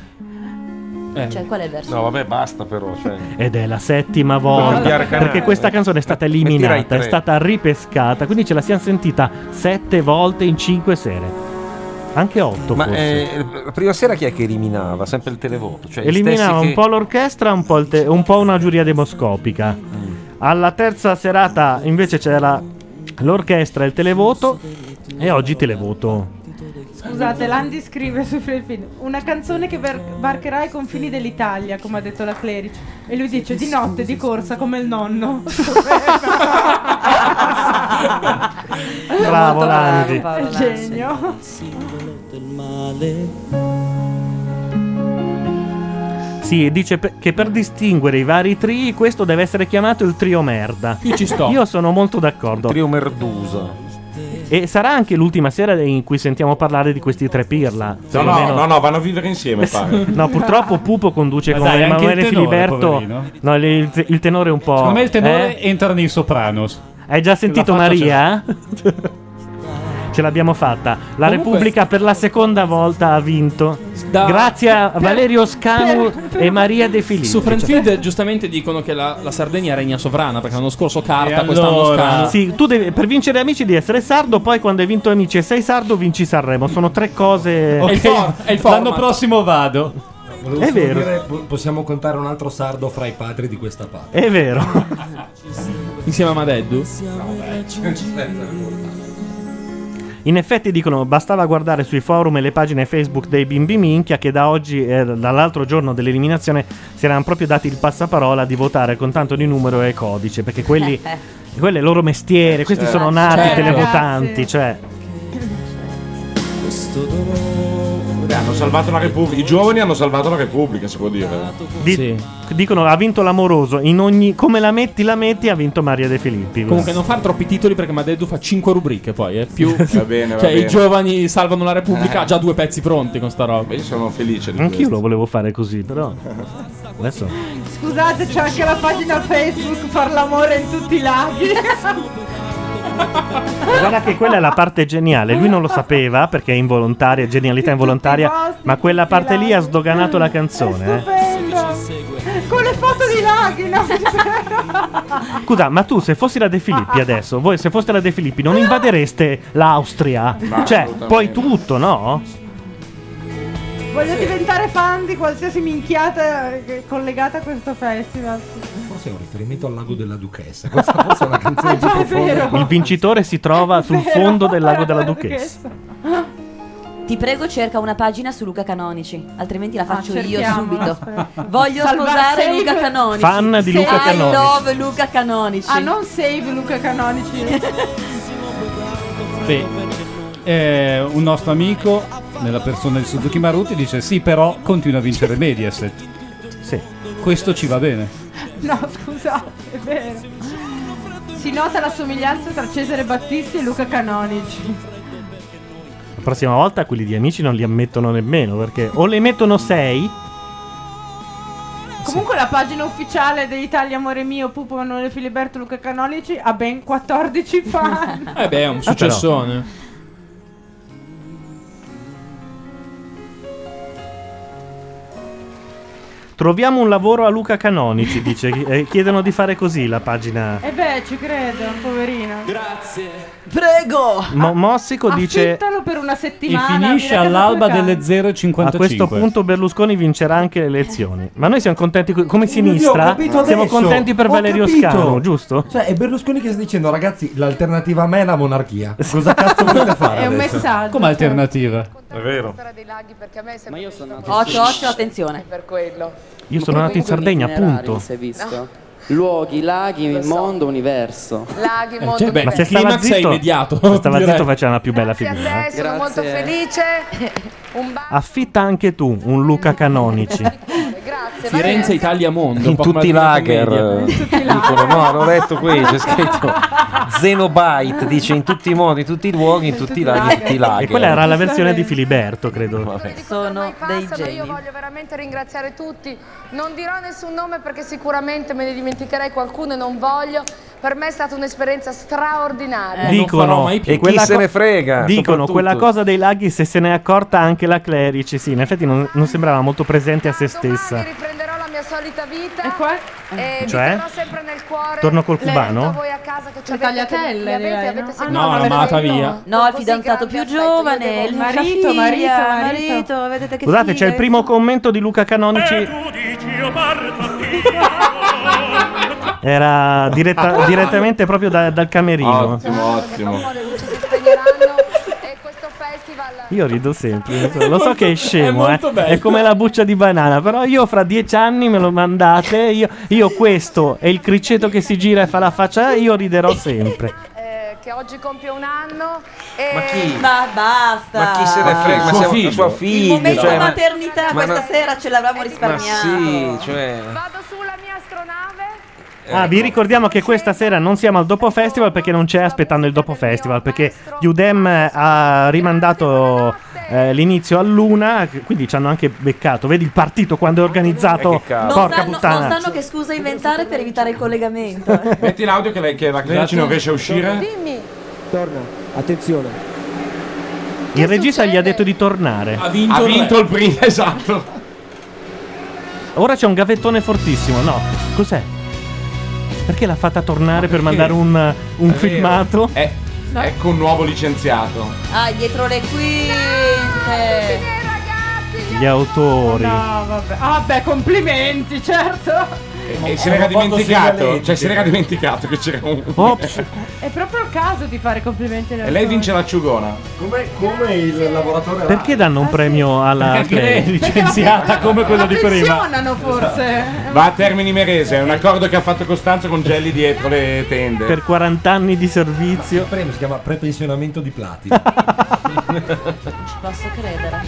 Speaker 15: Eh.
Speaker 7: Cioè, qual è il verso?
Speaker 15: No, vabbè, basta però. Cioè...
Speaker 2: Ed è la settima
Speaker 15: cambiare
Speaker 2: volta
Speaker 15: canale.
Speaker 2: perché questa canzone è stata
Speaker 15: Metti Rai
Speaker 2: eliminata,
Speaker 15: tre.
Speaker 2: è stata ripescata, quindi ce la siamo sentita sette volte in cinque sere. Anche otto
Speaker 15: Ma
Speaker 2: forse.
Speaker 15: eh, la prima sera chi è che eliminava? Sempre il televoto. Cioè, gli
Speaker 2: Eliminava
Speaker 15: stessi
Speaker 2: un
Speaker 15: che-
Speaker 2: po' l'orchestra, un po', il te- un po' una giuria demoscopica.
Speaker 15: Mm.
Speaker 2: Alla terza serata invece c'era l'orchestra e il televoto e oggi televoto.
Speaker 13: Scusate, Landi scrive su Felpin una canzone che bar- varcherà i confini dell'Italia, come ha detto la Clerici. E lui dice di notte, di corsa, come il nonno.
Speaker 2: Bravo Landi.
Speaker 12: Ah,
Speaker 13: Genio.
Speaker 2: Sì, dice pe- che per distinguere i vari tri questo deve essere chiamato il trio merda.
Speaker 34: Io ci sto.
Speaker 2: Io sono molto d'accordo.
Speaker 15: Trio merdusa.
Speaker 2: E sarà anche l'ultima sera in cui sentiamo parlare di questi tre pirla.
Speaker 6: No, no,
Speaker 2: Perlomeno-
Speaker 6: no, no, vanno a vivere insieme, pare.
Speaker 2: Eh, No, purtroppo Pupo conduce
Speaker 11: Ma
Speaker 2: con
Speaker 11: dai, anche
Speaker 2: Emanuele
Speaker 11: il tenore,
Speaker 2: Filiberto.
Speaker 11: poverino.
Speaker 2: No, il, il- il tenore è un po'.
Speaker 11: Secondo me il tenore
Speaker 2: eh?
Speaker 11: entra nei Sopranos.
Speaker 2: Hai già sentito
Speaker 11: l'ha fatto,
Speaker 2: Maria? Ce l'abbiamo fatta. La
Speaker 11: Comunque-
Speaker 2: Repubblica per la seconda volta ha vinto. Grazie a Valerio Scanu e Maria De Filippi.
Speaker 3: Su
Speaker 2: Cioè-
Speaker 3: Friendfield giustamente dicono che la, la Sardegna regna sovrana perché l'anno scorso carta,
Speaker 2: E
Speaker 3: quest'anno
Speaker 2: allora?
Speaker 3: scala.
Speaker 2: Sì, tu devi- per vincere amici devi essere sardo, poi quando hai vinto amici e sei sardo vinci Sanremo. Sono tre cose.
Speaker 11: Ok, L'anno prossimo vado.
Speaker 4: Volevo
Speaker 2: È
Speaker 4: solo
Speaker 2: vero.
Speaker 4: dire, po- possiamo contare un altro sardo fra i padri di questa parte.
Speaker 2: È vero.
Speaker 3: Insieme a Madeddu.
Speaker 2: In effetti dicono bastava guardare sui forum e le pagine Facebook dei bimbi minchia che da oggi, eh, dall'altro giorno dell'eliminazione, si erano proprio dati il passaparola di votare con tanto di numero e codice, perché quelli, quello è il loro mestiere, questi
Speaker 35: Certo.
Speaker 2: sono nati
Speaker 35: Certo.
Speaker 2: televotanti, cioè...
Speaker 6: Questo dolore. Beh, hanno salvato la Repubblica. I giovani hanno salvato la Repubblica, si può dire.
Speaker 2: di- Dicono ha vinto l'amoroso, in ogni come la metti la metti ha vinto Maria De Filippi.
Speaker 3: Comunque non fare troppi titoli perché Madeddu fa 5 rubriche poi, eh. Più, più-
Speaker 2: bene, va
Speaker 3: cioè
Speaker 2: bene.
Speaker 3: i giovani salvano la Repubblica, ha già due pezzi pronti con sta roba.
Speaker 6: Io sono felice di
Speaker 2: Anch'io lo volevo fare così, però... Adesso...
Speaker 13: Scusate, c'è anche la pagina Facebook Far l'amore in tutti i laghi.
Speaker 2: Guarda che quella è la parte geniale, lui non lo sapeva perché è involontaria, genialità involontaria, ma quella parte lì ha sdoganato la canzone. eh.
Speaker 13: Con le foto di laghi, no?
Speaker 2: Scusa, ma tu se fossi la De Filippi adesso, voi se foste la De Filippi non invadereste l'Austria?
Speaker 13: Ma
Speaker 2: Cioè,
Speaker 13: assolutamente.
Speaker 2: poi tutto, no?
Speaker 13: Voglio diventare fan di qualsiasi minchiata eh, collegata a questo festival.
Speaker 4: Forse è un riferimento al lago della Duchessa. Questa forse è una canzone più profonda.
Speaker 2: Il vincitore si trova sul
Speaker 4: Vero.
Speaker 2: fondo del lago della Duchessa.
Speaker 7: Ti prego, cerca una pagina su Luca Canonici, altrimenti la faccio io
Speaker 12: cerchiamo,
Speaker 7: subito. Voglio
Speaker 13: Salvare
Speaker 7: sposare
Speaker 13: sempre.
Speaker 7: Luca Canonici.
Speaker 2: Fan di Luca
Speaker 7: I
Speaker 2: Canonici.
Speaker 7: love Luca Canonici.
Speaker 13: Ah, non save Luca Canonici.
Speaker 11: Sì. Eh, un nostro amico, nella persona di Suzuki Maruti, dice: Sì, però continua a vincere Mediaset.
Speaker 2: Sì.
Speaker 11: Questo ci va bene.
Speaker 13: No, scusate, è vero. Si nota la somiglianza tra Cesare Battisti e Luca Canonici.
Speaker 2: La prossima volta quelli di amici non li ammettono nemmeno perché o le mettono 6
Speaker 13: Comunque la pagina ufficiale di Italia Amore Mio, Pupo Manuele Filiberto, Luca Canonici ha ben 14 fan.
Speaker 3: Eh beh, è un
Speaker 2: Ah, però.
Speaker 3: successone.
Speaker 2: troviamo un lavoro a Luca Canonici, dice, e chiedono di fare così la pagina.
Speaker 13: E beh, ci credo, poverino.
Speaker 36: Grazie.
Speaker 13: Prego!
Speaker 10: Ah,
Speaker 2: Mo- Mossico dice
Speaker 13: Affittalo per una
Speaker 11: E
Speaker 13: settimana.
Speaker 11: finisce
Speaker 13: vieni a casa
Speaker 11: all'alba
Speaker 13: tua casa.
Speaker 11: delle
Speaker 2: A
Speaker 11: 0,55.
Speaker 2: questo punto Berlusconi vincerà anche le elezioni. Ma noi siamo contenti co- come sinistra? siamo contenti per Valerio Scano, giusto?
Speaker 4: Cioè, è Berlusconi che sta dicendo, ragazzi, l'alternativa a me è la monarchia. Cosa cazzo volete fare?
Speaker 13: È un
Speaker 4: adesso?
Speaker 13: messaggio.
Speaker 2: cioè.
Speaker 11: Come alternativa?
Speaker 4: È vero.
Speaker 10: Ma io sono
Speaker 7: Occhio, occhio, attenzione.
Speaker 10: Per quello.
Speaker 2: Io sono nato in Sardegna, punto.
Speaker 1: Si è visto? Luoghi, laghi, mondo, universo.
Speaker 10: Laghi, mondo
Speaker 2: Cioè, ma
Speaker 10: diverso.
Speaker 2: se stava zitto, se stava zitto faceva una più bella
Speaker 10: Grazie
Speaker 2: figura.
Speaker 10: a te, sono molto felice. Un bacio,
Speaker 2: Affitta anche tu un Luca Canonici.
Speaker 10: grazie.
Speaker 3: Firenze, Italia, mondo.
Speaker 15: In tutti i lager. eh, Dicono, no, l'ho letto qui, c'è scritto Zenobite, dice in tutti i modi, in tutti i luoghi, in tutti i laghi, in tutti i lager.
Speaker 2: E quella era la versione di Filiberto, credo.
Speaker 7: Sono dei
Speaker 10: Passano, io
Speaker 7: geni.
Speaker 10: voglio veramente ringraziare tutti. Non dirò nessun nome perché sicuramente me ne dimenticherei qualcuno e non voglio. Per me è stata un'esperienza
Speaker 2: Eh.
Speaker 10: straordinaria.
Speaker 2: dicono
Speaker 15: E chi se ne frega?
Speaker 2: Dicono
Speaker 15: soprattutto.
Speaker 2: quella cosa dei laghi, se se n'è accorta anche la Clerici. Sì, in effetti non, non sembrava molto presente a se stessa.
Speaker 10: Riprenderò la mia solita vita e, vi
Speaker 2: Cioè?
Speaker 10: terrò sempre nel cuore.
Speaker 2: Torno col
Speaker 10: Le-
Speaker 2: cubano?
Speaker 10: a voi a casa che ci
Speaker 18: Le
Speaker 10: avete-
Speaker 18: tagliatelle,
Speaker 10: che mi avete,
Speaker 18: direi,
Speaker 10: avete
Speaker 18: no?
Speaker 10: seguito.
Speaker 18: Ah, no,
Speaker 2: l'avete mandata detto? via.
Speaker 7: No, il fidanzato più giovane,
Speaker 18: Marito,
Speaker 7: il marito, eh,
Speaker 18: marito,
Speaker 7: marito,
Speaker 18: marito.
Speaker 7: vedete che
Speaker 2: Scusate,
Speaker 7: figa, eh.
Speaker 2: c'è il primo commento di Luca Canonici. Era diretta- direttamente proprio da- dal camerino.
Speaker 6: Ottimo, ottimo.
Speaker 2: Io rido sempre, lo so, lo so che è scemo,
Speaker 6: è
Speaker 2: eh. è,
Speaker 6: molto bello.
Speaker 2: come la buccia di banana, però io fra dieci anni me lo mandate, io, io questo e il criceto che si gira e fa la faccia, io riderò sempre.
Speaker 10: Eh, che oggi compie un anno. E...
Speaker 15: Ma chi?
Speaker 7: Ma basta.
Speaker 15: Ma chi se ne frega? Ma
Speaker 6: Suo
Speaker 15: siamo-
Speaker 6: figlio.
Speaker 15: sua
Speaker 7: Il
Speaker 15: figlia.
Speaker 7: momento
Speaker 15: cioè, ma-
Speaker 7: maternità
Speaker 15: ma
Speaker 7: questa
Speaker 15: no-
Speaker 7: sera ce l'avremmo
Speaker 15: Ma
Speaker 7: risparmiato.
Speaker 15: sì, cioè. Eh,
Speaker 2: Ah, vi ricordiamo che questa sera non siamo al dopo festival perché non c'è aspettando il dopo festival perché Udem ha rimandato eh, l'inizio all'una, quindi ci hanno anche beccato. Vedi il partito quando è organizzato?
Speaker 6: Eh, che cavolo.
Speaker 7: Non
Speaker 2: Porca
Speaker 7: sanno,
Speaker 2: puttana.
Speaker 7: non sanno che scusa inventare per evitare il collegamento.
Speaker 6: Metti l'audio che, lei- che la Clerici non riesce a uscire.
Speaker 7: Dimmi.
Speaker 16: Torna, attenzione.
Speaker 2: Il regista gli ha detto di tornare.
Speaker 6: Ha vinto Ha il re. vinto il primo, esatto.
Speaker 2: Ora c'è un gavettone fortissimo, no? Cos'è? Perché l'ha fatta tornare per mandare un, un filmato?
Speaker 6: Eh, Ecco un nuovo licenziato.
Speaker 7: Ah, dietro le quinte.
Speaker 2: Gli autori.
Speaker 18: No, vabbè. Ah, beh, complimenti, certo.
Speaker 6: E se n'era dimenticato. Cioè, se n'era dimenticato che c'era un.
Speaker 2: Ops.
Speaker 18: È proprio il caso di fare complimenti alle
Speaker 6: E lei vince l'acciugona.
Speaker 14: Come, come il lavoratore là.
Speaker 2: Perché danno
Speaker 6: Ah,
Speaker 2: un premio alla
Speaker 6: Perché lei-
Speaker 2: Clay licenziata come quello di prima?
Speaker 18: Funzionano forse.
Speaker 6: Va a Termini Merese, è un accordo che ha fatto Costanzo con Gelli dietro le tende.
Speaker 2: Per 40 anni di servizio.
Speaker 14: Il premio si chiama prepensionamento di platino.
Speaker 7: Posso credere.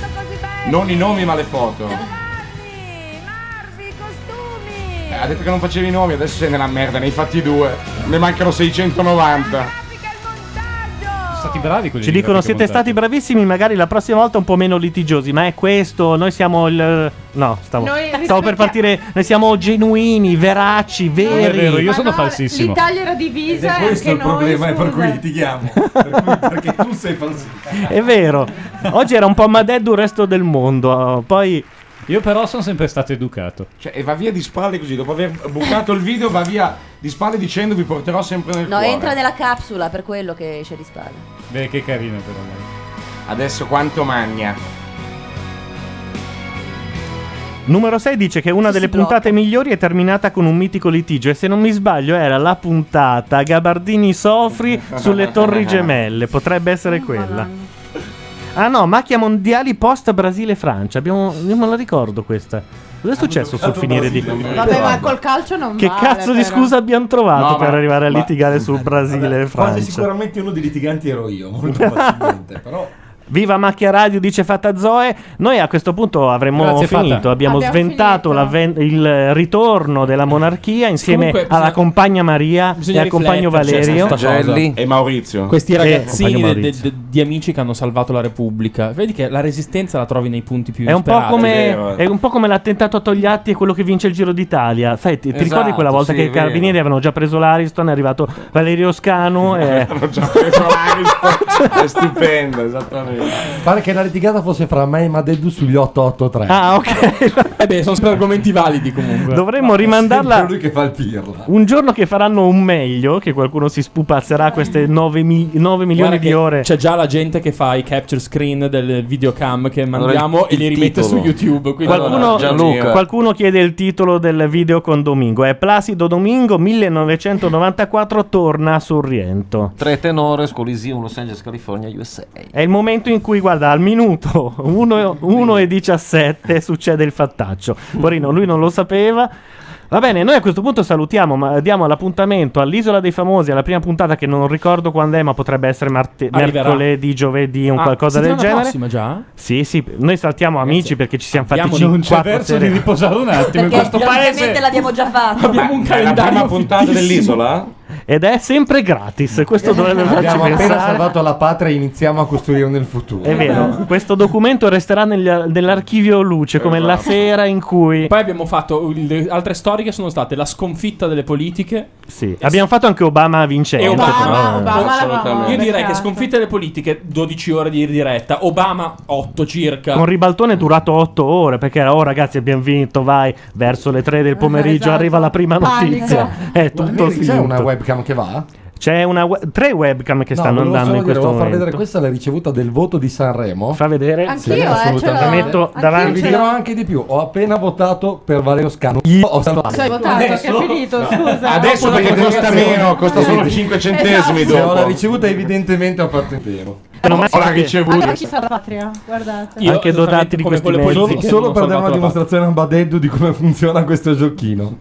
Speaker 6: Non i nomi ma le foto. Eh, Ha detto che non facevi i nomi, adesso sei nella merda, ne hai fatti due. Ne mancano 690.
Speaker 9: Stati bravi quelli
Speaker 2: Ci
Speaker 9: di
Speaker 2: dicono
Speaker 9: Grafica
Speaker 2: siete
Speaker 9: Montante.
Speaker 2: stati bravissimi, magari la prossima volta un po' meno litigiosi, ma è questo, noi siamo il... No, stavo,
Speaker 18: Noi
Speaker 2: stavo
Speaker 18: rispecchia-
Speaker 2: per partire, noi siamo genuini, veraci, veri.
Speaker 9: Non è vero, io
Speaker 2: Ma
Speaker 9: sono
Speaker 2: no,
Speaker 9: falsissimo.
Speaker 18: L'Italia era divisa e anche noi. scusa.
Speaker 14: litighiamo. Per cui- perché tu sei falsissimo.
Speaker 2: È vero, oggi era un po' Madeddu il resto del mondo, poi...
Speaker 9: Io però sono sempre stato educato.
Speaker 6: Cioè, e va via di spalle così, dopo aver bucato il video va via di spalle dicendo vi porterò sempre nel
Speaker 7: No,
Speaker 6: cuore.
Speaker 7: entra nella capsula per quello che esce di spalle.
Speaker 9: Beh, che carino però.
Speaker 6: Adesso quanto magna.
Speaker 2: Numero 6 dice che una delle puntate migliori è terminata con un mitico litigio e se non mi sbaglio era la puntata Gabardini Sofri sulle Torri Gemelle, potrebbe
Speaker 18: Mm,
Speaker 2: essere quella. Ah no, macchia mondiali post Brasile-Francia, Abbiamo- io me la ricordo questa.
Speaker 14: Ah,
Speaker 2: Cosa è successo sul finire di...
Speaker 18: Vabbè, ma col calcio non
Speaker 2: Che
Speaker 18: vale,
Speaker 2: cazzo di
Speaker 18: però.
Speaker 2: scusa abbiamo trovato
Speaker 14: No,
Speaker 2: per
Speaker 14: ma-
Speaker 2: arrivare a
Speaker 14: ma-
Speaker 2: litigare sul Brasile e
Speaker 14: Quasi
Speaker 2: Francia?
Speaker 14: sicuramente uno dei litiganti ero io, molto facilmente, però...
Speaker 2: Viva Macchia Radio, dice Fatta Zoe. Noi a questo punto avremmo
Speaker 9: Grazie, Fata.
Speaker 2: finito. Abbiamo,
Speaker 9: Abbiamo
Speaker 2: sventato l'avven- il ritorno della monarchia insieme
Speaker 9: Comunque,
Speaker 2: alla compagna Maria e al compagno Valerio.
Speaker 6: E Maurizio.
Speaker 3: Questi
Speaker 2: Sì,
Speaker 3: ragazzini
Speaker 2: Ah. Eh, compagno
Speaker 3: de-
Speaker 2: Maurizio.
Speaker 3: de- di amici che hanno salvato la Repubblica. Vedi che la resistenza la trovi nei punti più
Speaker 2: È eh. un, po
Speaker 3: insperati.
Speaker 2: come, è un po' come l'attentato a Togliatti e quello che vince il Giro d'Italia. Sai, ti, ti
Speaker 3: Esatto,
Speaker 2: ricordi quella volta
Speaker 3: sì,
Speaker 2: che
Speaker 3: è
Speaker 2: i
Speaker 3: vero.
Speaker 2: carabinieri avevano già preso l'Ariston? È arrivato Valerio Scano. E...
Speaker 6: È stupendo, esattamente.
Speaker 14: Pare che la litigata fosse fra me e Madeddu sugli 883.
Speaker 2: Ah, ok.
Speaker 3: Eh beh, sono sempre argomenti validi comunque.
Speaker 2: Dovremmo rimandarla.
Speaker 14: Lui che fa il pirla.
Speaker 2: Un giorno che faranno un meglio, che qualcuno si spupazzerà queste 9, milioni
Speaker 3: Guarda
Speaker 2: di
Speaker 3: che
Speaker 2: ore.
Speaker 3: C'è già la gente che fa i capture screen del videocam che mandiamo
Speaker 2: il-
Speaker 3: e li
Speaker 2: il
Speaker 3: rimette
Speaker 2: titolo.
Speaker 3: su YouTube. quindi-
Speaker 2: Qualcuno, qualcuno chiede il titolo del video con Domingo. È Placido Domingo 1994 torna sul riento.
Speaker 15: Tre tenore, Coliseum, Los Angeles, California, USA.
Speaker 2: È il momento in cui, guarda, al minuto 1, e 17 succede il fattaccio. Porino, lui non lo sapeva. Va bene, noi a questo punto salutiamo, ma diamo l'appuntamento all'Isola dei Famosi, alla prima puntata che non ricordo quando è, ma potrebbe essere marte-
Speaker 3: Arriverà.
Speaker 2: mercoledì, giovedì, un
Speaker 3: Ah,
Speaker 2: qualcosa del
Speaker 3: settimana
Speaker 2: genere.
Speaker 3: prossima già?
Speaker 2: Sì, sì, noi saltiamo amici perché ci siamo fatti
Speaker 3: Abbiamo-
Speaker 2: 5
Speaker 3: non c'è verso di riposare un attimo
Speaker 7: Perché praticamente l'abbiamo già fatto.
Speaker 3: Abbiamo un
Speaker 6: È la
Speaker 3: calendario
Speaker 6: prima puntata
Speaker 3: fittissimo.
Speaker 6: dell'isola?
Speaker 2: Ed è sempre gratis, questo dovrebbe farci
Speaker 4: Abbiamo appena
Speaker 2: pensare.
Speaker 4: salvato la patria e iniziamo a costruire nel futuro.
Speaker 2: È vero, questo documento resterà negli- nell'archivio luce come la
Speaker 3: Esatto.
Speaker 2: sera in cui...
Speaker 3: Poi abbiamo fatto le altre storie che sono state la sconfitta delle politiche.
Speaker 2: Sì, abbiamo fatto anche Obama vincente.
Speaker 3: E Obama,
Speaker 2: però, eh.
Speaker 3: Io direi che sconfitte le politiche 12 ore di diretta, Obama 8 circa.
Speaker 2: Con ribaltone durato 8 ore perché era oh ragazzi abbiamo vinto, vai verso le 3 del pomeriggio
Speaker 4: Esatto.
Speaker 2: arriva la prima
Speaker 4: Panico.
Speaker 2: notizia. È tutto
Speaker 4: Vedi, c'è
Speaker 2: finto.
Speaker 4: una webcam che va?
Speaker 2: C'è una we- tre webcam che
Speaker 4: No,
Speaker 2: stanno
Speaker 4: volevo
Speaker 2: andando
Speaker 4: solo
Speaker 2: in
Speaker 4: dire,
Speaker 2: questo
Speaker 4: volevo
Speaker 2: momento.
Speaker 4: far vedere questa è la ricevuta del voto di Sanremo.
Speaker 2: Fa vedere.
Speaker 37: Anch'io, eh, ce l'ho.
Speaker 2: La metto Anch'io davanti.
Speaker 4: Vi
Speaker 2: ce
Speaker 4: dirò
Speaker 2: l'ho.
Speaker 4: anche di più. Ho appena votato per Valerio Scano. Io ho salvato.
Speaker 37: Sei votato, che è finito, scusa.
Speaker 38: Adesso perché costa meno, costa solo
Speaker 12: Esatto.
Speaker 38: 5 centesimi
Speaker 37: Esatto.
Speaker 4: Se ho
Speaker 38: dopo.
Speaker 4: la ricevuta evidentemente ho fatto intero.
Speaker 38: Ho la ricevuta.
Speaker 12: Allora chi sa la patria? Guardate.
Speaker 2: anche dotati di questi
Speaker 4: Solo,
Speaker 2: mezzi.
Speaker 4: solo per dare una dimostrazione a Badeddu di come funziona questo giochino.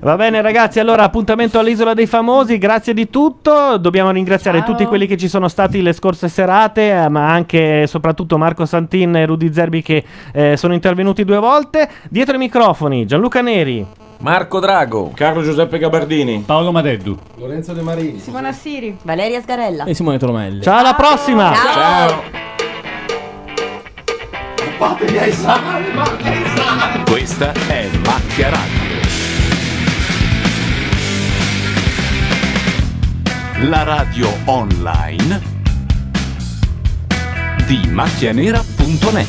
Speaker 2: Va bene ragazzi, allora appuntamento all'Isola dei Famosi, grazie di tutto, dobbiamo ringraziare tutti quelli che ci sono stati le scorse serate, eh, ma anche e soprattutto Marco Santin e Rudy Zerbi che eh, sono intervenuti due volte. Dietro i microfoni Gianluca Neri,
Speaker 39: Marco Drago,
Speaker 38: Carlo Giuseppe Gabardini,
Speaker 2: Paolo Madeddu.
Speaker 4: Lorenzo De Marini.
Speaker 7: Simona Siri. Valeria Sgarella.
Speaker 40: Simone Tromelli.
Speaker 2: Ciao alla prossima!
Speaker 7: Ciao.
Speaker 6: Questa è Macchia Radio. La radio online di macchianera.net.